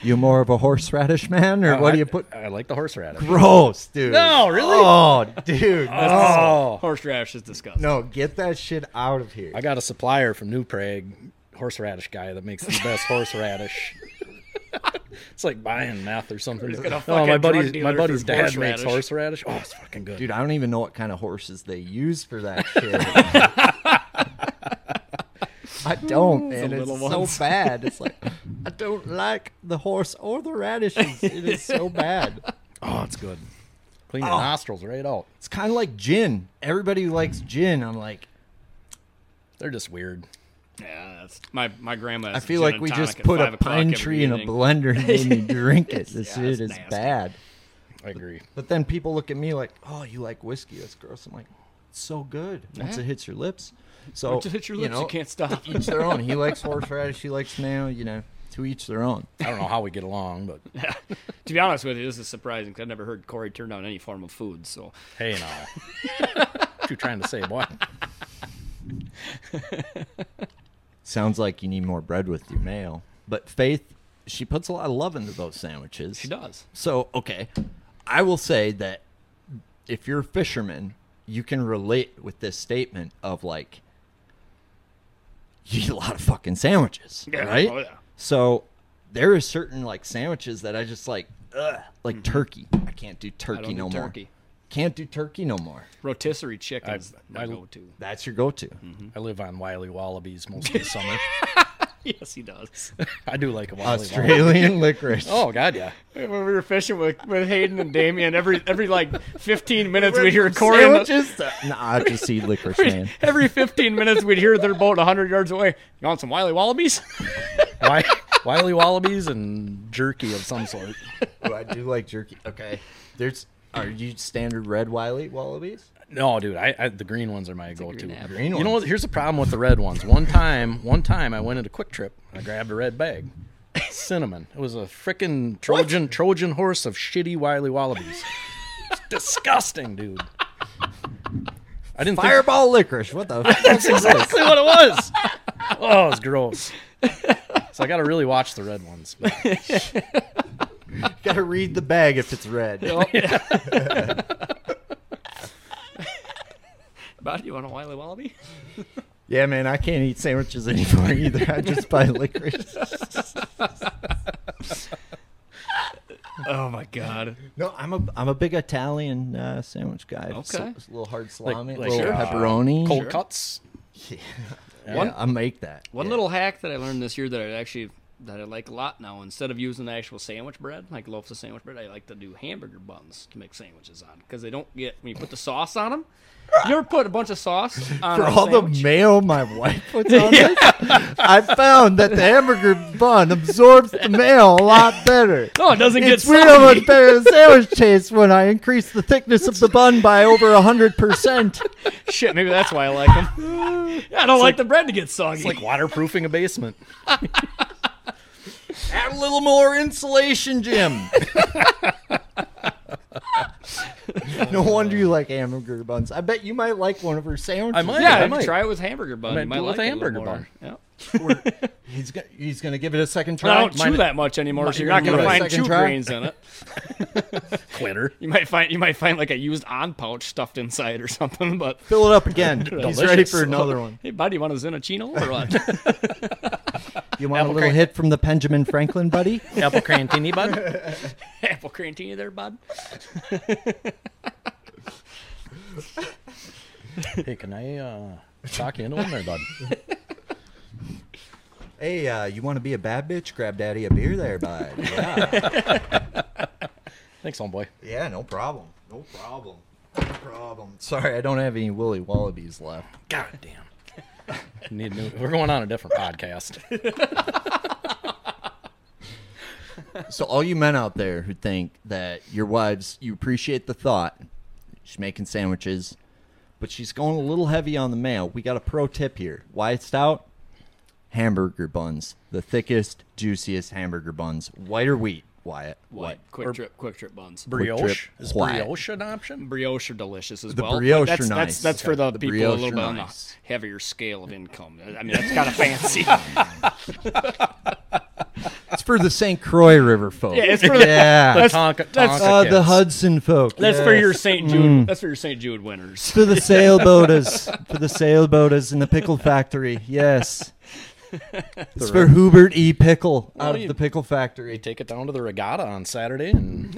B: you more of a horseradish man or
D: Oh,
B: what
D: I-
B: do you (laughs) put
D: I like the horseradish.
B: Gross, dude.
D: No, really?
B: Oh, dude. no.
D: Oh,
C: horseradish is disgusting.
B: No, get that shit out of here.
D: I got a supplier from New Prague, horseradish guy that makes the
C: (laughs)
D: best horseradish. (laughs) It's like buying meth or something.
C: gonna fuck
D: Oh,
C: a
D: my
C: drug
D: buddy's
C: dealer
D: my
C: for
D: buddy's dad makes
C: horseradish.
D: horseradish. Oh, it's fucking good.
B: Dude, I don't even know what kind of horses they use for (laughs) that shit. I don't, man. It's
C: little
B: so
C: ones.
B: bad. It's (laughs) like I don't like the horse or the radishes. It is so (laughs) bad.
D: Oh, it's good. Clean
C: Oh.
D: your nostrils right out.
B: It's kind of like gin. Everybody who likes gin, I'm like,
D: They're just weird.
C: Yeah, that's my my grandma.
B: I feel like we just put a pine tree in a
C: (laughs)
B: blender and made me drink it. This
C: Yeah,
B: shit
C: it's
B: is
C: nasty.
B: bad.
D: I agree.
B: But then people look at me like, "Oh, you like whiskey? That's gross." I'm like, "It's so good once it hits your lips." So
C: Once it hits your lips, you
B: (laughs)
C: can't stop.
B: Each their own. He likes horseradish. He likes mayo. You know, to each their own.
D: I don't know how we get along, but
C: To be honest with you, this is surprising 'cause I've never heard Corey turn down any form of food. So
D: hey, now. what you trying to say, boy?
B: Sounds like you need more bread with your mayo. But Faith, she puts a lot of love into those sandwiches.
C: she does.
B: So, okay. I will say that if you're a fisherman, you can relate with this statement of like, you eat a lot of fucking sandwiches,
C: Yeah,
B: right?
C: oh yeah.
B: So, there are certain like sandwiches that I just like, ugh, like turkey. I can't do turkey
C: Mm-hmm. don't do
B: no more.
C: turkey.
B: Can't do turkey no more.
C: Rotisserie chicken is
D: I've-
C: my
D: I-
C: go-to. (laughs)
B: That's your go-to.
C: Mm-hmm.
D: I live on Wiley Wallabies most of the summer.
C: Yes, he does.
D: I do like a Wiley Wallaby.
B: Australian
C: (laughs)
B: licorice.
D: Oh, God, yeah.
C: when we were fishing with, with Hayden and Damien, every every like 15 minutes we'd hear Corey. in the-
B: sandwiches. To...
C: (laughs)
B: Nah, I just eat licorice, man.
C: every, every 15 minutes we'd hear their boat 100 yards away. You want some Wiley Wallabies?
D: Wi- Wiley Wallabies and jerky of some sort.
B: Oh, I do like jerky. Okay. There's are you standard red Wiley wallabies?
D: No, dude, I, I the green ones are my go-to.
C: green apple.
B: Green
D: you know
B: ones.
D: what? Here's the problem with the red ones. One time, one time, I went into Quick Trip. and I grabbed a red bag,
E: (laughs)
D: cinnamon. It was a frickin' Trojan Trojan horse of shitty Wiley Wallabies.
E: (laughs)
D: It's disgusting, dude. I didn't think
B: Fireball licorice. What
C: (laughs)
B: the fuck?
D: (laughs) that's exactly what it was. Oh, it was gross. So I got to really watch the red ones.
E: (laughs)
D: But
B: Gotta read the bag if it's red.
C: (laughs) About you want a Wiley Wallaby?
B: Yeah, man, I can't eat sandwiches (laughs) anymore either. I just buy licorice.
C: Oh my God!
B: No, I'm a I'm a big Italian uh, sandwich guy. It's
C: Okay.
B: a it's a little hard salami,
D: like,
B: a little
D: uh,
B: pepperoni.
D: cold cuts.
B: Yeah, I make that.
C: One
B: Yeah.
C: little hack that I learned this year that I actually that I like a lot now. Instead of using the actual sandwich bread, like loaves of sandwich bread, I like to do hamburger buns to make sandwiches on because they don't get when you put the sauce on them. You ever put a bunch of (laughs) sauce on
B: For
C: a
B: all the
C: sandwich?
B: mayo my wife puts (laughs) on this, I found that the hamburger bun absorbs the mayo a lot better.
C: No, Oh, it doesn't
B: It's
C: get
B: weird how
C: soggy.
B: much better the sandwich tastes when I increase the thickness of the bun by over hundred
C: (laughs)
B: percent.
C: Shit, maybe that's why I like (laughs) them. I don't like, the bread to get soggy.
D: It's like waterproofing a basement.
E: (laughs) Add a little more insulation, Jim.
B: No wonder you like hamburger buns. I bet you might like one of her sandwiches.
D: I might.
C: yeah,
D: I
C: if you
D: might.
C: try it with hamburger bun.
D: might
C: you might
D: do
C: like
D: it with a
C: it a little more.
D: hamburger
C: Yeah.
D: bun.
E: he's gonna, he's gonna give it a second
C: But
E: try.
C: I don't chew
D: mine-
C: that much anymore, so you're not
E: mine-
C: going to
E: mine-
C: find
E: second
C: chew
E: try.
C: grains in it.
D: Quitter.
C: You might find you might find like a used on pouch stuffed inside or something. But
B: Fill it up
D: (laughs)
B: again. He's ready
D: Delicious.
B: for another one.
C: hey, buddy, want a Zinachino or what? (laughs)
B: You want a little hit from the Benjamin Franklin,
D: (laughs)
B: buddy?
D: Apple crantini bud.
C: Apple crantini there, bud.
D: Hey, can I uh, talk you into one there, bud?
E: Hey, uh, you want to be a bad bitch? Grab daddy a beer there, bud. Yeah,
D: Thanks, homeboy.
E: yeah, no problem, no problem, no problem.
B: Sorry, I don't have any Willy Wallabies left.
D: God damn. Need new, we're going on a different podcast.
B: So all you men out there who think that your wives, you appreciate the thought, she's making sandwiches, but she's going a little heavy on the mayo. We got a pro tip here. Why it's stout? Hamburger buns, the thickest, juiciest hamburger buns, white or wheat. Wyatt,
C: What? Quick trip, quick trip buns.
D: Brioche
B: trip.
D: is
B: Why?
D: brioche an option?
C: brioche are delicious as
B: The
C: well. but
B: brioche
C: that's,
B: are nice.
C: That's, that's for the,
B: The
C: people a
B: brioche
C: little
B: are
C: bit on the
B: nice.
C: heavier scale of income. I mean, that's kind (laughs) of fancy.
B: It's for the St. Croix River folk.
C: Yeah, it's for the-
B: Yeah.
D: The Tonka,
C: that's-
D: Tonka
B: Uh,
D: kids.
B: the Hudson folk.
C: That's
B: yeah.
C: for your St. Jude. That's for your St. Jude winners. (laughs)
B: for the sailboaters. For the sailboaters in the pickle factory.
C: (laughs)
B: Yes. It's for Hubert E. Pickle out of
D: you-
B: the pickle factory.
D: Take it down to the regatta on Saturday and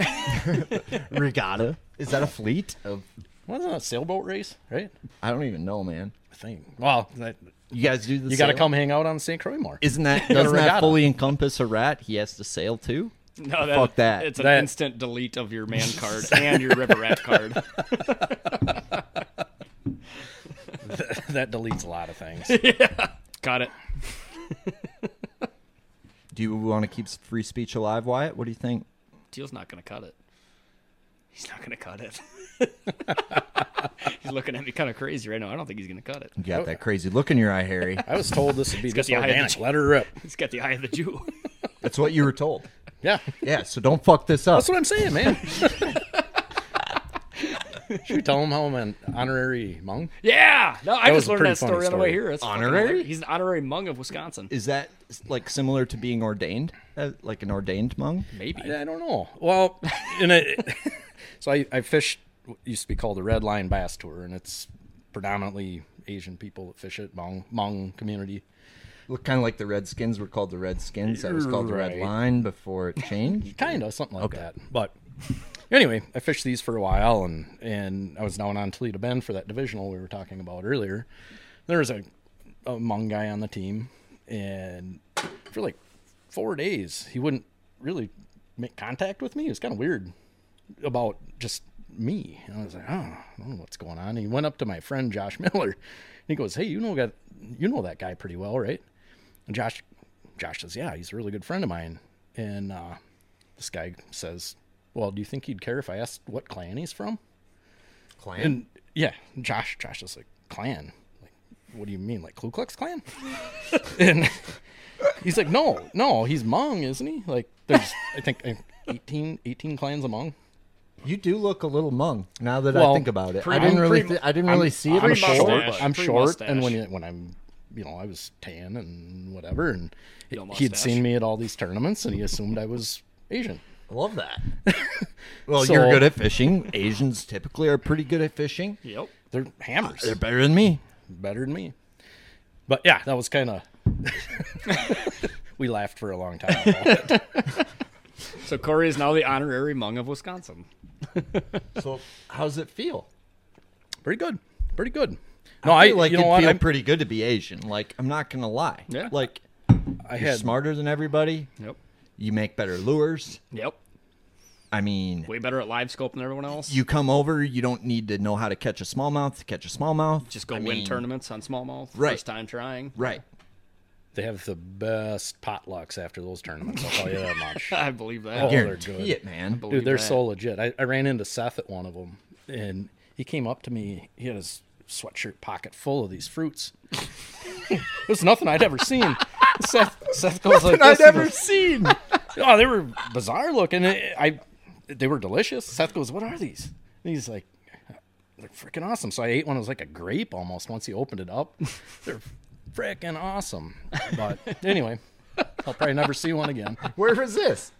B: regatta. Is that a fleet of?
D: wasn't that a sailboat race, right?
B: I don't even know, man.
D: I think. Well, that,
B: You guys do the.
D: you got to
B: sail?
D: come hang out on St. Croix more.
B: Isn't that doesn't that
D: regatta.
B: fully encompass a rat? He has to sail too.
C: No, that,
B: Fuck that.
C: It's an
D: That-
C: instant delete of your (laughs) man card and your river rat (laughs) card.
D: (laughs) that deletes a lot of things.
C: Got it.
B: Do you want to keep free speech alive, Wyatt? What do you think?
C: Teal's not going to cut it. He's not going to cut
B: (laughs)
C: it. he's looking at me kind of crazy right now. I don't think he's going to cut it.
B: You got
D: Oh.
B: that crazy look in your eye,
D: (laughs)
B: Harry.
D: (laughs) I was told this would be
C: got
D: just
C: the eye of the
D: organic.
C: ch-
D: Let her rip.
C: He's got the eye of the
B: (laughs)
C: Jew.
B: That's what you were told.
D: Yeah,
B: Yeah, so don't fuck this up.
D: that's what I'm saying, (laughs) man. Should we tell him how I'm an honorary monk?
C: Yeah. No, I
D: That was
C: just
D: a
C: learned
D: pretty
C: that story,
D: funny
C: on the way
D: story.
C: here. That's fucking
B: Honorary?
C: hilarious. He's an honorary Hmong of Wisconsin.
B: Is that like similar to being ordained, uh, like an ordained monk?
C: Maybe.
D: I don't know. Well, in a, (laughs) so I, I fished what used to be called the Red Line Bass Tour, and it's predominantly Asian people that fish it, Hmong, Hmong community.
B: Look, kind of like the Redskins were called the Redskins. That was called the Red
D: Right.
B: Line before it changed.
D: kind of something like that. But anyway, I fished these for a while, and and I was down on Toledo Bend for that divisional we were talking about earlier. There was a, a Hmong guy on the team, and for like four days, he wouldn't really make contact with me. It was kind of weird about just me. And I was like, oh, I don't know what's going on. And he went up to my friend Josh (laughs) Miller, and he goes, "Hey, you know that you know that guy pretty well, right?" And Josh, Josh says, "Yeah, he's a really good friend of mine." And uh, this guy says, "Well, do you think he'd care if I asked what clan he's from?"
E: Clan.
D: (laughs) And yeah, Josh, Josh is like, "Clan? Like, what do you mean, like Ku Klux Klan?" (laughs) and he's like, "No, no, he's Hmong, isn't he? Like, there's I think uh, 18, 18 clans of Hmong."
B: You do look a little monk now that I
D: Well,
B: think about it. I
C: pre-
B: didn't
C: I'm
B: really,
C: pre-
B: thi- I didn't really see it.
D: I'm
B: before,
D: short.
B: but-
C: mustache.
D: I'm
C: Free
D: short,
C: mustache.
D: and when you, when I'm, you know, I was tan and whatever, and he-
C: Yo,
D: he'd
C: mustache.
D: seen me at all these tournaments, and he assumed I was Asian.
B: I love that. (laughs) well,
D: So-
B: you're good at fishing. Asians typically are pretty good at fishing.
C: Yep.
D: They're hammers.
B: They're better than me.
D: better than me. But yeah, that was kind of. (laughs) we laughed for a long time. about it.
C: So Corey is now the honorary Hmong of Wisconsin.
B: So, how's it feel?
D: (laughs) pretty good, pretty good. No, I,
B: feel like
D: you know
B: it
D: what?
B: feel
D: I'm,
B: pretty good to be Asian. Like I'm not gonna lie.
C: Yeah.
B: Like
D: I
B: You're
D: had
B: smarter than everybody.
C: Yep.
B: You make better lures.
C: Yep.
B: I mean,
C: Way better at live scope than everyone else.
B: you come over, you don't need to know how to catch a smallmouth to catch a smallmouth.
C: just go
B: I
C: win
B: mean,
C: tournaments on smallmouth.
B: Right.
C: First time trying.
B: Right.
D: Oh, they have the best potlucks after those tournaments. I'll tell you that
B: (laughs)
D: much.
C: I believe that.
D: Oh, they're
B: Guarantee
D: good.
B: it, man.
C: Believe
D: Dude, they're
C: that.
D: so legit. I, I ran into Seth at one of them, and he came up to me. He had his sweatshirt pocket full of these fruits. (laughs) it was nothing I'd
B: (laughs)
D: ever seen. Seth, Seth goes like this.
B: I've
D: he
B: never
D: goes,
B: seen.
D: oh, they were bizarre looking. I, I- they were delicious. Seth goes, "What are these?" And he's like, "They're freaking awesome." So I ate one. It was like a grape almost. Once he opened it up, they're freaking awesome. But anyway, I'll probably never see one again.
B: Where was this?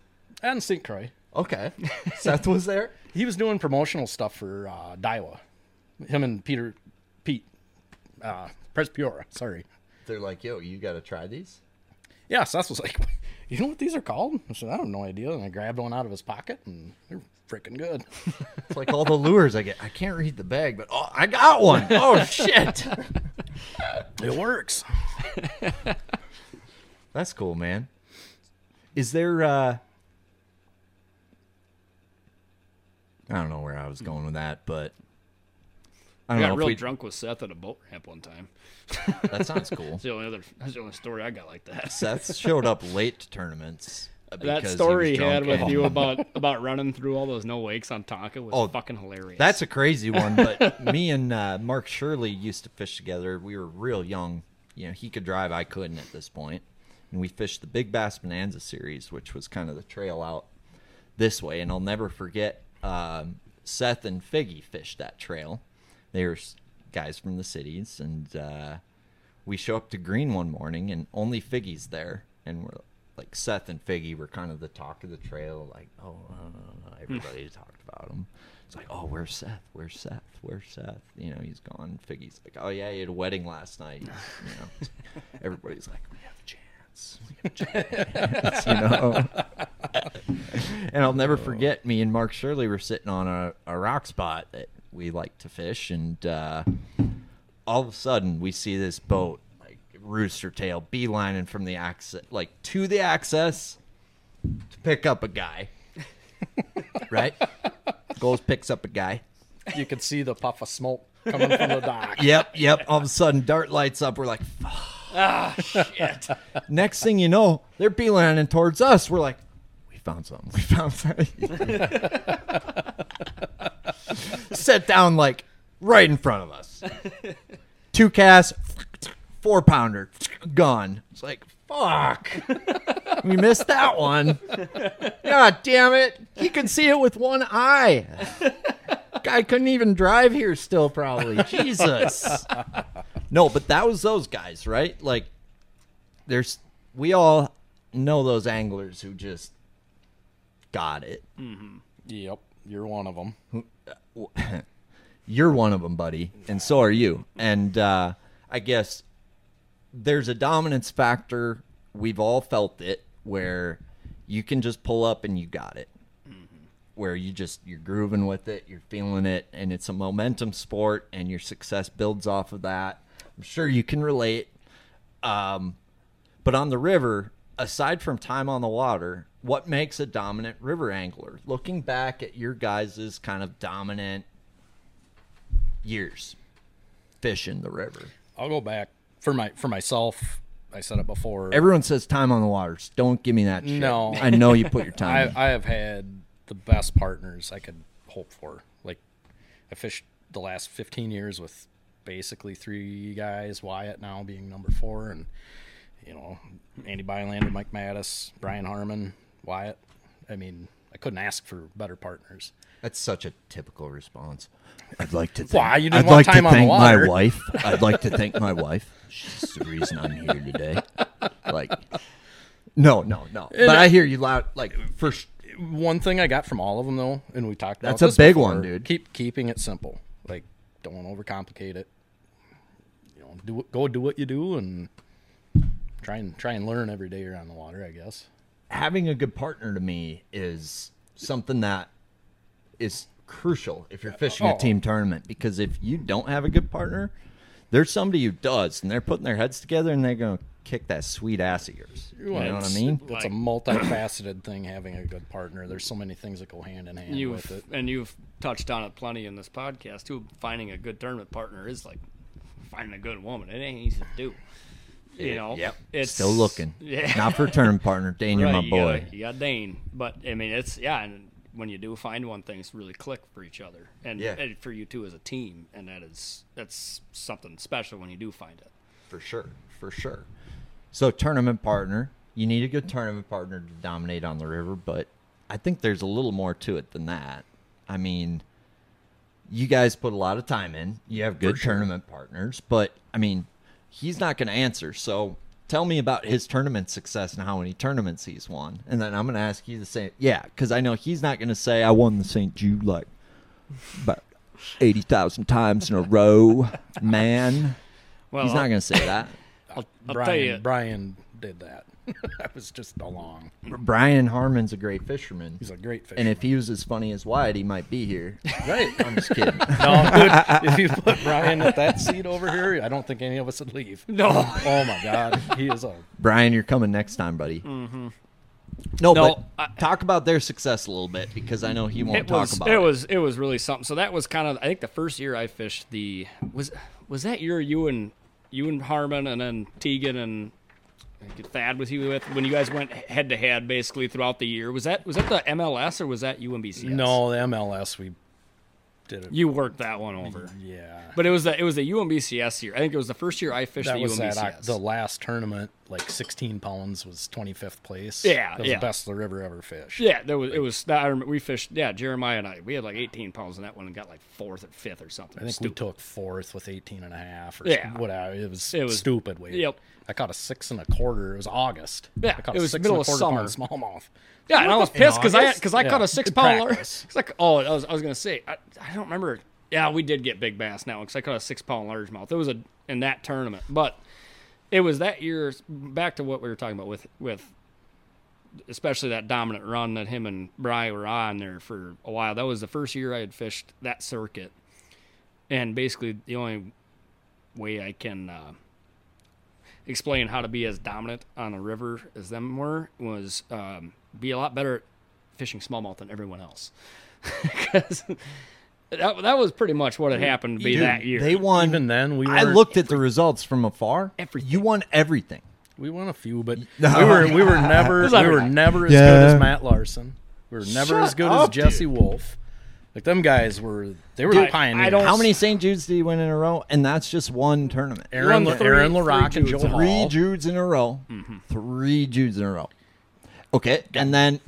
D: And St. Croix, (laughs)
B: Okay. Seth was there.
D: he was doing promotional stuff for uh, Daiwa. Him and Peter, Pete, uh, Presbyora. Sorry.
B: They're like, yo, you got to try these?
D: Yeah, Seth was like, (laughs) "You know what these are called?" I said, "I have no idea." And I grabbed one out of his pocket, and they're freaking good.
B: It's like all the lures I get. I can't read the bag, but oh, I got one.
C: (laughs)
B: Oh, shit.
D: It works.
B: That's cool, man. Is there uh I don't know where I was going with that, but I
C: I
B: don't know
C: got
B: if
C: real
B: we-
C: drunk with Seth at a boat ramp one time.
B: That sounds cool.
C: (laughs) That's the only other. That's the only story I got like that.
B: Seth showed up late to tournaments. uh,
C: That
B: because he
C: story
B: was
C: he had
B: drunk
C: with
B: and- (laughs)
C: you about about running through all those no wakes on Tonka was
B: Oh,
C: fucking hilarious.
B: That's a crazy one, but me and uh, Mark Shirley used to fish together. We were real young. You know, he could drive, I couldn't at this point. And we fished the Big Bass Bonanza series, which was kind of the trail out this way. And I'll never forget um, Seth and Figgy fished that trail. They were s- guys from the cities. And uh, we show up to Green one morning, and only Figgy's there. And we're like, Seth and Figgy were kind of the talk of the trail. Like, oh, uh, everybody talked about him. It's like, oh, where's Seth? Where's Seth? Where's Seth? You know, he's gone. Figgy's like, oh yeah, he had a wedding last night. You know, everybody's like, we have a chance. We have a chance. you know. (laughs) and I'll never forget. Me and Mark Shirley were sitting on a, a rock spot that we like to fish, and uh, all of a sudden we see this boat like rooster tail beelining from the access, like to the access, to pick up a guy. (laughs) right, goes picks up a guy.
D: You could see the puff of smoke coming from the dock.
B: Yep, yep. All of a sudden, dart lights up. We're like, fuck. Ah, shit. Next thing you know, they're beelining towards us. We're like, we found something. We found something. (laughs) Set down, like, right in front of us. Two casts, four pounder, gone. It's like, fuck. we missed that one. God damn it. He could see it with one eye. Guy couldn't even drive here still, (laughs) probably. Jesus. No, but that was those guys, right? Like, there's, we all know those anglers who just got it.
D: (laughs) Yep, you're one of them.
B: You're one of them, buddy, and so are you. And uh, I guess there's a dominance factor. We've all felt it where you can just pull up and you got it. Where you just you're grooving with it, you're feeling it, and it's a momentum sport, and your success builds off of that. I'm sure you can relate. Um, but on the river, aside from time on the water, what makes a dominant river angler? Looking back at your guys' kind of dominant years fishing the river.
D: I'll go back for my for myself. I said it before.
B: Everyone says time on the waters. Don't give me that shit.
D: No.
B: I know you
D: (laughs)
B: put your time.
D: I,
B: in.
D: I have had the best partners I could hope for. Like, I fished the last 15 years with basically three guys, Wyatt now being number four, and, you know, Andy Bylander, Mike Mattis, Brian Harmon, Wyatt. I mean, I couldn't ask for better partners.
B: That's such a typical response. I'd like to. Thank,
D: Why? You didn't
B: I'd
D: want
B: like
D: time
B: to
D: on the
B: thank my
D: water. (laughs)
B: wife. I'd like to thank my wife. She's the reason I'm here today. Like, no, no, no. But I hear you loud. Like, first,
D: One thing I got from all of them, though, and we talked about
B: That's a
D: this
B: big
D: before,
B: one, dude.
D: Keep keeping it simple. Like, don't overcomplicate it. You know, do what- go do what you do and try and try and learn every day you're on the water. I guess.
B: having a good partner to me is something that is crucial if you're fishing
D: Oh.
B: a team tournament because if you don't have a good partner, there's somebody who does and they're putting their heads together and they're going, kick that sweet ass of yours. You know what I
D: It's-
B: mean?
D: It's a multifaceted thing having a good partner. There's so many things that go hand in hand
C: You've
D: with it.
C: and you've touched on it plenty in this podcast too. Finding a good tournament partner is like finding a good woman. It ain't easy to do. You know.
B: Yep.
C: It's
B: Still looking.
C: (laughs) Yeah.
B: Not for turn partner. Dane, you're
C: Right,
B: my
C: you
B: boy.
C: gotta- you got Dane, but I mean it's yeah. And when you do find one, things really click for each other, and,
E: Yeah.
C: and for you too as a team, and that is that's something special when you do find it.
E: for sure.
B: for sure. So tournament partner, you need a good tournament partner to dominate on the river, but I think there's a little more to it than that. I mean, you guys put a lot of time in. You have good tournament partners, but I mean, he's not going to answer. So tell me about his tournament success and how many tournaments he's won, and then I'm going to ask you the same. Yeah, because I know he's not going to say I won the St. Jude like about eighty thousand times in a row, man.
C: Well,
B: He's not going to say that.
C: I'll, I'll
D: Brian,
C: tell you,
D: Brian did that. (laughs) I was just along.
B: (laughs) Brian Harmon's a great fisherman.
D: He's a great fish.
B: and if he was as funny as Wyatt, he might be here.
D: right,
B: (laughs) I'm just kidding.
D: no, dude, if you put Brian at that seat over here, I don't think any of us would leave.
C: no,
D: Oh my God, he is a
B: Brian, you're coming next time, buddy.
D: Mm-hmm.
B: No,
C: No,
B: but
C: I-
B: talk about their success a little bit because I know he won't
C: it
B: talk
C: was
B: about
C: it,
B: it.
C: was it was really something. So that was kind of I think the first year I fished the was was that year you and you and Harmon and then Tegan and I think Thad was he with when you guys went head to head basically throughout the year. Was that was that the MLS or was that UMBCS?
D: no. The MLS we did it.
C: you worked that one over.
D: yeah,
C: But it was the it was the UMBCS year. I think it was the first year I fished
D: that
C: the
D: was
C: UMBCS.
D: that I, the last tournament. Like 16 pounds was 25th place.
C: Yeah,
D: that was
C: yeah.
D: the best the river ever fished.
C: yeah, there was it was that I remember we fished. Yeah, Jeremiah and I we had like 18 pounds in that one and got like fourth or fifth or something.
D: I think
C: Stupid.
D: we took fourth with 18 and a half or
C: Yeah.
D: whatever. It was,
C: It was-
D: stupid weight.
C: yep.
D: I caught a six and a quarter. It was August.
C: Yeah,
D: I caught
C: it was middle of
D: pound
C: summer.
D: smallmouth.
C: Yeah, and I was pissed because I
D: August?
C: because I
D: Yeah.
C: caught a six
D: In
C: pound. Lar-
D: practice.
C: (laughs) it's like oh, I was, I was gonna say I, I don't remember. Yeah, we did get big bass now because I caught a six pound largemouth. It was a in that tournament, but it was that year. Back to what we were talking about with with especially that dominant run that him and Bry were on there for a while. That was the first year I had fished that circuit, and basically the only way I can. Uh, explain how to be as dominant on a river as them were was um, be a lot better at fishing smallmouth than everyone else. (laughs) Because that, that was pretty much what had happened to be
B: Dude,
C: that year.
B: They won.
D: Even then, we
B: I
D: weren't-
B: looked at the results from afar.
C: Everything.
B: You won everything.
D: We won a few,
C: (laughs)
D: but we were we were never we were never as good as Matt Larson. We were never as good as Jesse Wolf. Like them guys were they were
C: Dude,
D: the pioneers.
C: I don't-
B: How many St. Judes did he win in a row? And that's just one tournament.
C: won
D: Aaron La-
C: three-
D: Aaron LaRock
C: three
D: and Joe
C: Judes.
B: Three
D: Hall. Mm-hmm.
B: Judes in a row. Three Judes in a row. Okay, and then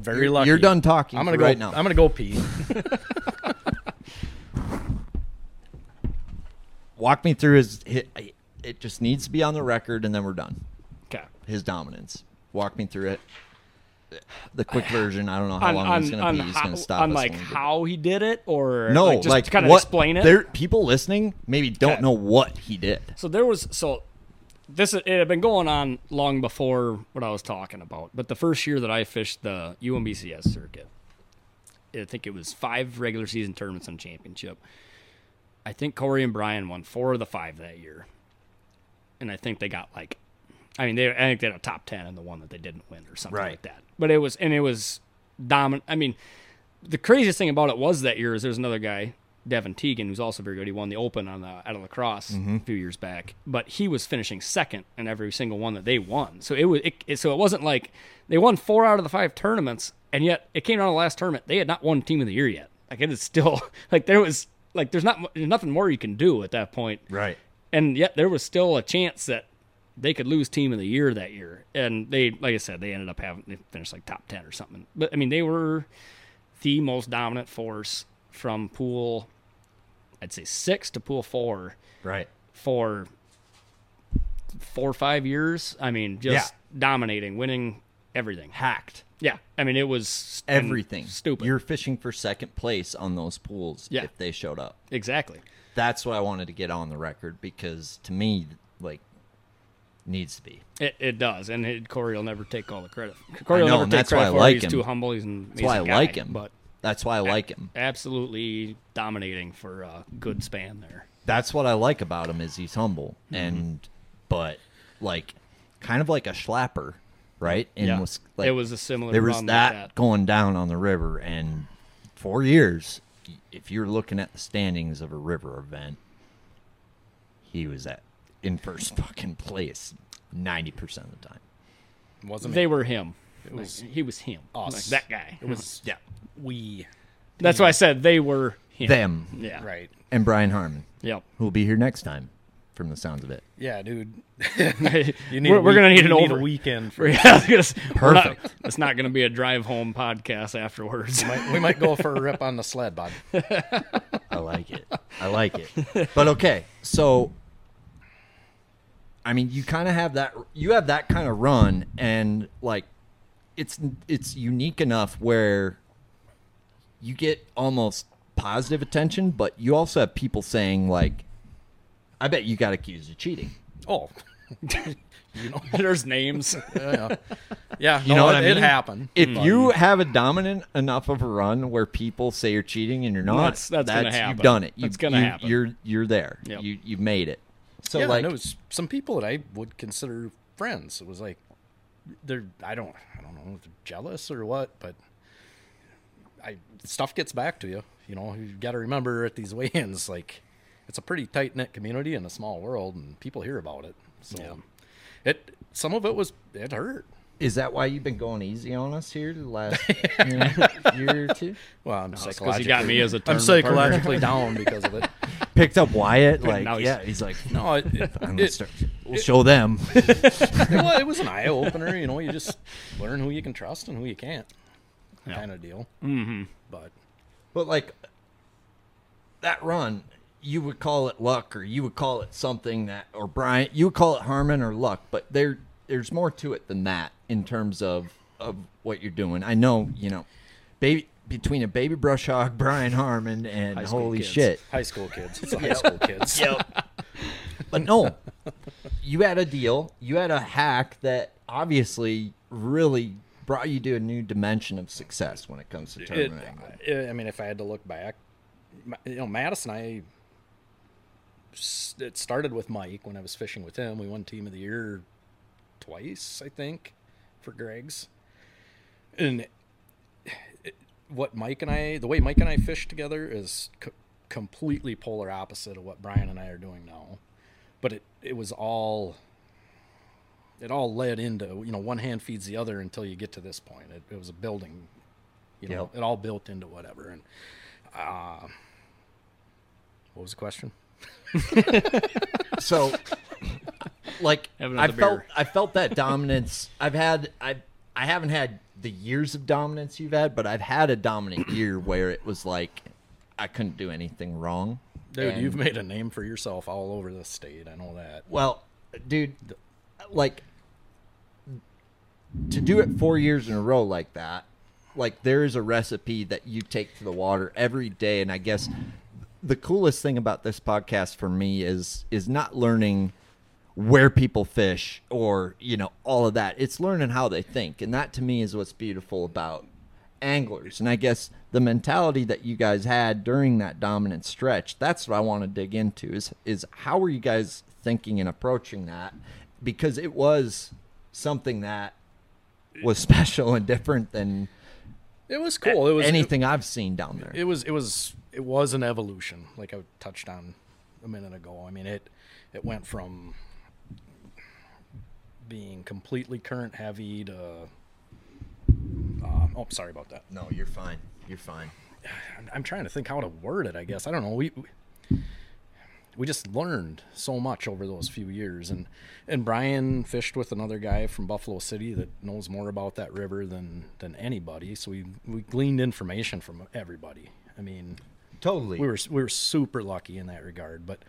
D: Very
B: you're,
D: lucky.
B: You're done talking.
D: I'm
B: for
D: gonna
B: right
D: go.
B: now.
D: I'm gonna go pee.
B: walk me through his. hi it just needs to be on the record, and then we're done.
C: okay.
B: His dominance. Walk me through it. The quick version. I don't know how
C: On,
B: long
C: on,
B: he's going
C: on
B: to be. He's
C: how,
B: going to stop
C: on
B: us
C: like
B: when we get-
C: how he did it, or
B: No,
C: like, just kind of
B: what-
C: explain it.
B: There, people listening maybe don't
C: Okay.
B: know what he did.
C: So there was so this it had been going on long before what I was talking about. But the first year that I fished the UMBCS circuit, I think it was five regular season tournaments and championship. I think Corey and Brian won four of the five that year, and I think they got like, I mean, they I think they had a top ten in the one that they didn't win or something like that. But it was and it was dominant. I mean, the craziest thing about it was that year is there's another guy, Devin Teagan, who's also very good. He won the Open on the, out of lacrosse a few years back, but he was finishing second in every single one that they won. So it was it, it- so it wasn't like they won four out of the five tournaments, and yet it came down to the last tournament. They had not won team of the year yet. Like it is still (laughs) like there was like there's not mu- there's nothing more you can do at that point
E: Right.
C: and yet there was still a chance that they could lose team of the year that year. And they, like I said, they ended up having they finished like top ten or something. But I mean, they were the most dominant force from pool, I'd say six to pool four
E: Right.
C: for four or five years. I mean, just dominating, winning everything.
B: Hacked
C: Yeah, I mean, it was and
B: everything.
C: stupid.
B: You're fishing for second place on those pools
C: Yeah.
B: if they showed up.
C: exactly.
B: That's what I wanted to get on the record because to me, like, needs to be.
C: It, it does, and it, Corey will never take all the credit. Corey will
B: know,
C: never
B: and
C: take
B: that's why
C: credit
B: I
C: for it.
B: like
C: He's
B: him.
C: too humble. He's an
B: That's why I
C: amazing guy,
B: like him.
C: But
B: That's why I like him.
C: absolutely dominating for a good span there. Mm-hmm.
B: That's what I like about him is he's humble and but like kind of like a schlapper, right? In
C: Yeah.
B: Wis- like,
C: It was a similar
B: There was
C: run like
B: that,
C: that.
B: going down on the river, and for years, if you're looking at the standings of a river event, he was at in first fucking place ninety percent of the time.
D: Wasn't
C: They
D: it?
C: were him. It
D: was
C: he was him.
D: us.
C: Like that guy. (laughs)
D: It (laughs) was
B: Yeah,
D: we.
C: That's why I said they were him.
B: them
C: Yeah.
D: Right.
B: and Brian Harmon,
C: Yep.
B: who will be here next time, from the sounds of it.
D: Yeah, dude.
C: you
D: (laughs)
C: (laughs)
D: You need
C: we're
D: a
C: we're
D: week-
C: gonna need
D: you
C: an over.
D: a weekend.
C: (laughs)
D: For,
C: Yeah, I was gonna say, we're not-
B: Perfect.
C: (laughs) it's not going to be a drive home podcast afterwards. (laughs)
D: we might go for a rip on the sled, bud.
B: I like it. I like it. (laughs) But okay, so I mean, you kind of have that. You have that kind of run, and like, it's it's unique enough where you get almost positive attention, but you also have people saying like, "I bet you got accused of cheating."
D: Oh, (laughs)
C: There's names.
D: yeah.
B: You know what
D: it,
B: I mean?
D: It happened.
B: If
C: Mm-hmm.
B: you have a dominant enough of a run where people say you're cheating and you're not,
C: That's- that's gonna
B: You've
C: happen.
B: done it. You've,
C: That's gonna
B: you,
C: happen.
B: You're you're there.
C: Yep.
B: You you've made it. So
D: So yeah,
B: like,
D: and it was some people that I would consider friends. It was like they're I don't I don't know if they're jealous or what, but I stuff gets back to you. You know, you got to remember at these (laughs) weigh-ins, like it's a pretty tight knit community in a small world, and people hear about it. So it some of it was it hurt.
B: Is that why you've been going easy on us here the last you know, year or two?
D: Well, I'm
C: Because
D: psychologically
C: you got me as a
D: I'm
C: tournament partner.
D: psychologically down because of it.
B: Picked up Wyatt, like
C: now he's-
B: yeah, he's like, no,
D: (laughs) No, it, it,
B: I'm gonna
D: it,
B: start, we'll show them.
D: (laughs) well, it was an eye opener. You know, you just learn who you can trust and who you can't, kind of deal. Mm-hmm. But
B: but like that run, you would call it luck, or you would call it something that, or Brian, you would call it Harmon or luck, but there, there's more to it than that in terms of of what you're doing. I know, you know, baby between a baby brush hog, Brian Harmon, and
C: school
B: holy
C: kids.
B: shit,
D: high school kids, it's the high school
B: (laughs)
D: kids.
B: Yep. but no, you had a deal. You had a hack that obviously really brought you to a new dimension of success when it comes to
D: It,
B: tournament angling.
D: I- I mean, if I had to look back, Ma- you know, Mattis and I, s- it started with Mike when I was fishing with him. We won Team of the Year twice, I think, for Greg's. And it- what Mike and I, the way Mike and I fish together is co- completely polar opposite of what Brian and I are doing now. But it, it was all, it all led into, you know, one hand feeds the other until you get to this point. It, it was a building, you know,
B: Yep.
D: it all built into whatever. And, uh, what was the question?
B: So, like,
C: (laughs) Have
B: I
C: another
B: felt
C: beer.
B: I felt that dominance. I've had I I haven't had the years of dominance you've had, but I've had a dominant year where it was like I couldn't do anything wrong.
D: Dude,
B: And-
D: you've made a name for yourself all over the state. I know that.
B: Well, dude, like to do it four years in a row like that, like there is a recipe that you take to the water every day, and I guess the coolest thing about this podcast for me is is not learning where people fish or you know all of that it's learning how they think and that to me is what's beautiful about anglers and i guess the mentality that you guys had during that dominant stretch that's what i want to dig into is is how are you guys thinking and approaching that because it was something that was (laughs) special and different than
D: It was cool. It was
B: anything i've seen down there
D: It, was it was it was an evolution, like I touched on a minute ago. I mean, it it went from being completely current heavy to. Uh, oh, sorry about that.
B: no you're fine you're fine
D: I'm, I'm trying to think how to word it. I guess I don't know. We we- we just learned so much over those few years, and and Brian fished with another guy from Buffalo City that knows more about that river than than anybody. So we we gleaned information from everybody. I mean,
B: totally
D: we were we were super lucky in that regard. But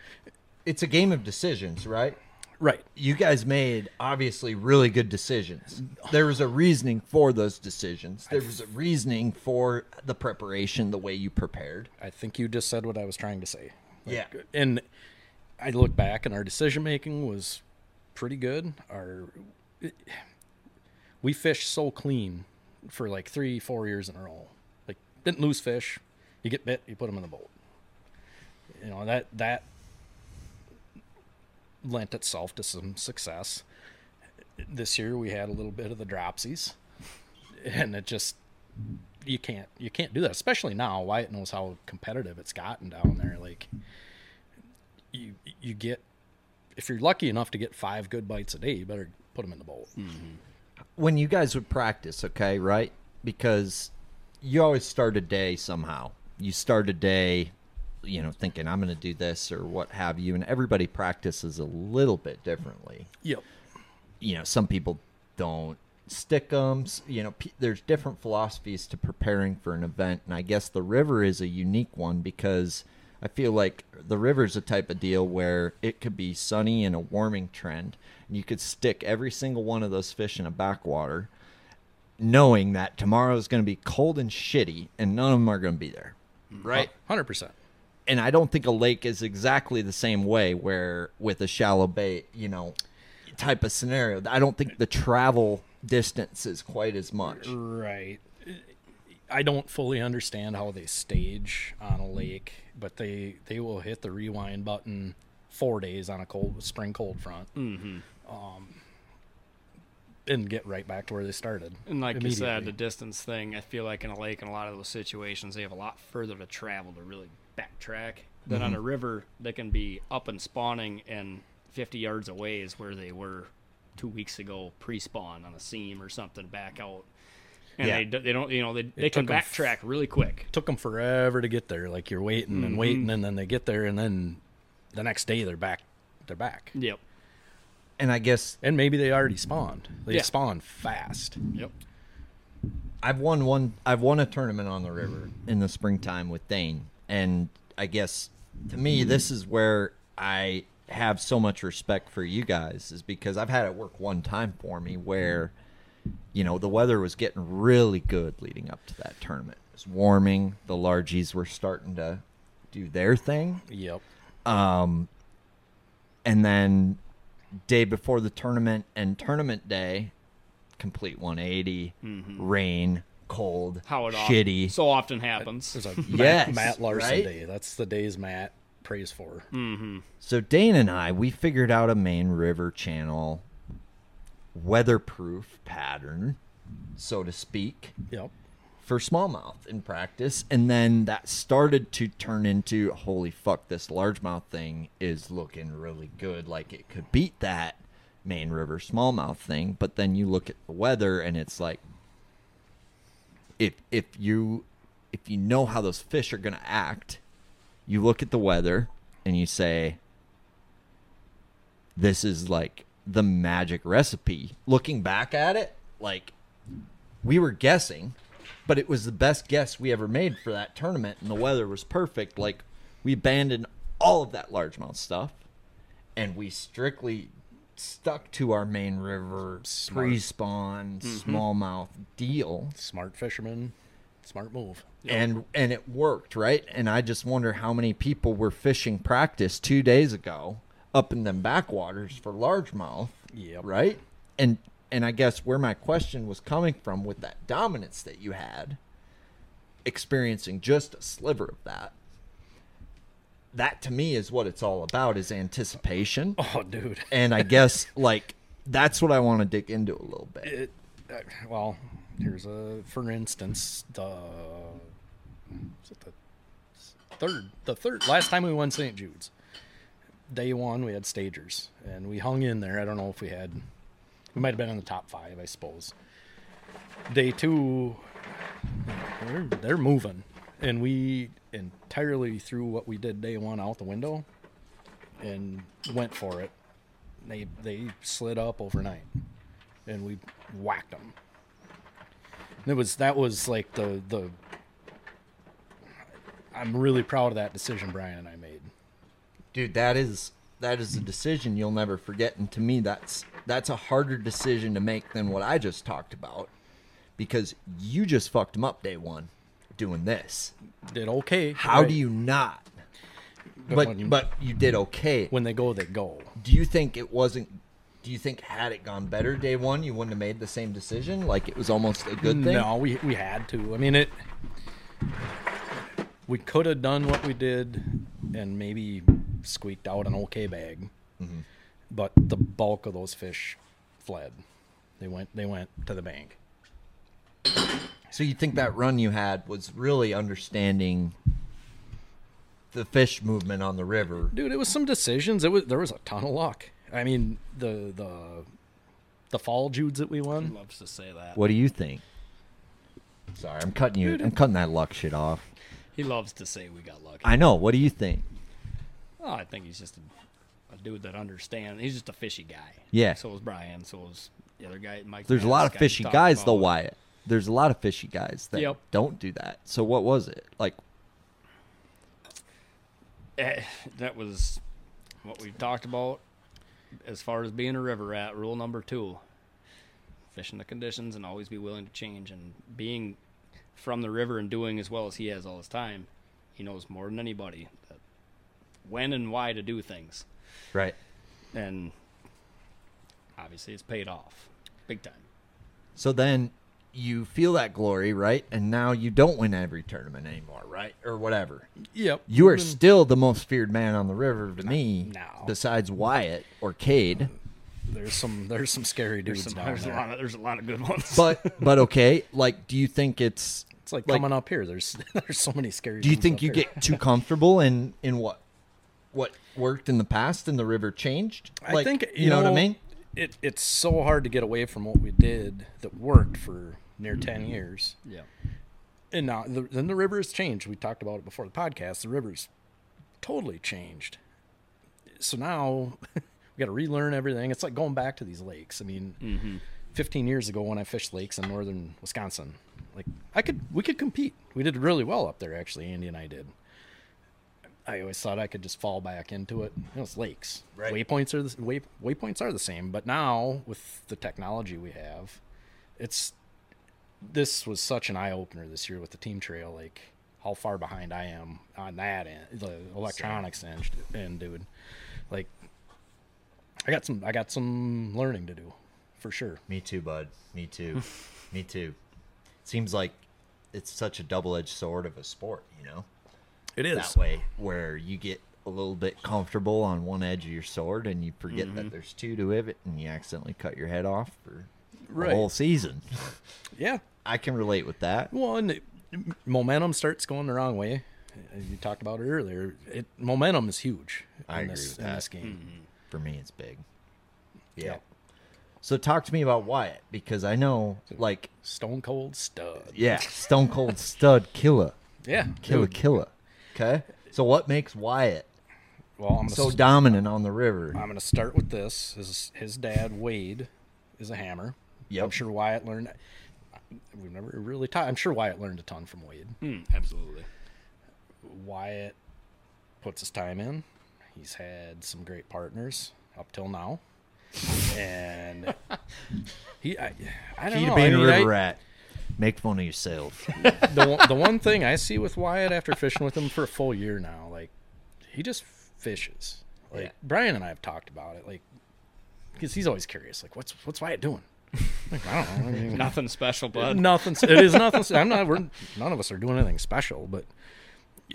B: it's a game of decisions right
D: right,
B: you guys made obviously really good decisions. There was a reasoning for those decisions. There was a reasoning for the preparation, the way you prepared.
D: I think you just said what I was trying to say.
B: Yeah.
D: and I look back and our decision making was pretty good. Our we fished so clean for like three, four years in a row. Like didn't lose fish. You get bit, you put them in the boat. You know that that lent itself to some success. This year we had a little bit of the dropsies, and it just you can't you can't do that, especially now. Wyatt knows how competitive it's gotten down there. Like you you get if you're lucky enough to get five good bites a day, you better put them in the bowl.
C: Hmm.
B: when you guys would practice, okay, right? Because you always start a day somehow. You start a day, you know, thinking I'm going to do this or what have you, and everybody practices a little bit differently.
D: (laughs) Yep.
B: You know, some people don't stick them. You know, pe- there's different philosophies to preparing for an event, and I guess the river is a unique one because I feel like the river's a type of deal where it could be sunny and a warming trend, and you could stick every single one of those fish in a backwater knowing that tomorrow is going to be cold and shitty and none of them are going to be there. Right.
D: Hundred percent.
B: And I don't think a lake is exactly the same way where with a shallow bait, you know, type of scenario. I don't think the travel distance is quite as much.
D: Right. I don't fully understand how they stage on a lake, but they they will hit the rewind button four days on a cold spring cold front, mm-hmm. um, and get right back to where they started.
C: And like you said, the
D: immediately.
C: distance thing, I feel like in a lake, in a lot of those situations, they have a lot further to travel to really backtrack. Then on a
D: Mm-hmm.
C: river, they can be up and spawning and 50 yards away is where they were two weeks ago pre spawn on a seam or something back out. And
B: Yeah.
C: they they, they don't, you know, they, they can
D: took 'em f-
C: backtrack really quick.
D: took them forever to get there. Like you're waiting
C: Mm-hmm.
D: and waiting, and then they get there, and then the next day they're back. They're back,
C: Yep.
B: And I guess
D: and maybe they already spawned. They
C: Yeah.
D: spawn fast.
C: Yep.
B: I've won one. I've won a tournament on the river in the springtime with Dane, and I guess to me this is where I have so much respect for you guys is because I've had it work one time for me where, you know, the weather was getting really good leading up to that tournament. It was warming. The largies were starting to do their thing,
D: Yep.
B: and then day before the tournament and tournament day, complete 180, rain, cold,
C: How it off-
B: shitty.
C: so often happens. (laughs)
D: There's a
B: Yes,
D: Matt, Matt Larson
B: right?
D: day. That's the days Matt prays for.
B: So Dane and I, we figured out a main river channel weatherproof pattern, so to speak,
D: Yep.
B: for smallmouth in practice, and then that started to turn into holy fuck, this largemouth thing is looking really good, like it could beat that main river smallmouth thing. But then you look at the weather, and it's like if if you if you know how those fish are going to act, you look at the weather and you say, this is like the magic recipe. Looking back at it, like we were guessing, but it was the best guess we ever made for that tournament, and the weather was perfect. Like we abandoned all of that largemouth stuff, and we strictly stuck to our main river pre-spawn smallmouth deal
D: Smart fisherman, smart move.
B: and and it worked right and i just wonder how many people were fishing practice two days ago up in them backwaters for largemouth
D: Yep.
B: right and and i guess where my question was coming from with that dominance that you had experiencing just a sliver of that that to me is what it's all about is anticipation
D: (laughs) Oh, dude.
B: and i
D: (laughs)
B: guess like that's what i want to dig into a little bit
D: It, uh, well, here's a for instance the was it the third the third last time we won St. Jude's. Day one we had stagers and we hung in there. I don't know if we had we might have been in the top five, I suppose. Day two they're, they're moving. And we entirely threw what we did day one out the window and went for it. They they slid up overnight and we whacked them. It was that was like the the. I'm really proud of that decision Brian and I made.
B: dude that is that is a decision you'll never forget and to me that's that's a harder decision to make than what i just talked about because you just fucked him up day one doing this
D: Did okay.
B: how
D: right?
B: do you not but
D: when you-
B: but you did okay
D: When they go, they go.
B: do you think it wasn't do you think had it gone better day one you wouldn't have made the same decision like it was almost a good thing
D: No, we we had to. I mean it. We could
B: Mm-hmm.
D: have done what we did, and maybe squeaked out an okay bag. but the bulk of those fish fled. They went they went to the bank.
B: So you think that run you had was really understanding the fish movement on the river?
D: Dude, it was some decisions. It was there was a ton of luck. I mean, the the the fall judes that we won.
C: Loves to say that.
B: What do you think? Sorry, I'm cutting you. I'm cutting that luck shit off.
C: He loves to say we got lucky.
B: I know. What do you think?
C: Oh, I think he's just a, a dude that understands. He's just a fishy guy.
B: Yeah.
C: So was Brian. So was the other guy, Mike.
B: There's a lot
C: Maddox
B: of
C: guy you
B: fishy
C: talked
B: guys, though,
C: about.
B: Wyatt. There's a lot of fishy guys that
C: Yep.
B: don't do that. So what was it like?
C: Eh, that was what we've talked about as far as being a river rat. Rule number two: fishing the conditions and always be willing to change. And being from the river and doing as well as he has all his time, he knows more than anybody that when and why to do things.
B: Right.
C: And obviously, it's paid off big time.
B: So then you feel that glory, right? And now you don't win every tournament anymore, right? Or whatever.
D: Yep.
B: You are
D: Even-
B: still the most feared man on the river to me,
D: now.
B: besides Wyatt or Cade.
D: there's some there's some scary dudes
C: Some-
D: down
C: there's
D: there.
C: a lot of there's a lot of good ones.
B: But but okay, like, do you think it's?
D: It's like, coming up here. There's (laughs) there's so many scary.
B: Do you
D: dudes
B: think
D: up
B: you
D: here.
B: get too comfortable in in what what worked in the past and the river changed?
D: I
B: Like,
D: think
B: you know what I mean.
D: It it's so hard to get away from what we did that worked for near
C: Mm-hmm.
D: ten years,
C: yeah,
D: and now the, then the river has changed. We talked about it before the podcast. The river's totally changed. So now (laughs) we got to relearn everything. It's like going back to these lakes. I mean, 15 years ago when I fished lakes in northern Wisconsin, like I could we could compete. We did really well up there actually. Andy and I did. I always thought I could just fall back into it. You know, it's lakes.
B: Right.
D: Waypoints are the way, waypoints are the same, but now with the technology we have, it's this was such an eye opener this year with the team trail. Like how far behind I am on that end, the electronics end, end, dude. Like I got some, I got some learning to do, for sure.
B: Me too, bud. Me too. Me too. Seems like it's such a double-edged sword of a sport, you know.
D: It is
B: that way where you get a little bit comfortable on one edge of your sword and you forget
D: Mm-hmm.
B: that there's two to it and you accidentally cut your head off for
D: Right.
B: the whole season.
D: Yeah.
B: I can relate with that.
D: Well, and it- momentum starts going the wrong way. As you talked about it earlier, it momentum is huge.
B: I
D: in
B: agree
D: this,
B: with
D: in
B: that.
D: this game.
B: For me it's big. Yeah.
D: Yeah.
B: So talk to me about Wyatt because I know like
D: Stone cold stud.
B: yeah, Stone Cold Stud Killer.
D: Yeah.
B: Killer
D: dude.
B: Killer. Okay? So what makes Wyatt
D: Well, I'm gonna
B: so
D: s-
B: dominant on the river?
D: I'm going to start with this. His, his dad, Wade, is a hammer. Yeah, I'm
B: Yep.
D: sure Wyatt learned. We've never really taught. I'm sure Wyatt learned a ton from Wade.
C: Hmm. Mm, absolutely.
D: Wyatt puts his time in. He's had some great partners up till now. And he, I, I don't
B: Key
D: know.
B: to
D: I
B: being a
D: mean,
B: river
D: I-
B: rat. Make fun of yourself.
D: the one, the one thing I see with Wyatt after fishing with him for a full year now, like he just fishes. Like
B: Yeah.
D: Brian and I have talked about it, like because he's always curious, like what's what's Wyatt doing? Like I don't know. I mean,
C: Nothing special, bud.
D: nothing. It is nothing. I'm not. We're none of us are doing anything special, but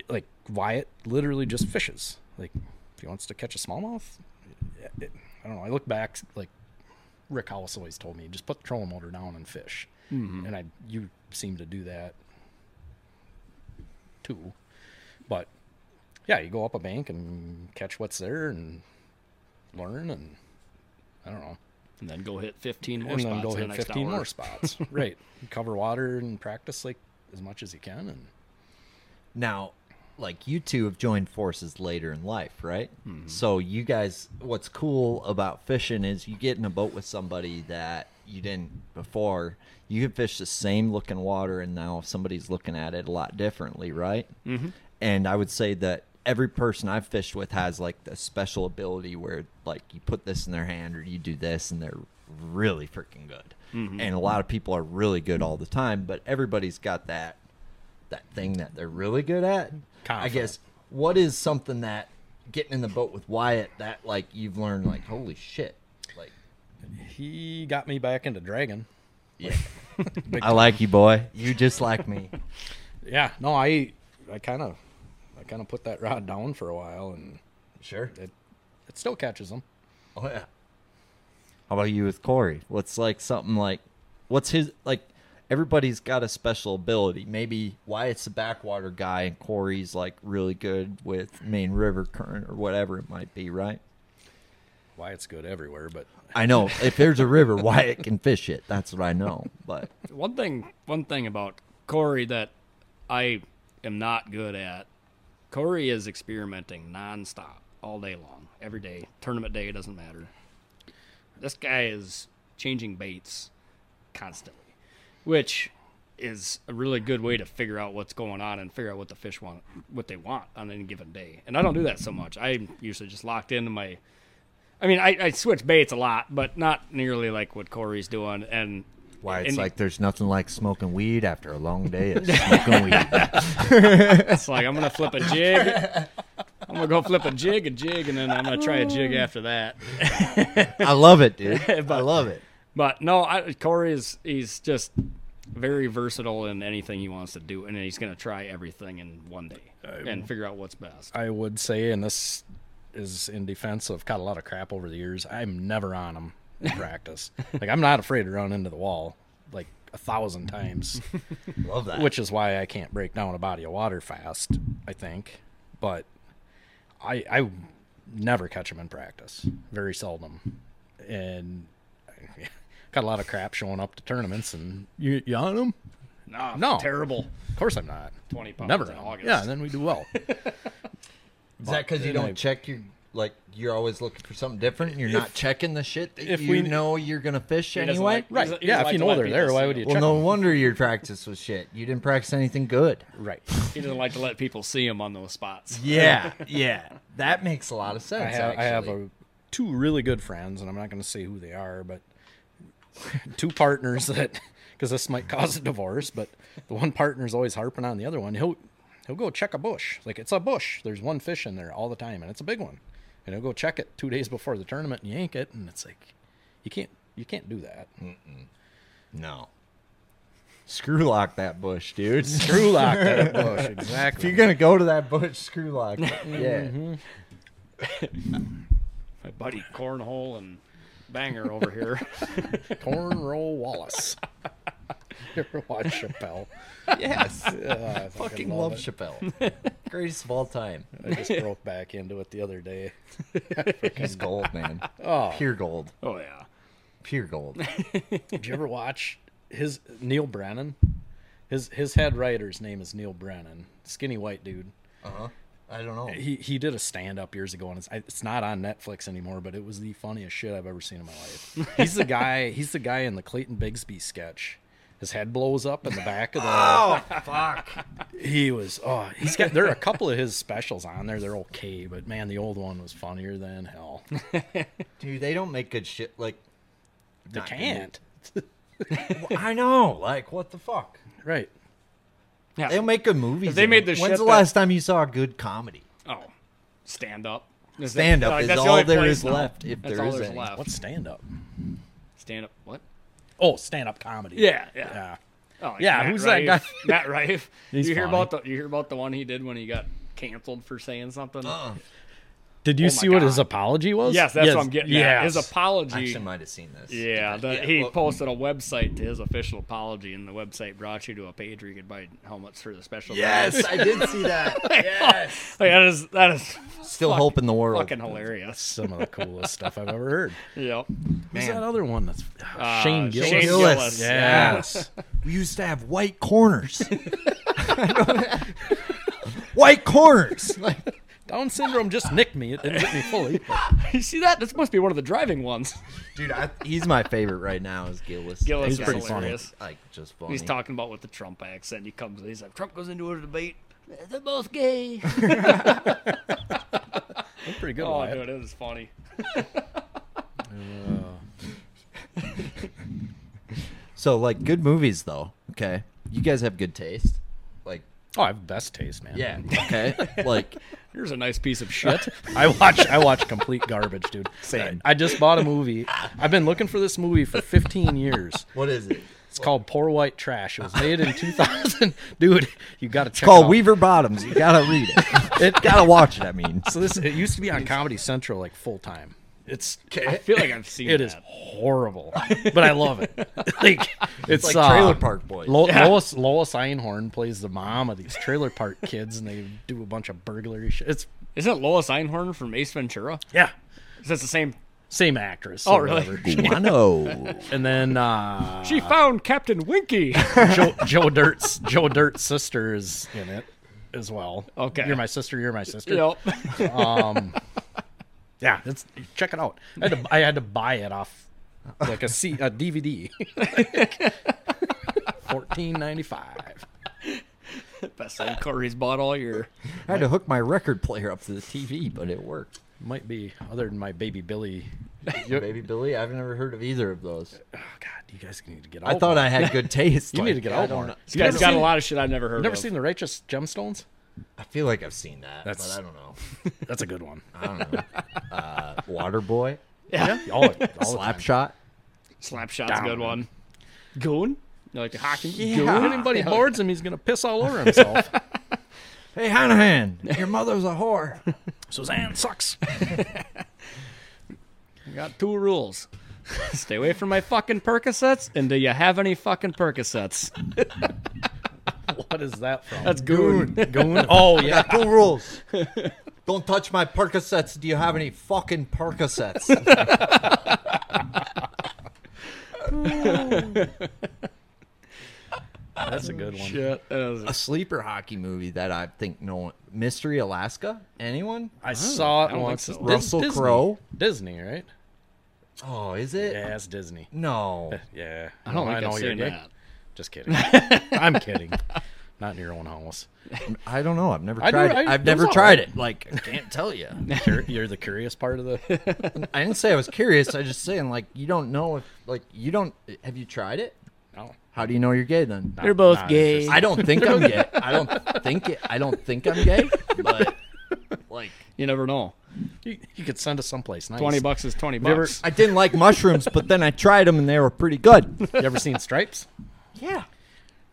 D: like Wyatt literally just fishes. Like if he wants to catch a smallmouth, it- I don't know. I look back like Rick Hollis always told me, just put the trolling motor down and fish, and I you seem to do that too. But yeah, you go up a bank and catch what's there and learn and I don't know
C: And then go hit 15 more
D: and
C: spots
D: then go
C: in the
D: hit
C: next
D: 15
C: hour. (laughs)
D: more spots. right. Cover water and practice like as much as you can. And
B: Now, like you two have joined forces later in life, right? So you guys, what's cool about fishing is you get in a boat with somebody that you didn't before. You can fish the same looking water, and now somebody's looking at it a lot differently, right? Mm-hmm. And I would say that every person I've fished with has like a special ability where like you put this in their hand or you do this, and they're really freaking good. And a lot of people are really good all the time, but everybody's got that that thing that they're really good at. I
D: Confident.
B: guess what is something that getting in the boat with Wyatt that like you've learned like holy shit. Like
D: he got me back into dragon.
B: yeah. (laughs) I like you boy. You just like me.
D: Yeah. No, I, I kind of, I kind of put that rod down for a while and
B: (laughs) Sure.
D: it, it still catches them.
B: Oh yeah. How about you with Corey? What's like something like what's his like everybody's got a special ability. Maybe Wyatt's the backwater guy and Corey's like really good with main river current or whatever it might be, right?
D: Why it's good everywhere, but
B: I know. If there's a river, Wyatt can fish it. That's what I know. But
C: One thing, one thing about Corey that I am not good at. Corey is experimenting nonstop, all day long, every day, tournament day doesn't matter. This guy is changing baits constantly, which is a really good way to figure out what's going on and figure out what the fish want, what they want on any given day. And I don't do that so much. I'm usually just locked into my I mean, I, I switch baits a lot, but not nearly like what Corey's doing. And
B: Wyatt's
C: and
B: like there's nothing like smoking weed after a long day
D: (laughs)
B: of smoking weed.
C: it's like I'm gonna flip a jig. I'm gonna go flip a jig, a jig, and then I'm gonna try a jig after that.
B: I love it,
D: (laughs)
B: dude. I love it.
C: But no, I, Corey is he's just very versatile in anything he wants to do, and he's gonna try everything in one day and figure out what's best.
D: I would say, and this is in defense of caught a lot of crap over the years. I'm never on them
C: (laughs)
D: in practice. like I'm not afraid to run into the wall like a
C: (laughs)
D: thousand times,
B: Love that.
D: which is why I can't break down a body of water fast. I think, but I I never catch them in practice. Very seldom, and. (laughs) Got a lot of crap showing up to tournaments, and you, you on them?
C: Nah,
D: No.
C: terrible.
D: Of course I'm not.
C: Twenty pounds
D: Never
C: in
D: on 'em.
C: August.
D: Yeah, and then we do well.
B: Is that because you
D: then
B: don't
D: I-
B: check your like you're always looking for something different and you're not checking the shit that
D: if
B: you
D: we-
B: know you're gonna fish
C: He doesn't
B: anyway?
C: like- he
D: Right.
C: doesn't- he
D: Yeah,
C: doesn't
D: if you know
C: to let
D: they're there,
C: people
D: why
C: see
D: would you
C: him.
B: well,
D: check
B: no wonder your practice was shit. You didn't practice anything good.
D: (laughs) right.
C: He doesn't like to let people see him on those spots.
B: Yeah, (laughs) yeah, that makes a lot of sense.
D: I have, I have
B: actually.
D: a, two really good friends, and I'm not going to say who they are, but (laughs) two partners that, because this might cause a divorce, but the one partner's always harping on the other one. He'll he'll go check a bush, like it's a bush. There's one fish in there all the time, and it's a big one. And he'll go check it two days before the tournament and yank it, and it's like, you can't you can't do that.
B: Mm. no. Screw lock that bush, dude. if
D: Screw lock
B: (laughs)
D: that bush exactly.
B: you're gonna go to that bush, screw
C: (laughs)
B: lock. It. Yeah,
C: Mm-hmm. My buddy Cornhole and Banger over here.
D: (laughs) Cornrow Wallace. (laughs) You ever watch
B: (laughs)
D: Chappelle?
B: yes.
D: Yeah, I
B: Fucking love
D: it.
B: Chappelle, (laughs) greatest of all time.
D: I just broke back into it the other day.
B: He's gold, man.
D: Oh,
B: Pure gold,
C: oh yeah.
B: pure gold.
D: did you ever watch his Neil Brennan? His his head writer's name is Neil Brennan, skinny white dude.
B: I
C: (laughs)
B: don't know.
D: He he did a stand up years ago, and it's it's not on Netflix anymore, but it was the funniest shit I've ever seen in my life. He's
C: (laughs)
D: the guy. He's the guy in the Clayton Bigsby sketch. His head blows up in the back of the.
B: Oh fuck.
D: He was oh he's got there are a couple of his specials on there they're okay but man the old one was funnier
C: (laughs)
D: than hell
B: Dude, they don't make good shit. Like,
D: they can't
B: I know. Like, what the fuck?
D: right
C: Yeah.
B: They don't make good movies.
C: they made
B: anymore.
C: the
B: When's
C: shit
B: the
C: that-
B: last time you saw a good comedy?
C: Oh, stand up. Is
B: Stand
C: that-
B: up
C: like,
B: is
C: that's the
B: all
C: only
B: there
C: place
B: is
C: now.
B: left, if
C: that's
B: there
C: all
B: is
C: there's
B: any.
C: left.
D: what's stand up
C: stand up? What?
D: oh stand up comedy
C: Yeah, yeah.
D: yeah
C: Oh, like
D: Yeah,
C: Matt
D: who's that
C: Rife.
D: guy?
C: (laughs) Matt Rife.
B: He's
C: you hear
B: funny.
C: about the you hear about the one he did when he got canceled for saying something?
B: Oh.
D: Did you
C: Oh my
D: see what his
C: God.
D: apology was?
C: Yes, that's what I'm getting. Yeah, his
B: I
C: apology.
B: actually might have seen this.
C: Yeah, the, he
B: well-
C: posted a website to his official apology, and the website brought you to a page where you could buy helmets for the special.
B: Yes,
C: guys.
B: I did see that. Yes.
C: like, (laughs) that is that is
B: Still hope in the world.
C: fucking hilarious.
D: (laughs) Some of the coolest stuff I've ever heard.
C: Yep. (laughs)
D: Who's that other one? That's
C: Uh,
D: Shane Gillis.
C: Shane
B: Gillis.
C: Gillis.
D: Yes.
B: We used to have white corners. white corners. Like,
D: Down syndrome just nicked me. It didn't hit me fully.
C: you see that? This must be one of the
B: (laughs)
C: driving ones.
B: dude, I, he's my favorite right now. Is Gillis.
C: Gillis
B: He's
C: is
B: pretty
C: hilarious.
B: funny. Like, just funny.
C: He's talking about with the Trump accent. He comes. He's like, Trump goes into a debate. They're both gay.
D: That's pretty good.
C: oh,
D: Wyatt.
C: dude, it was funny.
B: So, like, good movies though. Okay, you guys have good taste. Like,
D: Oh, I have best taste, man.
B: yeah.
C: (laughs)
B: Okay. like,
C: Here's a nice piece of shit.
D: (laughs) I watch I watch complete garbage, dude. Same. I just bought a movie. I've been looking for this movie for 15 years.
B: what is it?
D: It's called Poor White Trash. It was made in 2000. (laughs) Dude, you got to check
B: Called
D: it out.
B: Weaver Bottoms. You gotta read it.
D: It-
B: gotta watch it. I mean,
D: So this it used to be on Comedy Central like full time. It's
C: I feel like (laughs) I've seen
D: it
C: that.
D: is horrible, but I love it. (laughs) like it's,
B: like Trailer
D: uh,
B: Park Boys.
D: Lo- Lois Lois Einhorn plays the mom of these trailer park kids, and they do a bunch of burglary shit. It's
C: Isn't Lois Einhorn from Ace Ventura?
D: yeah,
C: Is that the same?
D: same actress.
C: Oh,
D: or
C: really?
D: whatever.
B: (laughs)
H: Guano.
D: And then uh,
C: She found Captain (laughs) Winky.
D: Joe, Joe Dirt's Joe Dirt's sister is in it as well.
C: Okay.
D: you're my sister. You're my sister.
C: yep.
D: Yeah, it's, check it out. I had, to, I had to buy it off like a C a DVD. (laughs) Fourteen ninety five.
C: (laughs) Best thing Corey's bought all year.
B: I had to hook my record player up to the TV, but it worked.
D: Might be other than my baby Billy.
B: Baby Billy, I've never heard of either of those.
D: Oh God, you guys need to get.
B: I
D: out
B: thought
D: more.
B: I had good taste.
D: (laughs) You need
B: like,
D: to get
B: I
D: out
B: don't
D: more.
B: know.
C: This guy's
D: Never
C: got a
D: seen-
C: lot of shit I've never heard
D: Never
C: of.
D: seen the Righteous Gemstones?
B: I feel like I've seen that,
D: That's-
B: but I don't know.
D: That's a good one.
B: I don't know. uh, (laughs) Waterboy,
D: Yeah, all, all the time.
B: Slapshot.
C: Slapshot's a good one. Goon? You like the hockey?
D: If
C: Goon?
D: anybody boards him, he's gonna piss all over himself. (laughs)
B: Hey Hanahan, your mother's a whore.
D: Suzanne sucks.
C: I got two rules. (laughs) Stay away from my fucking Percocets, and do you have any fucking Percocets?
D: What is that from?
C: That's Goon.
D: (laughs) Goon. Oh yeah.
B: Two
D: (laughs)
B: rules. Don't touch my Percocets. Do you have any fucking Percocets?
D: That's a good one.
C: Shit. that
B: (laughs)
C: was-
B: a sleeper hockey movie that I think no one. Mystery Alaska? Anyone?
D: I saw it
C: don't
D: once.
C: think so.
D: It's Dis-
B: Russell
D: Disney.
B: Crowe?
D: Disney, right?
B: Oh, is it?
D: Yeah, it's Disney.
B: No.
D: Yeah.
C: I don't think
D: know
C: I've
D: you're
C: seen
D: gay.
C: that.
D: Just kidding. (laughs) I'm kidding. Not in your own house.
B: I don't know. I've never
D: I do-
B: tried
D: I-
B: it. I've
D: it
B: never
D: was all
B: tried
D: right.
B: it. Like, I can't tell you.
D: You're, you're the curious part of the.
B: I didn't say I was curious. I just saying, like, you don't know if, like, you don't. Have you tried it?
D: No.
B: How do you know you're gay then?
D: They're both gay.
B: I don't think I'm gay. I don't think it. I don't think I'm gay. But like,
C: You never know.
D: You, you could send us someplace nice.
C: 20 bucks is 20
D: ever-
C: bucks.
B: I didn't like mushrooms, but then I tried them and they were pretty good.
D: You ever seen Stripes?
B: Yeah.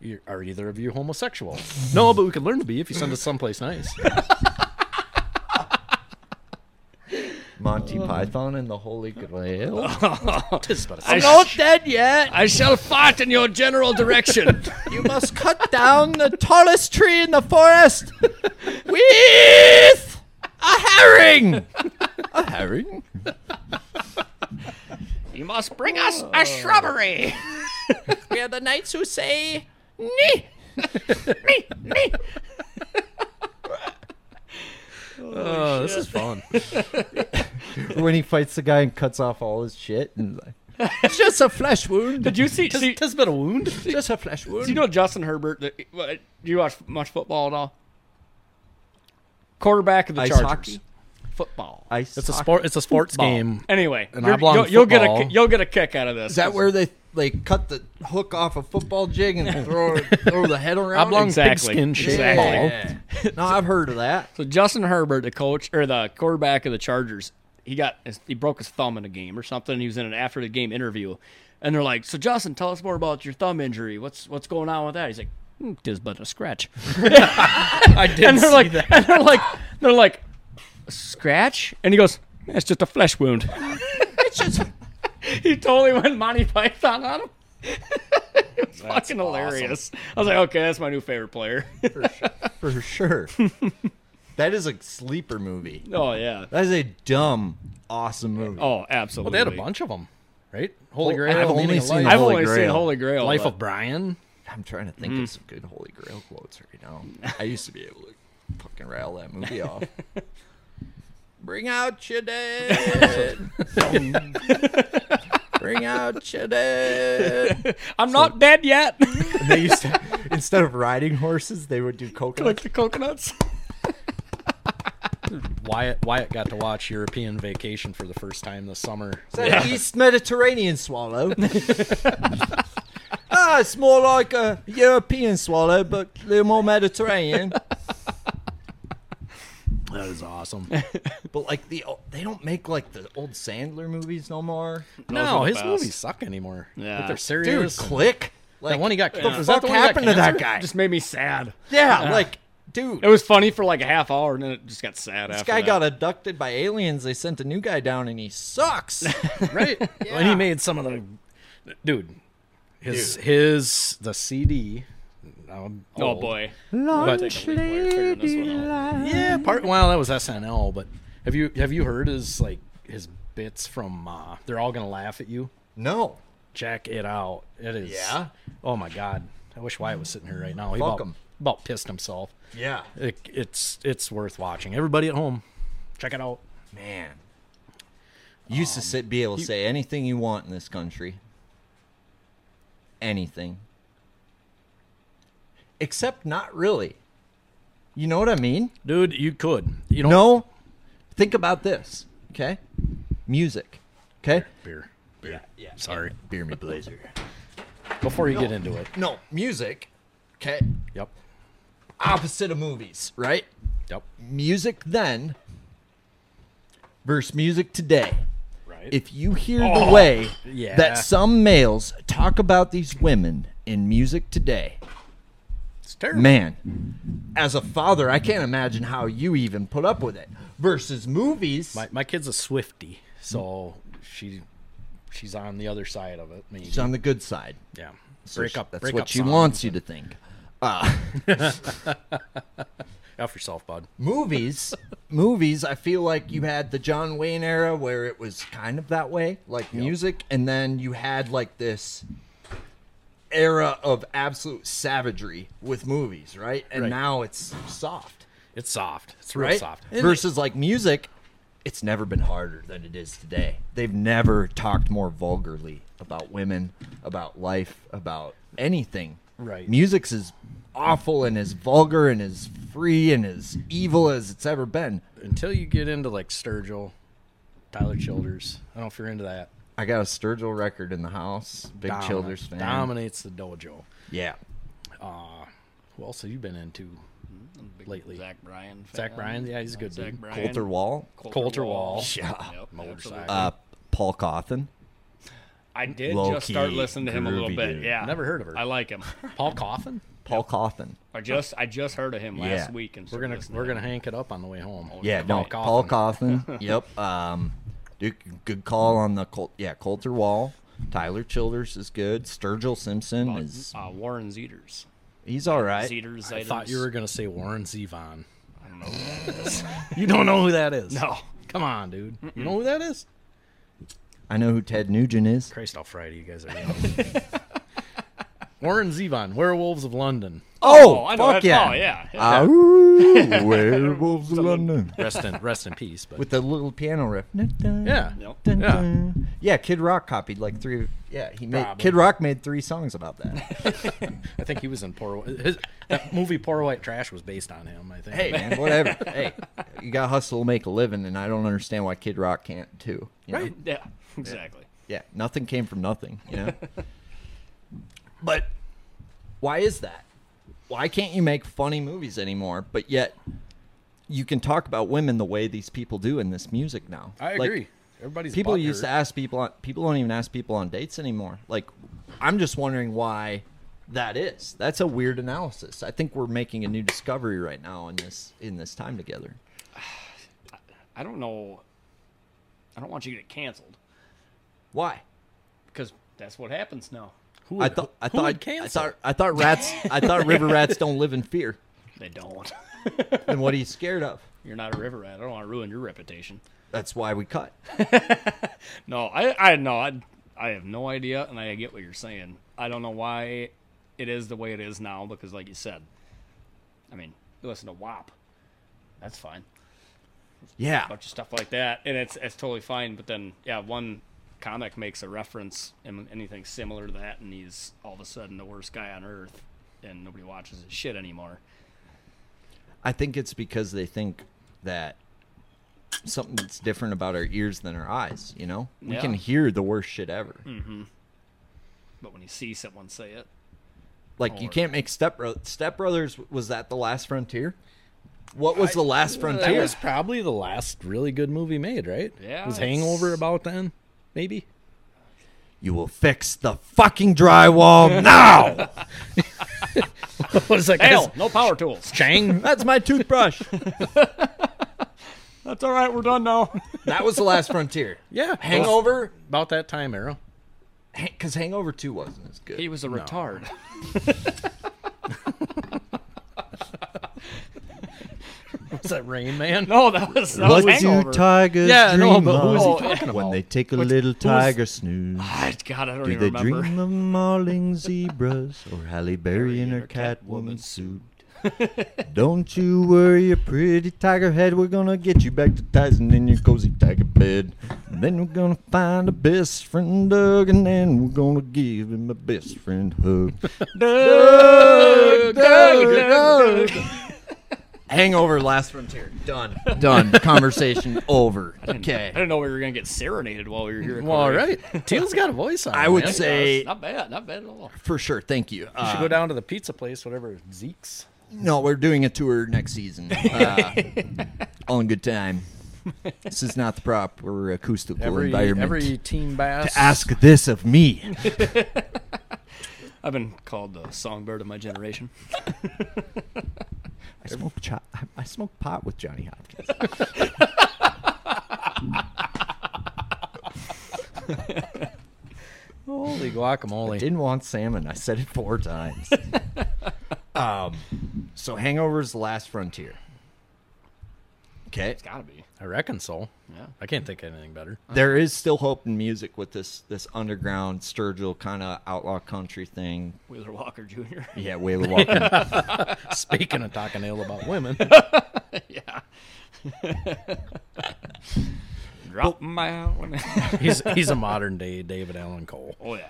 D: You're, are either of you homosexual? (laughs) no, but we could learn to be if you send us someplace (laughs) nice.
B: Monty Python and the Holy Grail.
D: Tis but
C: (laughs)
D: a
C: I,
D: secret.
C: sh-
B: Oh, dead yet.
C: I shall fart in your general (laughs) direction.
B: You must cut down the tallest tree in the (laughs) forest with a herring. A herring?
C: you must bring us a (laughs) shrubbery.
B: We are the knights who say (laughs) nee.
D: Oh, this is fun.
B: (laughs) When he fights the guy and cuts off all his shit and like, it's just a flesh wound.
C: Did you see? see
D: Tis but a wound.
B: just a flesh wound.
C: do you know Justin Herbert? the- what- Do you watch much football at all? Quarterback of the
B: Ice
C: Chargers.
B: hockey?
C: Football.
B: Ice
D: It's a
B: hockey.
D: sport. It's a sports
C: Ball.
D: game.
C: Anyway,
D: An
C: you're-
D: oblong
C: you'll, you'll get a
D: football.
C: ki- you'll get a kick out of this.
B: Is that where they like cut the hook off a football jig and throw throw the head around?
D: Oblong
C: Exactly.
D: pigskin shaped
C: Exactly.
D: ball.
B: Yeah. (laughs) No, I've heard of that.
C: So Justin Herbert, the coach or the quarterback of the Chargers, he got he broke his thumb in a game or something. He was in an after the game interview, and they're like, "So Justin, tell us more about your thumb injury. What's what's going on with that?" He's like, "Hmm, "Tis but a scratch."
D: I did.
C: and they're like, and they're like, they're like, scratch, and he goes, "It's just a flesh wound." (laughs) it's just. he totally went Monty Python on him. (laughs) it's fucking hilarious. I was like, okay, that's my new favorite player. (laughs)
B: For
D: (laughs)
B: sure. that is a sleeper movie.
C: oh yeah.
B: That is a dumb, awesome movie.
C: Oh, absolutely.
D: they had a bunch of them, right? Holy Grail.
B: I've only
D: Meaning of
B: seen
D: Life.
B: the
C: I've
B: Holy
C: only seen
B: Grail.
C: Holy Grail.
D: Life
C: but-
D: of Brian.
B: I'm trying to think of some good Holy Grail quotes right now. I used to be able to fucking rattle that movie off. Bring out your dead. Bring out your dead.
C: I'm not dead yet. (laughs)
B: They used to, instead of riding horses, they would do coconuts.
C: the coconuts.
D: Wyatt Wyatt got to watch European Vacation for the first time this summer.
B: It's an East Mediterranean swallow. ah, it's more like a European swallow, but a little more Mediterranean.
D: (laughs) That is awesome.
B: But like the o- they don't make like the old Sandler movies no more.
C: were
D: no,
C: the
D: his
C: best.
D: movies suck anymore.
C: Yeah.
D: Like, they're
B: Dude,
D: serious.
B: click. Like
D: that one he got.
B: What
D: Yeah.
B: the fuck happened to that guy?
C: Just made me sad.
B: yeah, like dude,
C: It was funny for like a half hour, and then it just got sad.
B: this
C: after
B: guy
C: that.
B: got abducted by aliens. They sent a new guy down, and he (laughs) sucks.
D: right?
C: (laughs)
D: And he made some of the dude. His his the CD. I'm
C: Oh
D: old.
C: boy.
D: But-
C: Take a leak while you're figuring this one out.
D: yeah, part. Well, that was SNL. But have you have you heard his like his bits from? Uh, They're all gonna laugh at you.
B: no,
D: Check it out. It is.
B: Yeah?
D: Oh my god. I wish Wyatt was sitting here right now. He
B: Fuck
D: about,
B: him.
D: about pissed himself.
B: yeah,
D: It, it's it's worth watching. Everybody at home, check it out.
B: man. You used to sit, be able to say anything you want in this country. Anything. Except not really. You know what I mean?
D: Dude, you could. You don't
B: No. Think about this, okay? Music, okay?
D: beer. Beer. Yeah, Sorry.
B: Beer me blazer.
D: Before you get into it.
B: No, music, okay?
D: Yep.
B: Opposite of movies, right?
D: Yep.
B: Music then versus music today.
D: Right. Oh,
B: if you hear the way
D: yeah.
B: that some males talk about these women in music today,
D: it's terrible.
B: man, as a father, I can't imagine how you even put up with it. Versus movies,
D: My, my kid's a Swifty, so she she's on the other side of it. Maybe.
B: she's on the good side.
D: yeah.
B: So
D: Break
B: she-
D: up.
B: That's
D: break
B: what
D: up
B: she
D: songs.
B: wants you to think. Uh,
D: F yourself, bud.
B: movies movies i feel like you had the john wayne era where it was kind of that way like music and then you had like this era of absolute savagery with movies right and
D: Right.
B: now it's soft
D: It's soft. It's real
B: right
D: soft.
B: versus like music it's never been harder than it is today they've never talked more vulgarly about women about life about anything
D: Right.
B: music's as awful and as vulgar and as free and as evil as it's ever been
D: Until you get into like Sturgill, Tyler Childers. I don't know if you're into that.
B: I got a Sturgill record in the house. Big
D: Domin-
B: Childers fan.
D: Dominates the dojo.
B: Yeah.
D: Who else have you been into lately? Zach,
C: Zach Bryan. fan.
D: Bryan. Yeah, he's a good
C: Zach
D: dude.
C: Bryan.
B: Coulter Wall.
D: Coulter Wall.
B: Yeah.
C: Yep, absolutely.
D: Motorcycle.
B: Uh, Paul Cawthon.
C: I did just
B: low-key,
C: start listening to him a little
B: groovy
C: bit.
B: dude.
C: Yeah,
D: Never heard of her.
C: I like him.
D: Paul Coffin.
B: Paul Cawthon.
C: (laughs) I just I just heard of him last
B: Yeah.
C: week, and
D: We're gonna we're gonna hank it up on the way home.
C: Oh,
B: Yeah, no. Paul
D: Coffin.
B: (laughs) Cawthon. yep. Um, Duke, good call on the Col- yeah Coulter Wall. Tyler Childers is good. Sturgill Simpson is
C: uh, Warren Zeters.
B: he's all right.
C: Zeters.
D: I thought
C: (laughs)
D: you were gonna say Warren Zevon.
C: I don't know. who that is.
D: (laughs) You don't know who that is.
C: no.
D: Come on, dude. You know who that is?
B: I know who Ted Nugent is.
D: Christ almighty, you guys are young. Warren Zevon, Werewolves of London.
B: Oh,
C: I know
B: fuck
C: that-
B: yeah.
C: oh, yeah.
B: Ah,
C: (laughs)
B: ooh, werewolves of London
D: Rest in rest in peace. But
B: with the little piano riff.
D: yeah,
B: (laughs)
C: Yep.
B: Dun,
D: Yeah.
B: dun. Yeah, Kid Rock copied like three. Yeah, he made
D: Probably.
B: Kid Rock made three songs about
C: (laughs)
B: that.
D: I think he was in Poor. His, that movie Poor White Trash was based on him. I think.
B: hey, man, whatever. hey, you got to hustle, to make a living, and I don't understand why Kid Rock can't too. you know?
D: Right.
C: (laughs)
B: (laughs)
C: Yeah, exactly.
B: Yeah, nothing came from nothing. You
D: (laughs)
B: know. but why is that? Why can't you make funny movies anymore? But yet, you can talk about women the way these people do in this music now.
D: I
B: Like,
D: agree. Everybody's
B: people
D: butthurt.
B: used to ask people on, people don't even ask people on dates anymore like i'm just wondering why that is that's a weird analysis i think we're making a new discovery right now in this in this time together
C: I don't know. I don't want you to get canceled
B: why
C: because that's what happens now.
D: Who
B: i
D: would-
B: thought i
D: who
B: thought
D: would
B: I
D: cancel?
B: thought i thought rats i thought river
D: (laughs)
B: rats don't live in fear
C: They don't. (laughs)
B: (laughs) then what are you scared of
C: You're not a river rat. I don't want to ruin your reputation.
B: that's why we cut
C: No, I I no, I I have no idea, and I get what you're saying. I don't know why it is the way it is now because, like you said, I mean, you listen to WAP, that's fine,
B: yeah
C: bunch of stuff like that, and it's it's totally fine. But then, yeah, one comic makes a reference and anything similar to that, and he's all of a sudden the worst guy on earth, and nobody watches his shit anymore.
B: I think it's because they think that something that's different about our ears than our eyes. You know, we
C: Yeah.
B: can hear the worst shit ever.
D: Hmm.
C: But when you see someone say it,
B: Like you
C: Or-
B: can't make Step Bro- Step Brothers. Was that the last frontier? What was the last
D: that
B: frontier?
D: was probably the last really good movie made, right?
C: Yeah,
D: Was
C: it's-
D: Hangover about then? Maybe. (laughs)
B: You will fix the fucking drywall now.
D: what is that guy's-
C: Hell, no power tools.
B: (laughs)
D: Chang?
B: That's my toothbrush.
C: That's all right. We're done now.
B: that was the last frontier.
D: Yeah.
B: Hangover,
D: About that time, Arrow.
B: because Hangover Two wasn't as good.
C: He was a
D: (laughs)
C: retard.
D: Was that Rain Man?
C: (laughs) No, that was that was, hangover.
B: tigers
D: Yeah, no, but who is he
C: Oh,
D: talking about?
B: When they take a little tiger snooze,
C: I- God, I don't
B: do
C: even
B: they
C: remember.
B: dream of mauling zebras or Halle Berry in her Catwoman
C: Catwoman
B: suit? (laughs) Don't you worry, your pretty tiger head. We're gonna get you back to Tyson in your cozy tiger bed. And then we're gonna find a best friend, Doug, and then we're gonna give him a best friend hug. Doug, Doug, Doug. Hangover, last frontier. Done. Done. Conversation over.
C: I
B: Okay.
C: didn't know we were gonna get serenaded while we were here.
D: Well, all right. Teal's got a voice on.
B: I would
D: man.
B: say
C: Not bad. Not bad at all.
B: for sure. Thank you.
D: You should
B: Uh,
D: go down to the pizza place, whatever Zeke's.
B: no, we're doing a tour next season. Uh, all in good time. This is not the proper acoustical
D: Every
B: environment.
D: every team bass.
B: Ask this of me.
C: I've been called the songbird of my generation.
B: I smoke chop. I smoke pot with Johnny Hopkins.
D: (laughs) Holy guacamole!
B: Didn't want salmon. I said it four
D: (laughs)
B: times. um, so Hangover's the Last Frontier. Okay.
C: It's gotta be.
D: I reckon so.
C: Yeah.
D: I can't think of anything better.
B: there is still hope in music with this this underground Sturgill kind of outlaw country thing.
C: Wheeler Walker Jr.
B: Yeah, Wayla Walker.
D: Speaking of talking ill about (laughs) women,
C: (laughs) (laughs) yeah. Drop my own.
D: he's he's a modern day David Allen Cole.
C: (laughs) oh yeah.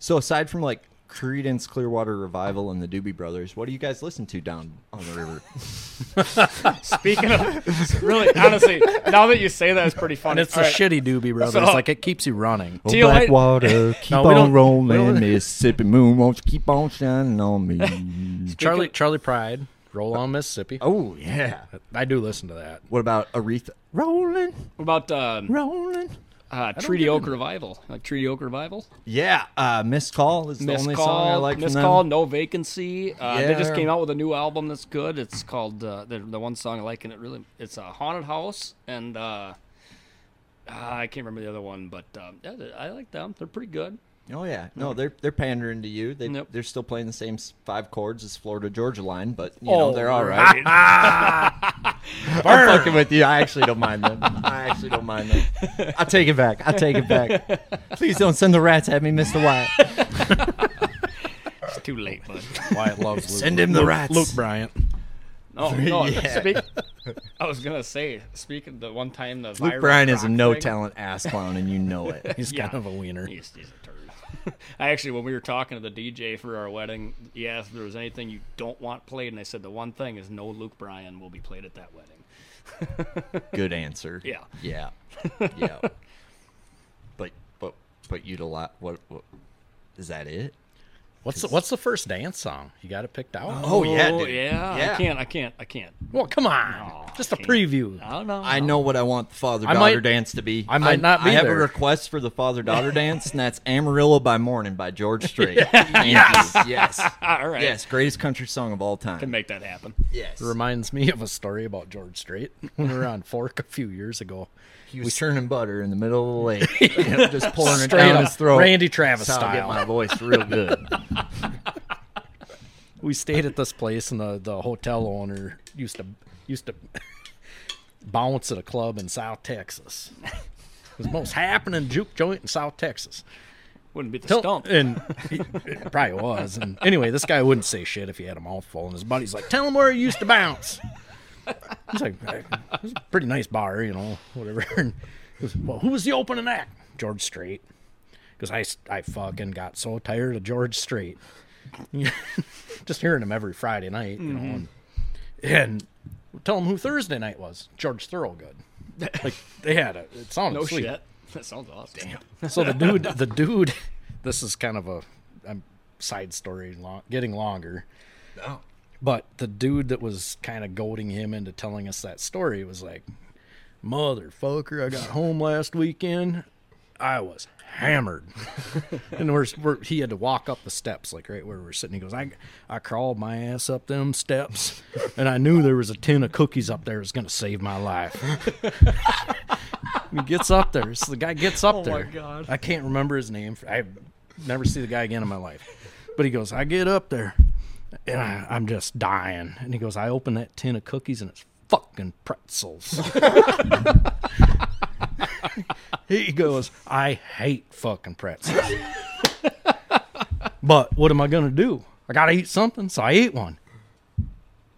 B: so aside from like Creedence Clearwater Revival and the Doobie Brothers, what do you guys listen to down on the river?
C: (laughs) Speaking of, (laughs) really, honestly, now that you say that, it's pretty funny.
D: And it's
C: All
D: a
C: right.
D: shitty doobie, brother.
C: So-
D: it's like it keeps you running.
B: Oh,
C: Teal, I-
B: Blackwater, keep
D: No, we don't-
B: on
D: we
B: rolling,
D: don't-
B: Mississippi moon, won't you keep on shining on me?
D: Charlie Charlie Pride, Roll on Mississippi.
B: (laughs) oh yeah.
D: I do listen to that.
B: What about Aretha? Rolling,
C: What about um,
B: rolling.
C: uh, Treaty Oak Revival? Like Treaty Oak Revival?
B: Yeah, uh, Miss Call is the
C: Miss
B: only
C: Call,
B: song I like
C: Miss
B: from
C: Call,
B: them.
C: No Vacancy. Uh, They just
B: Yeah.
C: came out with a new album that's good. It's called uh, the, the one song I like, and it really it's a haunted house, and uh, uh, I can't remember the other one, but um, yeah, th- I like them. They're pretty good.
B: Oh yeah, no, they're they're pandering to you. They
C: Nope.
B: they're still playing the same s- five chords as Florida Georgia Line, but you
C: Oh,
B: know they're all right. I'm fucking with you. I actually don't mind them. I actually don't mind them. I take it back. I take it back. Please don't send the rats at me, Mister White.
C: (laughs) It's too
B: (laughs)
C: late, bud.
D: Wyatt loves Luke,
B: Send him the
D: Luke-
B: rats.
D: Luke Bryant.
C: No, no.
B: Yeah.
C: Speak, I was gonna say, speaking the one time the
B: Luke
C: virus
B: Bryan is a
C: rock
B: no
C: thing-
B: talent ass clown, and you know
D: (laughs)
B: it.
D: He's kind
C: Yeah.
D: of a wiener.
C: He's, he's a turd. (laughs) I actually, when we were talking to the DJ for our wedding, he asked if there was anything you don't want played, and I said the one thing is no Luke Bryan will be played at that wedding.
B: Good answer.
C: Yeah.
B: Yeah. Yeah. but but but you a lot. What, what is that? It.
D: What's the, what's the first dance song? You got it picked out?
B: Oh, yeah,
C: Oh
B: dude.
C: yeah,
B: Yeah.
C: I can't, I can't, I can't.
D: Well, come on. Just a
C: can't.
D: preview.
C: I don't know.
B: I know what I want the father
D: I
B: daughter
D: might-
B: dance to be.
D: I might not be
B: I have a
D: there.
B: request for the father daughter dance, and that's Amarillo by Morning by George Strait. yes. Yes.
C: All right,
B: Yes. Greatest country song of all time.
C: can make that happen.
B: yes.
D: Reminds me of a story about George Strait (laughs) when we were on Fork a few years ago.
B: He was churning butter in the middle of the
D: (laughs)
B: lake, you know, just pouring it
D: Straight
B: down
D: up,
B: his throat.
D: Randy Travis
B: That's how I get
D: style.
B: my voice real good.
D: (laughs) We stayed at this place, and the, the hotel owner used to used to (laughs) bounce at a club in South Texas. It was the most happening juke joint in South Texas.
C: Wouldn't be the
D: Tell-
C: stump.
D: And (laughs) he, it probably was. And anyway, this guy wouldn't say shit if he had a mouthful. And his buddy's like, tell him where he used to bounce. He's like, "Eh, it was a pretty nice bar, you know, whatever. (laughs) And he goes, well, who was the opening act? George Strait. Because I, s- I fucking got so tired of George Strait. (laughs) Just hearing him every Friday night, you know. And,
C: Mm-hmm.
D: and tell him who Thursday night was. George Thorogood. Like, they had it. It sounded
C: No
D: sweet.
C: shit. (laughs) That sounds awesome.
D: So the dude, the dude, (laughs) this is kind of a um, side story, long, getting longer. But the dude that was kind of goading him into telling us that story was like, "Motherfucker, I got home last weekend, I was hammered. (laughs) and we're, we're, he had to walk up the steps, like right where we're sitting. He goes, I, I crawled my ass up them steps, and I knew there was a tin of cookies up there that's going to save my life. he gets up there. So the guy gets up there.
I: God.
D: I can't remember his name. I never see the guy again in my life. But he goes, I get up there, and I, I'm just dying. And he goes, I open that tin of cookies, and it's fucking pretzels. (laughs) He goes, I hate fucking pretzels. (laughs) but what am I going to do? I got to eat something, so I ate one.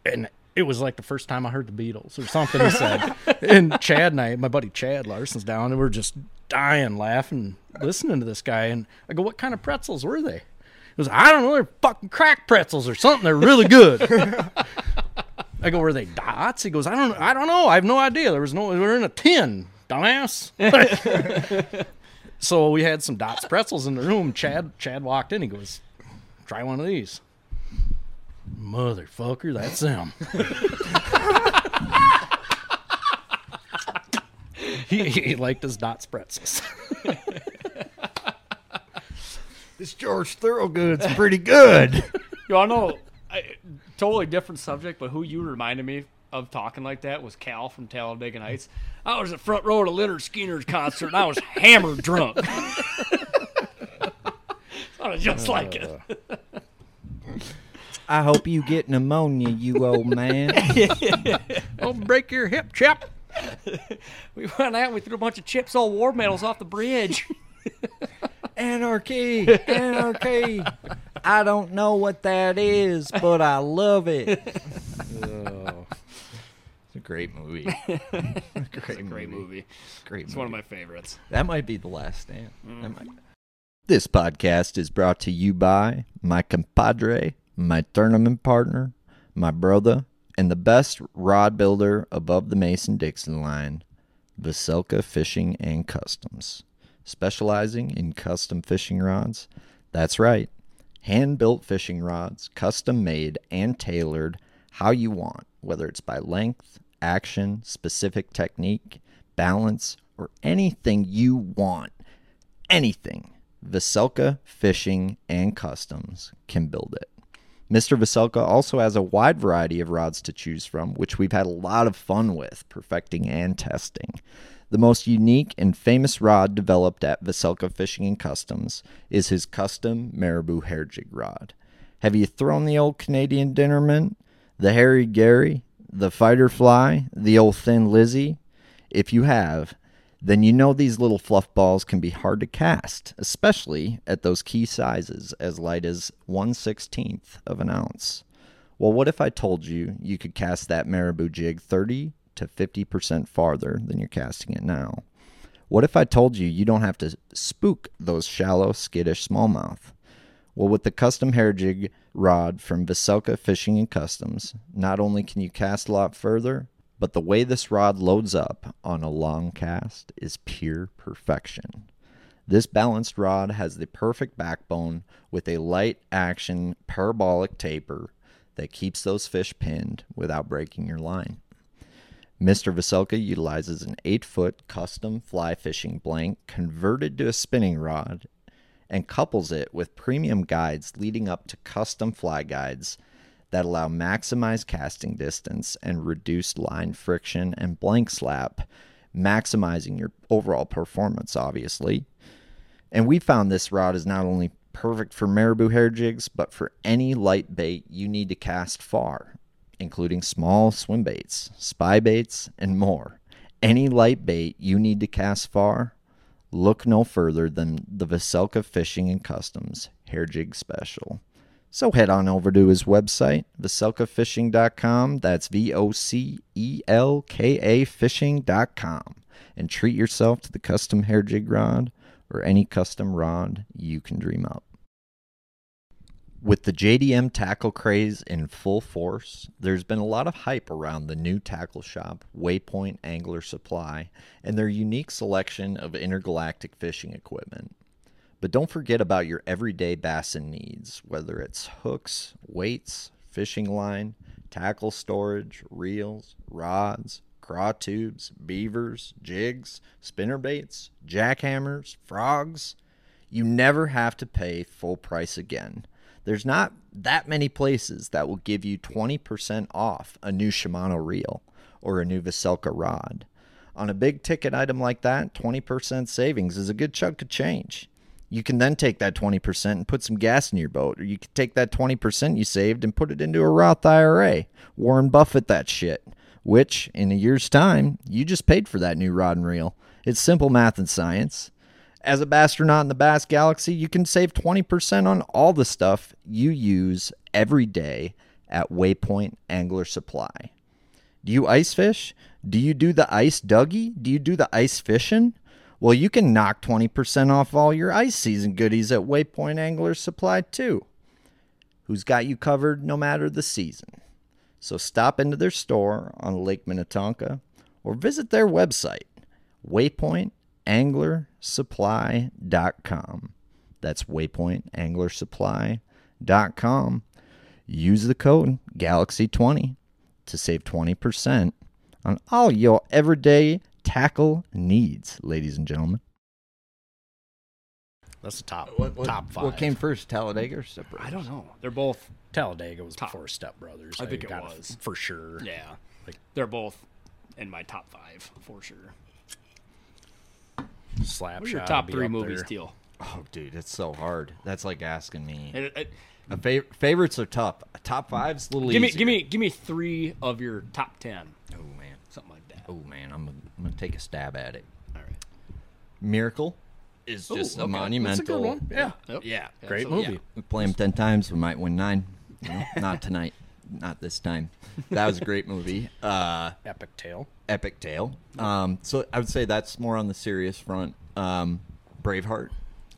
D: And it was like the first time I heard the Beatles or something he said. (laughs) and Chad and I, my buddy Chad Larson's down, and we're just dying laughing, listening to this guy. And I go, What kind of pretzels were they? He goes, I don't know. They're fucking crack pretzels or something. They're really good. (laughs) I go, were they dots? He goes, I don't, I don't know. I have no idea. There was no, they were in a tin, dumbass. (laughs) So we had some Dots pretzels in the room. Chad Chad walked in. He goes, "Try one of these." Motherfucker, that's them. (laughs) he, he liked his Dots pretzels.
E: This George Thorogood's pretty good.
I: Y'all know, I, totally different subject, but who you reminded me of talking like that was Cal from Talladega Nights. I was at front row at a Leonard Skinner's concert, and I
C: (laughs)
I: was hammered drunk. I was just like
C: Uh,
I: it.
B: (laughs) I hope you get pneumonia, you
E: (laughs)
B: old man.
D: (laughs) oh, break your hip, chap.
I: We went out, we threw a bunch of chips, all war medals off the bridge.
B: Anarchy, anarchy. I don't know what that is, but I love it.
E: (laughs) It's a great (laughs)
B: (laughs)
E: movie. great,
C: (laughs) Great movie.
E: Great
C: It's one of my favorites.
E: That might be the last stand. That might.
B: This podcast is brought to you by my compadre, my tournament partner, my brother, and the best rod builder above the Mason Dixon line, Veselka Fishing and Customs. Specializing in custom fishing rods. That's right, hand built fishing rods, custom made and tailored how you want, whether it's by length, action, specific technique, balance, or anything you want anything, Veselka Fishing and Customs can build it. Mr. Veselka also has a wide variety of rods to choose from, which we've had a lot of fun with, perfecting and testing. The most unique and famous rod developed at Veselka Fishing and Customs is his custom Marabou hair jig rod. Have you thrown the old Canadian dinnerman, the Harry Gary, the fighter fly, the old thin Lizzie? If you have, then you know these little fluff balls can be hard to cast, especially at those key sizes as light as 1 16th of an ounce. Well, what if I told you you could cast that marabou jig 30 to 50% farther than you're casting it now? What if I told you you don't have to spook those shallow, skittish smallmouth? Well, with the custom hair jig rod from Veselka Fishing and Customs, not only can you cast a lot further, but the way this rod loads up on a long cast is pure perfection. This balanced rod has the perfect backbone with a light action parabolic taper that keeps those fish pinned without breaking your line. Mr. Veselka utilizes an 8 foot custom fly fishing blank converted to a spinning rod and couples it with premium guides leading up to custom fly guides that allow maximized casting distance and reduced line friction and blank slap, maximizing your overall performance, obviously. And we found this rod is not only perfect for marabou hair jigs, but for any light bait you need to cast far, including small swim baits, spy baits, and more. Any light bait you need to cast far, look no further than the Veselka Fishing and Customs Hair Jig Special. So head on over to his website, veselkafishing.com. That's V O C E L K A fishing.com. And treat yourself to the custom hair jig rod or any custom rod you can dream up. With the JDM tackle craze in full force, there's been a lot of hype around the new tackle shop, Waypoint Angler Supply, and their unique selection of intergalactic fishing equipment. But don't forget about your everyday bass and needs, whether it's hooks, weights, fishing line, tackle storage, reels, rods, craw tubes, beavers, jigs, spinnerbaits, jackhammers, frogs. You never have to pay full price again. There's not that many places that will give you 20% off a new Shimano reel or a new Veselka rod. On a big ticket item like that, 20% savings is a good chunk of change. You can then take that 20% and put some gas in your boat, or you can take that 20% you saved and put it into a Roth IRA. Warren Buffett that shit, which in a year's time, you just paid for that new rod and reel. It's simple math and science. As a Bastronaut in the Bass Galaxy, you can save 20% on all the stuff you use every day at Waypoint Angler Supply. Do you ice fish? Do you do the ice Dougie? Do you do the ice fishing? Well, you can knock 20% off all your ice season goodies at Waypoint Angler Supply, too. Who's got you covered no matter the season? So stop into their store on Lake Minnetonka or visit their website, waypointanglersupply.com. That's waypointanglersupply.com. Use the code GALAXY20 to save 20% on all your everyday tackle needs, ladies and gentlemen.
D: That's the top
E: What, what-
D: top five.
E: What came first, Talladega or Stepbrothers?
C: I don't know. They're both.
D: Talladega was before Step Brothers.
C: I think it
D: gotta-
C: was.
D: for sure.
C: Yeah, like they're both in my top five for sure.
D: Slap
C: What are your top three movies, Teal? Uh,
E: Oh, dude, it's so hard. That's like asking me.
C: It- it-
E: A fa- favorites are tough. Top five's a little
C: Give me,
E: easier.
C: give me, give me three of your top ten,
E: Oh man.
C: something like that.
E: Oh man. I'm gonna, I'm gonna take a stab at it.
C: All right.
E: Miracle is just a monumental.
D: That's a good one. Yeah.
C: Yep.
E: Yeah.
D: Great
C: so-
D: movie.
C: yeah.
E: We play them ten times, we might win nine. No, not tonight. Not this time. That was a great movie. Uh,
D: Epic tale.
E: epic tale. Um, so I would say that's more on the serious front. Um, Braveheart.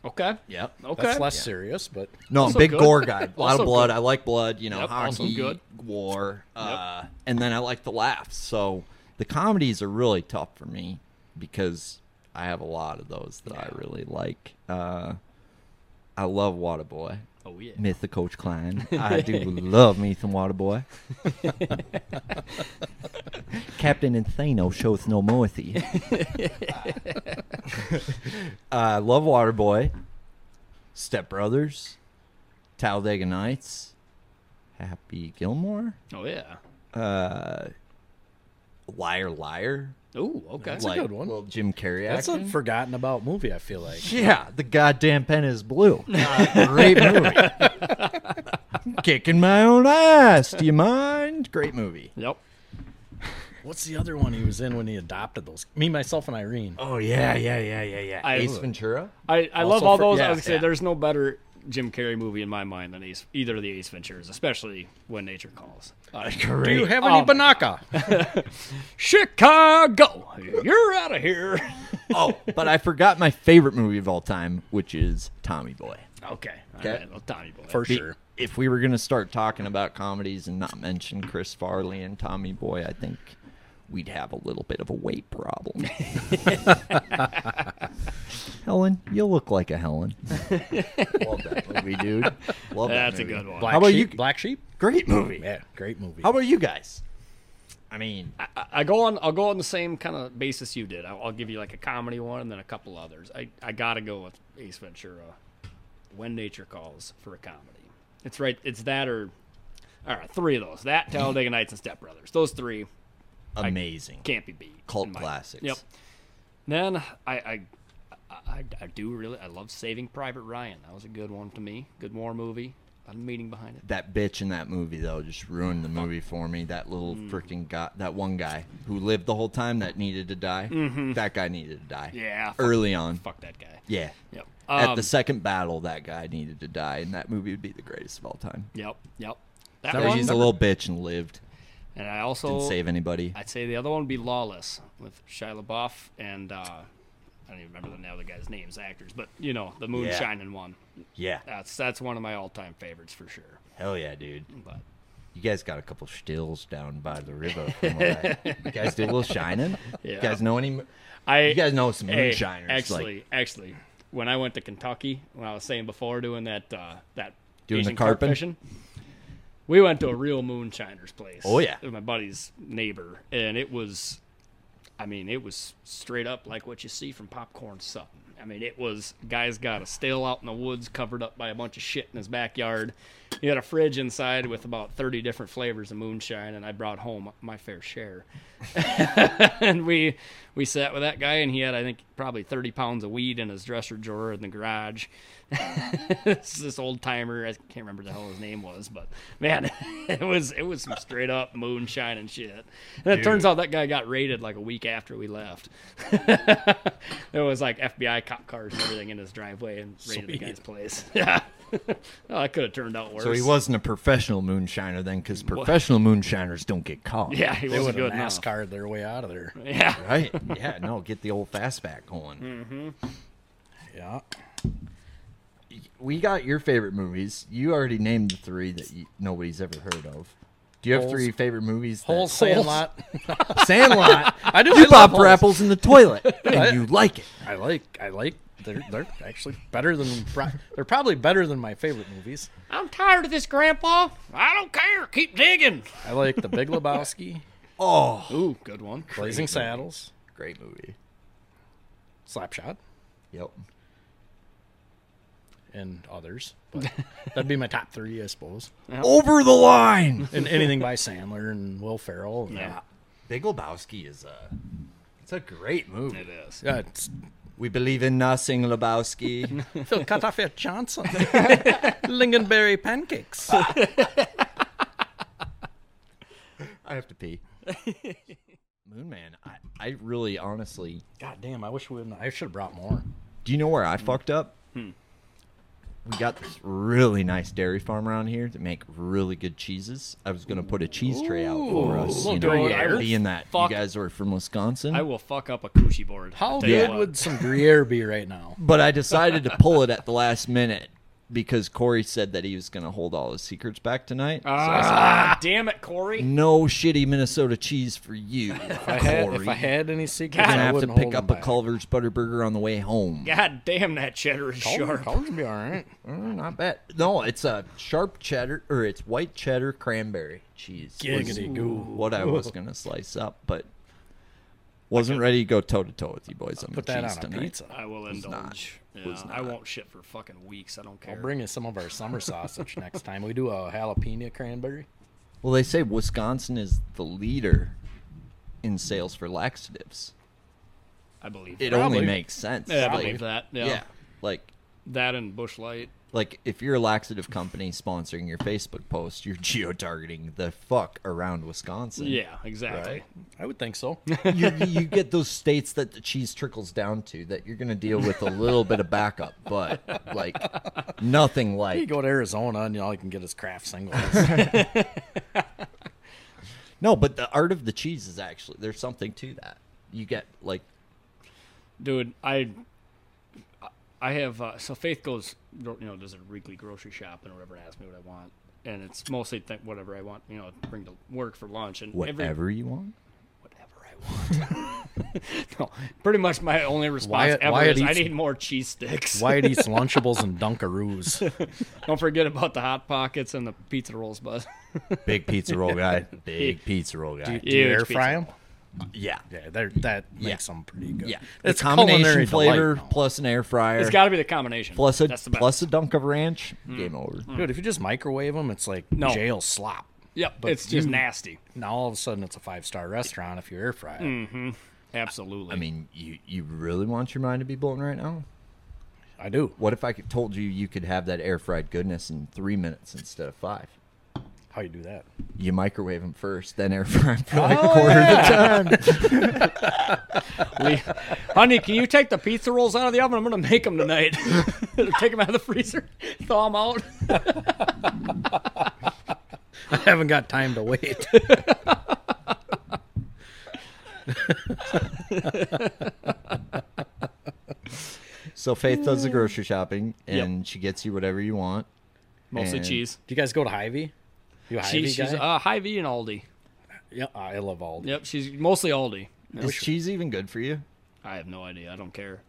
C: Okay.
E: Yep.
C: Okay.
D: That's less serious, but
E: No, I'm
C: Also
E: a big
C: good.
E: gore guy. A lot
C: Also
E: of blood. I like blood. You know,
C: Yep, also
E: hockey,
C: good.
E: war, uh, and then I like to laugh. So the comedies are really tough for me because I have a lot of those that I really like. Uh, I love Waterboy.
C: Oh yeah.
E: Myth the Coach (laughs) Klein. I do love me some (laughs) Waterboy. Captain Insano shows no mercy. (laughs) I love Waterboy. Step Brothers. Talladega Nights. Happy Gilmore.
C: Oh yeah.
E: Liar Liar.
C: Oh okay.
E: That's like,
D: good one.
E: little Jim Carrey
D: that's a
E: action.
D: forgotten about movie. I feel like
E: Yeah, the goddamn pen is blue. (laughs) Uh, great movie. (laughs) Kicking my own ass. Do you mind? Great movie.
C: yep.
D: what's the other one he was in when he adopted those? Me, myself, and Irene.
E: Oh yeah, yeah, yeah, yeah, yeah.
C: I-
E: Ace Ventura.
C: I, I
D: Also
C: love all
D: for-
C: those.
D: yeah,
C: I was gonna say
D: yeah.
C: there's no better Jim Carrey movie in my mind than Ace, either of the Ace Ventures, especially when nature calls. Uh,
D: Do you have
C: any
D: any banaka?
C: (laughs) Chicago, you're out of here.
E: Oh, but I forgot my favorite movie of all time, which is Tommy Boy.
C: Okay.
E: Okay.
C: All right. Well, Tommy boy.
D: For sure.
E: If we were gonna start talking about comedies and not mention Chris Farley and Tommy Boy, I think we'd have a little bit of a weight (laughs) problem. Helen, you look like a Helen. (laughs) Love that movie, dude. Love that
C: That's a
E: movie.
C: good one.
D: Black
E: How about
D: sheep?
E: you-
D: Black sheep.
E: Great movie.
D: Yeah, great movie.
E: How about you guys? I mean,
C: I, I go on. I'll go on the same kind of basis you did. I'll, I'll give you like a comedy one and then a couple others. I I gotta go with Ace Ventura, When Nature Calls for a comedy. It's right. It's that or, all right, three of those. That Talladega (laughs) Nights and Step Brothers. Those three
E: amazing.
C: can't be beat.
E: Cult
C: in my-
E: classics.
C: Yep. Then I I, I I do really I love Saving Private Ryan. That was a good one to me. Good war movie. Got A meaning behind it.
E: that bitch in that movie though just ruined the movie for me. That little
C: Mm.
E: freaking guy, that one guy who lived the whole time that needed to die. That guy needed to die.
C: Mm-hmm. Yeah, fuck-
E: Early on.
C: Fuck that guy.
E: Yeah.
C: Yep.
E: At
C: Um,
E: the second battle, that guy needed to die, and that movie would be the greatest of all time.
C: Yep. Yep. That,
E: So
C: one.
E: he's a little bitch and lived.
C: and I also
E: Didn't save anybody.
C: I'd say the other one would be Lawless with Shia LaBeouf and uh, I don't even remember the other guy's names, actors, but you know the Moonshining one.
E: yeah.
C: That's that's one of my all-time favorites for sure.
E: Hell yeah, dude.
C: But
E: You guys got a couple stills down by the
C: (laughs)
E: river. from what I- you guys do a little shining. You
C: Yeah.
E: guys know any? mo-
C: I
E: You guys know some
C: Hey,
E: moonshiners. like-
C: actually, actually, when I went to Kentucky, when I was saying before doing that uh, that
E: Doing the
C: Asian carp
E: carping?
C: fishing, we went to a real moonshiner's place.
E: Oh, yeah.
C: It was my buddy's neighbor, and it was I mean, it was straight up like what you see from Popcorn Sutton. I mean, it was guy's got a still out in the woods covered up by a bunch of shit in his backyard. He had a fridge inside with about 30 different flavors of moonshine, and I brought home my fair share. (laughs) and we we sat with that guy, and he had I think probably 30 pounds of weed in his dresser drawer in the garage. this, this old timer, I can't remember the hell his name was, but man, (laughs) it was it was some straight up moonshine and shit. And it turns out that guy got raided like a week after we left. (laughs) there was like FBI cop cars and everything in his driveway and raided the guy's place. (laughs) Yeah. well, that could have turned out worse.
B: So he wasn't a professional moonshiner then, because professional moonshiners don't get caught.
C: (laughs) Yeah, he
D: They
C: wasn't
D: would have
C: good enough.
D: NASCAR their way out of there.
C: Yeah.
B: Right? (laughs) Yeah, no, get the old fastback
D: Hmm.
B: going.
D: Yeah.
B: We got your favorite movies. You already named the three that you, nobody's ever heard of. Do you have
D: Holes.
B: three favorite movies? that-
C: (laughs)
D: Holes, Sandlot.
B: (laughs)
D: (laughs)
B: Sandlot.
D: I do. I
B: You
D: love
B: pop
D: Holes.
B: apples in the
D: (laughs)
B: toilet, and you like it.
D: I like. I like. They're they're actually better than. pro- They're probably better than my favorite movies.
C: I'm tired of this, Grandpa. I don't care. Keep digging.
D: I like The Big Lebowski,
C: Ooh, good one.
D: Blazing Saddles,
B: Great movie.
D: Slapshot,
B: Yep.
D: and others.
C: (laughs)
D: But that'd be my top three, I suppose.
B: Over the
D: (laughs)
B: line.
D: And anything by Sandler and Will Ferrell. and-
C: Yeah,
B: Big Lebowski is a. It's a great movie.
C: it is.
D: Yeah, Uh, it's
B: (laughs) We believe in nothing,
D: (laughs)
B: Lebowski.
D: Phil cut off
B: (laughs)
D: your Johnson. Lingonberry pancakes.
B: I have to pee. Moon Man, I, I really honestly.
D: God damn! I wish we wouldn't. I should have brought more.
B: Do you know where I
D: Hmm.
B: fucked up? We got this really nice dairy farm around here that make really good cheeses. I was gonna put a cheese tray out for us. You know,
D: Gruyere.
B: being that
C: Fuck.
B: you guys are from Wisconsin,
C: I will fuck up a coochie board.
D: How
C: Tell you
D: good
C: what.
D: would some Gruyere be right now?
B: but I decided to pull it at the last minute because Corey said that he was gonna hold all his secrets back tonight.
C: Ah, damn it, Corey.
B: no shitty Minnesota cheese for you,
D: (laughs) If I had, if I had any secrets,
B: I'm
D: I
B: gonna have to
D: wouldn't
B: pick
D: hold
B: up
D: them
B: a
D: back.
B: Culver's Butterburger on the way home.
C: God damn that cheddar is sharp.
D: Culver's would be
B: (laughs)
D: all right.
B: Mm, not bad. No, it's a sharp cheddar, or it's white cheddar cranberry cheese. was
D: Giggity goo.
B: What I
D: (laughs)
B: was gonna slice up, but wasn't ready to go toe to toe with you boys on
D: Put
B: the
D: that
B: cheese
D: on a
B: tonight.
D: pizza.
C: I will indulge.
B: Was
C: Yeah, I
B: not.
C: won't shit for fucking weeks. I don't care.
D: I'll bring you some of our summer
B: (laughs)
D: sausage next time. We do a jalapeno cranberry.
B: Well, they say Wisconsin is the leader in sales for laxatives.
C: I believe.
B: It
C: that.
B: only
D: Probably.
B: makes sense.
C: Yeah, I
B: Like,
C: believe that. Yeah.
B: yeah, like
C: That and Bush Light.
B: like if you're a laxative company sponsoring your Facebook post, you're (laughs) geo targeting the fuck around Wisconsin.
C: Yeah, exactly.
D: I would
B: (laughs)
D: think so.
B: you, you get those states that the cheese trickles down to that you're going to deal with a little bit of backup, but like nothing
D: You
B: like.
D: go to Arizona and you know, all you can get is
B: (laughs)
D: craft singles.
B: No, but the art of the cheese is actually there's something to that. You get like
C: dude i i have uh, so faith goes you know does a weekly grocery shop and whatever and asks me what i want and it's mostly th- whatever i want you know to bring to work for lunch and every-
B: whatever you want.
C: whatever i want (laughs) no pretty much my only response
D: Wyatt-
C: ever
D: Wyatt
C: is i
D: eats-
C: need more cheese sticks
D: Wyatt eats Lunchables
B: (laughs)
D: and Dunkaroos.
C: (laughs) don't forget about the hot pockets and the pizza rolls bud
B: Big pizza roll
C: (laughs)
B: guy. Big pizza roll guy.
D: Do you
C: Huge
D: air fry them?
B: Yeah.
D: Yeah, they're, that makes
B: Yeah.
D: them pretty good.
B: Yeah.
D: It's
B: the combination
D: culinary
B: flavor
D: delight, though.
B: plus an air fryer
C: it's got to be the combination
B: plus a
C: that's the best Mm.
B: plus a dunk of ranch. Game over.
D: Dude, if you just microwave them, it's like
C: Hmm. No.
D: jail slop.
C: yep
D: but
C: it's just
D: you-
C: nasty
D: Now all of a sudden it's a five star restaurant if you air fry it.
C: Hmm. absolutely
B: I mean, you you really want your mind to be blown right now?
D: I do.
B: What if I could, told you you could have that air fried goodness in three minutes instead of five?
D: How you do that? (laughs)
B: you microwave them first, then air (laughs) fry 'em for like a quarter of the time.
C: (laughs) We- honey, can you take the pizza rolls out of the oven? I'm going to make them tonight. (laughs) take them out of the freezer, (laughs) thaw them out.
D: I haven't got time to wait. (laughs)
B: so Faith does the grocery shopping, and she gets you whatever you want.
C: Mostly
B: And-
C: cheese.
D: Do you guys go to Hy-Vee? You a Hy-Vee
C: She, she's
D: guy?
C: uh, Hy-Vee and Aldi.
D: yeah, Ah, I love Aldi.
C: Yep, she's mostly Aldi.
B: Is cheese even good for you?
C: I have no idea. I don't care.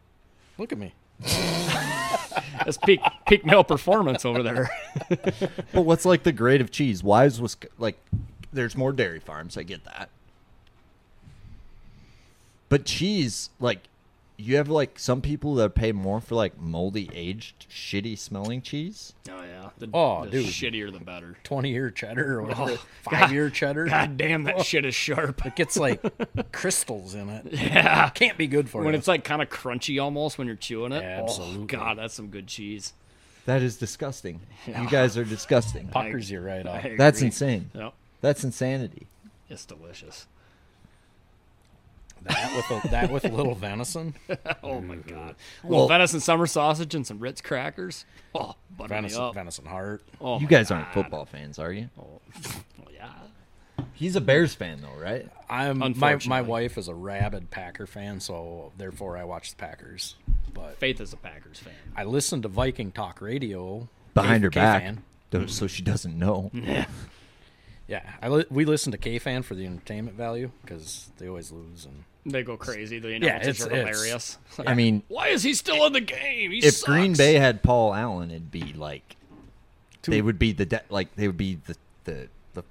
D: Look at me.
C: That's peak peak male performance over there.
B: But what's like the grade of cheese? Why is Wisc- like there's more dairy farms? I get that. But cheese, like, you have like some people that pay more for like moldy, aged, shitty smelling cheese.
C: (laughs) Oh yeah. The,
D: Oh,
C: the
D: dude.
C: shittier the better.
D: Twenty year cheddar or (laughs) whatever, five year cheddar.
C: Oh, God damn, that shit is sharp.
D: It gets like crystals in it. Yeah, can't be good
C: (laughs)
D: for
C: When
D: you.
C: it's like kind of crunchy almost when you're chewing it. Oh
D: Absolutely.
C: god, that's some good cheese.
B: That is disgusting. You guys are disgusting.
D: puckers you
C: (laughs)
D: right off.
C: I
B: That's
C: agree.
B: insane.
C: Yep.
B: That's insanity.
C: It's delicious.
D: That with a, that with a
C: (laughs)
D: little venison,
C: Oh my
B: Mm-hmm.
C: god. Well, venison summer sausage and some Ritz crackers. Oh, butter me
D: venison,
C: up.
D: venison heart.
C: Oh,
B: You
C: my
B: guys aren't football fans, are you?
C: God, yeah.
B: He's a Bears fan though, right?
D: I'm my my
C: Unfortunately.
D: wife is a rabid Packer fan, so therefore I watch the Packers. But
C: Faith is a Packers fan.
D: I listen to Viking Talk Radio
B: Behind her
D: K-
B: back.
D: K-Fan.
B: Don't- So she doesn't know.
D: Yeah, I li- we listen to K Fan for the entertainment value because they always lose and
C: They go crazy. The announcers
D: it's-
C: are
D: it's-
C: hilarious.
B: I mean,
C: Why is he still in the game? He
B: if
C: sucks.
B: Green Bay had Paul Allen, it'd be like they would be the de- like they would be the the the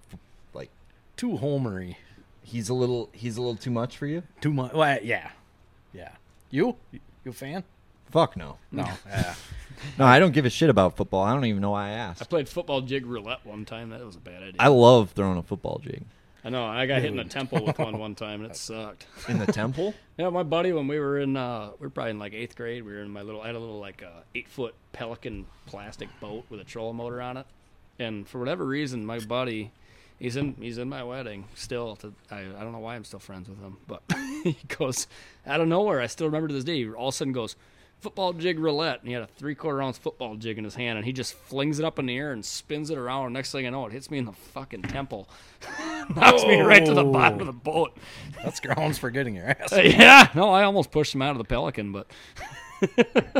B: like
D: too homery,
B: he's a little he's a little too much for you.
D: too much. Well, yeah, yeah. You you a fan?
B: Fuck no,
D: No.
B: (laughs)
D: Yeah.
B: no, I don't give a shit about football. I don't even know why I
C: I
B: asked.
C: played football jig roulette one time. That was a bad idea.
B: I love throwing a football jig
C: I know. I got hit in the temple with
B: (laughs)
C: one one time, and it sucked.
B: in the temple.
C: Yeah, my buddy, when we were in, uh, we were probably in like eighth grade. We were in my little, I had a little like uh, eight foot Pelican plastic boat with a trolling motor on it, and for whatever reason, my buddy, he's in, he's in my wedding still. To, I, I don't know why I'm still friends with him, but (laughs) he goes out of nowhere. I still remember to this day. He all of a sudden goes football jig roulette, and he had a three quarter ounce football jig in his hand, and he just flings it up in the air and spins it around. And next thing I know, it hits me in the fucking temple, (laughs) knocks me right to the bottom of the boat.
D: That's grounds for getting your ass.
C: (laughs) Yeah, no, I almost pushed him out of the Pelican, but
B: (laughs)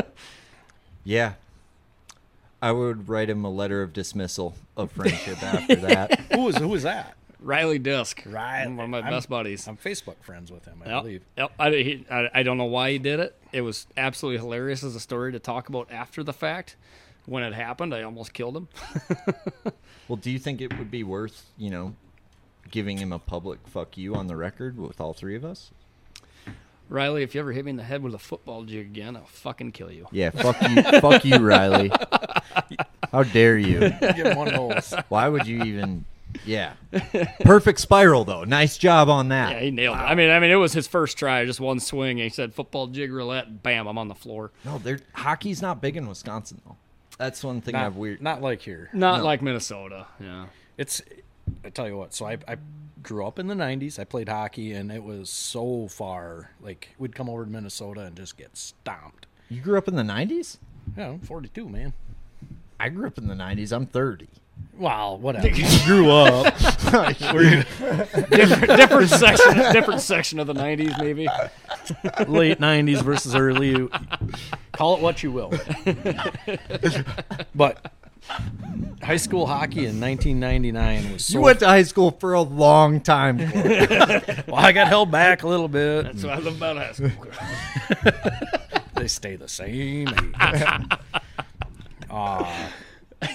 B: Yeah, I would write him a letter of dismissal of friendship after that.
D: who was who was that?
C: Riley Disc,
D: Riley,
C: one of my
D: I'm-
C: best buddies.
D: I'm Facebook friends with him, I
C: Yep,
D: believe.
C: yep. I, he, I, I don't know why he did it. It was absolutely hilarious as a story to talk about after the fact. When it happened, I almost killed him. (laughs)
B: Well, do you think it would be worth you know giving him a public fuck you on the record with all three of us?
C: Riley, if you ever hit me in the head with a football jig again, I'll fucking kill you.
B: Yeah, fuck
D: (laughs)
B: you, fuck you, Riley. How dare you?
D: Give him one
B: (laughs)
D: of those.
B: Why would you even? Yeah, perfect spiral though. Nice job on
C: Yeah,
B: that.
C: he nailed it. I mean, I mean, it was his first try, just one swing. And he said football jig roulette, bam, I'm on the floor.
B: No, they're, hockey's not big in Wisconsin though. That's one thing
D: Not,
B: I've weird.
D: not like here.
C: Not like Minnesota. Yeah.
D: It's I tell you what. So I, I grew up in the '90s. I played hockey, and it was so far. Like we'd come over to Minnesota and just get stomped.
B: You grew up in the '90s.
D: Yeah, I'm 42, man.
B: I grew up in the '90s. I'm 30.
D: Wow, whatever. (laughs) you grew up.
C: Different, different section, different section of the '90s,
D: (laughs)
C: maybe.
D: Late '90s versus (laughs) early. Call it what you will. (laughs) but high school hockey in 1999 was so.
B: You (laughs) went to high school for a long time. Corey.
D: well, I got held back a little bit.
C: That's what I love about high school.
D: (laughs) they stay the same. age. Uh,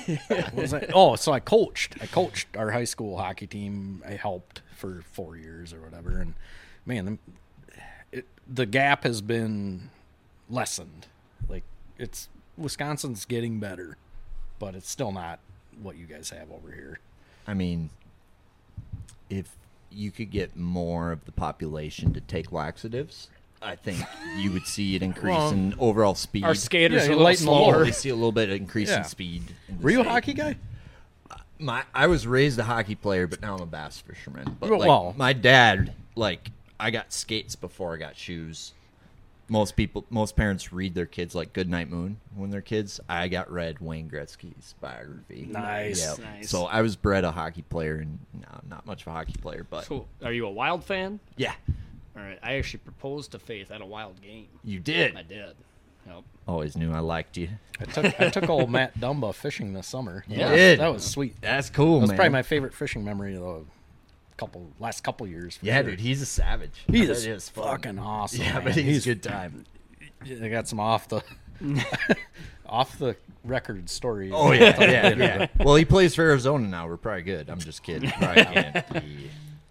D: what was I- Oh, so I coached. I coached our high school hockey team. I helped for four years or whatever. And man, the, it, the gap has been lessened. Like it's Wisconsin's getting better, but it's still not what you guys have over here.
B: I mean, if you could get more of the population to take laxatives, I think you would see it increase in overall speed.
C: Our skaters are a
D: Yeah, you
C: little
D: lighten the
B: or
C: slower.
B: we see a little bit of increase
D: Yeah.
B: in speed. in the
D: Were you a
B: state.
D: hockey guy?
B: My I was raised a hockey player, but now I'm a bass fisherman. But
D: Well,
B: like,
D: well.
B: my dad, like I got skates before I got shoes. Most people, most parents read their kids like "Goodnight Moon" when they're kids. I got read Wayne Gretzky's biography.
D: Nice.
C: Nice.
B: So I was bred a hockey player, and no, I'm not much of a hockey player, but
C: So, are you a Wild fan?
B: yeah,
C: All right, I actually proposed to Faith at a Wild game.
B: you did.
C: I did. Yep.
B: Always knew I liked you.
D: I took I took old Matt Dumba fishing this summer.
B: Yeah.
D: That was-
B: Did.
D: that was sweet.
B: That's cool,
D: That's
B: man.
D: probably my favorite fishing memory of the couple last couple years. for
B: yeah,
D: sure.
B: dude. He's a savage.
D: He
B: That
D: is,
B: is fun.
D: fucking awesome.
B: Yeah, but
D: man.
B: he's, a good time.
D: They got some off the (laughs) off the record stories.
B: Oh yeah, yeah, yeah. Well, he plays for Arizona now. We're probably good. I'm just kidding. Probably can't be-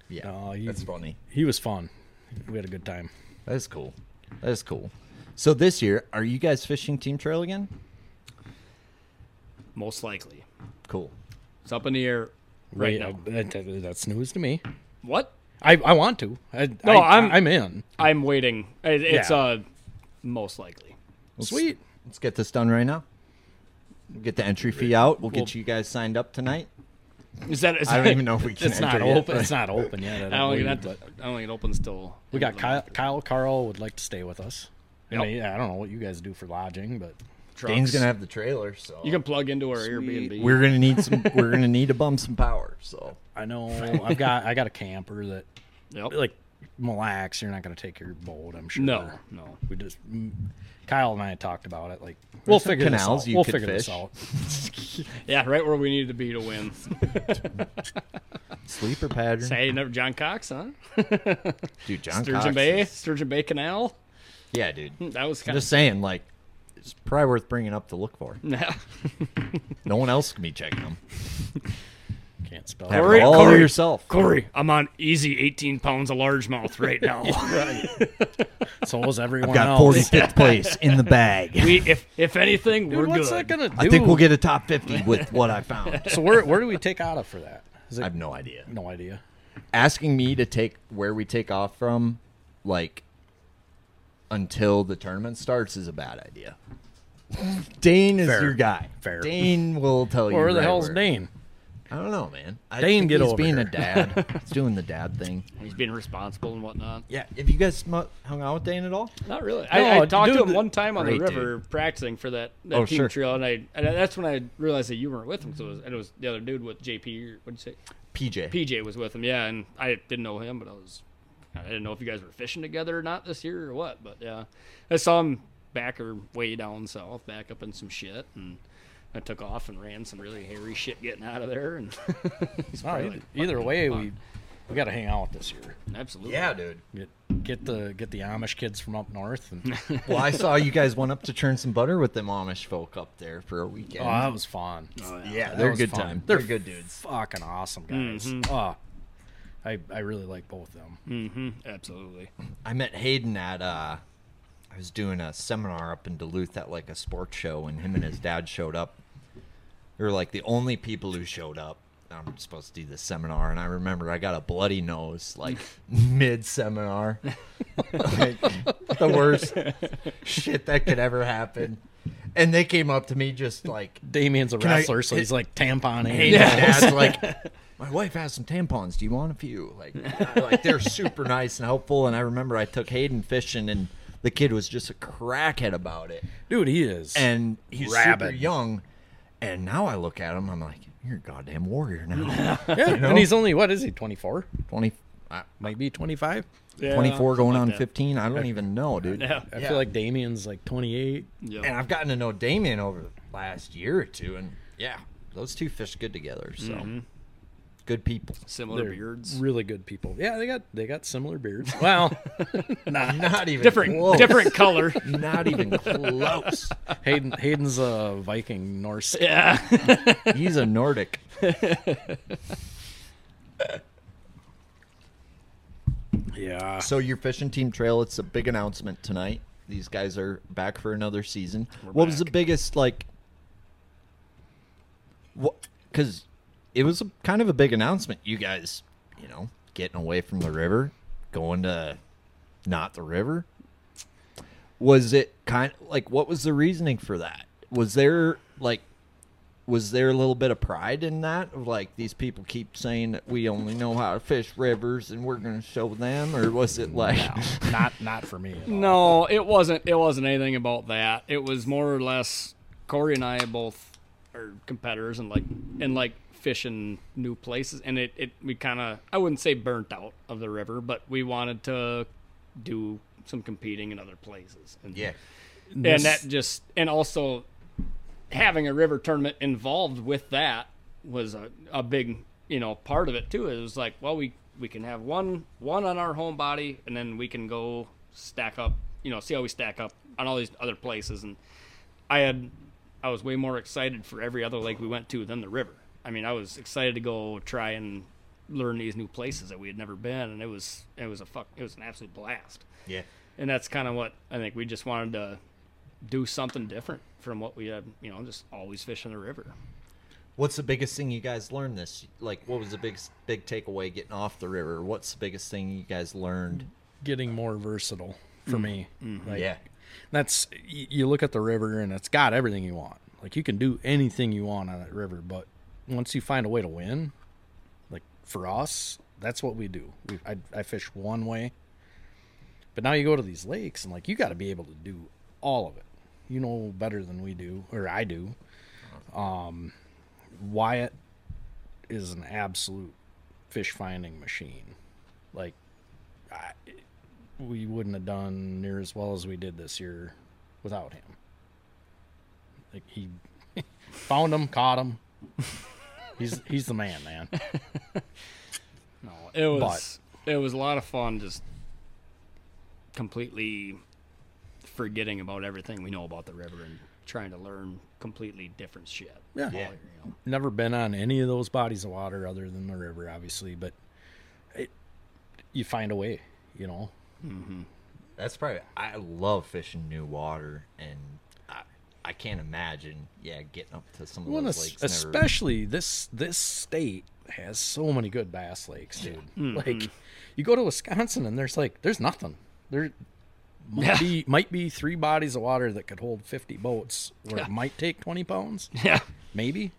B: Yeah,
D: No, Uh, he-
B: that's funny.
D: he was fun. We had a good time.
B: That is cool. That is cool. So this year, are you guys fishing Team Trail again?
C: most likely.
B: Cool.
C: It's up in the air right
D: Wait,
C: now.
B: um,
D: I- that- that's news to me.
C: What?
D: I, I want to. I,
C: No,
D: I,
C: I'm-
D: I'm in.
C: I'm waiting. It- It's
D: Yeah.
C: uh most likely.
D: Sweet.
B: Let's get this done right now. We'll get the entry fee out. We'll get you guys signed up tonight.
C: Is that? Is
B: I don't
C: that- (laughs)
B: even know if we can
D: It's not
B: enter yet,
D: open.
B: but-
D: It's not open yet. I don't,
C: I don't think
D: believe,
C: that.
D: but
C: I don't think it opens till.
D: we got Kyle, Kyle. Carl would like to stay with us. I,
C: Yep.
D: mean, yeah, I don't know what you guys do for lodging, but
B: Dane's gonna have the trailer, so
C: You can plug into our Airbnb.
B: we're gonna need some. we're gonna need to bum some power. So
D: I know (laughs) I've got I got a camper that
C: Yep.
D: like Mille Lacs. You're not going to take your boat, I'm sure.
C: no, no.
D: we just mm, Kyle and I talked about it. Like we'll
B: some
D: figure
B: canals
D: this out.
B: you
D: we'll
B: could
D: figure this
B: fish.
D: out.
C: Yeah, right where we needed to be to
B: (laughs)
C: win.
B: sleeper pattern,
C: Say, never John Cox, huh?
B: dude. John
C: Sturgeon
B: Cox
C: Bay,
B: is-
C: Sturgeon Bay Canal.
B: yeah, dude. I'm
C: That was kind
B: just saying, like, it's probably worth bringing up to look
D: (laughs)
B: for.
C: of.
B: No one else can be checking them.
D: Can't spell.
B: Have it
C: Corey-
B: all
C: Corey-
B: yourself.
C: Corey, I'm on easy 18 pounds of largemouth right now.
D: it.
B: (laughs)
D: So was everyone
B: Got
D: else. (laughs)
B: 45th place in the (laughs) bag.
C: we, if if anything,
D: Dude,
C: we're
D: what's
C: good.
D: that gonna do?
B: I think we'll get a top 50 with what I found. (laughs)
D: So where where do we take out of for that? Is it,
B: I have no idea.
D: no idea.
B: Asking me to take where we take off from, like, until the tournament starts is a bad idea. (laughs) Dane is
D: Fair.
B: your guy.
D: Fair.
B: Dane will tell you.
D: Where the
B: right
D: hell's
B: where-
D: Dane?
B: I don't know, man. I
D: Dane,
B: think
D: get
B: he's
D: over
B: being a
D: here. (laughs)
B: dad. he's doing the dad thing.
C: He's being responsible and whatnot.
B: Yeah. Have you guys sm- hung out with Dane at all?
C: Not really. I, I
D: No,
C: talked to
D: dude,
C: him one time on the
B: great dude.
C: river practicing for that, that
B: Oh,
C: team
B: sure.
C: trail, and I and that's when I realized that you weren't with him. So it was, and it was the other dude with JP. What would you say?
B: PJ.
C: PJ was with him. Yeah, and I didn't know him, but I was I didn't know if you guys were fishing together or not this year or what. But yeah, I saw him back or way down south, back up in some shit, and I took off and ran some really hairy shit getting out of there. And (laughs) he's
D: All
C: probably
D: right.
C: like,
D: Either
C: "Fuck,
D: way,
C: fuck."
D: we we got to hang out this year.
C: absolutely
B: yeah, dude.
D: Get, get the get the Amish kids from up north. And,
B: Well, I saw you guys went up to churn some butter with them Amish folk up there for a weekend.
D: oh, that was fun.
B: yeah,
D: That
B: they're a
D: was
B: good
D: fun.
B: time.
D: They're
B: They're good dudes.
D: Fucking awesome guys. Oh, I I really like both of them.
C: absolutely.
B: I met Hayden at uh I was doing a seminar up in Duluth at like a sports show and him and his dad showed up. They were like the only people who showed up. I'm supposed to do this seminar and I remember I got a bloody nose like (laughs) mid seminar. (laughs) like the worst shit that could ever happen. And they came up to me just like
D: Damien's a
B: Can I-
D: wrestler, so he's like tamponing.
B: Hey, dad's
C: (laughs)
B: like, my wife has some tampons. Do you want a few? Like, like they're super nice and helpful. And I remember I took Hayden fishing, and the kid was just a crackhead about it.
D: Dude, he is.
B: And he's super
D: Rabid.
B: young. And now I look at him, I'm like, you're a goddamn warrior
C: (laughs)
B: now.
D: yeah, and he's only what is he? Twenty four?
B: 20, uh,
D: Might be twenty five.
C: Yeah,
B: 24 going
C: like
B: on
C: that.
B: 15. I don't even know, dude.
C: Yeah.
D: I
B: Yeah.
D: feel like Damien's like twenty eight.
C: Yeah.
B: And I've gotten to know Damien over the last year or two. And yeah, those two fish good together. So
C: Mm-hmm.
B: good
C: (laughs)
B: people.
C: Similar beards.
D: Really good people. Yeah, they got they got similar beards. Well,
B: Not even
C: Different
B: close.
C: different color.
B: Not even
C: (laughs)
B: close.
D: Hayden Hayden's a Viking Norse.
C: yeah.
B: He's a Nordic.
D: Yeah.
B: So your fishing team trail, it's a big announcement tonight. These guys are back for another season. what was the biggest like what cuz it was a, kind of a big announcement. You guys, you know, getting away from the river, going to not the river. Was it kind like what was the reasoning for that? Was there like was there a little bit of pride in that of like these people keep saying that we only know how to fish rivers and we're going to show them or was it like (laughs)
D: Not not for me. at all.
C: No, it wasn't. It wasn't anything about that. It was more or less Corey and I both are competitors and like and like fishing new places. And it, it we kind of I wouldn't say burnt out of the river, but we wanted to do some competing in other places. And
B: yeah
C: and that just and also having a river tournament involved with that was a, a big you know part of it too it was like well we we can have one one on our home body and then we can go stack up you know see how we stack up on all these other places and i had i was way more excited for every other lake we went to than the river i mean i was excited to go try and learn these new places that we had never been and it was it was a fuck it was an absolute blast
B: yeah
C: and that's kind of what I think. We just wanted to do something different from what we had, you know, just always fish in the river.
B: What's the biggest thing you guys learned this? Like, what was the biggest big takeaway getting off the river? What's the biggest thing you guys learned?
D: Getting more versatile for me. Like,
B: Yeah,
D: that's y- you look at the river and it's got everything you want. Like you can do anything you want on that river, but once you find a way to win, like for us, that's what we do. We, I, I fish one way, but now you go to these lakes and like you got to be able to do all of it. You know better than we do, or I do. Um, Wyatt is an absolute fish finding machine. Like we wouldn't have done near as well as we did this year without him. Like he (laughs) found him, caught him. (laughs) He's he's the man, man.
C: No, it was it was a lot of fun, just completely forgetting about everything we know about the river and trying to learn completely different shit.
D: Yeah.
C: While
D: Yeah.
C: you're, you know,
D: Never been on any of those bodies of water other than the river, obviously, but it, you find a way, you know.
B: that's probably. I love fishing new water, and I, I can't imagine. Yeah, getting up to some of
D: Well,
B: those lakes.
D: es-
B: never,
D: especially this this state has so many good bass lakes, dude.
B: Hmm.
D: Like you go to Wisconsin and there's like there's nothing. There might
C: (laughs) Yeah.
D: be might be three bodies of water that could hold fifty boats where it might take twenty pounds,
C: yeah.
D: maybe.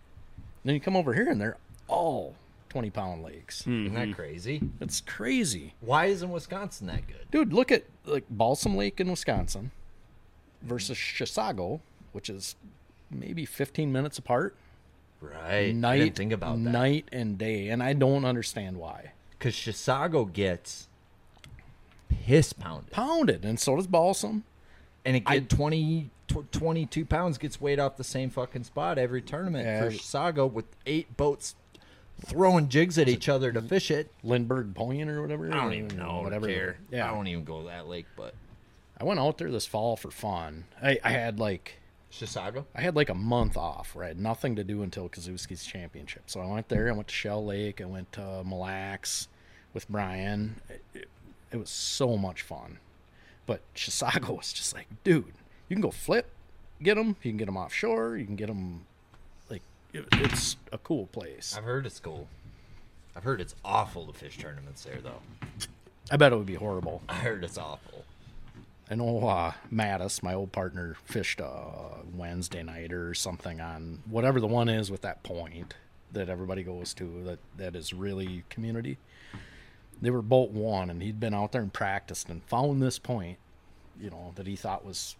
D: Then you come over here and they're all twenty pound lakes.
B: isn't that crazy?
D: It's crazy.
B: Why isn't Wisconsin that good?
D: Dude, look at like Balsam Lake in Wisconsin versus Chisago, which is maybe fifteen minutes apart.
B: Right.
D: night
B: I didn't think about that.
D: night and day and i don't understand why
B: because Chisago gets piss pounded,
D: pounded and so does balsam
B: and it get 20, tw- 22 pounds gets weighed off the same fucking spot every tournament for
D: Yeah.
B: Chisago with eight boats throwing jigs at each other to fish it.
D: lindbergh point or whatever
B: I don't
D: or
B: even know.
D: Mm, whatever
B: Whatever. Care.
D: yeah
B: I don't even go to that lake, but
D: I went out there this fall for fun I, I had like
B: Chisago.
D: i had like a month off where i had nothing to do until kazuski's championship so i went there i went to shell lake i went to mille lacs with brian it, it- it was so much fun but chisago was just like dude you can go flip get them you can get them offshore you can get them like it, it's a cool place
B: I've heard it's cool. I've heard it's awful to fish tournaments there, though. (laughs)
D: I bet it would be horrible.
B: I heard it's awful.
D: I know uh, Mattis, my old partner, fished uh, Wednesday night or something on whatever the one is with that point that everybody goes to that, that is really community. They were boat one, and he'd been out there and practiced and found this point, you know, that he thought was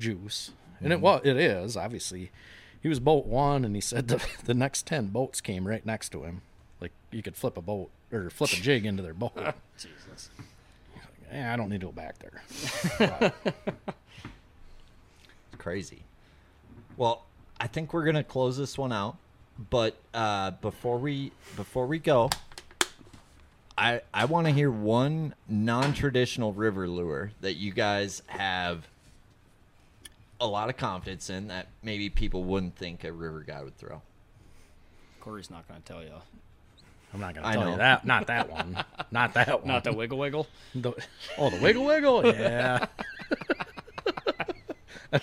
D: juice. And it was, it is, obviously. He was boat one, and he said the, the next 10 boats came right next to him. Like you could flip a boat or flip a jig into their boat.
C: Jesus.
D: Eh, I don't need to go back there.
B: It's crazy. Well, I think we're gonna close this one out, but uh, before we before we go, I I want to hear one non-traditional river lure that you guys have a lot of confidence in that maybe people wouldn't think a river guy would throw.
C: Corey's not gonna tell you.
D: I'm not gonna
B: I
D: tell
B: know.
D: you that. Not that (laughs) one. Not that one.
C: Not the wiggle wiggle.
D: The- oh, the wiggle wiggle. (laughs) Yeah.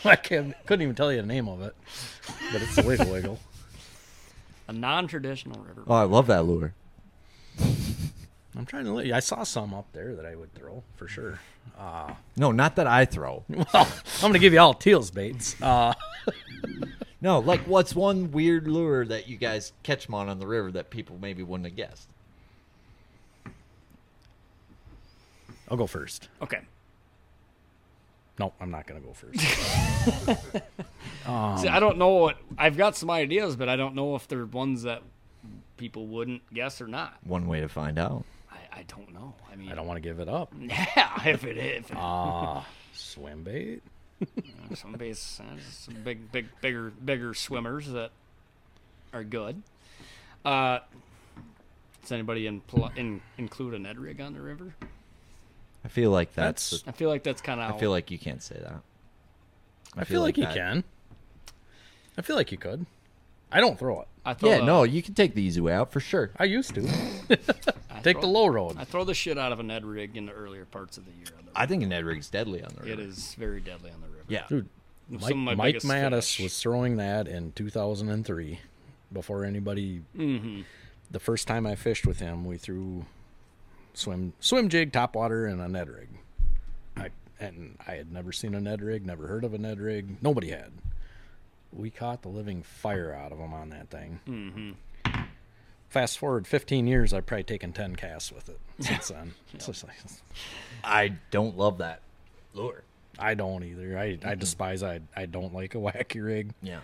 D: I can't, couldn't even tell you the name of it, but it's the wiggle wiggle.
C: A non traditional river.
B: Oh, I love that lure.
D: (laughs) I'm trying to. look- I saw some up there that I would throw for sure.
B: No, not that I (laughs) throw.
D: Well, I'm gonna give you all teals baits. Uh,
B: No, like what's one weird lure that you guys catch 'em on on the river that people maybe wouldn't have guessed?
D: I'll go first.
C: Okay.
D: No, I'm not gonna go first. (laughs)
C: See, I don't know what I've got some ideas, but I don't know if they're ones that people wouldn't guess or not.
B: One way to find out.
C: I, I don't know. I mean,
D: I don't Um, want to give it up.
C: (laughs) yeah, if it is, if it,
D: Swim bait.
C: some base, uh, some big, big, bigger, bigger swimmers that are good. Uh, does anybody in, pl- in include a Ned rig on the river?
B: I feel like
D: That's.
B: that's
C: I feel like that's kind of.
B: I feel like you can't say that.
D: I feel like you can. I feel like you could. I don't throw it.
C: I thought,
B: Yeah,
C: uh,
D: (sighs)
B: no, you can take the easy way out for sure.
D: I used to.
C: I
D: Take the low road.
C: I throw the shit out of an Ed rig in the earlier parts of the year. On the
B: I think an Ed rig's deadly on the river.
C: It is very deadly on the river.
B: Yeah.
D: Dude,
C: Some
D: Mike,
C: of my
D: Mike
C: biggest
D: Mattis
C: fish.
D: was throwing that in 2003 before anybody.
C: Mm-hmm.
D: The first time I fished with him, we threw swim swim jig, topwater, and a Ned rig. I, and I had never seen a Ned rig, never heard of a Ned rig. Nobody had. We caught the living fire out of him on that thing. Mm-hmm. Fast forward 15 years, I've probably taken 10 casts with it
C: (laughs)
D: since then. It's just like-
B: I don't love that lure.
D: I don't either. I, I despise. I I don't like a wacky rig.
B: Yeah.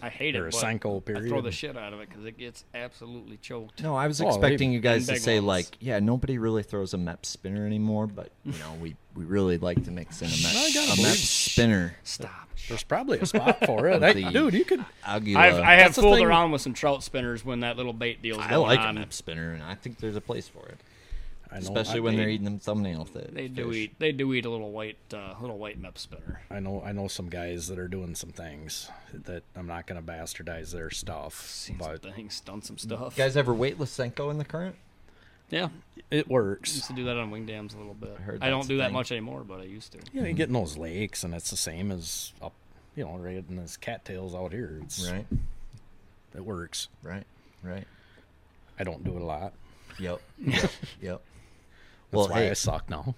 C: I hate
D: Or a
C: it. but
D: Senko
C: I throw
D: period.
C: the shit out of it because it gets absolutely choked.
B: No, I was
D: Oh,
B: expecting
D: they-
B: you guys to
C: big
B: say
C: ones.
B: like, yeah, nobody really throws a MEP spinner anymore, but you know, we, we really like to mix in a MEP,
D: gotta
B: a
D: believe-
B: MEP spinner.
C: Stop.
D: There's probably
B: (laughs)
D: a spot for it. I,
B: The-
D: dude, you could.
B: Agula.
C: I've, I have
D: That's the
C: fooled
D: thing-
C: around with some trout spinners when that little bait deal's
B: uh, I
C: going
B: like
C: on.
B: a MEP spinner, and I think there's a place for it,
D: I know,
B: especially
D: I,
B: when they're
C: they-
B: eating them thumbnail fish.
C: They do eat. They do eat a little white, uh, little white mep spinner.
D: I know. I know some guys that are doing some things that I'm not gonna bastardize their stuff,
C: Seen some
D: but
C: things, done some stuff.
B: You guys ever weightless Senko in the current?
C: yeah,
D: it
C: used
D: works.
C: to do that on wing dams a little bit. I,
B: heard that's
C: don't
B: a
C: do that
B: thing.
C: much anymore, but I used to.
D: You know, you get in those lakes, and it's the same as up, you know, right in those cattails out here. It's,
B: Right,
D: It works.
B: right, right.
D: I don't do it a lot.
B: Yep, yep.
D: That's
B: Well, (laughs)
D: why
B: hey,
D: I suck now.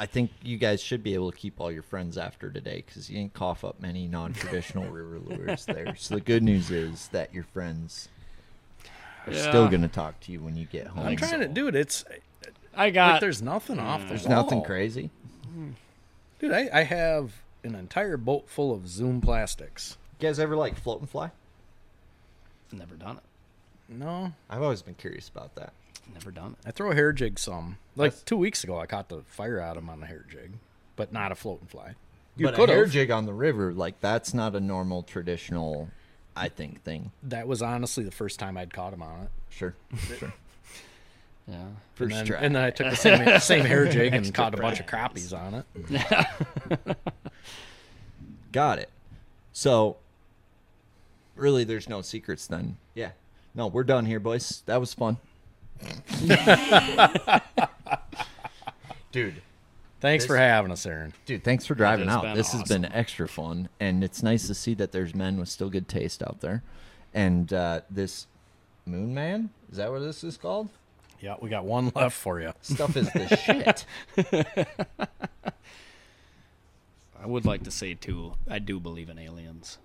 B: I think you guys should be able to keep all your friends after today because you didn't cough up many non-traditional river lures there. So the good news is that your friends are still
C: Yeah.
B: going to talk to you when you get home.
D: I'm trying to, dude. It's
C: I
D: like
C: got.
D: there's nothing off. There's
B: Uh, There's nothing
D: crazy.
B: crazy.
D: Dude, I, I have an entire boat full of Zoom plastics.
B: You guys ever like float and fly?
C: never done it.
D: No,
B: I've always been curious about that.
C: Never done it.
D: I throw a hair jig some. Like two weeks ago, I caught the fire out of 'em on the hair jig, but not a floating fly. You
B: but
D: could
B: a hair
D: have.
B: jig on the river, like that's not a normal traditional, I think, thing.
D: that was honestly the first time I'd caught him on it. (laughs)
B: Sure, sure.
C: Yeah.
B: First
D: And then,
B: try.
D: and then I took
B: (laughs)
D: the same, same hair jig and caught a bunch of crappies on it.
B: Got it. So, really, there's no secrets then. Yeah. No, we're done here, boys. That was
D: (laughs)
B: fun. dude,
D: Thanks for having us, Aaron.
B: dude, thanks for driving
C: has
B: out.
C: been
B: This has been extra fun, and it's nice to see that there's men with still good taste out there. And uh, this Moon Man is that what this is called?
D: Yeah, we got one left for you.
B: Stuff is
D: (laughs)
B: the shit.
C: I would like to say too. I do believe in aliens.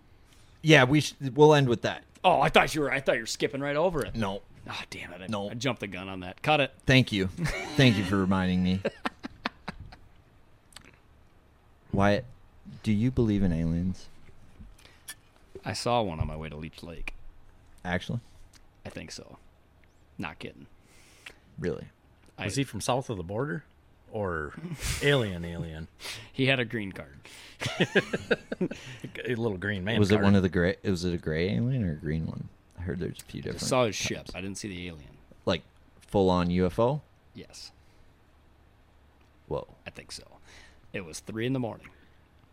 B: Yeah, we sh- we'll end with that.
C: Oh, I thought you were. I thought you were skipping right over it.
B: No,
C: Ah, damn it! I,
B: No.
C: I jumped the gun on that. Cut it.
B: Thank you. Thank you for reminding me. Wyatt, do you believe in aliens?
C: I saw one on my way to Leech Lake.
B: Actually?
C: I think so. Not kidding.
B: Really?
D: Is he from south of the border
B: (laughs)
D: or alien, alien?
C: He had a green card.
D: A little green man.
B: was it
D: card.
B: one of the gray was it a gray alien or a green one? I heard there's a few
C: I
B: different
C: saw his ship. I didn't see the alien.
B: like full on UFO?
C: Yes,
B: Whoa.
C: I think so. It was three in the morning.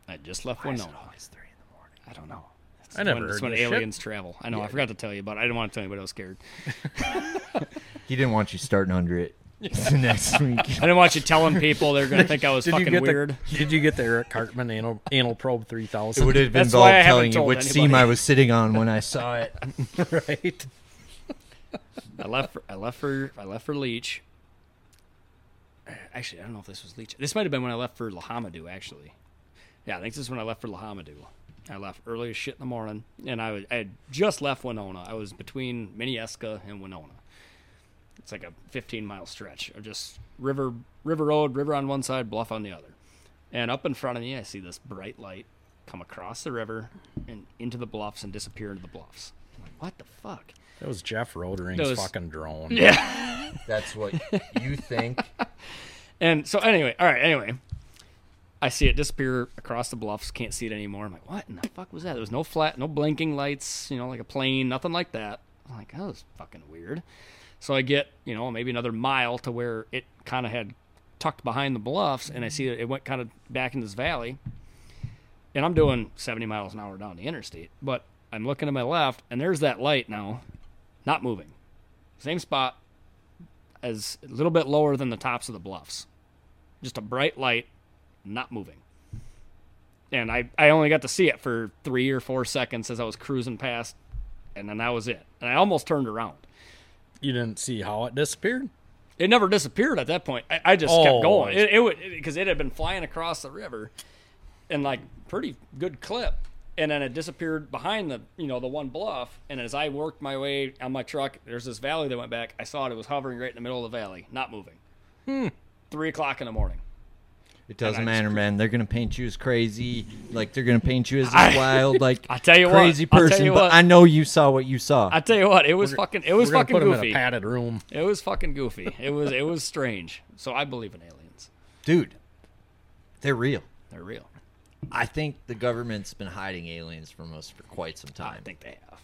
C: I just left Winona. always three in the morning? I don't know. It's
D: I never
C: when, it's
D: heard
C: when
D: this shit.
C: aliens travel. I know. I forgot to tell you, but I didn't want to tell anybody. I was scared.
B: He didn't want you starting under
C: (laughs)
B: it next week.
C: I didn't want you telling people they're gonna think I was
D: (laughs) Did you
C: fucking
D: get
C: weird.
D: (laughs) the Did you get the Eric Cartman anal, anal probe three
B: It
D: thousand?
B: would have
C: That's
B: involved
C: why I haven't
B: telling you
C: told
B: which seam
C: anybody.
B: I was sitting on when I saw it.
D: (laughs) right?
C: I left. For, I left for. I left for Leech. Actually, I don't know if this was Leech. This might have been when I left for Lahamadu. Actually, yeah, I think this is when I left for Lahamadu. I left early as shit in the morning, and I was I had just left Winona. I was between Minneska and Winona. It's like a 15 mile stretch of just river, river road, river on one side, bluff on the other. And up in front of me, I see this bright light come across the river and into the bluffs and disappear into the bluffs. I'm like, what the fuck?
D: That was Jeff Rodering's
C: That was-
D: fucking drone.
B: That's what you think.
C: And so anyway, all right, anyway. I see it disappear across the bluffs, can't see it anymore. I'm like, what in the fuck was that? There was no flat, no blinking lights, you know, like a plane, nothing like that. I'm like, that was fucking weird. So I get, you know, maybe another mile to where it kind of had tucked behind the bluffs, and I see that it went kind of back in this valley. And I'm doing 70 miles an hour down the interstate, but I'm looking to my left, and there's that light now, not moving. Same spot, as a little bit lower than the tops of the bluffs. Just a bright light, not moving. And I, I only got to see it for three or four seconds as I was cruising past, and then that was it. And I almost turned around.
D: You didn't see how it disappeared?
C: It never disappeared at that point. I, I just
D: Oh.
C: kept going. It, it would because it had been flying across the river, and like pretty good clip. And then it disappeared behind the you know the one bluff. And as I worked my way on my truck, there's this valley that went back. I saw it. It was hovering right in the middle of the valley, not moving.
D: Hmm.
C: Three o'clock in the morning.
J: It doesn't
C: And I
J: matter, man. They're gonna paint you as crazy. Like they're gonna paint you as
C: I-
J: a
C: (laughs)
J: wild, like
C: I tell you what,
J: crazy
C: I'll tell
J: person.
C: you
J: but
C: what.
J: I know you saw what you saw.
C: I tell you what, it was fucking. It was
D: We're gonna
C: fucking
D: put him in a
C: goofy.
D: padded room.
C: It was fucking goofy. It was it was strange. So I believe in aliens.
J: Dude, they're real.
C: They're real.
J: I think
B: The government's been hiding aliens from us for quite some
C: I
B: time.
C: think they have.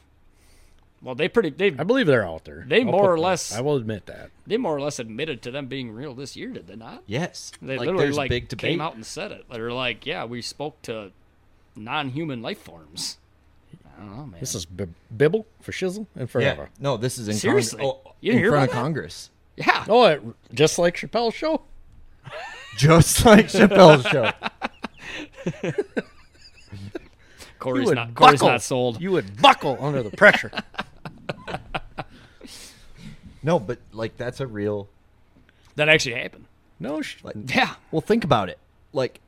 C: Well, they pretty they
D: I believe they're out there.
C: They
D: I'll
C: more
D: put
C: or
D: that.
C: less-
D: I will admit that.
C: they more or less admitted to them being real this year, did they not?
B: Yes,
C: They
B: like
C: literally
B: there's
C: like
B: big debate.
C: came out and said it. They were like, "Yeah, we spoke to non-human life forms." I don't know, man.
D: This is bi- Bibble for shizzle and
B: Yeah,
D: forever.
B: no, this is in Congress.
C: Seriously?
B: Oh,
C: You
B: in
C: hear
B: front
C: about
B: of
C: that?
B: Congress, (laughs)
C: yeah,
D: Oh, it, just like Chappelle's show.
B: just like
C: (laughs)
B: Chappelle's (laughs) show.
C: Corey's
D: would
C: not Corey's
D: buckle.
C: not sold.
D: You would buckle under
C: (laughs)
D: the pressure.
B: No, but like that's a real.
C: that actually happened.
D: No, sh-
C: Yeah,
B: Well, think about it. Like,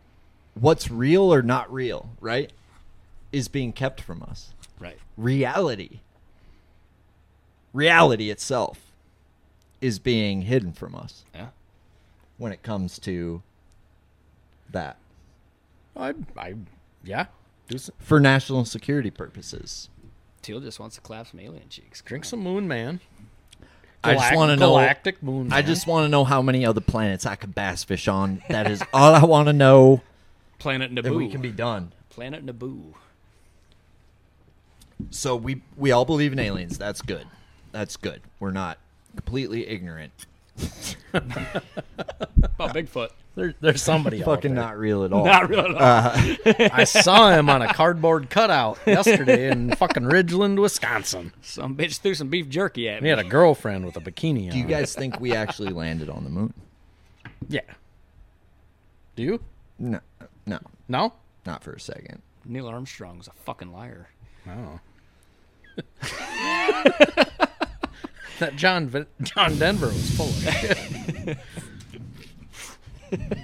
B: what's real or not real, right, is being kept from us.
C: right.
B: Reality, reality itself, is being hidden from us
C: Yeah,
B: when it comes to that
D: I, I, yeah. Do some,
B: for national security purposes.
C: Teal just wants to clap some alien cheeks.
D: drink some Moon Man.
B: I just want to know.
D: Galactic Moon. Man.
B: I just want to know how many other planets I could bass fish on. That is all I want to know.
C: Planet
B: That
C: Naboo.
B: we can be done.
C: Planet Naboo.
B: So we we all believe in aliens. That's good. That's good. We're not completely ignorant.
C: Oh, Bigfoot. (laughs)
D: There, there's somebody out
B: Fucking
D: there.
B: not real at all.
C: Not real at
B: Uh,
C: all.
D: I saw him on a
C: (laughs)
D: cardboard cutout yesterday in fucking Ridgeland, Wisconsin.
C: some bitch threw some beef jerky at
D: And he
C: me.
B: uh,
D: had a girlfriend with a bikini on.
B: Do you guys think we actually landed on the moon?
D: yeah. Do you?
B: No, no,
D: No.
B: not for a second.
C: Neil Armstrong's a fucking liar.
D: Oh. (laughs) that John Vin- John Denver was full of shit. (laughs)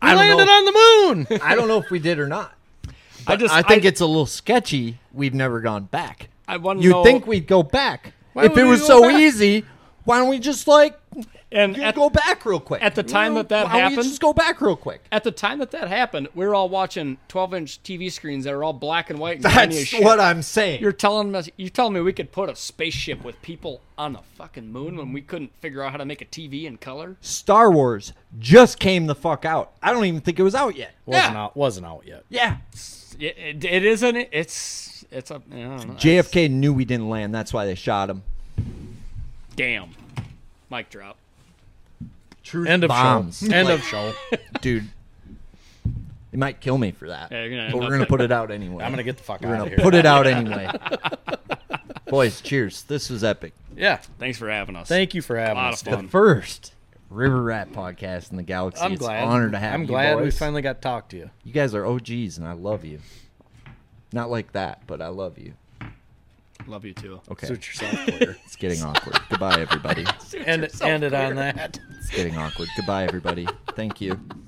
D: I landed on (laughs) the moon.
B: I don't know if we did or not.
C: I just
B: I think it's a little sketchy. We've never gone back.
C: I wanna
B: You'd
C: know-
B: think we'd go back if
D: would
B: it
D: we
B: was
D: go
B: so
D: back?
B: easy. Why don't we just like
C: and
B: you
C: at-
B: go back real quick?
C: at the time that that
B: why don't we
C: happened-
B: just go back real quick.
C: at the time that that happened, we were all watching 12-inch TV screens that are all black and white. And tiny as
B: That's
C: shit.
B: what I'm saying.
C: You're telling us you're telling me we could put a spaceship with people on the fucking moon when we couldn't figure out how to make a TV in color?
B: Star Wars just came the fuck out. I don't even think it was out yet.
D: Wasn't out. Wasn't out yet.
B: Yeah.
C: It, it, it isn't. It's it's a I don't know.
B: JFK knew we didn't land. That's why they shot him.
C: damn mic drop.
B: True
D: End of
B: bombs.
D: (laughs) show. End of show.
B: Dude, they might kill me for that.
C: Yeah, you're gonna
B: but
C: end
B: we're
C: up
B: going to
C: like-
B: put it out anyway.
D: I'm gonna get the fuck
B: We're
D: out
B: gonna
D: of here.
B: put it
D: (laughs)
B: out anyway. Boys, cheers. This was epic.
D: yeah.
C: Thanks for having us.
D: Thank you for having
C: lot
D: us.
C: of fun.
B: The first River Rat podcast in the galaxy.
D: Um, I'm
B: it's
D: glad.
B: an honor to have
D: I'm
B: you
D: glad we
B: boys.
D: finally got to talk to you.
B: You guys are OGs, and I love you. Not like that, but I love you.
C: Love you too.
B: Okay.
D: Suit yourself, (laughs) Twitter.
B: It's getting awkward.
D: (laughs)
B: Goodbye, everybody.
D: and end it on that.
B: It's getting awkward. Goodbye, everybody. Thank you.